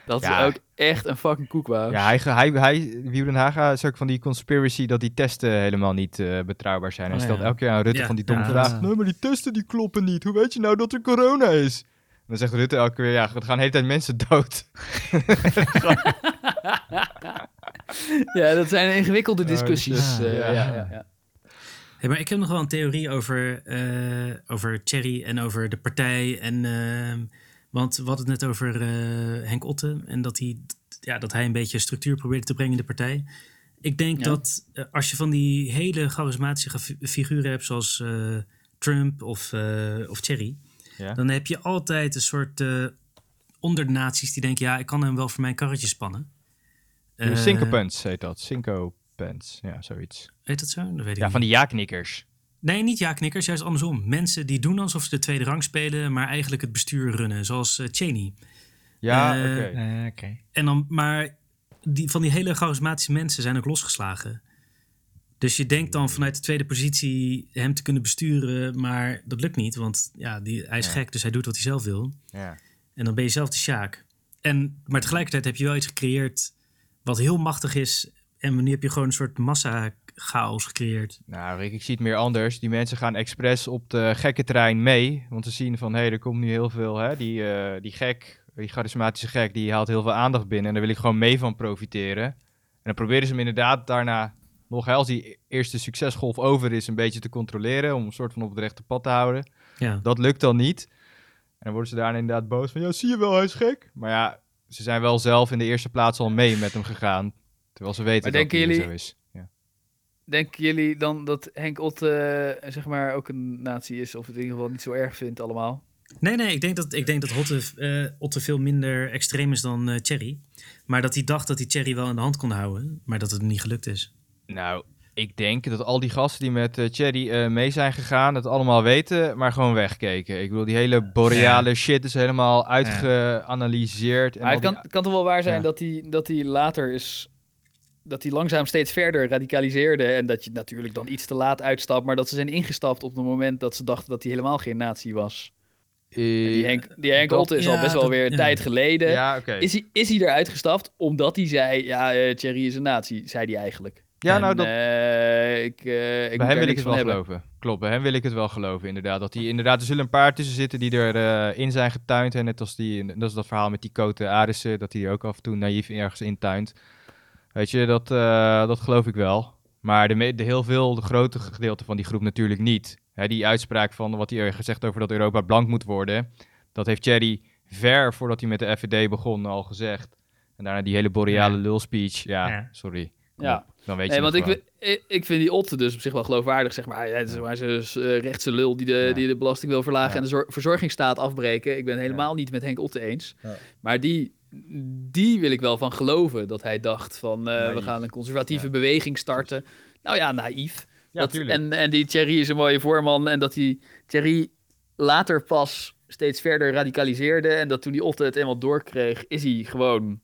[SPEAKER 2] Dat
[SPEAKER 3] Ja.
[SPEAKER 2] is ook echt een fucking koekwaas.
[SPEAKER 3] Ja, hij, ge- hij, hij, Wiebren Haga is ook van die conspiracy dat die testen helemaal niet eh, betrouwbaar zijn. Hij
[SPEAKER 1] Oh,
[SPEAKER 3] stelt
[SPEAKER 1] ja.
[SPEAKER 3] elke keer aan Rutte
[SPEAKER 1] Ja,
[SPEAKER 3] van die domme
[SPEAKER 4] ja.
[SPEAKER 3] vraag. Nee, maar die testen die kloppen niet. Hoe weet je nou dat er corona is? En dan zegt Rutte elke keer, ja, er gaan de hele tijd mensen dood.
[SPEAKER 2] (laughs) Ja, dat zijn ingewikkelde
[SPEAKER 3] Oh,
[SPEAKER 2] discussies.
[SPEAKER 3] shit.
[SPEAKER 2] eh,
[SPEAKER 3] Ja.
[SPEAKER 2] ja, ja, ja.
[SPEAKER 1] Hey, maar ik heb nog wel een theorie over, eh over Thierry en over de partij. En, ehm, want we hadden het net over eh, Henk Otten en dat hij, ja, dat hij een beetje structuur probeerde te brengen in de partij. Ik denk
[SPEAKER 2] Ja.
[SPEAKER 1] dat eh, als je van die hele charismatische gaf- figuren hebt, zoals eh, Trump of, eh, of Thierry,
[SPEAKER 3] Ja.
[SPEAKER 1] dan heb je altijd een soort eh ondernaties die denken: ja, ik kan hem wel voor mijn karretje spannen.
[SPEAKER 3] Uh,
[SPEAKER 1] Eh,
[SPEAKER 3] Cinco Pants heet dat. Cinco Pants, ja, zoiets.
[SPEAKER 1] Heet dat zo? Dat weet ik niet.
[SPEAKER 3] Ja, van die jaaknikkers.
[SPEAKER 1] Nee, niet ja-knikkers, juist andersom. Mensen die doen alsof ze de tweede rang spelen, maar eigenlijk het bestuur runnen, zoals eh, Cheney.
[SPEAKER 3] Ja,
[SPEAKER 1] Eh,
[SPEAKER 3] oké.
[SPEAKER 4] Eh, Oké.
[SPEAKER 1] En dan, maar die, van die hele charismatische mensen zijn ook losgeslagen. Dus je denkt dan vanuit de tweede positie hem te kunnen besturen, maar dat lukt niet, want ja, die, hij is
[SPEAKER 3] Ja.
[SPEAKER 1] gek, dus hij doet wat hij zelf wil.
[SPEAKER 3] Ja.
[SPEAKER 1] En dan ben je zelf de Sjaak. En, maar tegelijkertijd heb je wel iets gecreëerd wat heel machtig is. En wanneer heb je gewoon een soort massa-chaos gecreëerd?
[SPEAKER 3] Nou, Rick, ik zie het meer anders. Die mensen gaan expres op de gekke trein mee. Want ze zien van, hé, er komt nu heel veel, hè. Die, eh, die gek, die charismatische gek, die haalt heel veel aandacht binnen. En daar wil ik gewoon mee van profiteren. En dan proberen ze hem inderdaad daarna, nog hè, als die eerste succesgolf over is, een beetje te controleren. Om een soort van op het rechte pad te houden.
[SPEAKER 1] Ja.
[SPEAKER 3] Dat lukt dan niet. En dan worden ze daarna inderdaad boos van, ja, zie je wel, hij is gek. Maar ja, ze zijn wel zelf in de eerste plaats al mee met hem gegaan. Terwijl ze weten
[SPEAKER 2] Maar
[SPEAKER 3] dat
[SPEAKER 2] denken
[SPEAKER 3] hij
[SPEAKER 2] jullie-
[SPEAKER 3] zo is. Ja.
[SPEAKER 2] Denken jullie dan dat Henk Otte eh, zeg maar ook een nazi is? Of het in ieder geval niet zo erg vindt allemaal?
[SPEAKER 1] Nee, nee, ik denk dat, ik denk dat Otte, eh, Otte veel minder extreem is dan eh Thierry. Maar dat hij dacht dat hij Thierry wel in de hand kon houden, maar dat het hem niet gelukt is.
[SPEAKER 3] Nou, ik denk dat al die gasten die met eh Thierry eh, mee zijn gegaan, het allemaal weten, maar gewoon wegkeken. Ik bedoel, die hele boreale shit is helemaal uitgeanalyseerd. en
[SPEAKER 2] Maar het
[SPEAKER 3] al
[SPEAKER 2] kan,
[SPEAKER 3] die-
[SPEAKER 2] het kan toch wel waar zijn
[SPEAKER 3] Ja.
[SPEAKER 2] dat, hij, dat hij later is... Dat hij langzaam steeds verder radicaliseerde. En dat je natuurlijk dan iets te laat uitstapt. Maar dat ze zijn ingestapt op het moment dat ze dachten dat hij helemaal geen nazi was. En die
[SPEAKER 3] Eh,
[SPEAKER 2] Henk, die Henk
[SPEAKER 3] dat-
[SPEAKER 2] Otte is al
[SPEAKER 1] ja,
[SPEAKER 2] best wel
[SPEAKER 1] dat-
[SPEAKER 2] weer een
[SPEAKER 1] ja.
[SPEAKER 2] tijd geleden.
[SPEAKER 3] Ja, oké.
[SPEAKER 2] Is, hij, is hij eruit gestapt omdat hij zei... Ja, eh, Thierry is een nazi, zei hij eigenlijk.
[SPEAKER 3] Ja, nou,
[SPEAKER 2] En,
[SPEAKER 3] dat,
[SPEAKER 2] eh, ik, eh, ik moet
[SPEAKER 3] bij
[SPEAKER 2] daar
[SPEAKER 3] hem wil ik
[SPEAKER 2] niks
[SPEAKER 3] het
[SPEAKER 2] van
[SPEAKER 3] wel
[SPEAKER 2] hebben.
[SPEAKER 3] geloven. Klopt, bij hem wil ik het wel geloven, inderdaad. Dat die, inderdaad, er zullen een paar tussen zitten die erin in zijn getuind. En net als die, dat is dat verhaal met die Kote Arissen, dat hij er ook af en toe naïef ergens intuint. Weet je, dat, eh, dat geloof ik wel. Maar de, me- de heel veel, de grote gedeelte van die groep natuurlijk niet. Hè, die uitspraak van wat hij eerder zegt over dat Europa blank moet worden. Dat heeft Thierry ver voordat hij met de FVD begon al gezegd. En daarna die hele boreale lul speech. Ja,
[SPEAKER 4] Ja.
[SPEAKER 3] sorry. Kom
[SPEAKER 2] Ja.
[SPEAKER 3] op, Dan weet
[SPEAKER 2] Nee,
[SPEAKER 3] je
[SPEAKER 2] want
[SPEAKER 3] het
[SPEAKER 2] ik,
[SPEAKER 3] gewoon.
[SPEAKER 2] wi- ik, ik vind die Otte dus op zich wel geloofwaardig, zeg maar. Hij is maar zo'n eh, rechtse lul die de,
[SPEAKER 3] Ja.
[SPEAKER 2] die de belasting wil verlagen
[SPEAKER 3] Ja.
[SPEAKER 2] en de zor- verzorgingsstaat afbreken. Ik ben helemaal niet met Henk Otte eens.
[SPEAKER 3] Ja.
[SPEAKER 2] Maar die, die wil ik wel van geloven, dat hij dacht van... eh, we
[SPEAKER 3] Naïef.
[SPEAKER 2] gaan een conservatieve beweging starten. Nou ja, naïef.
[SPEAKER 3] Ja,
[SPEAKER 2] Dat-
[SPEAKER 3] tuurlijk.
[SPEAKER 2] en, en die Thierry is een mooie voorman. En dat die Thierry later pas steeds verder radicaliseerde. En dat toen die Otte het eenmaal doorkreeg, is hij gewoon...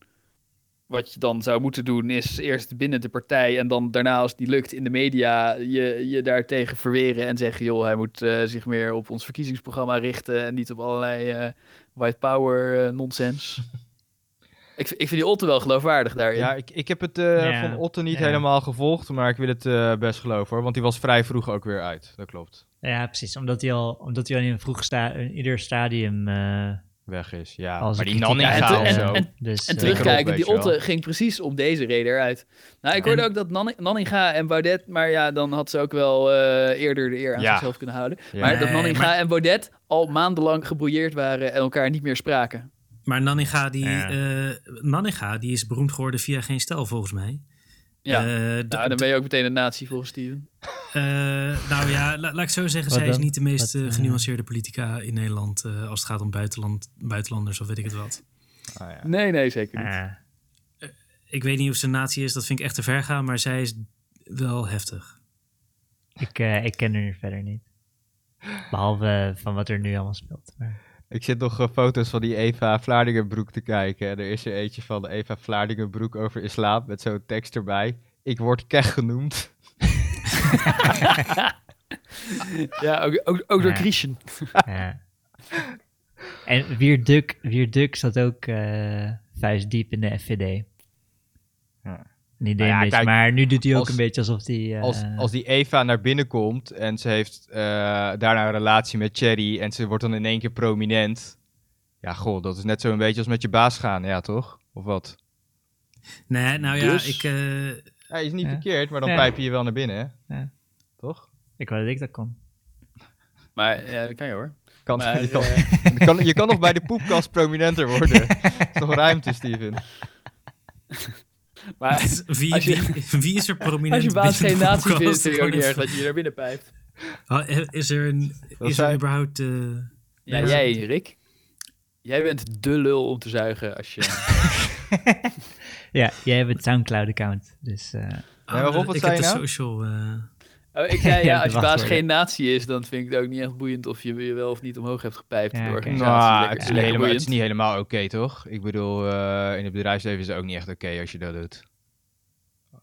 [SPEAKER 2] Wat je dan zou moeten doen, is eerst binnen de partij en dan daarna, als het niet lukt, in de media je, je daartegen verweren en zeggen: joh, hij moet eh, zich meer op ons verkiezingsprogramma richten en niet op allerlei eh, white power eh, nonsens. (laughs) ik, ik vind die Otte wel geloofwaardig daarin.
[SPEAKER 3] Ja, ik, ik heb het eh,
[SPEAKER 4] Ja,
[SPEAKER 3] van Otte niet
[SPEAKER 4] ja.
[SPEAKER 3] helemaal gevolgd, maar ik wil het eh, best geloven hoor. Want die was vrij vroeg ook weer uit. Dat klopt.
[SPEAKER 4] Ja, precies. Omdat hij al, omdat hij al in een vroeg sta, in ieder stadium eh
[SPEAKER 3] Weg is. Ja.
[SPEAKER 4] als
[SPEAKER 6] maar die
[SPEAKER 4] kritiek
[SPEAKER 6] Nanninga
[SPEAKER 4] uithaalt
[SPEAKER 2] en-
[SPEAKER 4] zo.
[SPEAKER 2] en-
[SPEAKER 4] dus,
[SPEAKER 2] En
[SPEAKER 4] eh,
[SPEAKER 3] erop,
[SPEAKER 2] terugkijken,
[SPEAKER 3] weet
[SPEAKER 2] die
[SPEAKER 3] je wel.
[SPEAKER 2] Otte ging precies om deze reden eruit. Nou, ik hoorde
[SPEAKER 4] En-
[SPEAKER 2] ook dat Nanni- Nanninga en Baudet, maar ja, dan had ze ook wel eh, eerder de eer aan
[SPEAKER 3] Ja.
[SPEAKER 2] zichzelf kunnen houden.
[SPEAKER 3] Ja.
[SPEAKER 2] Maar dat
[SPEAKER 1] Nee,
[SPEAKER 2] Nanninga en Baudet al maandenlang gebrouilleerd waren en elkaar niet meer spraken.
[SPEAKER 1] Maar Nanninga die,
[SPEAKER 4] Ja.
[SPEAKER 1] eh, Nanninga, die is beroemd geworden via Geen Stijl, volgens mij.
[SPEAKER 2] Ja,
[SPEAKER 1] Eh, d-
[SPEAKER 2] nou, dan ben je ook meteen een nazi volgens Steven.
[SPEAKER 1] eh, nou ja, la- laat ik het zo zeggen,
[SPEAKER 4] Wat
[SPEAKER 1] zij is
[SPEAKER 4] dan?
[SPEAKER 1] niet de meest
[SPEAKER 4] Wat,
[SPEAKER 1] eh,
[SPEAKER 4] eh,
[SPEAKER 1] genuanceerde politica in Nederland eh, als het gaat om buitenland, buitenlanders of weet ik het wat.
[SPEAKER 3] Ah, ja.
[SPEAKER 2] Nee, nee, zeker niet.
[SPEAKER 4] eh,
[SPEAKER 1] Ik weet niet of ze een nazi is, dat vind ik echt te ver gaan, maar zij is wel heftig.
[SPEAKER 4] ik, eh, ik ken haar verder niet. Behalve eh, van wat er nu allemaal speelt. Maar,
[SPEAKER 3] Ik zit nog eh, foto's van die Eva Vlaardingenbroek te kijken. En er is er eentje van de Eva Vlaardingenbroek over islam met zo'n tekst erbij. Ik word kech genoemd.
[SPEAKER 2] Ja, ook, ook, ook door
[SPEAKER 4] Nee.
[SPEAKER 2] Christian.
[SPEAKER 4] ja. En Wierduk, Wierduk zat ook eh vuist diep in de FVD.
[SPEAKER 3] Ja.
[SPEAKER 4] Niet
[SPEAKER 3] Nou ja, kijk,
[SPEAKER 4] maar nu doet hij ook
[SPEAKER 3] als-
[SPEAKER 4] een beetje alsof hij... eh,
[SPEAKER 3] Als, als die Eva naar binnen komt en ze heeft eh, daarna een relatie met Cherry en ze wordt dan in één keer prominent. Ja, goh, dat is net zo'n beetje als met je baas gaan, ja toch? Of wat?
[SPEAKER 1] Nee, nou ja,
[SPEAKER 2] Dus?
[SPEAKER 1] ik, eh,
[SPEAKER 3] Ja, is niet
[SPEAKER 4] Ja.
[SPEAKER 3] verkeerd, maar dan
[SPEAKER 4] Ja.
[SPEAKER 3] pijp je je wel naar binnen, hè?
[SPEAKER 4] Ja.
[SPEAKER 3] Toch?
[SPEAKER 4] Ik wou dat ik dat kon.
[SPEAKER 2] Maar ja, dat kan je hoor.
[SPEAKER 3] Kan,
[SPEAKER 2] Maar,
[SPEAKER 3] (laughs) je, kan, je, kan, je kan nog bij de poepkast prominenter worden.
[SPEAKER 4] (laughs)
[SPEAKER 3] Er is nog ruimte, Steven.
[SPEAKER 2] (laughs) Maar
[SPEAKER 1] wie,
[SPEAKER 2] (laughs) Als je-
[SPEAKER 1] wie, wie is er prominent
[SPEAKER 2] (laughs) als je baas geen
[SPEAKER 1] binnen de
[SPEAKER 2] nazi vindt,
[SPEAKER 1] podcast?
[SPEAKER 2] vind ik ook niet erg dat je je naar binnen pijpt.
[SPEAKER 1] Ah, eh, Is er, een, is er
[SPEAKER 3] zijn-
[SPEAKER 1] überhaupt... eh,
[SPEAKER 2] Ja,
[SPEAKER 1] Ja.
[SPEAKER 2] jij, Rick. Jij bent de lul om te zuigen als je...
[SPEAKER 4] Ja, jij hebt het Soundcloud-account. Dus eh,
[SPEAKER 1] Ah,
[SPEAKER 3] Nee, maar Rob, wat
[SPEAKER 1] ik
[SPEAKER 3] zei
[SPEAKER 1] heb de
[SPEAKER 3] je nou?
[SPEAKER 1] social. eh,
[SPEAKER 2] (laughs) Oh, ik zei
[SPEAKER 4] Ja,
[SPEAKER 2] ja, als je baas
[SPEAKER 4] de wachtwoorden.
[SPEAKER 2] geen natie is, dan vind ik het ook niet echt boeiend of je je wel of niet omhoog hebt gepijpt.
[SPEAKER 4] Ja,
[SPEAKER 2] door de
[SPEAKER 4] oké.
[SPEAKER 2] organisatie.
[SPEAKER 3] Nou,
[SPEAKER 2] Lekker-
[SPEAKER 3] het is, niet
[SPEAKER 2] lekker
[SPEAKER 3] helemaal, het is
[SPEAKER 2] boeiend.
[SPEAKER 3] niet helemaal oké, toch? Ik bedoel, eh, in het bedrijfsleven is het ook niet echt oké als je dat doet.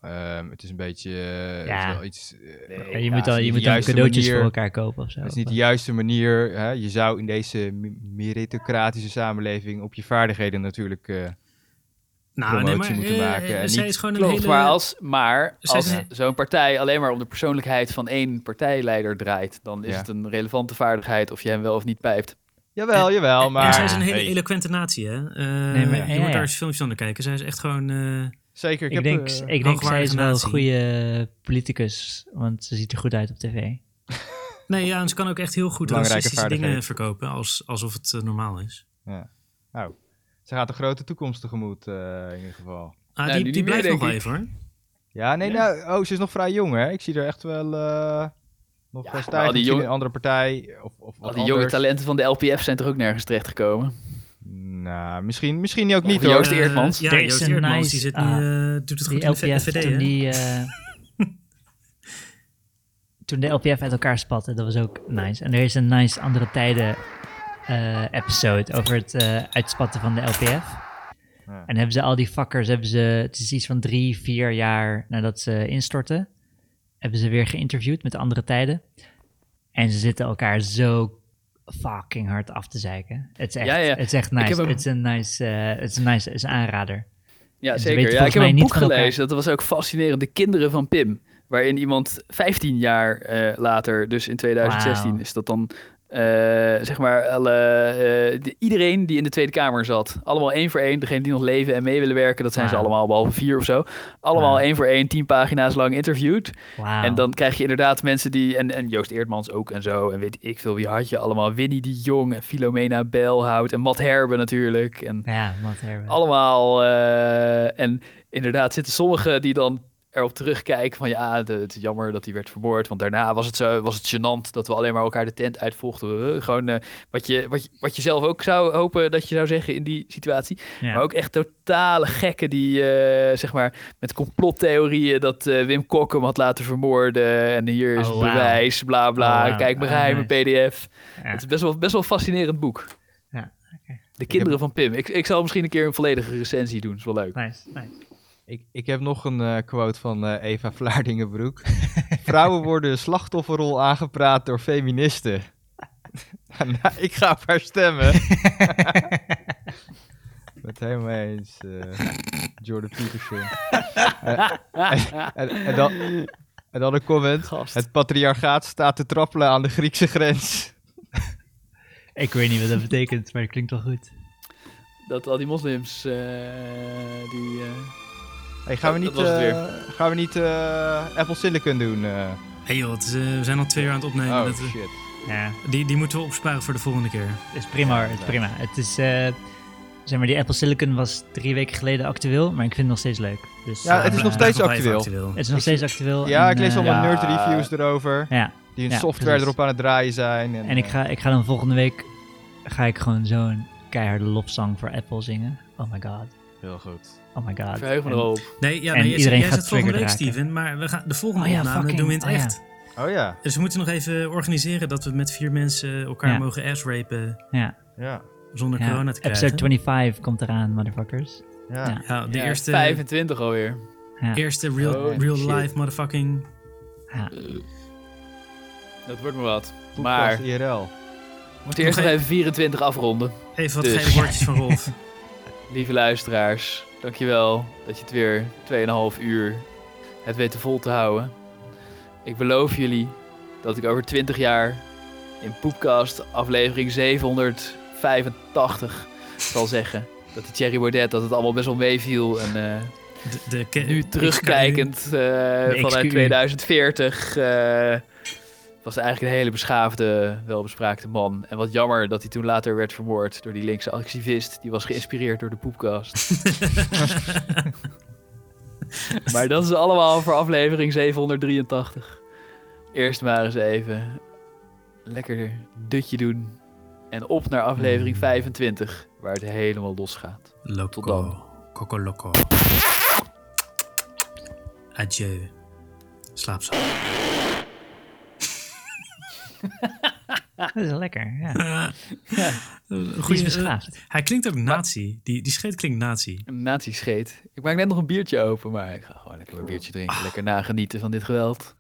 [SPEAKER 3] Ehm, het is een beetje... eh,
[SPEAKER 4] Ja.
[SPEAKER 3] het is wel iets... eh,
[SPEAKER 4] ja,
[SPEAKER 2] Nee,
[SPEAKER 4] je
[SPEAKER 2] ja,
[SPEAKER 4] moet, al,
[SPEAKER 3] is
[SPEAKER 4] je
[SPEAKER 3] niet
[SPEAKER 4] moet
[SPEAKER 3] de
[SPEAKER 4] dan
[SPEAKER 3] juiste
[SPEAKER 4] cadeautjes
[SPEAKER 3] manier.
[SPEAKER 4] voor elkaar kopen of zo.
[SPEAKER 3] het is niet de juiste manier. Hè? Je zou in deze me- meritocratische samenleving op je vaardigheden natuurlijk... eh,
[SPEAKER 1] nou, nee,
[SPEAKER 3] Promotie
[SPEAKER 1] maar
[SPEAKER 3] moeten
[SPEAKER 1] eh,
[SPEAKER 3] maken en
[SPEAKER 1] zij
[SPEAKER 3] niet-
[SPEAKER 1] is gewoon een
[SPEAKER 2] klopt,
[SPEAKER 1] hele...
[SPEAKER 2] maar als, maar
[SPEAKER 1] Zij
[SPEAKER 2] als
[SPEAKER 1] zijn-
[SPEAKER 2] zo'n partij alleen maar om de persoonlijkheid van één partijleider draait, dan is
[SPEAKER 3] Ja.
[SPEAKER 2] het een relevante vaardigheid of je hem wel of niet pijpt.
[SPEAKER 3] jawel, jawel,
[SPEAKER 1] maar,
[SPEAKER 3] maar...
[SPEAKER 1] zij is een hele
[SPEAKER 3] Hey,
[SPEAKER 1] eloquente natie, hè? Eh,
[SPEAKER 4] Nee, maar-
[SPEAKER 1] je
[SPEAKER 4] ja,
[SPEAKER 1] moet
[SPEAKER 4] ja.
[SPEAKER 1] daar eens filmpjes aan kijken. Zij is echt gewoon... eh,
[SPEAKER 3] Zeker, ik,
[SPEAKER 4] Ik
[SPEAKER 3] heb,
[SPEAKER 4] denk,
[SPEAKER 3] eh,
[SPEAKER 4] ik denk zij is
[SPEAKER 1] hoogwaardige
[SPEAKER 4] wel een
[SPEAKER 1] natie.
[SPEAKER 4] goede eh, politicus, want ze ziet er goed uit op tv.
[SPEAKER 1] nee, ja, en ze kan ook echt heel goed
[SPEAKER 3] Belangrijke
[SPEAKER 1] racistische dingen
[SPEAKER 3] vaardigheden.
[SPEAKER 1] verkopen, als, alsof het eh, normaal is.
[SPEAKER 3] Ze gaat een grote toekomst tegemoet, eh, in ieder geval.
[SPEAKER 1] Ah,
[SPEAKER 2] Nou,
[SPEAKER 1] die,
[SPEAKER 2] nu
[SPEAKER 1] die,
[SPEAKER 2] niet meer,
[SPEAKER 1] blijft nog
[SPEAKER 2] denk
[SPEAKER 1] wel
[SPEAKER 2] ik.
[SPEAKER 1] even, hoor.
[SPEAKER 3] Ja, nee, nou, oh, ze is nog vrij jong, hè? Ik zie er echt wel eh, nog
[SPEAKER 2] Ja,
[SPEAKER 3] wel
[SPEAKER 2] maar al
[SPEAKER 3] stijgen.
[SPEAKER 2] die
[SPEAKER 3] Misschien
[SPEAKER 2] jong-
[SPEAKER 3] een andere partij of, of
[SPEAKER 2] Al
[SPEAKER 3] wat
[SPEAKER 2] die jonge
[SPEAKER 3] anders.
[SPEAKER 2] talenten van de LPF zijn toch ook nergens terechtgekomen.
[SPEAKER 3] Nou, misschien, misschien ook niet,
[SPEAKER 2] Of
[SPEAKER 3] hoor.
[SPEAKER 2] Joost Eerdmans.
[SPEAKER 1] Eh, ja,
[SPEAKER 4] Deze
[SPEAKER 1] Joost Eerdmans,
[SPEAKER 4] nice-
[SPEAKER 1] die zit nu,
[SPEAKER 4] ah.
[SPEAKER 1] eh, doet het goed
[SPEAKER 4] Die
[SPEAKER 1] in de
[SPEAKER 4] LPF,
[SPEAKER 1] VVD,
[SPEAKER 4] toen,
[SPEAKER 1] hè?
[SPEAKER 4] die, eh, toen de LPF uit elkaar spatte, dat was ook nice. En er is een nice andere tijden eh, episode over het eh, uitspatten van de LPF.
[SPEAKER 3] Ja.
[SPEAKER 4] En hebben ze al die fuckers, hebben ze, het is iets van drie, vier jaar nadat ze instortten, hebben ze weer geïnterviewd met andere tijden. En ze zitten elkaar zo fucking hard af te zeiken. Het is echt,
[SPEAKER 2] Ja, ja.
[SPEAKER 4] Het is echt
[SPEAKER 2] heb
[SPEAKER 4] nice.
[SPEAKER 2] hem-
[SPEAKER 4] Het is een nice, eh, het is een nice, het is een aanrader.
[SPEAKER 2] Ja,
[SPEAKER 4] Ze
[SPEAKER 2] zeker.
[SPEAKER 4] weten
[SPEAKER 2] Ja, ik
[SPEAKER 4] volgens
[SPEAKER 2] heb
[SPEAKER 4] mij
[SPEAKER 2] een
[SPEAKER 4] niet
[SPEAKER 2] boek
[SPEAKER 4] van elkaar.
[SPEAKER 2] gelezen, dat was ook fascinerend. De Kinderen van Pim, waarin iemand 15 jaar eh, later, dus in 2016,
[SPEAKER 4] Wauw.
[SPEAKER 2] is dat dan, eh, zeg maar, alle, eh, de- iedereen die in de Tweede Kamer zat. Allemaal één voor één, degene die nog leven en mee willen werken, dat zijn ze
[SPEAKER 4] Wauw.
[SPEAKER 2] allemaal, behalve vier of zo. Allemaal
[SPEAKER 4] Wauw.
[SPEAKER 2] één voor één, tien pagina's lang interviewd.
[SPEAKER 4] Wauw.
[SPEAKER 2] En dan krijg je inderdaad mensen die, en, en Joost Eerdmans ook en zo, en weet ik veel, wie had je allemaal? Winnie de Jong en Filomena Belhout en Matt Herben natuurlijk. En
[SPEAKER 4] Ja, wat hebben we.
[SPEAKER 2] allemaal. eh, en inderdaad zitten sommigen die dan erop terugkijken van ja, de- het is jammer dat hij werd vermoord. Want daarna was het, zo, was het gênant dat we alleen maar elkaar de tent uitvochten. Eh, gewoon eh, wat, je, wat, je, wat je zelf ook zou hopen dat je zou zeggen in die situatie.
[SPEAKER 1] Ja.
[SPEAKER 2] Maar ook echt totale gekken die, eh, zeg maar, met complottheorieën dat eh, Wim Kok hem had laten vermoorden. En hier is
[SPEAKER 4] Oh,
[SPEAKER 2] het
[SPEAKER 4] wauw.
[SPEAKER 2] bewijs, bla bla.
[SPEAKER 4] Oh, wauw.
[SPEAKER 2] Kijk mijn
[SPEAKER 4] Ah,
[SPEAKER 2] geheime pdf.
[SPEAKER 4] Ja.
[SPEAKER 2] Het is best wel, best wel een fascinerend boek.
[SPEAKER 4] Ja,
[SPEAKER 2] De kinderen van Pim. Ik, ik zal misschien een keer een volledige recensie doen. is wel leuk.
[SPEAKER 4] Nice, nice.
[SPEAKER 3] Ik, ik heb nog een eh, quote van eh, Eva Vlaardingenbroek. (laughs) Vrouwen worden slachtofferrol aangepraat door feministen. (laughs) nou, ik ga op haar stemmen. Met helemaal eens, eh, Jordan Peterson. Eh, en, en dan, en dan een comment. Het patriarchaat staat te trappelen aan de Griekse grens.
[SPEAKER 4] Ik weet niet wat dat betekent, maar het klinkt wel goed.
[SPEAKER 2] Dat al die moslims eh, die. eh,
[SPEAKER 3] Hey, gaan, we
[SPEAKER 2] Oh,
[SPEAKER 3] niet,
[SPEAKER 2] dat was het
[SPEAKER 3] eh, gaan we niet eh, Apple Silicon doen? eh?
[SPEAKER 1] Hey joh, het is, eh, we zijn al twee uur aan het opnemen.
[SPEAKER 3] oh
[SPEAKER 1] Dat we-
[SPEAKER 3] shit. Ah,
[SPEAKER 4] Ja,
[SPEAKER 1] die, die moeten we opsparen voor de volgende keer.
[SPEAKER 4] het is prima, het is prima. Het is, eh, zeg maar, die Apple Silicon was drie weken geleden actueel, maar ik vind het nog steeds leuk. Dus,
[SPEAKER 3] Ja, het
[SPEAKER 4] eh,
[SPEAKER 3] is nog
[SPEAKER 1] Blijft
[SPEAKER 3] steeds
[SPEAKER 1] wel even
[SPEAKER 3] actueel.
[SPEAKER 4] Het is nog steeds actueel.
[SPEAKER 3] Ja,
[SPEAKER 4] en,
[SPEAKER 3] ik lees
[SPEAKER 4] eh,
[SPEAKER 3] allemaal
[SPEAKER 2] ja.
[SPEAKER 3] nerd-reviews erover.
[SPEAKER 4] Ja,
[SPEAKER 3] Die hun
[SPEAKER 4] Ja,
[SPEAKER 3] software
[SPEAKER 4] precies.
[SPEAKER 3] erop aan het draaien zijn. En,
[SPEAKER 4] en ik
[SPEAKER 3] eh,
[SPEAKER 4] ga, ik ga dan volgende week ga ik gewoon zo'n keiharde lofzang voor Apple zingen. Oh my god,
[SPEAKER 3] Heel goed.
[SPEAKER 4] oh my god.
[SPEAKER 2] Ik verheug me
[SPEAKER 4] En-
[SPEAKER 2] erop.
[SPEAKER 1] Nee, ja,
[SPEAKER 4] En
[SPEAKER 1] nee, jij,
[SPEAKER 4] iedereen
[SPEAKER 1] jij
[SPEAKER 4] gaat
[SPEAKER 1] zit volgende week,
[SPEAKER 4] triggered raken.
[SPEAKER 1] Steven. Maar we gaan, de volgende
[SPEAKER 4] Oh ja,
[SPEAKER 1] opname
[SPEAKER 4] fucking-
[SPEAKER 1] doen we in het
[SPEAKER 4] oh ja.
[SPEAKER 1] echt.
[SPEAKER 3] Oh ja,
[SPEAKER 1] Dus we moeten nog even organiseren dat we met vier mensen elkaar
[SPEAKER 4] Ja.
[SPEAKER 1] mogen assrapen
[SPEAKER 4] Ja,
[SPEAKER 3] ja.
[SPEAKER 1] zonder
[SPEAKER 4] ja.
[SPEAKER 1] corona te krijgen.
[SPEAKER 4] episode 25 komt eraan, motherfuckers.
[SPEAKER 3] ja.
[SPEAKER 4] Ja.
[SPEAKER 1] Ja, de
[SPEAKER 2] Ja,
[SPEAKER 1] eerste,
[SPEAKER 2] 25 alweer.
[SPEAKER 1] eerste real,
[SPEAKER 2] Oh,
[SPEAKER 1] real
[SPEAKER 2] shit.
[SPEAKER 1] life motherfucking...
[SPEAKER 4] Ja.
[SPEAKER 2] Dat wordt me wat.
[SPEAKER 3] Podcast
[SPEAKER 2] Maar
[SPEAKER 3] IRL.
[SPEAKER 2] moet eerst
[SPEAKER 4] e-
[SPEAKER 2] nog even 24 afronden.
[SPEAKER 1] Even wat
[SPEAKER 2] Dus.
[SPEAKER 1] geile woordjes van
[SPEAKER 2] (laughs)
[SPEAKER 1] Rolf.
[SPEAKER 2] Lieve luisteraars, dankjewel dat je het weer 2,5 uur het weet te vol te houden. Ik beloof jullie dat ik over 20 jaar in Poepcast aflevering 785 zal zeggen dat de Thierry Baudet dat het allemaal best wel meeviel. En eh,
[SPEAKER 1] De, de ke-
[SPEAKER 2] nu terugkijkend eh, vanuit
[SPEAKER 4] XQU.
[SPEAKER 2] 2040 eh, was hij eigenlijk een hele beschaafde, welbespraakte man. En wat jammer dat hij toen later werd vermoord door die linkse activist. Die was geïnspireerd door de poepkast. Maar dat is allemaal voor aflevering 783. Eerst maar eens even lekker dutje doen. En op naar aflevering 25, waar het helemaal los gaat. Tot dan.
[SPEAKER 1] Loco. Coco loco. Adieu. Slaap zo.
[SPEAKER 4] Dat is wel lekker, ja. Die is
[SPEAKER 1] Goeie
[SPEAKER 4] beschaafd.
[SPEAKER 1] eh, Hij klinkt ook nazi. Die, die scheet klinkt nazi.
[SPEAKER 2] Een nazi scheet. Ik maak net nog een biertje open, maar ik ga gewoon lekker mijn biertje drinken. Lekker nagenieten van dit geweld.